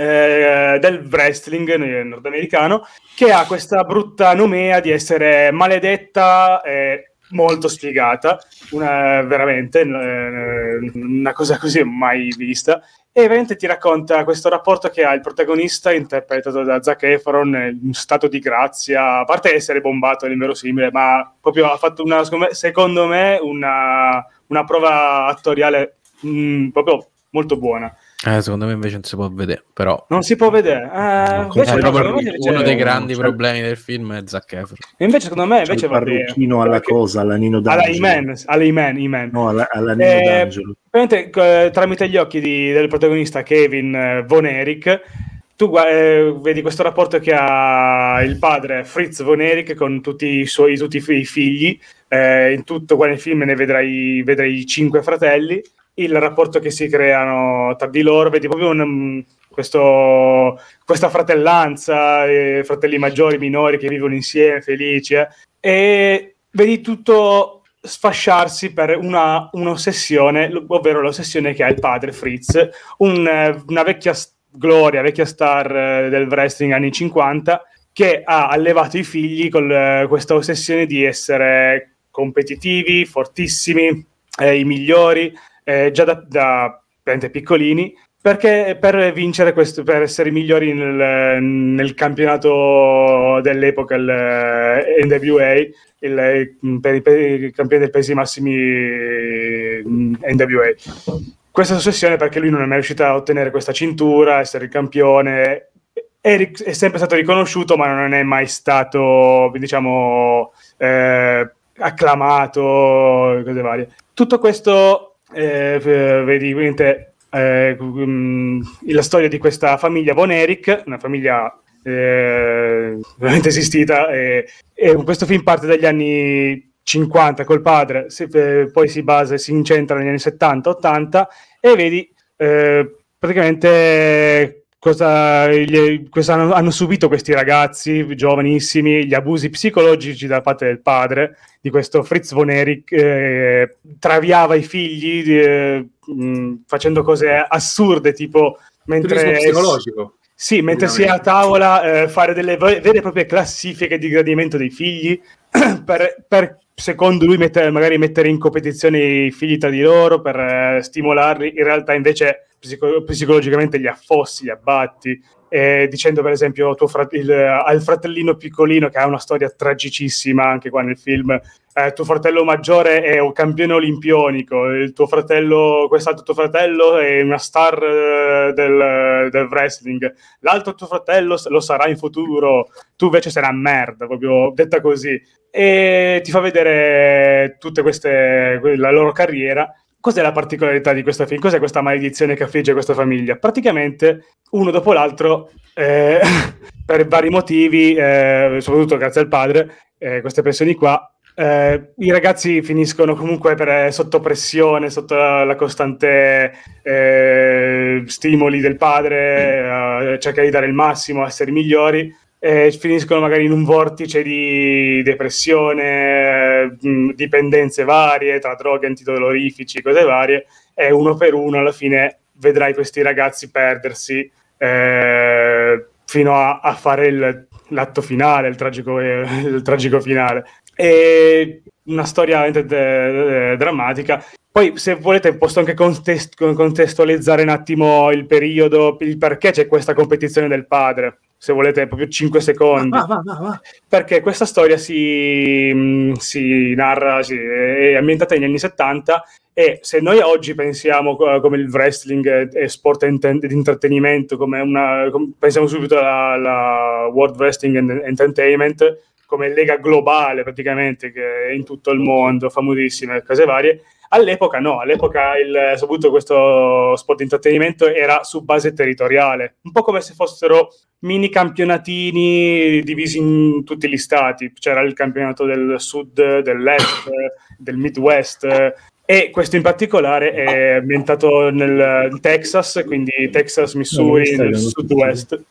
[SPEAKER 2] eh, del wrestling eh, nordamericano, che ha questa brutta nomea di essere maledetta e molto spiegata, una, veramente eh, una cosa così mai vista e veramente ti racconta questo rapporto che ha il protagonista interpretato da Zac Efron eh, in stato di grazia a parte essere bombato nell'inverosimile ma proprio ha fatto una secondo me- secondo me una, una prova attoriale mh, proprio molto buona
[SPEAKER 5] Eh, secondo me invece non si può vedere, però...
[SPEAKER 2] non si può vedere eh,
[SPEAKER 5] È
[SPEAKER 2] invece,
[SPEAKER 4] Cioè,
[SPEAKER 2] no,
[SPEAKER 5] proprio
[SPEAKER 2] secondo me
[SPEAKER 5] uno
[SPEAKER 2] invece-
[SPEAKER 5] dei grandi
[SPEAKER 4] cioè-
[SPEAKER 5] problemi del film è Zac Efron.
[SPEAKER 2] invece secondo me
[SPEAKER 4] C'è
[SPEAKER 2] invece
[SPEAKER 4] il
[SPEAKER 2] va bene
[SPEAKER 4] parrucchino alla
[SPEAKER 2] Perché-
[SPEAKER 4] cosa, alla Nino
[SPEAKER 2] alla
[SPEAKER 4] D'Angelo.
[SPEAKER 2] Iman alla Iman, Iman.
[SPEAKER 4] No, alla, alla Nino
[SPEAKER 2] Eh,
[SPEAKER 4] D'Angelo.
[SPEAKER 2] Praticamente, eh, tramite gli occhi di- del protagonista Kevin eh, Von Erich, tu gua- eh, vedi questo rapporto che ha il padre Fritz Von Erich con tutti i suoi tutti i fi- figli. eh, in tutto, qua nel film ne vedrai, vedrai cinque fratelli. Il rapporto che si creano tra di loro, vedi proprio un, mm, questo- questa fratellanza, eh, fratelli maggiori, minori che vivono insieme, felici. eh e vedi tutto sfasciarsi per una, un'ossessione, lo- ovvero l'ossessione che ha il padre Fritz, un, eh, una vecchia s- gloria, vecchia star eh, del wrestling anni 50, che ha allevato i figli con eh, questa ossessione di essere competitivi, fortissimi, eh, i migliori, eh, già da, da veramente piccolini, perché per vincere questo, per essere i migliori nel, nel campionato dell'epoca, il eh, NWA, il, eh, per, i- per i campioni dei paesi massimi eh, NWA. Questa ossessione perché lui non è mai riuscito a ottenere questa cintura, a essere il campione. È, ri- è sempre stato riconosciuto, ma non è mai stato, diciamo, eh, acclamato, cose varie. Tutto questo, eh, v- vedi, ovviamente, eh, mm, la storia di questa famiglia Von Erich, una famiglia eh, veramente esistita, e e questo film parte dagli anni 50 col padre, si- eh, poi si basa e si incentra negli anni 70-80 e vedi eh, praticamente cosa gli- cosa hanno, hanno subito questi ragazzi giovanissimi, gli abusi psicologici da parte del padre, di questo Fritz von Erich, eh, traviava i figli eh, mh, facendo cose assurde tipo
[SPEAKER 6] Turismo
[SPEAKER 2] mentre
[SPEAKER 6] psicologico.
[SPEAKER 2] sì, mentre si è a tavola eh, fare delle ve- vere e proprie classifiche di gradimento dei figli per, per, secondo lui mettere, magari mettere in competizione i figli tra di loro per eh, stimolarli, in realtà invece psico- psicologicamente li affossi, li abbatti, eh, dicendo per esempio tuo frat- il- al fratellino piccolino che ha una storia tragicissima anche qua nel film, eh, tuo fratello maggiore è un campione olimpionico, il tuo fratello, quest'altro tuo fratello è una star eh, del, del wrestling, l'altro tuo fratello s- lo sarà in futuro, tu invece sei una merda, proprio detta così. E ti fa vedere tutte queste, que- la loro carriera. Cos'è la particolarità di questa film? Cos'è questa maledizione che affligge questa famiglia? Praticamente uno dopo l'altro, eh, per vari motivi, eh, soprattutto grazie al padre, eh, queste pressioni qua, eh, I ragazzi finiscono comunque per- eh, sotto pressione, sotto la, la costante eh, stimoli del padre, eh, cercare di dare il massimo, essere i migliori, e finiscono magari in un vortice di depressione, eh, mh, dipendenze varie, tra droghe, antidolorifici, cose varie, e uno per uno alla fine vedrai questi ragazzi perdersi eh, fino a, a fare il- l'atto finale, il tragico- il tragico finale è una storia veramente de- de- drammatica. Poi, se volete, posso anche contest- contestualizzare un attimo il periodo, il perché c'è questa competizione del padre. se volete proprio 5 secondi,
[SPEAKER 6] Va, va, va, va.
[SPEAKER 2] perché questa storia si, mh, si narra, si- è ambientata negli anni 70 e se noi oggi pensiamo co- come il wrestling è- è sport ent- di intrattenimento, come una, com- pensiamo subito alla, alla World Wrestling Ent- Entertainment, come lega globale praticamente, che è in tutto il mondo, famosissime, cose varie. All'epoca no, all'epoca il, soprattutto questo sport di intrattenimento era su base territoriale, un po' come se fossero mini campionatini divisi in tutti gli stati. C'era il campionato del sud, dell'est, eh, del midwest. eh, E questo in particolare è ambientato nel in Texas, quindi Texas, Missouri,
[SPEAKER 4] stai
[SPEAKER 2] nel
[SPEAKER 4] dando
[SPEAKER 2] sud-west.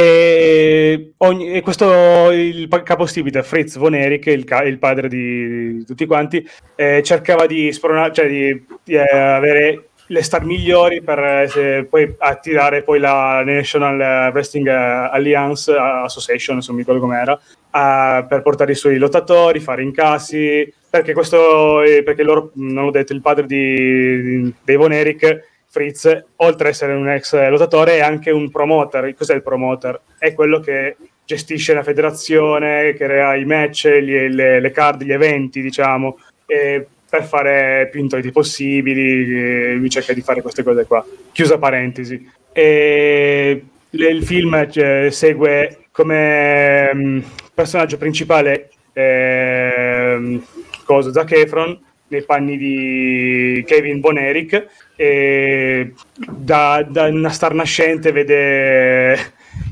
[SPEAKER 2] E, ogni- e questo il pa- capostipite Fritz Voneri, che è il, ca- il padre di tutti quanti, eh, cercava di spronare, cioè di, di, eh, avere le star migliori per eh, se- poi attirare poi la National Wrestling eh, Alliance Association, non mi ricordo com'era, a- per portare i suoi lottatori, fare incassi, perché questo, eh, perché loro, mh, non ho detto, il padre di, di, dei Von Erich, Fritz, oltre ad essere un ex lottatore, è anche un promoter. Cos'è il promoter? È quello che gestisce la federazione, crea i match, gli- le, le card, gli eventi, diciamo eh, per fare più introiti possibili, eh, lui cerca di fare queste cose qua. Chiusa parentesi. E le- il film cioè, segue come mm, personaggio principale ehm, cosa, Zac Efron nei panni di Kevin Von Erich e da, da una star nascente vede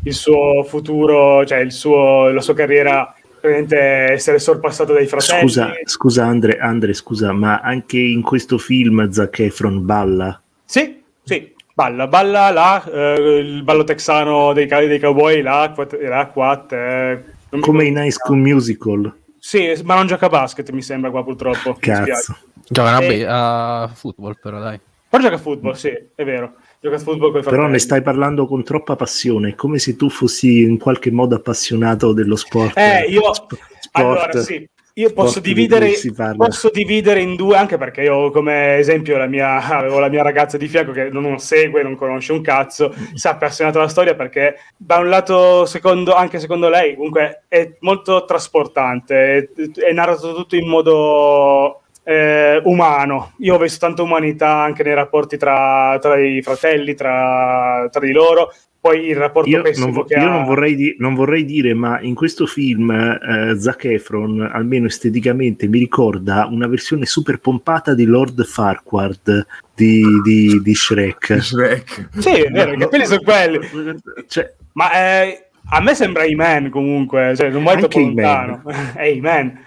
[SPEAKER 2] il suo futuro, cioè il suo- la sua carriera praticamente essere sorpassata dai fratelli
[SPEAKER 4] Scusa, scusa Andre, Andre, scusa, ma anche in questo film Zac Efron balla?
[SPEAKER 2] Sì, sì, balla, balla là, eh, il ballo texano dei, ca- dei cowboy, eh, l'acqua, l'acqua
[SPEAKER 4] Come in High School Musical?
[SPEAKER 2] eh. Sì, ma non gioca a basket, mi sembra qua purtroppo. mi spiace.
[SPEAKER 4] Cazzo.
[SPEAKER 5] Gioca
[SPEAKER 2] Eh.
[SPEAKER 5] a football, però dai.
[SPEAKER 2] Però gioca a football, sì, è vero. Gioca a football con i
[SPEAKER 4] Però ne
[SPEAKER 2] fratelli.
[SPEAKER 4] stai parlando con troppa passione, è come se tu fossi in qualche modo appassionato dello sport.
[SPEAKER 2] Eh, io-
[SPEAKER 4] Sp- sport.
[SPEAKER 2] Allora, sì, io posso
[SPEAKER 4] sport di
[SPEAKER 2] dividere,
[SPEAKER 4] cui si parla.
[SPEAKER 2] posso dividere in due, anche perché io come esempio la mia, avevo la mia ragazza di fianco che non segue, non conosce un cazzo, si è appassionata alla storia perché da un lato, secondo, anche secondo lei, comunque è molto trasportante, è, è narrato tutto in modo eh, umano. Io ho visto tanta umanità anche nei rapporti tra, tra i fratelli, tra, tra di loro, poi il rapporto
[SPEAKER 4] Io,
[SPEAKER 2] pessimo
[SPEAKER 4] non, vo-
[SPEAKER 2] che
[SPEAKER 4] io
[SPEAKER 2] ha-
[SPEAKER 4] non vorrei di- non vorrei dire, ma in questo film eh, Zac Efron, almeno esteticamente, mi ricorda una versione super pompata di Lord Farquaad di, di- di Shrek.
[SPEAKER 6] Shrek.
[SPEAKER 2] Sì, è vero, i
[SPEAKER 4] No,
[SPEAKER 2] capelli
[SPEAKER 4] no.
[SPEAKER 2] sono quelli.
[SPEAKER 4] Cioè,
[SPEAKER 2] Ma eh, a me sembra Iman comunque, cioè, non vai
[SPEAKER 4] Anche
[SPEAKER 2] troppo lontano. È Iman,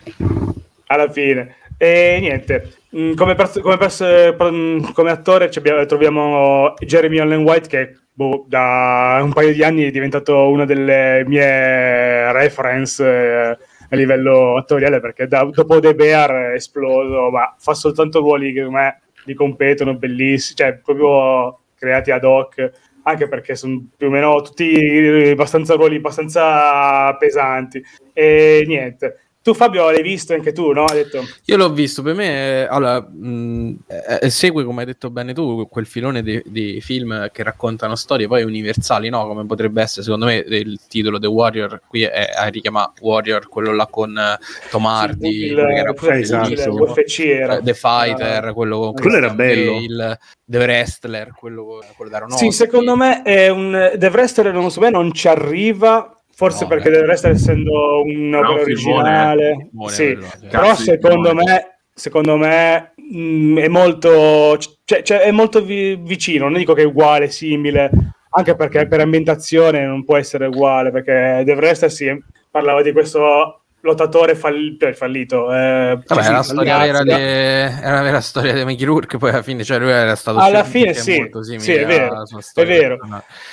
[SPEAKER 2] alla fine. E niente, mm, come, pers- come pers- eh, pro- mm, come attore ci abbiamo- troviamo Jeremy Allen White che boh, da un paio di anni è diventato una delle mie reference eh, a livello attoriale perché da- dopo The Bear è esploso, ma fa soltanto ruoli che come me gli competono, bellissimi, cioè proprio creati ad hoc anche perché sono più o meno tutti abbastanza ruoli abbastanza pesanti e niente tu Fabio l'hai visto anche tu no? hai detto
[SPEAKER 5] Io l'ho visto, per me eh, allora, mh, eh, segue, come hai detto bene tu, quel filone di, di film che raccontano storie poi universali, no? come potrebbe essere secondo me il titolo The Warrior, qui è, è richiama Warrior, quello là con eh, Tom Hardy,
[SPEAKER 2] il,
[SPEAKER 5] quello che era
[SPEAKER 2] UFC,
[SPEAKER 5] bellissimo.
[SPEAKER 2] il UFC era Ah.
[SPEAKER 5] Eh, The Fighter, quello con
[SPEAKER 4] Quello era
[SPEAKER 5] Christian
[SPEAKER 4] bello.
[SPEAKER 5] Bale, The Wrestler, quello, quello da Aronofsky.
[SPEAKER 2] sì secondo me è un The Wrestler non so bene non ci arriva forse
[SPEAKER 5] No,
[SPEAKER 2] perché
[SPEAKER 5] beh.
[SPEAKER 2] The Wrestler essendo un'opera
[SPEAKER 6] Però un filmone,
[SPEAKER 2] originale
[SPEAKER 5] Filmone,
[SPEAKER 2] sì
[SPEAKER 5] quello, sì. eh.
[SPEAKER 2] però
[SPEAKER 6] Cazzo di
[SPEAKER 2] secondo
[SPEAKER 6] filmone.
[SPEAKER 2] me secondo me mh, è molto cioè- cioè, è molto vi- vicino non dico che è uguale simile anche perché per ambientazione non può essere uguale perché The Wrestler si parlava di questo lottatore fall- cioè, fallito eh,
[SPEAKER 5] Vabbè,
[SPEAKER 2] sì,
[SPEAKER 5] era la
[SPEAKER 2] sì,
[SPEAKER 5] storia
[SPEAKER 2] pallazzo,
[SPEAKER 5] vera di, era la vera storia di Mickey Rourke, poi alla fine, cioè lui era stato
[SPEAKER 2] Alla
[SPEAKER 5] scelto
[SPEAKER 2] fine
[SPEAKER 5] perché
[SPEAKER 2] sì, sì, è
[SPEAKER 5] alla
[SPEAKER 2] vero,
[SPEAKER 5] sua
[SPEAKER 2] è
[SPEAKER 5] storia
[SPEAKER 2] vero.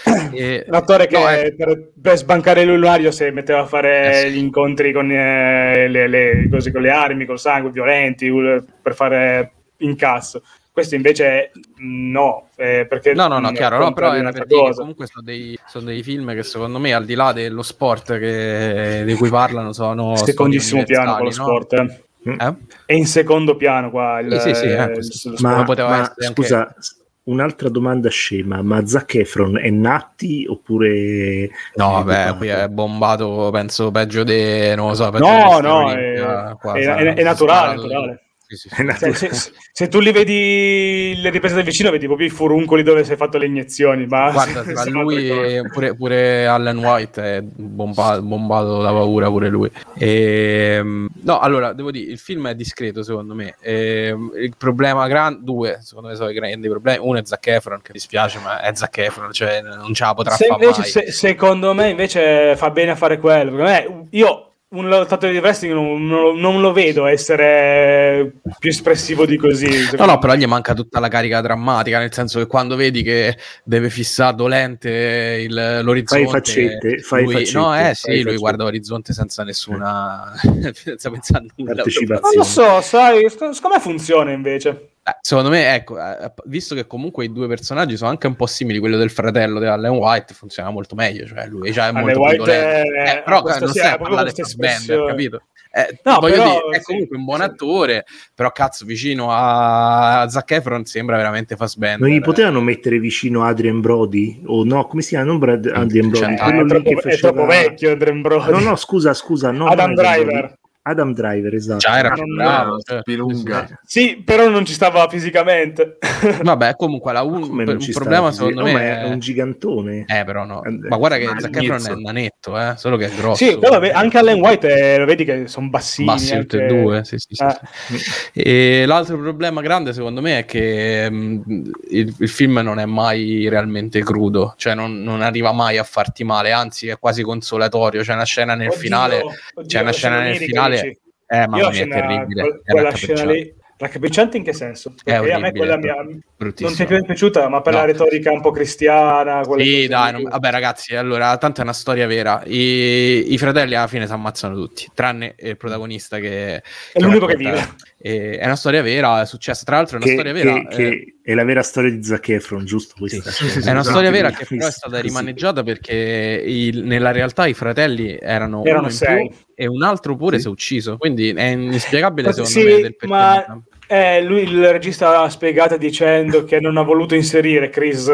[SPEAKER 5] personale. E-
[SPEAKER 2] un attore che
[SPEAKER 5] no, è-
[SPEAKER 2] per, per sbancare il lunario si metteva a fare
[SPEAKER 5] Eh sì.
[SPEAKER 2] gli incontri con eh, le, le- così, con le armi, col sangue, violenti, ul- per fare incasso. Questo invece mh, no, eh, perché...
[SPEAKER 5] No, no, no,
[SPEAKER 2] mh,
[SPEAKER 5] chiaro, no, però
[SPEAKER 2] contrario
[SPEAKER 5] era
[SPEAKER 2] un'altra
[SPEAKER 5] per dire che
[SPEAKER 2] cosa.
[SPEAKER 5] comunque sono dei, sono dei film che secondo me, al di là dello sport che- di cui parlano, sono...
[SPEAKER 2] Secondissimo
[SPEAKER 5] storie
[SPEAKER 2] piano con lo
[SPEAKER 5] universali,
[SPEAKER 2] sport. eh.
[SPEAKER 5] no? Eh?
[SPEAKER 2] È in secondo piano qua il...
[SPEAKER 5] Sì, sì, sì, eh,
[SPEAKER 2] il-
[SPEAKER 5] questo-
[SPEAKER 2] lo
[SPEAKER 5] Ma
[SPEAKER 2] sport.
[SPEAKER 5] poteva
[SPEAKER 4] ma
[SPEAKER 5] essere anche-
[SPEAKER 4] scusa, s- un'altra domanda scema, ma Zac Efron è Natti oppure...
[SPEAKER 5] No,
[SPEAKER 4] è
[SPEAKER 5] vabbè,
[SPEAKER 4] dotato?
[SPEAKER 5] qui è bombato, penso, peggio di... non lo so, peggio
[SPEAKER 2] No,
[SPEAKER 5] di
[SPEAKER 2] no,
[SPEAKER 5] Steven Nicchia,
[SPEAKER 2] è,
[SPEAKER 5] qua,
[SPEAKER 2] è-
[SPEAKER 5] sarà
[SPEAKER 2] è- è
[SPEAKER 5] alle
[SPEAKER 2] naturale,
[SPEAKER 5] spalle.
[SPEAKER 2] naturale.
[SPEAKER 5] Sì, sì, sì.
[SPEAKER 4] È Natti.
[SPEAKER 2] Cioè, se, se- se tu li vedi le riprese da vicino, vedi proprio i furuncoli dove si è fatto le iniezioni. Ma
[SPEAKER 5] Guarda,
[SPEAKER 2] se-
[SPEAKER 5] tra
[SPEAKER 2] se-
[SPEAKER 5] lui e pure, pure Allen White è bomba- bombato da paura pure lui. Ehm, no, allora, devo dire, il film è discreto secondo me. Ehm, il problema grande, due, secondo me sono i grandi problemi. Uno è Zac Efron, che mi dispiace, ma è Zac Efron, cioè non ce la potrà
[SPEAKER 2] Se
[SPEAKER 5] fare
[SPEAKER 2] invece-
[SPEAKER 5] mai.
[SPEAKER 2] se- secondo me invece fa bene a fare quello. Perché a me- io un lottatore di wrestling non, non lo- non lo vedo essere più espressivo di così.
[SPEAKER 5] No, no, però gli manca tutta la carica drammatica, nel senso che quando vedi che deve fissare dolente il- l'orizzonte...
[SPEAKER 4] Fai faccette, fai
[SPEAKER 5] lui-
[SPEAKER 4] faccette,
[SPEAKER 5] No, eh
[SPEAKER 4] fai
[SPEAKER 5] sì, lui
[SPEAKER 4] faccette.
[SPEAKER 5] guarda l'orizzonte senza nessuna...
[SPEAKER 2] Eh.
[SPEAKER 5] senza pensare a nulla.
[SPEAKER 4] Partecipazione.
[SPEAKER 2] Non lo so, sai, sc- secondo me funziona invece.
[SPEAKER 5] Eh, Secondo me, ecco, eh, visto che comunque i due personaggi sono anche un po' simili, quello del fratello di Allen White funziona molto meglio, cioè lui cioè, è
[SPEAKER 2] Allen
[SPEAKER 5] molto
[SPEAKER 2] White
[SPEAKER 5] più dolente.
[SPEAKER 2] è-
[SPEAKER 5] Eh, però
[SPEAKER 2] questo
[SPEAKER 5] non
[SPEAKER 2] sì,
[SPEAKER 5] stai
[SPEAKER 2] ha
[SPEAKER 5] a
[SPEAKER 2] proprio
[SPEAKER 5] parlare di
[SPEAKER 2] questa
[SPEAKER 5] Fassbender,
[SPEAKER 2] espressione.
[SPEAKER 5] capito? Eh,
[SPEAKER 2] No,
[SPEAKER 5] voglio
[SPEAKER 2] però,
[SPEAKER 5] dire, è
[SPEAKER 2] sì,
[SPEAKER 5] comunque un buon
[SPEAKER 2] sì.
[SPEAKER 5] attore, però cazzo, vicino a Zac Efron sembra veramente Fassbender.
[SPEAKER 4] Non gli potevano mettere vicino Adrian Brody? O no, come si chiama? Non Brad- Adrian Brody,
[SPEAKER 5] Cioè,
[SPEAKER 4] quello
[SPEAKER 2] è,
[SPEAKER 4] lì
[SPEAKER 2] troppo,
[SPEAKER 4] che
[SPEAKER 2] è
[SPEAKER 4] faceva-
[SPEAKER 2] troppo vecchio Dream Brody.
[SPEAKER 4] No, no, scusa, scusa. No,
[SPEAKER 2] Adam
[SPEAKER 4] non Adrian
[SPEAKER 2] Driver.
[SPEAKER 4] Brody. Adam Driver, esatto.
[SPEAKER 5] Cioè, era
[SPEAKER 2] Ah,
[SPEAKER 5] più
[SPEAKER 2] non-
[SPEAKER 5] bravo,
[SPEAKER 6] no,
[SPEAKER 5] cioè,
[SPEAKER 6] Spilunga.
[SPEAKER 5] sì,
[SPEAKER 2] Sì, però non ci stava fisicamente.
[SPEAKER 5] sì. Vabbè, comunque la un,
[SPEAKER 4] Come non
[SPEAKER 5] per-
[SPEAKER 4] ci
[SPEAKER 5] un
[SPEAKER 4] sta
[SPEAKER 5] problema
[SPEAKER 4] così?
[SPEAKER 5] secondo
[SPEAKER 4] No,
[SPEAKER 5] me
[SPEAKER 4] ma è
[SPEAKER 5] è...
[SPEAKER 4] un gigantone.
[SPEAKER 5] Eh, però no.
[SPEAKER 4] Eh,
[SPEAKER 5] Ma guarda che
[SPEAKER 6] ma
[SPEAKER 5] Zac
[SPEAKER 6] il
[SPEAKER 5] Efron è
[SPEAKER 6] mezzo.
[SPEAKER 5] nanetto, eh, solo che è grosso.
[SPEAKER 2] Sì, però ve- anche Allen White, eh, lo vedi che sono bassini.
[SPEAKER 5] Bassi tutti e
[SPEAKER 2] anche-
[SPEAKER 5] due, sì, sì, sì,
[SPEAKER 2] Eh.
[SPEAKER 5] sì. E l'altro problema grande secondo me è che mh, il, il film non è mai realmente crudo, cioè non, non arriva mai a farti male, anzi è quasi consolatorio. C'è una scena nel
[SPEAKER 2] Oddio,
[SPEAKER 5] finale,
[SPEAKER 2] oddio,
[SPEAKER 5] c'è una
[SPEAKER 2] la
[SPEAKER 5] scena nel
[SPEAKER 2] lirica,
[SPEAKER 5] finale,
[SPEAKER 2] dici.
[SPEAKER 5] eh, mamma
[SPEAKER 2] Io la
[SPEAKER 5] mia, è
[SPEAKER 2] scena-
[SPEAKER 5] terribile.
[SPEAKER 2] quel-
[SPEAKER 5] è
[SPEAKER 2] quella
[SPEAKER 5] raccapricciante.
[SPEAKER 2] scena lì. Raccapricciante in che senso? Perché a me
[SPEAKER 5] orribile,
[SPEAKER 2] quella mi ha-
[SPEAKER 5] bruttissimo.
[SPEAKER 2] non ti è più piaciuta, ma per
[SPEAKER 5] No.
[SPEAKER 2] la retorica un po' cristiana. quelle
[SPEAKER 5] Sì,
[SPEAKER 2] cose
[SPEAKER 5] dai,
[SPEAKER 2] lì.
[SPEAKER 5] non- vabbè ragazzi, allora, tanto è una storia vera. I, i fratelli alla fine si ammazzano tutti, tranne il protagonista che...
[SPEAKER 2] È l'unico che
[SPEAKER 5] racconta-
[SPEAKER 2] vive.
[SPEAKER 5] Eh, è una storia vera, è successa. Tra l'altro, è una
[SPEAKER 4] Che,
[SPEAKER 5] storia vera.
[SPEAKER 4] che- che
[SPEAKER 5] eh,
[SPEAKER 4] è la vera storia di Zac Efron, giusto?
[SPEAKER 5] sì.
[SPEAKER 4] Questa? Cioè,
[SPEAKER 5] È una
[SPEAKER 6] Esatto,
[SPEAKER 5] storia vera
[SPEAKER 4] quindi
[SPEAKER 5] che però è stata
[SPEAKER 4] così.
[SPEAKER 5] rimaneggiata perché il- nella realtà i fratelli erano,
[SPEAKER 2] Erano
[SPEAKER 5] uno in
[SPEAKER 2] sei.
[SPEAKER 5] più e un altro pure si è ucciso. Quindi è inspiegabile, secondo
[SPEAKER 2] Sì,
[SPEAKER 5] me, del perché.
[SPEAKER 2] ma- Eh, lui il regista ha spiegato dicendo che non ha voluto inserire Chris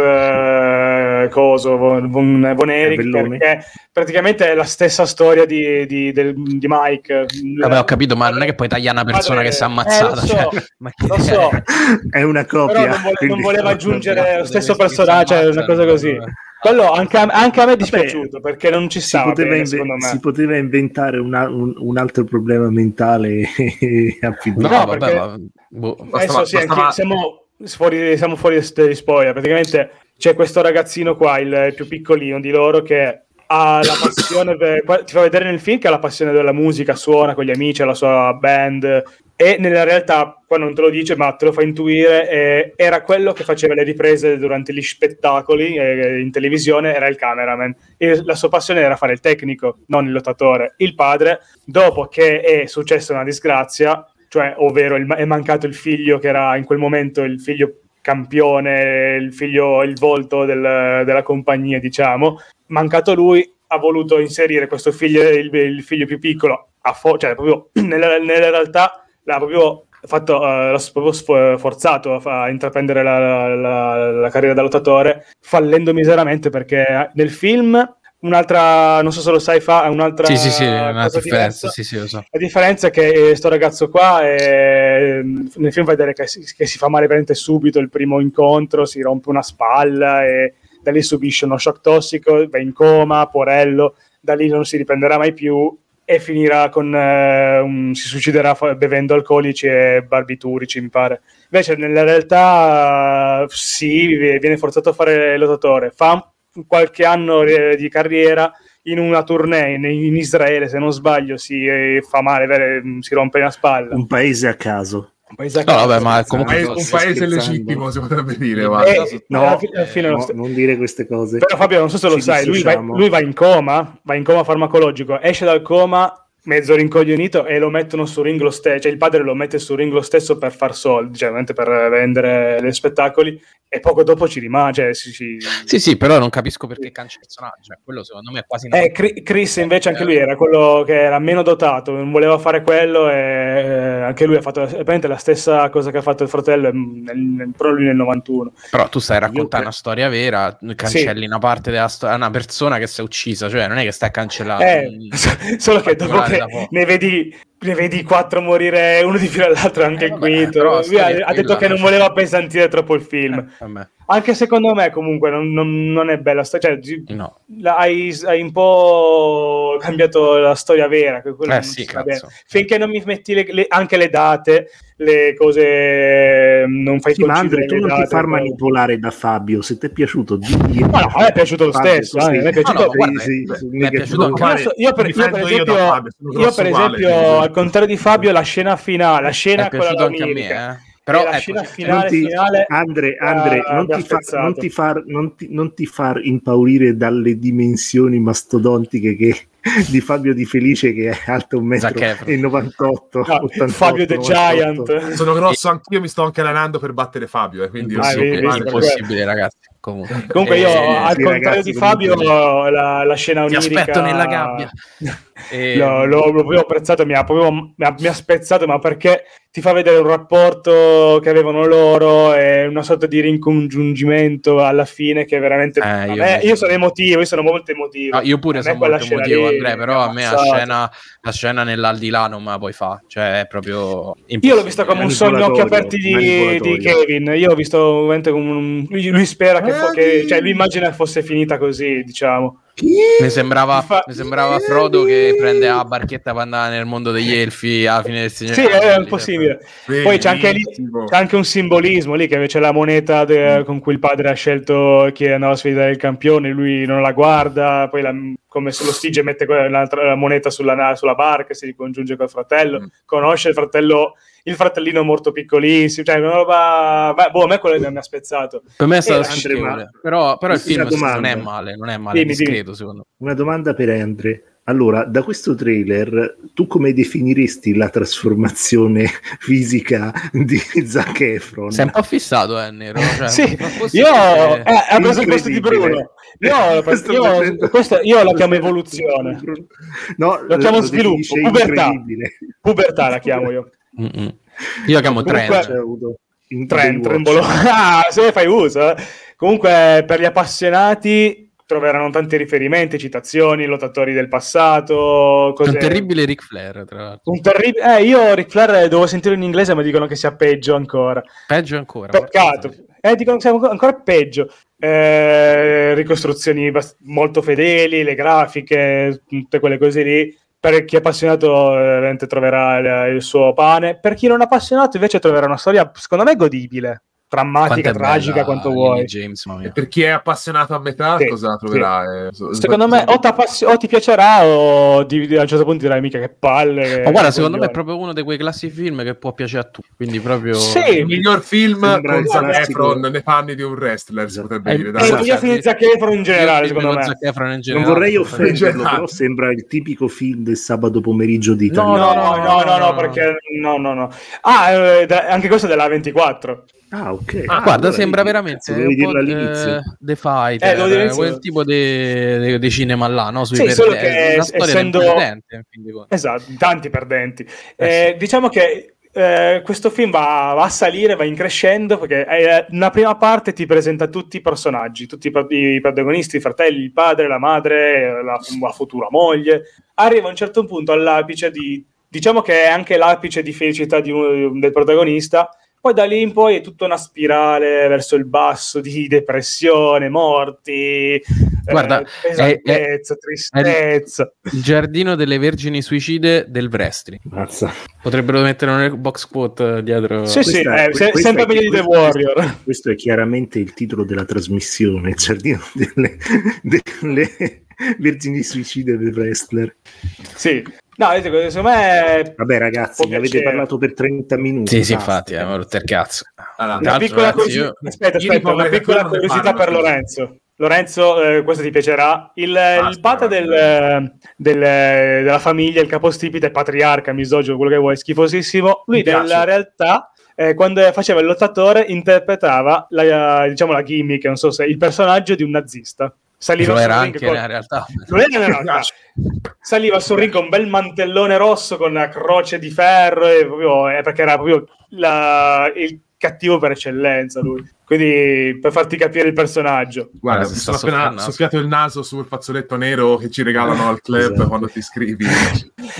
[SPEAKER 2] eh, Coso Von, Von- Von Erich
[SPEAKER 4] Belloni.
[SPEAKER 2] perché praticamente è la stessa storia di, di- del- di Mike.
[SPEAKER 5] Vabbè, ho capito, ma non è che puoi tagliare una persona
[SPEAKER 2] Padre-
[SPEAKER 5] che si è
[SPEAKER 2] eh,
[SPEAKER 5] ammazzata.
[SPEAKER 2] lo so,
[SPEAKER 5] cioè, ma che-
[SPEAKER 2] Lo so,
[SPEAKER 4] È una copia.
[SPEAKER 2] però non, vole- non
[SPEAKER 4] quindi-
[SPEAKER 2] voleva aggiungere lo stesso
[SPEAKER 5] Deve
[SPEAKER 2] personaggio,
[SPEAKER 5] essere
[SPEAKER 2] è una cosa così.
[SPEAKER 5] ammazzano,
[SPEAKER 2] Quello anche a, anche a me è dispiaciuto
[SPEAKER 4] Vabbè,
[SPEAKER 2] perché non ci
[SPEAKER 4] Si
[SPEAKER 2] stava
[SPEAKER 4] poteva,
[SPEAKER 2] bene,
[SPEAKER 4] inve-
[SPEAKER 2] secondo me.
[SPEAKER 4] si poteva inventare una- un, un altro problema mentale a più
[SPEAKER 2] No,
[SPEAKER 5] No, vabbè,
[SPEAKER 2] perché-
[SPEAKER 5] ma- boh.
[SPEAKER 2] Adesso
[SPEAKER 6] Bastava-
[SPEAKER 2] sì, anche-
[SPEAKER 6] bastava-
[SPEAKER 2] siamo fuori, siamo fuori dagli spoiler. Praticamente c'è questo ragazzino qua, il più piccolino di loro, che ha la passione per, qua- ti fa vedere nel film che ha la passione della musica, suona con gli amici, ha la sua band e nella realtà qua non te lo dice ma te lo fa intuire eh, era quello che faceva le riprese durante gli spettacoli eh, in televisione era il cameraman e la sua passione era fare il tecnico non il lottatore il padre dopo che è successa una disgrazia cioè ovvero il- è mancato il figlio che era in quel momento il figlio campione, il figlio, il volto del- della compagnia, diciamo, mancato lui, ha voluto inserire questo figlio, il, il figlio più piccolo, a fo- cioè proprio nella, nella realtà l'ha proprio fatto, eh, l'ha s- proprio sf- forzato a, fa- a intraprendere la, la- la carriera da lottatore, fallendo miseramente perché nel film un'altra, non so se lo sai, fa un'altra...
[SPEAKER 5] Sì, sì, sì, è una
[SPEAKER 2] cosa
[SPEAKER 5] differenza.
[SPEAKER 2] diversa.
[SPEAKER 5] Sì, sì, lo so.
[SPEAKER 2] La differenza è che eh, sto ragazzo qua eh, nel film fa vedere che si, che si fa male veramente subito il primo incontro, si rompe una spalla e da lì subisce uno shock tossico, va in coma, porello, da lì non si riprenderà mai più e finirà con eh, un- si suiciderà fa- bevendo alcolici e barbiturici, mi pare. Invece nella realtà eh, sì, vi- viene forzato a fare il lottatore, fa un- qualche anno eh, di carriera in una tournée in, in Israele, se non sbaglio, si eh, fa male, vero, si rompe la spalla.
[SPEAKER 4] Un paese a caso.
[SPEAKER 2] Un paese a
[SPEAKER 5] No,
[SPEAKER 2] caso.
[SPEAKER 5] vabbè, ma
[SPEAKER 6] Un
[SPEAKER 5] comunque
[SPEAKER 6] paese-
[SPEAKER 5] no,
[SPEAKER 6] eh, un
[SPEAKER 5] stai
[SPEAKER 6] paese
[SPEAKER 4] scherzando?
[SPEAKER 6] legittimo, si potrebbe dire,
[SPEAKER 5] Eh,
[SPEAKER 6] guarda.
[SPEAKER 2] Eh,
[SPEAKER 4] No,
[SPEAKER 2] alla fi- alla fine lo
[SPEAKER 4] no,
[SPEAKER 2] st-
[SPEAKER 4] non dire queste cose.
[SPEAKER 2] Però Fabio, non so se lo
[SPEAKER 4] Ci diciamo.
[SPEAKER 2] sai, lui va,
[SPEAKER 4] dissociamo.
[SPEAKER 2] lui va in coma, va in coma farmacologico, esce dal coma mezzo rincoglionito e lo mettono su Ringlo stesso, cioè il padre lo mette su Ringlo stesso per far soldi, cioè veramente per eh, vendere gli spettacoli e poco dopo ci rimane, cioè, si- si-
[SPEAKER 5] Sì, sì, però non capisco perché cancia il personaggio. eh, Quello secondo me è quasi...
[SPEAKER 2] Eh, Cri- Chris invece anche lui era quello che era meno dotato, non voleva fare quello e eh, anche lui ha fatto praticamente la stessa cosa che ha fatto il fratello, mm, nel- nel- però lui nel 91.
[SPEAKER 5] Però tu stai
[SPEAKER 2] Io
[SPEAKER 5] raccontando
[SPEAKER 2] cre-
[SPEAKER 5] una storia vera, cancelli una parte della storia, una persona che si è uccisa, cioè non è che stai a cancellare.
[SPEAKER 2] Eh,
[SPEAKER 5] un-
[SPEAKER 2] solo che dopo
[SPEAKER 5] particolare
[SPEAKER 2] che
[SPEAKER 5] da poco.
[SPEAKER 2] ne vedi, ne vedi quattro morire uno di fila all'altro, anche
[SPEAKER 5] Eh,
[SPEAKER 2] il
[SPEAKER 5] vabbè,
[SPEAKER 2] quinto.
[SPEAKER 5] però la
[SPEAKER 2] Lui ha,
[SPEAKER 5] storia è
[SPEAKER 2] ha detto
[SPEAKER 5] quella,
[SPEAKER 2] che non
[SPEAKER 5] cioè.
[SPEAKER 2] voleva appesantire troppo il film.
[SPEAKER 5] Eh, vabbè,
[SPEAKER 2] Anche secondo me, comunque, non, non- non è bella. sto- Cioè, gi-
[SPEAKER 5] no.
[SPEAKER 2] la- hai, hai un po' cambiato la storia vera. che quello
[SPEAKER 5] Eh,
[SPEAKER 2] non
[SPEAKER 5] sì,
[SPEAKER 2] si sa
[SPEAKER 5] cazzo.
[SPEAKER 2] bene. Finché non mi metti le- le- anche le date, le cose, non fai
[SPEAKER 4] Sì, ma
[SPEAKER 2] coincidere
[SPEAKER 4] Andre, tu
[SPEAKER 2] le
[SPEAKER 4] non ti
[SPEAKER 2] date,
[SPEAKER 4] far
[SPEAKER 2] poi-
[SPEAKER 4] manipolare da Fabio. Se ti è piaciuto, digli.
[SPEAKER 2] Ma no, a me è piaciuto lo stesso, eh, a me è piaciuto-
[SPEAKER 5] No, no, guarda, eh, mi è piaciuto anche
[SPEAKER 2] Io so- io per- io per esempio, Io, per esempio, al contrario di Fabio, la scena finale, la scena
[SPEAKER 5] È
[SPEAKER 2] con la
[SPEAKER 5] piaciuto anche a
[SPEAKER 2] Domenica.
[SPEAKER 5] me, eh. Però
[SPEAKER 2] E la
[SPEAKER 5] ecco,
[SPEAKER 2] scena
[SPEAKER 5] cioè,
[SPEAKER 2] finale- finale,
[SPEAKER 4] Andre,
[SPEAKER 2] ah,
[SPEAKER 4] Andre, non,
[SPEAKER 2] mi ha
[SPEAKER 4] ti far,
[SPEAKER 2] spezzato.
[SPEAKER 4] non ti far- non ti- non ti far impaurire dalle dimensioni mastodontiche che- di Fabio Di Felice che è alto 1,98
[SPEAKER 5] Zac
[SPEAKER 4] m.
[SPEAKER 5] Efron.
[SPEAKER 4] 98,
[SPEAKER 2] No,
[SPEAKER 4] 88,
[SPEAKER 2] Fabio The
[SPEAKER 4] 98.
[SPEAKER 2] Giant.
[SPEAKER 6] Sono grosso anch'io, mi sto anche allenando per battere Fabio. Eh, quindi
[SPEAKER 2] Ah, vedi,
[SPEAKER 5] impossibile,
[SPEAKER 2] vedi,
[SPEAKER 5] impossibile, ragazzi. Comunque,
[SPEAKER 2] Comunque io,
[SPEAKER 5] Eh,
[SPEAKER 2] al
[SPEAKER 4] sì,
[SPEAKER 2] contrario
[SPEAKER 4] ragazzi,
[SPEAKER 2] di Fabio,
[SPEAKER 4] comunque-
[SPEAKER 2] la, la scena
[SPEAKER 5] Ti
[SPEAKER 2] onirica...
[SPEAKER 5] aspetto nella gabbia. Eh,
[SPEAKER 2] L'ho, l'ho proprio apprezzato, mi ha, proprio, mi, ha, mi ha spezzato, ma perché ti fa vedere un rapporto che avevano loro e una sorta di rincongiungimento alla fine che veramente...
[SPEAKER 5] Eh,
[SPEAKER 2] a me-
[SPEAKER 5] io
[SPEAKER 2] io,
[SPEAKER 5] invece-
[SPEAKER 2] sono emotivo, io sono molto emotivo.
[SPEAKER 5] No, Ah, io pure
[SPEAKER 2] A me
[SPEAKER 5] sono
[SPEAKER 2] quella
[SPEAKER 5] molto
[SPEAKER 2] scena
[SPEAKER 5] emotivo,
[SPEAKER 2] lì
[SPEAKER 5] Andrea,
[SPEAKER 2] mi
[SPEAKER 5] però
[SPEAKER 2] ha
[SPEAKER 5] a me la
[SPEAKER 2] ammazzato.
[SPEAKER 5] scena, la scena nell'aldilà non me la puoi fare, cioè è proprio
[SPEAKER 2] Io l'ho visto come un sogno a occhi
[SPEAKER 4] Manipolatorio,
[SPEAKER 2] aperti di,
[SPEAKER 4] manipolatorio.
[SPEAKER 2] di Kevin. Io l'ho visto veramente come un. Lui, lui spera che, fo-
[SPEAKER 4] Ah,
[SPEAKER 2] che- cioè, lui immagina che fosse finita così, diciamo.
[SPEAKER 5] mi sembrava,
[SPEAKER 2] Mi fa-
[SPEAKER 5] mi sembrava Frodo che prende la barchetta per andare nel mondo degli elfi alla fine del signore.
[SPEAKER 2] Sì, è un po' simile. Poi c'è anche, lì- c'è anche un simbolismo lì che invece la moneta
[SPEAKER 4] Mm.
[SPEAKER 2] de- con cui il padre ha scelto chi andava a sfidare il campione, lui non la guarda, poi la- come se lo stige mette quella- l'altra- la moneta sulla, na- sulla barca, si ricongiunge col fratello,
[SPEAKER 6] Mm.
[SPEAKER 2] conosce il fratello, il fratellino morto piccolissimo, cioè una roba... beh, boh, a me quello mi ha spezzato.
[SPEAKER 5] Per me è stato
[SPEAKER 2] Eh, Andrea,
[SPEAKER 5] sgradevole,
[SPEAKER 4] ma-
[SPEAKER 5] però, però il
[SPEAKER 4] Sì,
[SPEAKER 5] film
[SPEAKER 4] una domanda.
[SPEAKER 5] non è male, non è male, è
[SPEAKER 2] Dimmi, dimmi.
[SPEAKER 5] discreto secondo
[SPEAKER 4] Una domanda per Andre. Allora, da questo trailer, tu come definiresti la trasformazione fisica di Zac Efron?
[SPEAKER 5] me. Sei un po' fissato, eh, Nero. Cioè,
[SPEAKER 2] sì,
[SPEAKER 5] forse-
[SPEAKER 2] io eh, ha preso il posto di
[SPEAKER 4] incredibile.
[SPEAKER 2] Bruno. Io,
[SPEAKER 4] Sto
[SPEAKER 2] io-
[SPEAKER 4] facendo-
[SPEAKER 2] questa- io la chiamo evoluzione.
[SPEAKER 4] No,
[SPEAKER 2] Lo chiamo sviluppo,
[SPEAKER 4] definisce
[SPEAKER 2] pubertà.
[SPEAKER 4] incredibile.
[SPEAKER 2] Pubertà la chiamo io.
[SPEAKER 5] Mm-mm. Io la chiamo
[SPEAKER 2] Comunque-
[SPEAKER 5] trend.
[SPEAKER 4] Cioè, avuto in
[SPEAKER 2] Trent,
[SPEAKER 4] Baywatch.
[SPEAKER 2] Trembolo. Ah, se ne fai uso. eh. Comunque, per gli appassionati troveranno tanti riferimenti, citazioni, lottatori del passato. Cose...
[SPEAKER 5] Un terribile Ric Flair, tra l'altro.
[SPEAKER 2] Un terrib- eh, io Ric Flair devo sentire in inglese, ma dicono che sia peggio ancora.
[SPEAKER 5] Peggio ancora. porca
[SPEAKER 2] Peccato.
[SPEAKER 5] miseria.
[SPEAKER 2] Eh, dicono che sia ancora- ancora peggio. Eh, ricostruzioni bast- molto fedeli, le grafiche, tutte quelle cose lì. Per chi è appassionato, eh, veramente troverà il, il suo pane. Per chi non è appassionato, invece, troverà una storia, secondo me, godibile,
[SPEAKER 5] Quanto
[SPEAKER 2] drammatica,
[SPEAKER 5] è
[SPEAKER 2] tragica,
[SPEAKER 5] bella
[SPEAKER 2] quanto
[SPEAKER 5] Lily
[SPEAKER 2] vuoi.
[SPEAKER 5] James, mamma
[SPEAKER 6] E
[SPEAKER 5] mia.
[SPEAKER 6] per chi è appassionato a metà,
[SPEAKER 2] Sì,
[SPEAKER 6] cosa troverà? Eh, so-
[SPEAKER 2] Secondo me, o, t'appassi- o ti piacerà, o di- di- a un certo punto dirai mica che palle.
[SPEAKER 5] Ma guarda, secondo
[SPEAKER 2] coglioni.
[SPEAKER 5] me è proprio uno di quei classi film che può piacere a tutti. Quindi proprio...
[SPEAKER 2] Sì,
[SPEAKER 6] il miglior film
[SPEAKER 4] Sembra
[SPEAKER 6] con
[SPEAKER 4] il
[SPEAKER 6] Zac
[SPEAKER 4] classico.
[SPEAKER 6] Efron nei panni di un wrestler, si potrebbe
[SPEAKER 5] Eh,
[SPEAKER 6] dire.
[SPEAKER 2] è
[SPEAKER 6] dai.
[SPEAKER 2] il
[SPEAKER 4] Esatto.
[SPEAKER 2] miglior film di Zac Efron in generale,
[SPEAKER 5] Io- io
[SPEAKER 2] secondo
[SPEAKER 5] non
[SPEAKER 2] me.
[SPEAKER 5] Zac Efron in
[SPEAKER 4] Non
[SPEAKER 5] generale.
[SPEAKER 4] vorrei
[SPEAKER 6] In
[SPEAKER 4] offenderlo,
[SPEAKER 6] generale.
[SPEAKER 4] però sembra il tipico film del sabato pomeriggio di
[SPEAKER 5] No,
[SPEAKER 2] No, no,
[SPEAKER 5] no,
[SPEAKER 2] no, no, no, perché no, no, no. Ah, eh, da- anche questo è della 24.
[SPEAKER 4] Ah, ok.
[SPEAKER 5] Ah,
[SPEAKER 4] Ah,
[SPEAKER 5] guarda,
[SPEAKER 4] allora,
[SPEAKER 5] sembra
[SPEAKER 4] vedi,
[SPEAKER 5] veramente
[SPEAKER 4] dovevi
[SPEAKER 5] un
[SPEAKER 4] dirlo
[SPEAKER 5] po'
[SPEAKER 4] all'inizio.
[SPEAKER 5] eh, The Fight,
[SPEAKER 2] Eh, devo dire all'inizio.
[SPEAKER 5] quel tipo di, di cinema là, no? Sui
[SPEAKER 2] Sì,
[SPEAKER 5] perde-
[SPEAKER 2] solo che
[SPEAKER 5] è una
[SPEAKER 2] es-
[SPEAKER 5] storia
[SPEAKER 2] essendo-
[SPEAKER 5] del perdente, in fin dei conti.
[SPEAKER 2] Esatto, tanti perdenti.
[SPEAKER 5] Eh,
[SPEAKER 2] Eh, Diciamo che eh, questo film va, va a salire, va in crescendo, perché eh, una prima parte ti presenta tutti i personaggi, tutti i, pro- i protagonisti, i fratelli, il padre, la madre, la, la futura moglie. Arriva a un certo punto all'apice di... Diciamo che è anche l'apice di felicità di uno- del protagonista, Poi da lì in poi è tutta una spirale verso il basso di depressione, morti, eh,
[SPEAKER 5] Guarda, è-
[SPEAKER 2] pesantezza, tristezza.
[SPEAKER 5] Il giardino delle vergini suicide del wrestling.
[SPEAKER 4] Mazza.
[SPEAKER 5] Potrebbero mettere un box quote eh, dietro.
[SPEAKER 2] Sì, sì,
[SPEAKER 4] Questa-
[SPEAKER 2] eh, se-
[SPEAKER 4] questa
[SPEAKER 2] sempre
[SPEAKER 4] è-
[SPEAKER 2] meglio di The
[SPEAKER 4] questa-
[SPEAKER 2] Warrior.
[SPEAKER 4] Questo è chiaramente il titolo della trasmissione, il giardino delle, delle vergini suicide del wrestler.
[SPEAKER 2] Sì. No, dico, secondo me
[SPEAKER 4] Vabbè ragazzi,
[SPEAKER 2] Può
[SPEAKER 4] ne avete
[SPEAKER 2] piacere.
[SPEAKER 4] parlato per 30 minuti.
[SPEAKER 5] Sì, sì,
[SPEAKER 4] basta.
[SPEAKER 5] infatti, è un rottercazzo.
[SPEAKER 6] Allora,
[SPEAKER 5] Tra
[SPEAKER 2] una
[SPEAKER 5] l'altro,
[SPEAKER 2] piccola
[SPEAKER 5] ragazzi,
[SPEAKER 2] curiosità,
[SPEAKER 5] io-
[SPEAKER 2] aspetta,
[SPEAKER 6] Io di
[SPEAKER 2] aspetta, una
[SPEAKER 6] povere
[SPEAKER 2] piccola
[SPEAKER 6] persone ne
[SPEAKER 2] curiosità
[SPEAKER 6] parlo,
[SPEAKER 2] per
[SPEAKER 6] scusa.
[SPEAKER 2] Lorenzo. Lorenzo, eh, questo ti piacerà. Il, il pata del, eh, del- eh, della famiglia, il capostipite, patriarca, misogino, quello che vuoi, schifosissimo. Lui
[SPEAKER 6] Mi piace.
[SPEAKER 2] nella realtà, eh, quando faceva il lottatore, interpretava la, diciamo, la gimmick, non so se, il personaggio di un nazista. Saliva
[SPEAKER 5] Lo
[SPEAKER 2] sul
[SPEAKER 5] Cioè, era
[SPEAKER 2] ring
[SPEAKER 5] anche
[SPEAKER 2] col-
[SPEAKER 5] in realtà.
[SPEAKER 2] Lo era nella
[SPEAKER 6] Mi
[SPEAKER 2] realtà.
[SPEAKER 6] piace.
[SPEAKER 2] Saliva sul ring con un bel mantellone rosso con la croce di ferro, e proprio- eh, perché era proprio la- il cattivo per eccellenza lui. Quindi per farti capire il personaggio.
[SPEAKER 6] Guarda,
[SPEAKER 5] Guarda, si
[SPEAKER 6] mi
[SPEAKER 5] sta
[SPEAKER 6] sono appena
[SPEAKER 5] soffermando.
[SPEAKER 6] soffiato il naso sul fazzoletto nero che ci regalano al club
[SPEAKER 4] Esatto.
[SPEAKER 6] quando ti iscrivi.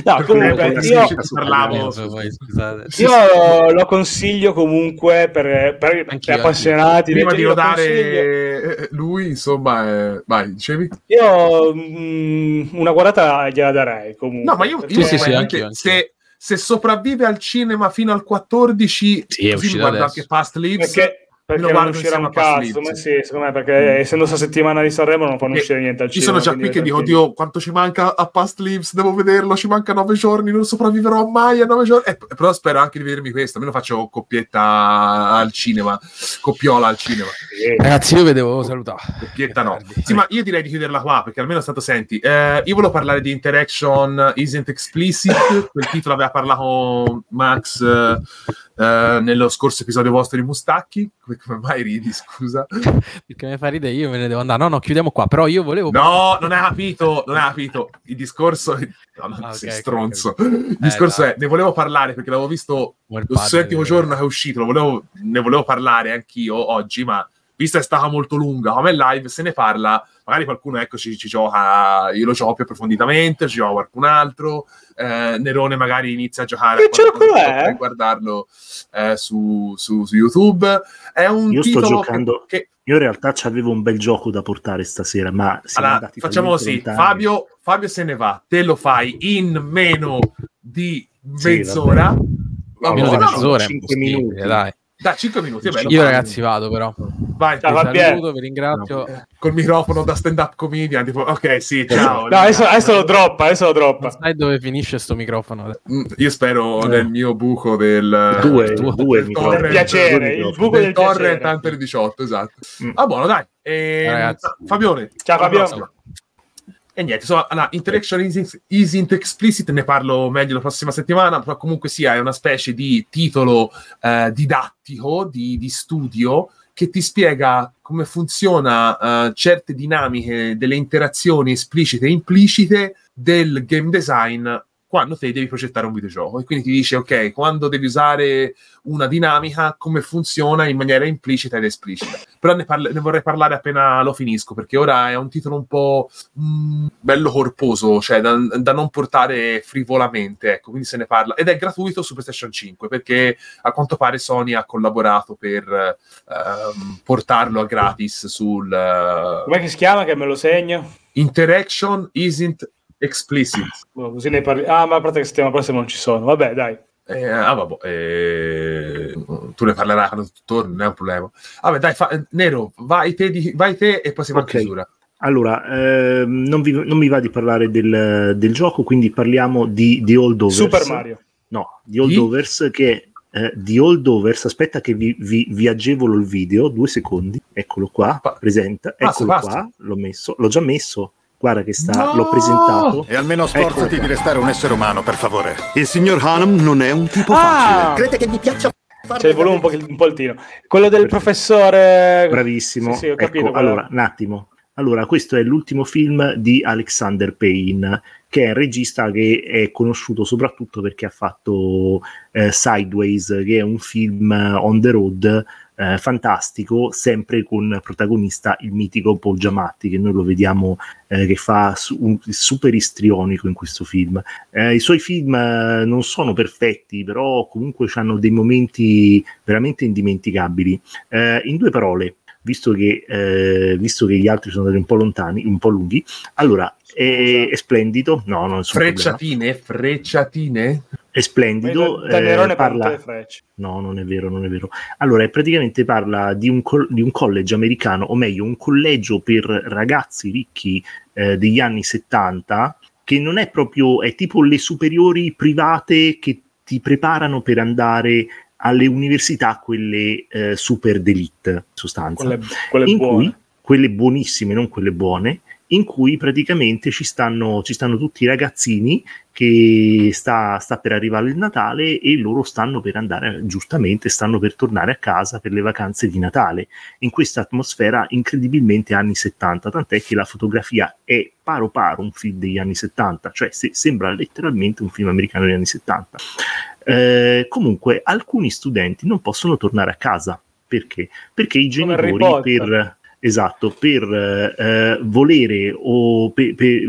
[SPEAKER 2] No, comunque
[SPEAKER 6] Perché
[SPEAKER 2] io,
[SPEAKER 6] ci parlavo.
[SPEAKER 5] Lorenzo, poi, scusate.
[SPEAKER 2] io lo consiglio comunque per, per
[SPEAKER 5] Anch'io,
[SPEAKER 2] appassionati. cioè,
[SPEAKER 6] Prima di
[SPEAKER 2] Io lo consiglio-
[SPEAKER 6] rodare eh, lui, insomma, eh, vai, dicevi?
[SPEAKER 2] Io mm, una guardata gliela darei comunque.
[SPEAKER 6] No, ma io,
[SPEAKER 2] perché-
[SPEAKER 6] io
[SPEAKER 5] Sì, sì,
[SPEAKER 6] veramente,
[SPEAKER 5] anch'io, anch'io.
[SPEAKER 6] se, se sopravvive al cinema fino al 14,
[SPEAKER 5] Sì, è
[SPEAKER 6] così mi
[SPEAKER 5] uscito
[SPEAKER 6] guardo
[SPEAKER 5] adesso.
[SPEAKER 6] anche Past Lives.
[SPEAKER 2] perché, perché
[SPEAKER 6] lo
[SPEAKER 2] non
[SPEAKER 6] guardo
[SPEAKER 2] uscirà
[SPEAKER 6] insieme
[SPEAKER 2] un
[SPEAKER 6] a Past
[SPEAKER 2] cazzo.
[SPEAKER 6] Lives.
[SPEAKER 2] Ma sì, secondo me perché eh, essendo sta settimana di Sanremo non fanno
[SPEAKER 6] Eh,
[SPEAKER 2] uscire niente al
[SPEAKER 6] Ci
[SPEAKER 2] cinema.
[SPEAKER 6] sono già qui
[SPEAKER 2] quindi
[SPEAKER 6] che dico,
[SPEAKER 2] tranquilli.
[SPEAKER 6] Dio, quanto ci manca a Past Lives, devo vederlo, ci manca nove giorni, non sopravviverò mai a nove giorni. Eh, p- però spero anche di vedermi questo, almeno faccio coppietta al cinema, coppiola al cinema.
[SPEAKER 2] Sì.
[SPEAKER 5] Ragazzi, io vi
[SPEAKER 6] Oh.
[SPEAKER 5] devo salutare.
[SPEAKER 6] Coppietta no. Sì, ma io direi di chiuderla qua, perché almeno è stato senti. eh, io volevo parlare di Interaction Isn't Explicit, quel titolo aveva parlato Max eh, eh, nello scorso episodio vostro di Mustacchi. Come come mai ridi, scusa?
[SPEAKER 5] Perché mi fa ridere, io me ne devo andare. No, no, chiudiamo qua. Però io volevo.
[SPEAKER 6] No, non ha capito, non ha capito. Il discorso... No, no,
[SPEAKER 5] Ah,
[SPEAKER 6] sei
[SPEAKER 5] ok, ok,
[SPEAKER 6] stronzo.
[SPEAKER 5] ok.
[SPEAKER 6] Il discorso
[SPEAKER 5] dai.
[SPEAKER 6] è, ne volevo parlare perché l'avevo visto
[SPEAKER 5] Muore il
[SPEAKER 6] lo
[SPEAKER 5] padre,
[SPEAKER 6] stesso settimo
[SPEAKER 5] eh.
[SPEAKER 6] giorno che è uscito, lo volevo- ne volevo parlare anch'io oggi, ma vista è stata molto lunga, come live se ne parla, magari qualcuno ecco, ci, ci gioca, io lo gioco più approfonditamente, ci gioca qualcun altro, eh, Nerone magari inizia a giocare
[SPEAKER 2] Che
[SPEAKER 6] a qualcosa
[SPEAKER 2] gioco
[SPEAKER 6] che
[SPEAKER 2] è?
[SPEAKER 6] potrei guardarlo eh, su, su- su YouTube. È un
[SPEAKER 4] Io sto
[SPEAKER 6] titolo
[SPEAKER 4] giocando-
[SPEAKER 6] che, che-
[SPEAKER 4] Io in realtà avevo un bel gioco da portare stasera, ma siamo
[SPEAKER 6] allora,
[SPEAKER 4] andati
[SPEAKER 6] facciamo
[SPEAKER 4] talmente
[SPEAKER 6] così,
[SPEAKER 4] lontani.
[SPEAKER 6] Fabio, Fabio se ne va, te lo fai in meno di
[SPEAKER 4] Sì,
[SPEAKER 6] mezz'ora.
[SPEAKER 4] vabbè.
[SPEAKER 6] Vabbè,
[SPEAKER 5] Meno di
[SPEAKER 4] No, no,
[SPEAKER 5] mezz'ora. è
[SPEAKER 4] cinque
[SPEAKER 5] impossibile,
[SPEAKER 4] minuti.
[SPEAKER 5] Dai.
[SPEAKER 6] Da 5 minuti, vabbè, lo
[SPEAKER 5] Io,
[SPEAKER 6] fai.
[SPEAKER 5] ragazzi, vado però.
[SPEAKER 6] Vai,
[SPEAKER 2] Ciao,
[SPEAKER 5] Vi
[SPEAKER 2] Fabio.
[SPEAKER 5] saluto, vi ringrazio.
[SPEAKER 4] eh.
[SPEAKER 6] col microfono da stand-up comedian, tipo, ok, sì, ciao.
[SPEAKER 2] No, adesso, adesso lo droppa, adesso lo
[SPEAKER 5] Non
[SPEAKER 2] droppa.
[SPEAKER 5] sai dove finisce sto microfono.
[SPEAKER 6] Mm, Io spero
[SPEAKER 4] Eh.
[SPEAKER 6] nel mio buco del...
[SPEAKER 4] Due,
[SPEAKER 5] il tuo-
[SPEAKER 4] due
[SPEAKER 6] del
[SPEAKER 4] mi
[SPEAKER 6] torrent.
[SPEAKER 4] trovo.
[SPEAKER 2] Piacere,
[SPEAKER 4] Due mi
[SPEAKER 2] il
[SPEAKER 4] trovo.
[SPEAKER 2] buco- del
[SPEAKER 6] del torrent
[SPEAKER 2] piacere.
[SPEAKER 6] Hunter 18, esatto.
[SPEAKER 4] Mm.
[SPEAKER 6] Ah, buono, dai. Ehm,
[SPEAKER 5] Ragazzi.
[SPEAKER 6] Fabione.
[SPEAKER 2] Ciao,
[SPEAKER 6] alla
[SPEAKER 2] Fabione.
[SPEAKER 6] prossima. E niente, insomma, allora, Interaction Isn't, Isn't Explicit, ne parlo meglio la prossima settimana, però comunque sia, è una specie di titolo eh, didattico, di, di studio, che ti spiega come funziona eh, certe dinamiche delle interazioni esplicite e implicite del game design quando te devi progettare un videogioco. E quindi ti dice, ok, quando devi usare una dinamica, come funziona in maniera implicita ed esplicita. Però ne, parla- ne vorrei parlare appena lo finisco, perché ora è un titolo un po' mm, bello corposo, cioè da, da non portare frivolamente, ecco, quindi se ne parla. Ed è gratuito su PlayStation 5, perché a quanto pare Sony ha collaborato per ehm, portarlo a gratis sul eh,
[SPEAKER 2] Com'è che si chiama che me lo segno?
[SPEAKER 6] Interaction Isn't Explicit.
[SPEAKER 2] Boh, Così ne parli. Ah, ma a parte che settimana prossima non ci sono. Vabbè, dai.
[SPEAKER 6] Eh, ah, vabbè, eh, tu ne parlerai quando tu torni, non è un problema. Vabbè, dai, fa- Nero, vai te, di- vai te e poi siamo
[SPEAKER 4] Ok.
[SPEAKER 6] a chiusura.
[SPEAKER 4] Allora, ehm, non, vi- non mi va di parlare del, del gioco, quindi parliamo di The Old Overs.
[SPEAKER 2] Super Mario.
[SPEAKER 4] No, The Old
[SPEAKER 6] Di?
[SPEAKER 4] Overs che eh, The Old Overs, aspetta che vi, vi- vi agevolo il video, due secondi, eccolo qua,
[SPEAKER 6] Pa-
[SPEAKER 4] presenta,
[SPEAKER 6] basta,
[SPEAKER 4] eccolo
[SPEAKER 6] basta.
[SPEAKER 4] qua, l'ho messo, l'ho già messo, guarda che sta,
[SPEAKER 6] No!
[SPEAKER 4] l'ho presentato.
[SPEAKER 8] E almeno
[SPEAKER 4] Eccolo
[SPEAKER 8] sforzati
[SPEAKER 4] qua.
[SPEAKER 8] di restare un essere umano, per favore. Il signor Hanum non è un tipo
[SPEAKER 2] Ah!
[SPEAKER 8] facile. Crede che gli piaccia fare
[SPEAKER 2] C'è il volume un po', un po' il tiro.
[SPEAKER 4] Eh,
[SPEAKER 2] Quello del professore...
[SPEAKER 4] Bravissimo.
[SPEAKER 2] Sì, sì, ho capito.
[SPEAKER 4] ecco,
[SPEAKER 2] quello.
[SPEAKER 4] allora, un attimo. Allora, questo è l'ultimo film di Alexander Payne, che è un regista che è conosciuto soprattutto perché ha fatto eh, Sideways, che è un film eh, on the road eh, fantastico, sempre con protagonista il mitico Paul Giamatti, che noi lo vediamo eh, che fa su- un super istrionico in questo film. Eh, I suoi film eh, non sono perfetti, però comunque hanno dei momenti veramente indimenticabili. Eh, in due parole, visto che, eh, visto che gli altri sono andati un po' lontani, un po' lunghi, allora è, è splendido. No, non nessun problema.
[SPEAKER 6] Frecciatine, frecciatine.
[SPEAKER 4] È splendido.
[SPEAKER 2] Vedo- da
[SPEAKER 4] eh,
[SPEAKER 2] Nerone per tutte
[SPEAKER 4] parla,
[SPEAKER 2] le frecce.
[SPEAKER 4] No, non è vero, non è vero. Allora, praticamente parla di un, col- di un college americano, o meglio, un collegio per ragazzi ricchi eh, degli anni 70, che non è proprio, è tipo le superiori private che ti preparano per andare alle università, quelle eh, super d'elite, in sostanza
[SPEAKER 2] Quelle, quelle
[SPEAKER 4] in
[SPEAKER 2] buone.
[SPEAKER 4] cui quelle buonissime, non quelle buone, in cui praticamente ci stanno, ci stanno tutti i ragazzini che sta, sta per arrivare il Natale e loro stanno per andare, giustamente, stanno per tornare a casa per le vacanze di Natale, in questa atmosfera incredibilmente anni 70, tant'è che la fotografia è paro paro un film degli anni 70, cioè se- sembra letteralmente un film americano degli anni 70. Eh, comunque, alcuni studenti non possono tornare a casa, perché? Perché i
[SPEAKER 2] Come Harry
[SPEAKER 4] genitori per... Esatto, per eh, volere o, per- per-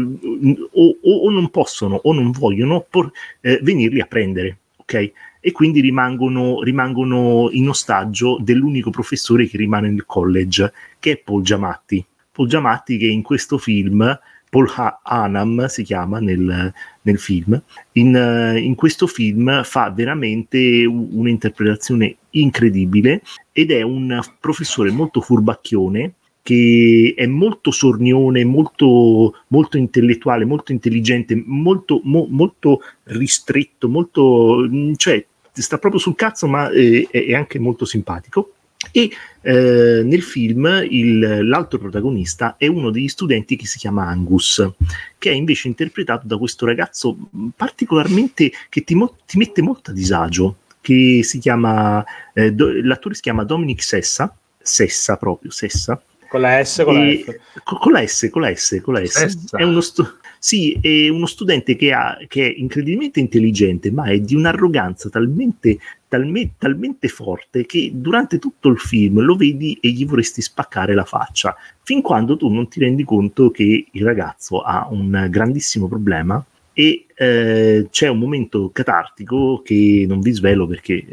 [SPEAKER 4] o- o- o non possono o non vogliono por- eh, venirli a prendere, ok? E quindi rimangono, rimangono in ostaggio dell'unico professore che rimane nel college, che è Paul Giamatti. Paul Giamatti che in questo film, Paul Ha- Hanam si chiama nel, nel film, in, eh, in questo film fa veramente u- un'interpretazione incredibile ed è un professore molto furbacchione che è molto sornione, molto, molto intellettuale, molto intelligente, molto, mo- molto ristretto, molto, mh, cioè sta proprio sul cazzo ma eh, è, è anche molto simpatico. E eh, nel film il- l'altro protagonista è uno degli studenti che si chiama Angus, che è invece interpretato da questo ragazzo mh, particolarmente che ti, mo- ti mette molto a disagio, che si chiama, eh, do- l'attore si chiama Dominic Sessa, Sessa proprio, Sessa,
[SPEAKER 2] Con la S, con
[SPEAKER 4] E-
[SPEAKER 2] la F.
[SPEAKER 4] co- con la S, con la S, con la S.
[SPEAKER 6] Sessa.
[SPEAKER 4] È uno, stu- sì, è uno studente che, ha- che è incredibilmente intelligente, ma è di un'arroganza talmente, talme- talmente forte che durante tutto il film lo vedi e gli vorresti spaccare la faccia, fin quando tu non ti rendi conto che il ragazzo ha un grandissimo problema e eh, c'è un momento catartico che non vi svelo perché eh,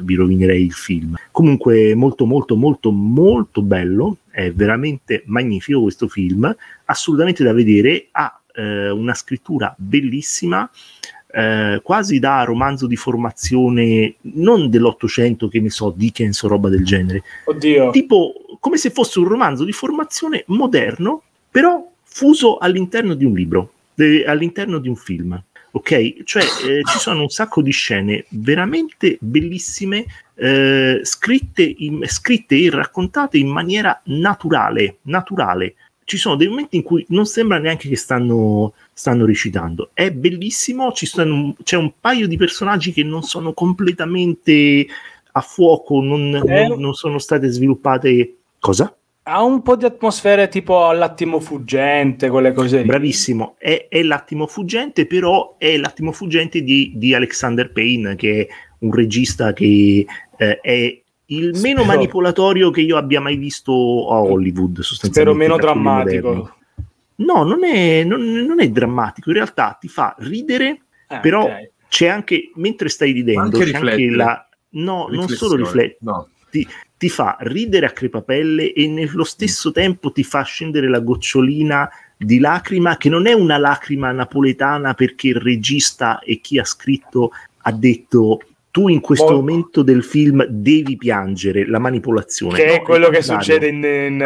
[SPEAKER 4] vi rovinerei il film. Comunque molto molto molto molto bello, è veramente magnifico questo film, assolutamente da vedere, ha eh, una scrittura bellissima, eh, quasi da romanzo di formazione non dell'Ottocento, che ne so, Dickens o roba del genere,
[SPEAKER 2] Oddio.
[SPEAKER 4] tipo come se fosse un romanzo di formazione moderno, però fuso all'interno di un libro, de- all'interno di un film. Ok, cioè eh, ci sono un sacco di scene veramente bellissime, eh, scritte, in- scritte e raccontate in maniera naturale, naturale. Ci sono dei momenti in cui non sembra neanche che stanno, stanno recitando. È bellissimo, ci sono- c'è un paio di personaggi che non sono completamente a fuoco, non,
[SPEAKER 2] Eh.
[SPEAKER 4] non- non sono state sviluppate. Cosa?
[SPEAKER 2] Ha un po' di atmosfere tipo all'attimo fuggente, quelle cose lì.
[SPEAKER 4] Bravissimo, è, è l'attimo fuggente, però è l'attimo fuggente di, di Alexander Payne, che è un regista che eh, è il meno
[SPEAKER 2] Spero-
[SPEAKER 4] manipolatorio che io abbia mai visto a Hollywood, sostanzialmente.
[SPEAKER 2] Spero meno
[SPEAKER 4] tra quelli moderni.
[SPEAKER 2] drammatico.
[SPEAKER 4] No, non è, non- non è drammatico, in realtà ti fa ridere,
[SPEAKER 2] Eh,
[SPEAKER 4] però
[SPEAKER 2] ok.
[SPEAKER 4] c'è anche, mentre stai ridendo,
[SPEAKER 6] Anche
[SPEAKER 4] c'è anche
[SPEAKER 6] riflettere.
[SPEAKER 4] la... No, non solo rifletti,
[SPEAKER 6] No.
[SPEAKER 4] ti fa ridere a crepapelle e nello stesso tempo ti fa scendere la gocciolina di lacrima che non è una lacrima napoletana perché il regista e chi ha scritto ha detto tu in questo
[SPEAKER 2] Mo-
[SPEAKER 4] momento del film devi piangere la manipolazione
[SPEAKER 2] Che
[SPEAKER 4] No,
[SPEAKER 2] è quello
[SPEAKER 4] il
[SPEAKER 2] che
[SPEAKER 4] contrario.
[SPEAKER 2] succede in, in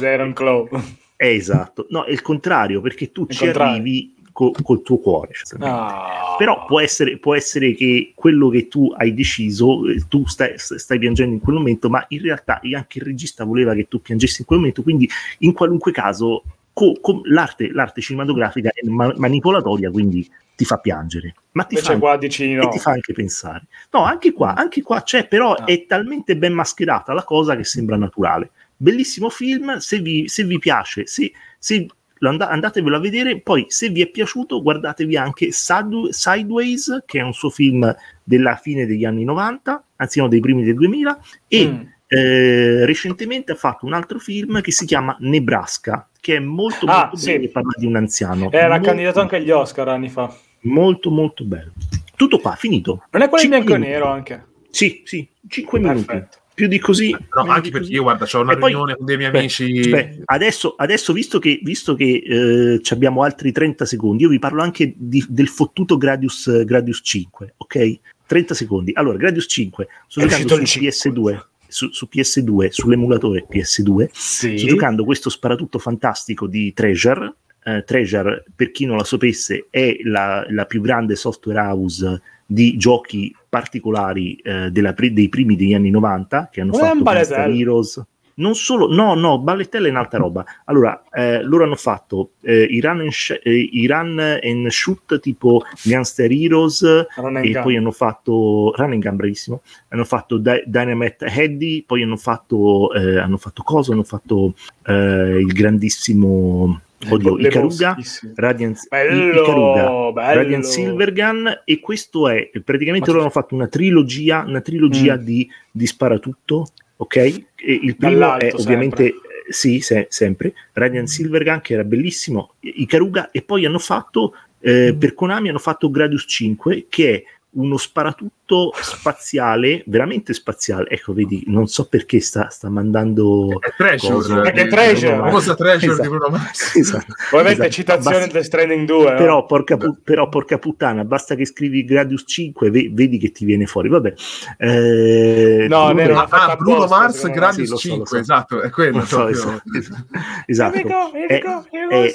[SPEAKER 2] eh, Iron Claw.
[SPEAKER 4] Eh, esatto no è il contrario perché tu
[SPEAKER 2] Il
[SPEAKER 4] ci
[SPEAKER 2] contrario.
[SPEAKER 4] arrivi co- col tuo cuore essenzialmente
[SPEAKER 2] Ah.
[SPEAKER 4] però può essere, può essere che quello che tu hai deciso, eh, tu stai, stai piangendo in quel momento, ma in realtà anche il regista voleva che tu piangessi in quel momento, quindi in qualunque caso co- co- l'arte, l'arte cinematografica è ma- manipolatoria, quindi ti fa piangere, ma ti fa,
[SPEAKER 2] Invece qua dici
[SPEAKER 4] e
[SPEAKER 2] no.
[SPEAKER 4] ti fa anche pensare. No, anche qua, anche qua c'è, però
[SPEAKER 2] Ah.
[SPEAKER 4] è talmente ben mascherata la cosa che sembra naturale. Bellissimo film, se vi, se vi piace, se, se lo and- andatevelo a vedere, poi se vi è piaciuto guardatevi anche Sadu- Sideways, che è un suo film della fine degli anni 90, anzi no, dei primi del 2000, e
[SPEAKER 2] Mm.
[SPEAKER 4] eh, recentemente ha fatto un altro film che si chiama Nebraska, che è molto, molto
[SPEAKER 2] Ah,
[SPEAKER 4] bello
[SPEAKER 2] sì.
[SPEAKER 4] e parla di un anziano.
[SPEAKER 2] Era
[SPEAKER 4] Molto-
[SPEAKER 2] candidato anche agli Oscar anni fa.
[SPEAKER 4] Molto, molto bello. Tutto qua, finito.
[SPEAKER 2] Non è quello in
[SPEAKER 4] Cinque
[SPEAKER 2] bianco e
[SPEAKER 4] minuti.
[SPEAKER 2] nero anche.
[SPEAKER 4] Sì, sì, 5 minuti.
[SPEAKER 2] Perfetto.
[SPEAKER 4] Più di così.
[SPEAKER 6] No,
[SPEAKER 4] meno
[SPEAKER 6] anche
[SPEAKER 4] di
[SPEAKER 6] perché
[SPEAKER 4] così.
[SPEAKER 6] io, guarda, c'ho una
[SPEAKER 4] E poi-
[SPEAKER 6] riunione con dei miei
[SPEAKER 4] Beh,
[SPEAKER 6] amici.
[SPEAKER 4] beh, adesso, adesso visto che, visto che eh, ci abbiamo altri 30 secondi, io vi parlo anche di- del fottuto Gradius, Gradius 5, ok? 30 secondi. Allora, Gradius 5, sto
[SPEAKER 2] È
[SPEAKER 4] giocando
[SPEAKER 2] uscito il
[SPEAKER 4] su
[SPEAKER 2] 5.
[SPEAKER 4] PS2, su, su PS2, sull'emulatore PS2,
[SPEAKER 2] Sì.
[SPEAKER 4] sto giocando questo sparatutto fantastico di Treasure. Eh, Treasure, per chi non la sapesse, è la, la più grande software house di giochi particolari eh, della pri- dei primi degli anni 90 che hanno
[SPEAKER 2] Una
[SPEAKER 4] fatto
[SPEAKER 2] bagatella.
[SPEAKER 4] Gunstar Heroes, non solo, no, no, ballettella è un'altra roba. Allora, eh, loro hanno fatto eh, Iran, and Sh- eh, Iran and Shoot tipo Gangster Heroes
[SPEAKER 2] Run and
[SPEAKER 4] e
[SPEAKER 2] gun.
[SPEAKER 4] poi hanno fatto Run and Gun, bravissimo. Hanno fatto Dy- Dynamite Heady, poi hanno fatto, eh, hanno fatto cosa? Hanno fatto eh, il grandissimo, oddio,
[SPEAKER 2] Le
[SPEAKER 4] Icaruga.
[SPEAKER 2] boschissime.
[SPEAKER 4] Radiant,
[SPEAKER 2] Bello,
[SPEAKER 4] Icaruga,
[SPEAKER 2] bello.
[SPEAKER 4] Radiant Silvergun e questo è
[SPEAKER 5] Ma
[SPEAKER 4] praticamente
[SPEAKER 5] c'è-
[SPEAKER 4] loro hanno fatto una trilogia, una trilogia
[SPEAKER 2] Mm.
[SPEAKER 4] di, di sparatutto, ok? E il primo
[SPEAKER 2] Dall'alto
[SPEAKER 4] è
[SPEAKER 2] sempre. Mm.
[SPEAKER 4] ovviamente eh, sì, se- sempre Radiant Silvergun che era bellissimo, Icaruga e poi hanno fatto eh,
[SPEAKER 2] Mm.
[SPEAKER 4] per Konami hanno fatto Gradius 5 che è uno sparatutto spaziale, veramente spaziale. Ecco, vedi, non so perché sta, sta mandando
[SPEAKER 6] È Treasure.
[SPEAKER 4] Cosa?
[SPEAKER 2] Perché
[SPEAKER 6] di-
[SPEAKER 2] Treasure.
[SPEAKER 6] La famosa Treasure
[SPEAKER 4] Esatto.
[SPEAKER 6] di Bruno Mars.
[SPEAKER 4] Esatto.
[SPEAKER 2] Probabilmente
[SPEAKER 4] Esatto.
[SPEAKER 2] citazione
[SPEAKER 4] Basta-
[SPEAKER 2] del Stranding eh. 2. no?
[SPEAKER 4] però, porca pu- però, porca puttana, basta che scrivi Gradius 5, ve- vedi che ti viene fuori. Vabbè, Eh,
[SPEAKER 2] No,
[SPEAKER 4] comunque-
[SPEAKER 2] vero,
[SPEAKER 6] Ah,
[SPEAKER 2] l'ha fatta
[SPEAKER 6] Bruno
[SPEAKER 2] apposta,
[SPEAKER 6] Mars,
[SPEAKER 2] secondo me.
[SPEAKER 6] Gradius
[SPEAKER 4] Sì, lo so, lo
[SPEAKER 6] 5,
[SPEAKER 4] so.
[SPEAKER 6] esatto, è quello.
[SPEAKER 4] Non so,
[SPEAKER 6] proprio.
[SPEAKER 4] esatto, esatto. Eh, eh,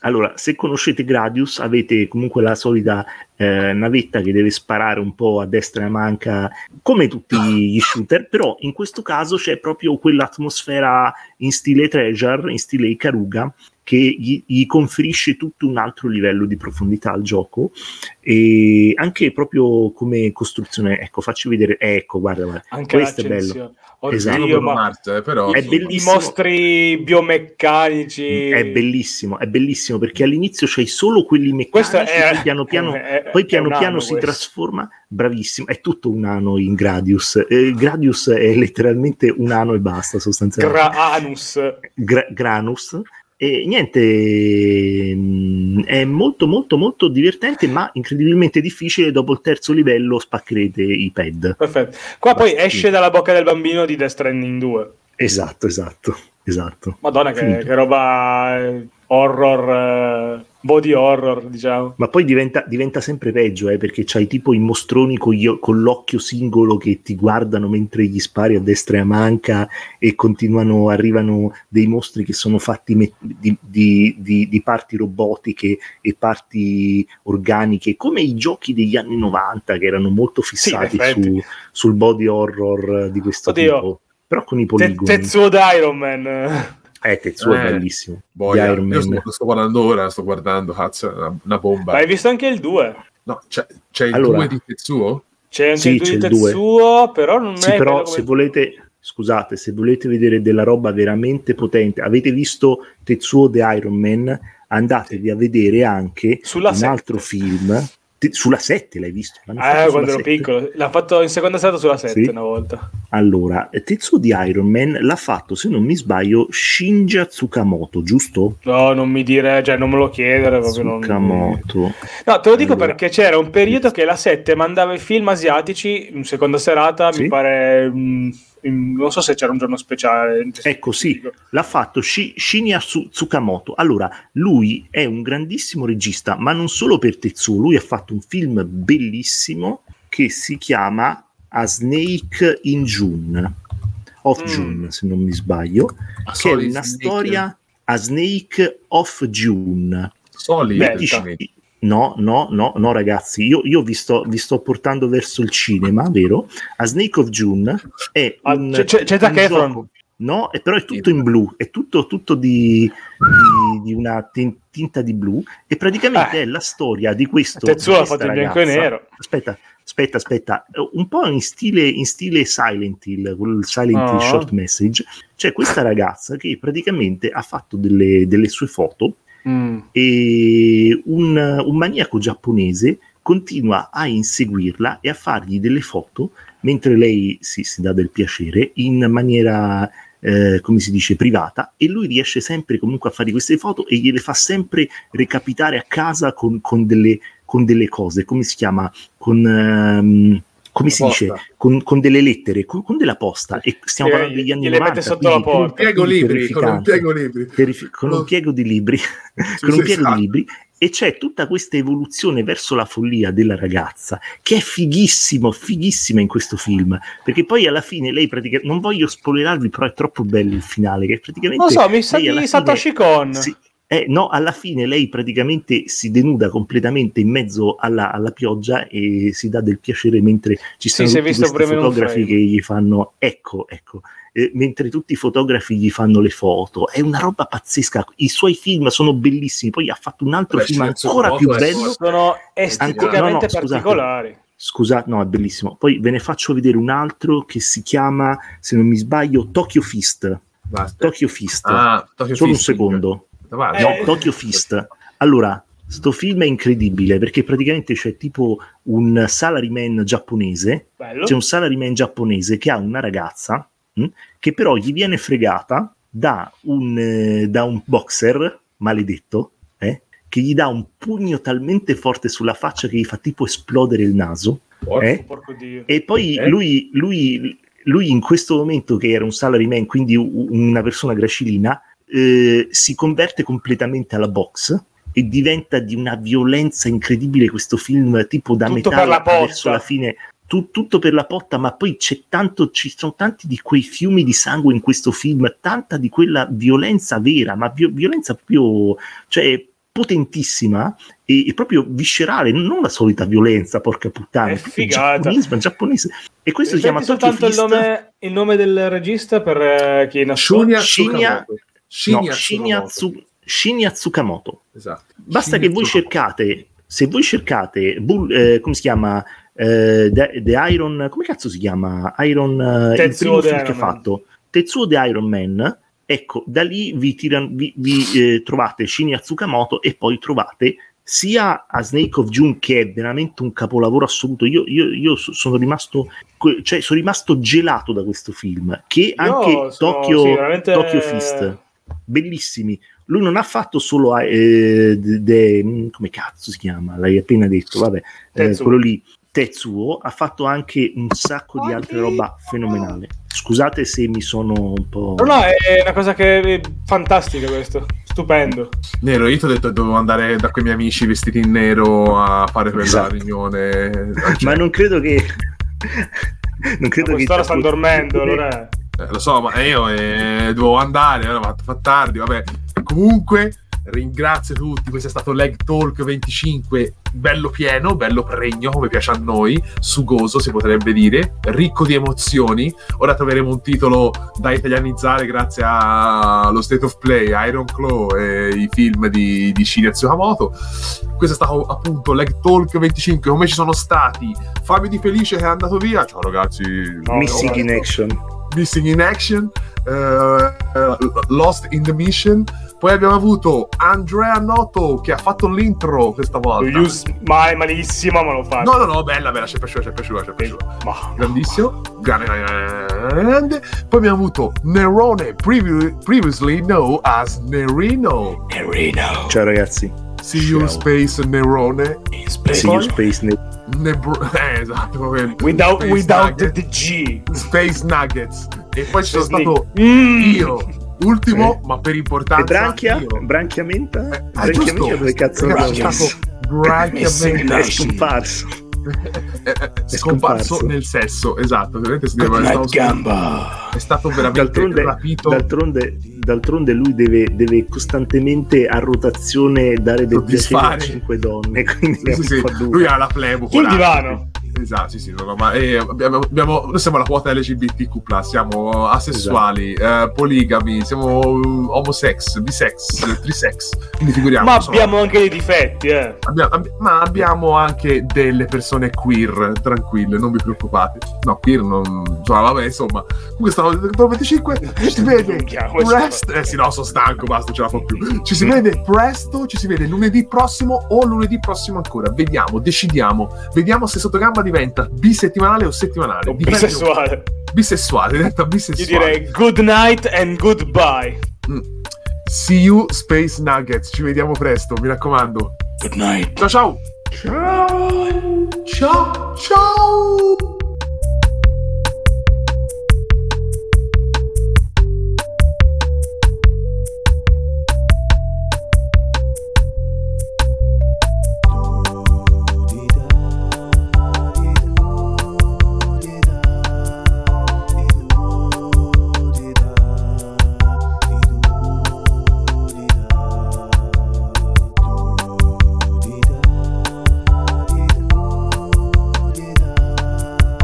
[SPEAKER 4] allora, se conoscete Gradius, avete comunque la solita eh, navetta che deve sparare un po' a destra e a manca, come tutti gli shooter, però in questo caso c'è proprio quell'atmosfera in stile Treasure, in stile Icaruga, che gli, gli conferisce tutto un altro livello di profondità al gioco e anche proprio come costruzione, ecco, faccio vedere, ecco, guarda, guarda.
[SPEAKER 2] Anche
[SPEAKER 4] questo è
[SPEAKER 2] l'accensione. Oddio,
[SPEAKER 4] Esatto.
[SPEAKER 6] Solo
[SPEAKER 2] io,
[SPEAKER 6] Bruno
[SPEAKER 2] ma
[SPEAKER 6] Mars, eh, però,
[SPEAKER 4] È
[SPEAKER 6] insomma.
[SPEAKER 2] i
[SPEAKER 4] bellissimo.
[SPEAKER 2] mostri biomeccanici.
[SPEAKER 4] È bellissimo, è bellissimo perché all'inizio c'hai solo quelli meccanici,
[SPEAKER 2] Questo è,
[SPEAKER 4] poi piano piano,
[SPEAKER 2] è- Eh, è-
[SPEAKER 4] poi
[SPEAKER 2] è
[SPEAKER 4] piano
[SPEAKER 2] un
[SPEAKER 4] piano
[SPEAKER 2] anno
[SPEAKER 4] si
[SPEAKER 2] questo.
[SPEAKER 4] trasforma. Bravissimo, è tutto un ano in Gradius. Eh, Gradius è letteralmente un ano e basta, sostanzialmente.
[SPEAKER 2] Gra- Anus.
[SPEAKER 4] Gra- Granus. E niente, mm, è molto molto molto divertente, ma incredibilmente difficile. Dopo il terzo livello spaccherete i pad.
[SPEAKER 2] Perfetto. Qua poi
[SPEAKER 4] Bastino.
[SPEAKER 2] esce dalla bocca del bambino di Death Stranding 2.
[SPEAKER 4] Esatto, esatto, esatto.
[SPEAKER 2] Madonna, che,
[SPEAKER 4] Finito.
[SPEAKER 2] che roba eh, horror, eh, body horror, diciamo.
[SPEAKER 4] Ma poi diventa, diventa sempre peggio, eh, perché c'hai tipo i mostroni con, gli o- con l'occhio singolo che ti guardano mentre gli spari a destra e a manca e continuano, arrivano dei mostri che sono fatti me- di, di- di- di parti robotiche e parti organiche, come i giochi degli anni 90 che erano molto fissati
[SPEAKER 2] in effetti.
[SPEAKER 4] su- sul body horror di questo
[SPEAKER 2] Oddio.
[SPEAKER 4] tipo, però con i
[SPEAKER 2] Te-
[SPEAKER 4] poligoni.
[SPEAKER 2] Tetsuo da Iron Man.
[SPEAKER 4] eh, Tetsuo è
[SPEAKER 6] Eh,
[SPEAKER 4] bellissimo.
[SPEAKER 6] Boia,
[SPEAKER 4] Di Iron
[SPEAKER 6] io sto,
[SPEAKER 4] Man.
[SPEAKER 6] lo sto guardando ora, sto guardando, cazzo, è una, una bomba.
[SPEAKER 2] Ma hai visto anche il 2?
[SPEAKER 6] No, c'è, c'è il
[SPEAKER 4] Allora.
[SPEAKER 6] 2 di Tetsuo?
[SPEAKER 2] C'è anche
[SPEAKER 4] Sì,
[SPEAKER 2] il 2 di
[SPEAKER 4] c'è il due.
[SPEAKER 2] Tetsuo, però non
[SPEAKER 4] Sì,
[SPEAKER 2] è bello
[SPEAKER 4] però
[SPEAKER 2] come-
[SPEAKER 4] se volete, scusate, se volete vedere della roba veramente potente, avete visto Tetsuo The Iron Man, andatevi a vedere anche
[SPEAKER 2] Sulla
[SPEAKER 4] un
[SPEAKER 2] sette.
[SPEAKER 4] altro film. Te- sulla 7 l'hai visto? L'hanno fatto
[SPEAKER 2] Ah,
[SPEAKER 4] sulla
[SPEAKER 2] quando ero
[SPEAKER 4] sette.
[SPEAKER 2] piccolo. L'ha fatto in seconda serata sulla 7
[SPEAKER 4] Sì.
[SPEAKER 2] una volta.
[SPEAKER 4] Allora, Tetsuo The Iron Man l'ha fatto, se non mi sbaglio, Shinja Tsukamoto, giusto?
[SPEAKER 2] No, non mi dire, cioè non me lo chiedere proprio. non-
[SPEAKER 4] Tsukamoto.
[SPEAKER 2] No, te lo dico
[SPEAKER 4] Allora.
[SPEAKER 2] perché c'era un periodo che la 7 mandava i film asiatici in seconda serata,
[SPEAKER 4] Sì.
[SPEAKER 2] mi pare... mm, in- non so se c'era un giorno speciale.
[SPEAKER 4] Ecco, sì. l'ha fatto Shi- Shinya Tsu- Tsukamoto. Allora, lui è un grandissimo regista, ma non solo per Tetsuo, lui ha fatto un film bellissimo che si chiama A Snake in June, Off
[SPEAKER 2] Mm.
[SPEAKER 4] June se non mi sbaglio, che è
[SPEAKER 6] Solid
[SPEAKER 4] una
[SPEAKER 6] Snake.
[SPEAKER 4] storia A Snake of June.
[SPEAKER 6] Solid,
[SPEAKER 2] Beh,
[SPEAKER 4] Dici-
[SPEAKER 6] praticamente.
[SPEAKER 4] No, no, no, no, ragazzi, io, io vi, sto, vi sto portando verso il cinema, vero? A Snake of June è
[SPEAKER 2] Ah,
[SPEAKER 4] Eh, un,
[SPEAKER 2] c'è- c'è- c'è Zac
[SPEAKER 4] un
[SPEAKER 2] Efron.
[SPEAKER 4] gioco- No, e però è tutto in blu, è tutto, tutto di, di- di una tin- tinta di blu e praticamente
[SPEAKER 2] Eh.
[SPEAKER 4] è la storia di questo...
[SPEAKER 2] Tetsuo
[SPEAKER 4] di
[SPEAKER 2] l'ha
[SPEAKER 4] questa
[SPEAKER 2] fatto in bianco e
[SPEAKER 4] ragazza.
[SPEAKER 2] nero.
[SPEAKER 4] Aspetta, aspetta, aspetta, eh, un po' in stile, in stile Silent Hill, quel Silent
[SPEAKER 2] Ah.
[SPEAKER 4] Hill short message, c'è questa ragazza che praticamente ha fatto delle- delle sue foto
[SPEAKER 2] Mm.
[SPEAKER 4] e un, un maniaco giapponese continua a inseguirla e a fargli delle foto mentre lei si, si dà del piacere in maniera eh, come si dice privata e lui riesce sempre comunque a fargli queste foto e gliele fa sempre recapitare a casa con, con delle, con delle cose come si chiama con ehm, come si
[SPEAKER 6] La
[SPEAKER 4] dice
[SPEAKER 6] posta.
[SPEAKER 4] con, con delle lettere con, con della posta e stiamo
[SPEAKER 2] Eh,
[SPEAKER 4] parlando degli anni
[SPEAKER 2] gliele
[SPEAKER 4] 90
[SPEAKER 2] mette sotto la
[SPEAKER 4] quindi-
[SPEAKER 2] porta.
[SPEAKER 6] Con un piego
[SPEAKER 4] quindi
[SPEAKER 6] libri, con un
[SPEAKER 4] terrificante.
[SPEAKER 6] piego libri.
[SPEAKER 4] Terrifi- con un piego di libri con un
[SPEAKER 6] sì,
[SPEAKER 4] pieno
[SPEAKER 6] esatto.
[SPEAKER 4] di libri e c'è tutta questa evoluzione verso la follia della ragazza che è fighissimo, fighissima in questo film perché poi alla fine lei praticamente non voglio spoilerarvi però è troppo bello il finale che praticamente
[SPEAKER 2] Non so, mi sa
[SPEAKER 4] lei alla
[SPEAKER 2] di
[SPEAKER 4] fine-
[SPEAKER 2] Satoshi Kon.
[SPEAKER 4] sì, eh, no, alla fine lei praticamente si denuda completamente in mezzo alla, alla pioggia e si dà del piacere mentre ci
[SPEAKER 2] Sì,
[SPEAKER 4] sono
[SPEAKER 2] si è
[SPEAKER 4] tutti
[SPEAKER 2] visto
[SPEAKER 4] questi
[SPEAKER 2] pure in un
[SPEAKER 4] fotografi
[SPEAKER 2] frame.
[SPEAKER 4] che gli fanno ecco, ecco. eh, mentre tutti i fotografi gli fanno le foto. È una roba pazzesca. I suoi film sono bellissimi. Poi ha fatto un altro
[SPEAKER 6] Beh,
[SPEAKER 4] film
[SPEAKER 6] nel senso,
[SPEAKER 4] ancora
[SPEAKER 6] foto
[SPEAKER 4] più
[SPEAKER 6] è
[SPEAKER 4] bello.
[SPEAKER 6] forte.
[SPEAKER 2] Sono
[SPEAKER 4] Ancora- no,
[SPEAKER 2] esteticamente
[SPEAKER 4] no, scusate.
[SPEAKER 2] particolari.
[SPEAKER 4] Scusate, no, è bellissimo. Poi ve ne faccio vedere un altro che si chiama, se non mi sbaglio, Tokyo Fist.
[SPEAKER 6] Basta.
[SPEAKER 4] Tokyo Fist.
[SPEAKER 6] Ah, Tokyo
[SPEAKER 4] Solo un
[SPEAKER 6] Fisting.
[SPEAKER 4] secondo.
[SPEAKER 6] Guarda,
[SPEAKER 2] Eh.
[SPEAKER 6] no,
[SPEAKER 4] Tokyo Fist. Allora, sto film è incredibile perché praticamente c'è tipo un salaryman giapponese,
[SPEAKER 2] Bello.
[SPEAKER 4] c'è un salaryman giapponese che ha una ragazza mh, che però gli viene fregata da un, eh, da un boxer maledetto eh, che gli dà un pugno talmente forte sulla faccia che gli fa tipo esplodere il naso.
[SPEAKER 6] Porco,
[SPEAKER 4] eh.
[SPEAKER 2] Porco dio.
[SPEAKER 4] E poi
[SPEAKER 6] Eh?
[SPEAKER 4] lui, lui- lui in questo momento, che era un salaryman, quindi u- una persona gracilina, eh, si converte completamente alla box e diventa di una violenza incredibile questo film, tipo da
[SPEAKER 2] Tutto
[SPEAKER 4] metà
[SPEAKER 2] per la potta.
[SPEAKER 4] verso la fine. tu- tutto per la potta, ma poi c'è tanto, ci sono tanti di quei fiumi di sangue in questo film, tanta di quella violenza vera, ma vi- violenza proprio, cioè, potentissima e, e proprio viscerale, non la solita violenza, porca puttana,
[SPEAKER 2] È
[SPEAKER 4] proprio
[SPEAKER 2] figata.
[SPEAKER 4] giapponismo, giapponese. E questo si
[SPEAKER 2] Ripeti
[SPEAKER 4] chiama Tokyo
[SPEAKER 2] soltanto il
[SPEAKER 4] Fist.
[SPEAKER 2] nome, il nome del regista per eh, chi nasce.
[SPEAKER 6] Shunya
[SPEAKER 4] Shinya-
[SPEAKER 6] Tsukamoto.
[SPEAKER 4] No,
[SPEAKER 6] Shinya
[SPEAKER 4] Shinya
[SPEAKER 6] Tsukamoto.
[SPEAKER 4] Tsu- Shinya Tsukamoto.
[SPEAKER 6] Esatto.
[SPEAKER 4] Basta
[SPEAKER 6] Shinya
[SPEAKER 4] che voi
[SPEAKER 6] Tsukamoto.
[SPEAKER 4] cercate, se voi cercate, Bull- eh, come si chiama? Eh, The, The Iron, come cazzo si chiama? Iron, eh, il
[SPEAKER 2] Tetsuo
[SPEAKER 4] primo
[SPEAKER 2] The
[SPEAKER 4] film che ha
[SPEAKER 2] Iron Man.
[SPEAKER 4] fatto. Tetsuo The Iron Man. Ecco, da lì vi, tiran- vi- vi, eh, trovate Shinya Tsukamoto e poi trovate sia a Snake of June che è veramente un capolavoro assoluto. Io, io- io so- sono rimasto, que- cioè, sono rimasto gelato da questo film. Che anche
[SPEAKER 2] Io sono-
[SPEAKER 4] Tokyo,
[SPEAKER 2] sì, veramente-
[SPEAKER 4] Tokyo Fist, bellissimi. Lui non ha fatto solo eh, de- de- come cazzo si chiama? L'hai appena detto, vabbè, eh,
[SPEAKER 2] Tetsuo.
[SPEAKER 4] quello lì. Tetsuo ha fatto anche un sacco di altre roba fenomenale. Scusate se mi sono un po'.
[SPEAKER 2] No, no, è una cosa che è fantastica questo. Stupendo.
[SPEAKER 6] Nero, io ti ho detto che dovevo andare da quei miei amici vestiti in nero a fare quella
[SPEAKER 4] Esatto.
[SPEAKER 6] riunione.
[SPEAKER 4] Ma non credo che. non credo
[SPEAKER 2] A
[SPEAKER 4] che.
[SPEAKER 2] quest'ora stanno dormendo, allora...
[SPEAKER 6] Eh, lo so, ma io eh, dovevo andare, allora fa, fa tardi, vabbè. Comunque, ringrazio tutti, questo è stato Leg Talk 25, bello pieno, bello pregno, come piace a noi, sugoso si potrebbe dire, ricco di emozioni. Ora troveremo un titolo da italianizzare grazie a- allo State of Play, Iron Claw e i film di, di Shinya Tsukamoto. Questo è stato appunto Leg Talk 25, come ci sono stati Fabio Di Felice che è andato via, ciao ragazzi,
[SPEAKER 2] No,
[SPEAKER 4] Missing
[SPEAKER 2] no,
[SPEAKER 4] in
[SPEAKER 2] no.
[SPEAKER 4] action.
[SPEAKER 6] Missing in Action, eh, eh, Lost in the Mission. Poi abbiamo avuto Andrea Noto che ha fatto l'intro questa
[SPEAKER 2] Lo
[SPEAKER 6] volta.
[SPEAKER 2] use male, malissimo, ma lo fa.
[SPEAKER 6] No, no, no, bella, bella, c'è piaciuta, c'è piaciuta, c'è piaciuta.
[SPEAKER 2] Ma-
[SPEAKER 6] Grandissimo. Grande. Poi abbiamo avuto Nerone, previ- previously known as Nerino.
[SPEAKER 4] Ciao ragazzi.
[SPEAKER 6] See you
[SPEAKER 4] Ciao.
[SPEAKER 6] space Nerone.
[SPEAKER 4] See you space ne-
[SPEAKER 6] Nebro- eh, esatto, proprio-
[SPEAKER 2] Without,
[SPEAKER 6] Space
[SPEAKER 2] without
[SPEAKER 6] Nugget-
[SPEAKER 2] the G.
[SPEAKER 6] Space Nuggets. E poi ci sono
[SPEAKER 2] Space
[SPEAKER 6] stato
[SPEAKER 2] Mm.
[SPEAKER 6] io, ultimo,
[SPEAKER 4] Eh.
[SPEAKER 6] ma per
[SPEAKER 4] E
[SPEAKER 6] importanza.
[SPEAKER 4] branchia?
[SPEAKER 6] io.
[SPEAKER 4] Branchia menta?
[SPEAKER 6] Eh, ah,
[SPEAKER 4] branchia
[SPEAKER 6] giusto.
[SPEAKER 4] menta dove cazzo l'abbiamo
[SPEAKER 6] Branchia-
[SPEAKER 4] messo?
[SPEAKER 6] Branchia
[SPEAKER 4] È
[SPEAKER 6] Menta.
[SPEAKER 4] scomparso.
[SPEAKER 6] Eh, eh, scomparso
[SPEAKER 4] scomparso.
[SPEAKER 6] nel sesso, esatto. Ovviamente si deve- è, stato, è stato veramente
[SPEAKER 4] D'altronde,
[SPEAKER 6] rapito.
[SPEAKER 4] d'altronde- d'altronde lui deve, deve costantemente a rotazione dare del piacere a
[SPEAKER 6] Soddisfare.
[SPEAKER 4] cinque donne, quindi
[SPEAKER 6] Sì,
[SPEAKER 4] è un
[SPEAKER 6] sì,
[SPEAKER 4] po'
[SPEAKER 6] sì,
[SPEAKER 4] duro.
[SPEAKER 6] Lui ha la plebo.
[SPEAKER 2] Sul
[SPEAKER 6] coraggio.
[SPEAKER 2] divano.
[SPEAKER 6] Esatto, sì, sì, no, no, ma eh, abbiamo, abbiamo- noi siamo la quota LGBTQ, siamo asessuali,
[SPEAKER 2] Esatto.
[SPEAKER 6] eh, poligami, siamo eh, homosex, bisex, trisex, quindi figuriamoci.
[SPEAKER 2] Esatto. Ma
[SPEAKER 6] insomma.
[SPEAKER 2] abbiamo anche dei difetti, eh.
[SPEAKER 6] Abbiamo- abbi- ma abbiamo anche delle persone queer, tranquille, non vi preoccupate. No, queer non. Insomma, vabbè, insomma. Comunque stavo 25, ci si vede.
[SPEAKER 2] Minchia, questo-
[SPEAKER 6] Presto, eh sì, no, sono stanco, basta, ce la fa più. Ci si vede presto, ci si vede lunedì prossimo o lunedì prossimo ancora. Vediamo, decidiamo, vediamo se Sottogamba diventa bisettimanale o settimanale.
[SPEAKER 2] Un
[SPEAKER 6] Dipende-
[SPEAKER 2] bisessuale.
[SPEAKER 6] Bisessuale, diventa
[SPEAKER 2] Io
[SPEAKER 6] bisessuale.
[SPEAKER 2] direi good night and goodbye.
[SPEAKER 6] Mm. See you, Space Nuggets. Ci vediamo presto, mi raccomando.
[SPEAKER 2] Good night.
[SPEAKER 6] Ciao, ciao. Ciao. Ciao, ciao.
[SPEAKER 9] Thank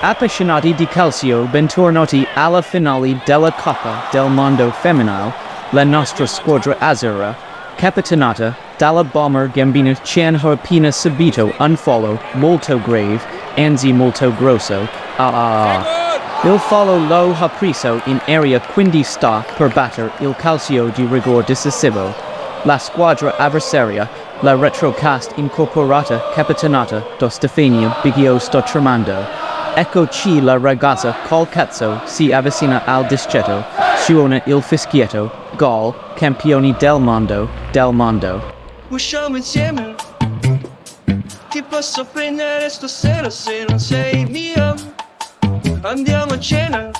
[SPEAKER 9] Appassionati di calcio, bentornati alla finale della Coppa del Mondo Femminile. La nostra squadra azzurra, capitanata dalla bomber gambina Chan Harpina Sabito, unfollow, molto grave, anzi molto grosso. Ah ah ah. Il follow lo ha preso in area quindi sta per batter il calcio di rigore decisivo. La squadra avversaria, la retrocast incorporata capitanata da Stefania Biggio sta tramando. Eccoci la ragazza col cazzo si avvicina al discetto, suona il fischietto, gol, campioni del mondo, del mondo.
[SPEAKER 10] Usciamo insieme. Ti posso prendere stasera se non sei mia. Andiamo a cena.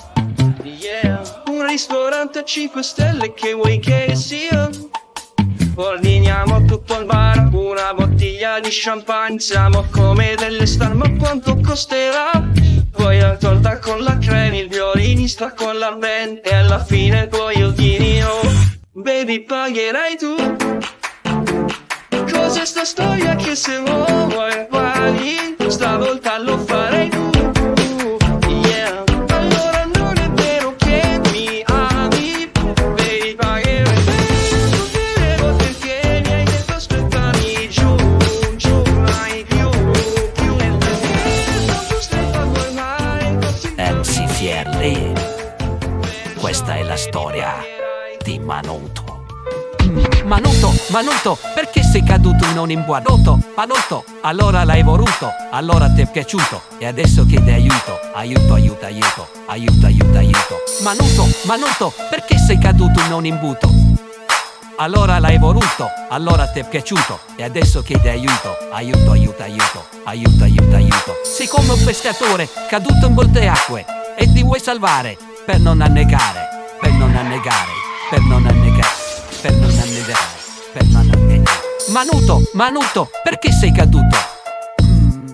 [SPEAKER 10] Yeah. Un ristorante a 5 stelle che vuoi che sia. Ordiniamo tutto al bar, una bottiglia di champagne. Siamo come delle star, ma quanto costerà? Poi la torta con la crema, il violinista con la band. E alla fine poi io dirò, baby pagherai tu. Cos'è sta storia che se vuoi paghi Stavolta lo farei tu Yeah Allora non è vero che mi ami Devi pagare Tu devo perché mi hai detto aspettami giù Giù mai più Più nel tempo Tu stai quando mai Così
[SPEAKER 11] MCFR. Eh, Questa è la storia di Manuto.
[SPEAKER 12] Manuto, Manuto, perché sei caduto in un imbuanuto? Manuto, allora l'hai voluto, allora ti è piaciuto e adesso chiede aiuto, aiuto, aiuto, aiuto, aiuto, aiuto, aiuto. Manuto, Manuto, perché sei caduto in un imbuto? Allora l'hai voluto, allora ti è piaciuto e adesso chiede aiuto, aiuto, aiuto, aiuto, aiuto, aiuto, aiuto. Sei come un pescatore caduto in molte acque e ti vuoi salvare per non annegare, per non annegare, per non annegare, per non annegare, per non annegare. Manuto, Manuto, perché sei caduto? Mm,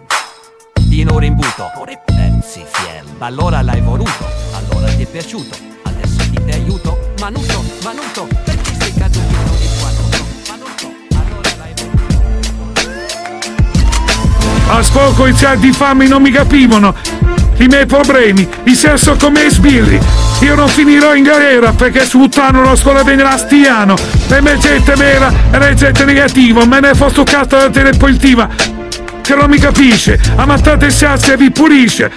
[SPEAKER 12] in ora in buto.
[SPEAKER 11] MCFR.
[SPEAKER 12] Ma allora l'hai voluto, allora ti è piaciuto, adesso ti ti aiuto. Manuto, Manuto, perché sei caduto in ora in buto? Manuto, allora l'hai voluto.
[SPEAKER 7] A scopo i zia di fame non mi capivano. I miei problemi, il sesso come i sbirri. Io non finirò in galera perché sputtano lo scuola venerastiano. E me gente vera e me gente negativa. Me ne fosto cazzo la telepolitiva. Che non mi capisce. Ammattate sassi e vi pulisce.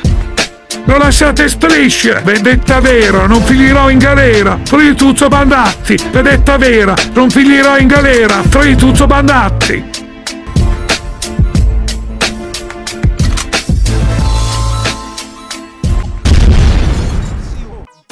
[SPEAKER 7] Lo lasciate strisce. Vendetta vera, non finirò in galera. Trituzzo Bandatti. Vendetta vera, non finirò in galera. Trituzzo Bandatti.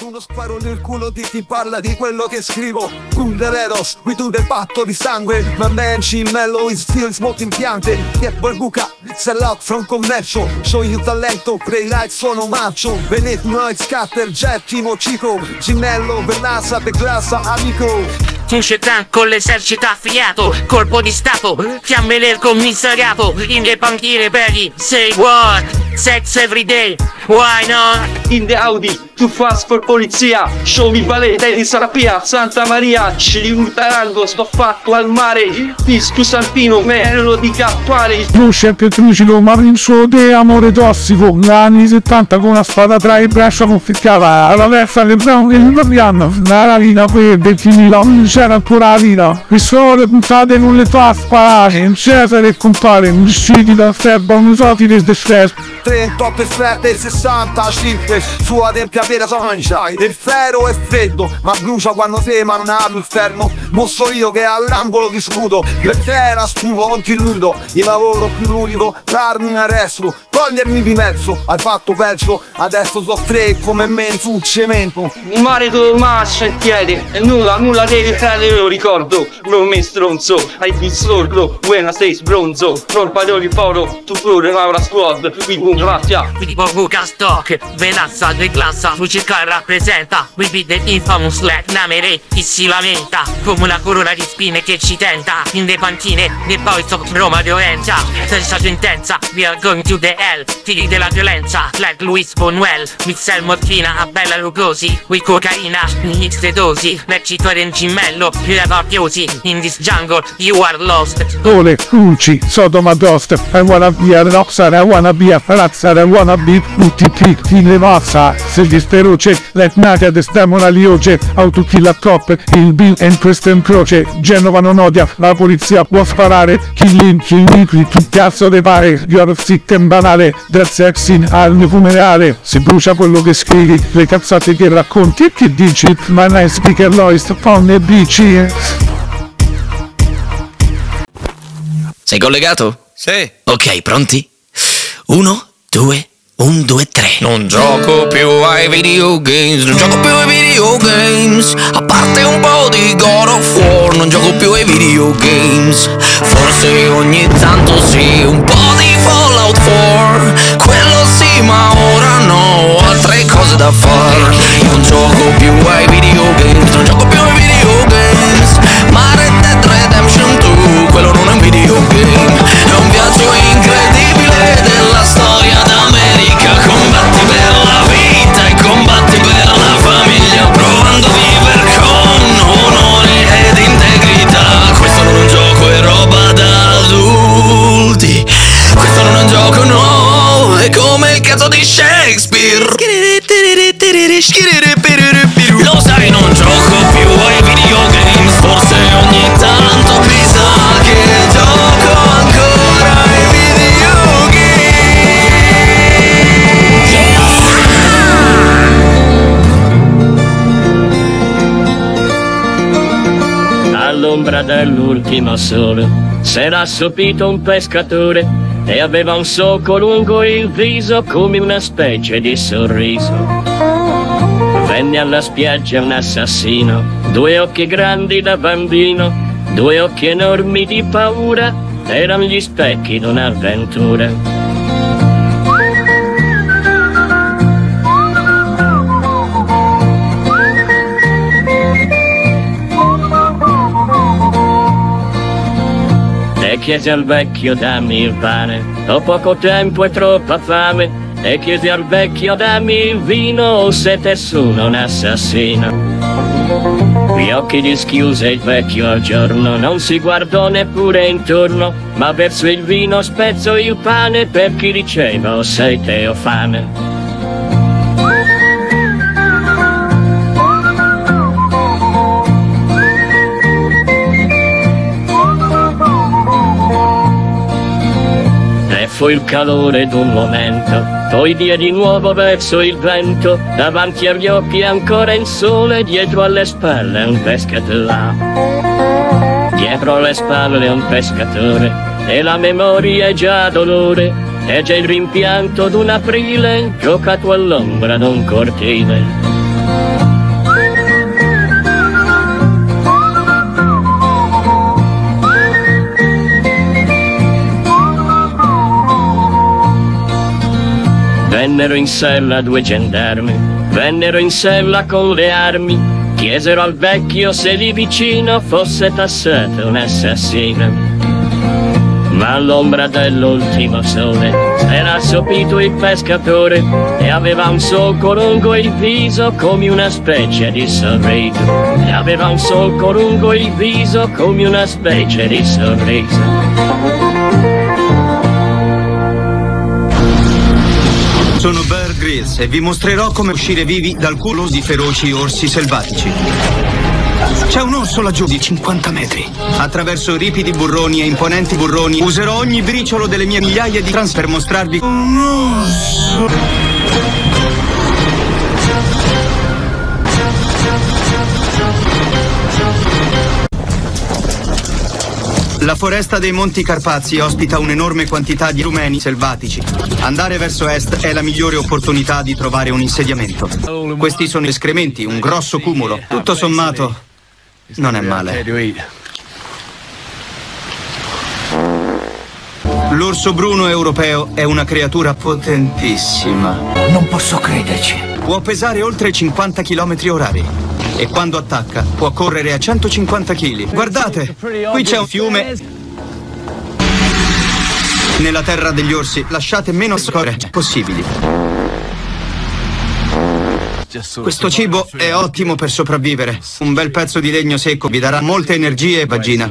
[SPEAKER 13] Uno sparo nel culo di chi parla di quello che scrivo Pundereros, we do the patto di sangue My man, she mellow is still smoking piante Che barbuca, sell out from commercio Show you talento, play like sono macho Venet, noise, scatter, gettimo, cico Gimello, Vernasa, Peglassa, amico
[SPEAKER 14] Società con l'esercito affiliato, colpo di stato, fiamme nel commissariato, in le bandiere belli, say what, sex every day, why not?
[SPEAKER 10] In the Audi, too fast for polizia Show mi balete di Sarapia, Santa Maria Ci riultarando, sto fatto al mare Fisco Santino, merlo di cappare
[SPEAKER 7] Luce e Pietrucilo, ma in suo te amore tossico, negli anni 70 con una spada tra le braccia conficcata, alla testa del bravo che non parliamo, la vita verde finita, non c'era ancora la vita, e sono puntate con le tue sparate, non Cesare e compare, non usciti dal serbo, non so ti del serbo.
[SPEAKER 13] 3 top esperte 65 Sua tempia vera sunshine Il ferro è freddo Ma brucia quando sema non ha più fermo Mosso io che all'angolo di scudo Perché era scudo continuo Il lavoro più unico Darmi in arresto Togliermi di mezzo Hai fatto peggio Adesso sto freddo come me sul cemento
[SPEAKER 10] Un mare Tommaso in piedi E nulla, nulla devi fare, lo ricordo Non mi stronzo, hai più sordo Buena sei sbronzo Torpadori foro, tu pure Maura Squad Qui un grazie
[SPEAKER 14] Quindi Boguka Stock, Venazza, Deglassa, Fucica rappresenta, Whippy the Infamous Black Namere, chi si lamenta, come una corona di spine che ci tenta, in le pantine, nei boys of Roma di Orenza, senza sentenza, we are going to the end. Miguel, tiri della violenza, Flag Luis Bonuel, Mixel Mortina, Abella Lucosi, qui cocaina, mixte dosi, recitore in cimmello, pirata chiosi, in this jungle, you are lost,
[SPEAKER 7] Ole, Cucci, Sodoma Dost, I wanna be a Rockstar, I wanna be a Frazzar, I wanna be UTP, Fine Massa, Se gli speroce, Let Nadia, Destemona Lioce, Autochi la Cop, il Bill and Kristen Croce, Genova non odia, la polizia può sparare, Killing, Killing, tu cazzo de pare, Your Sitten banale, Dead Sexin al mio funerale, si brucia quello che scrivi, le cazzate che racconti e che dici, My nice speaker Lois, Fawn e Bici.
[SPEAKER 10] Sei collegato? Sì. Ok, pronti? Uno, due, un, due, tre. Non gioco più ai videogames, non gioco più ai videogames. A parte un po' di God of War, non gioco più ai videogames. Forse ogni tanto sì, un po' di Fallout 4. Quello sì, ma ora no, ho altre cose da fare. Non gioco più ai videogames, non gioco più ai videogames. Ma Red Dead Redemption 2, quello non è un videogame. È un viaggio incredibile della storia d'America. Combatti per la vita e combatti per la famiglia. Provando a vivere con onore ed integrità. Questo non è un gioco, è roba da adulti. Questo non è un gioco, no. È come il caso di Shakespeare. Lo sai, non gioco più ai videogames. Forse ogni tanto mi sa che gioco ancora ai
[SPEAKER 15] All'ombra dell'ultimo sole s'era assopito un pescatore e aveva un soco lungo il viso come una specie di sorriso. Venne alla spiaggia un assassino, due occhi grandi da bambino, due occhi enormi di paura, erano gli specchi di un'avventura. E chiese al vecchio dammi il pane, ho poco tempo e troppa fame. E chiese al vecchio dammi il vino o se te sono un assassino. Gli occhi dischiuse il vecchio al giorno, non si guardò neppure intorno, ma verso il vino spezzo il pane per chi diceva o sei te o fame. E fu il calore d'un momento, poi dia di nuovo verso il vento, davanti agli occhi ancora il sole, dietro alle spalle un pescatore. Dietro alle spalle un pescatore, e la memoria è già dolore, è già il rimpianto d'un aprile, giocato all'ombra d'un cortile. Vennero in sella due gendarmi, vennero in sella con le armi, chiesero al vecchio se lì vicino fosse tassato un assassino. Ma all'ombra dell'ultimo sole era assopito il pescatore e aveva un solco lungo il viso come una specie di sorriso. E aveva un solco lungo il viso come una specie di sorriso.
[SPEAKER 16] Sono Bear Grylls e vi mostrerò come uscire vivi dal culo di feroci orsi selvatici. C'è un orso laggiù di 50 metri. Attraverso ripidi burroni e imponenti burroni userò ogni briciolo delle mie migliaia di trans per mostrarvi un orso. La foresta dei Monti Carpazi ospita un'enorme quantità di rumeni selvatici. Andare verso est è la migliore opportunità di trovare un insediamento. Questi sono escrementi, un grosso cumulo. Tutto sommato, non è male. L'orso bruno europeo è una creatura potentissima. Non posso crederci. Può pesare oltre 50 km orari. E quando attacca può correre a 150 kg. Guardate, qui c'è un fiume Nella terra degli orsi lasciate meno scorie possibili. Questo cibo è ottimo per sopravvivere. Un bel pezzo di legno secco vi darà molte energie e vagina.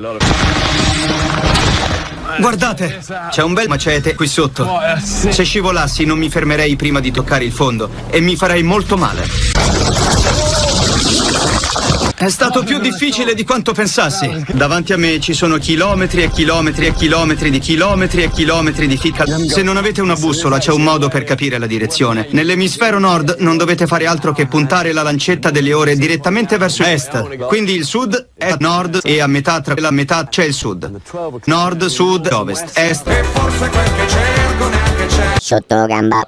[SPEAKER 16] Guardate, c'è un bel macete qui sotto. Se scivolassi non mi fermerei prima di toccare il fondo e mi farei molto male. È stato più difficile di quanto pensassi. Davanti a me ci sono chilometri e chilometri e chilometri di chilometri e chilometri di fica. Se non avete una bussola c'è un modo per capire la direzione. Nell'emisfero nord non dovete fare altro che puntare la lancetta delle ore direttamente verso est. Quindi il sud è nord e a metà tra la metà c'è il sud. Nord, sud, ovest, est.
[SPEAKER 1] Sotto gamba.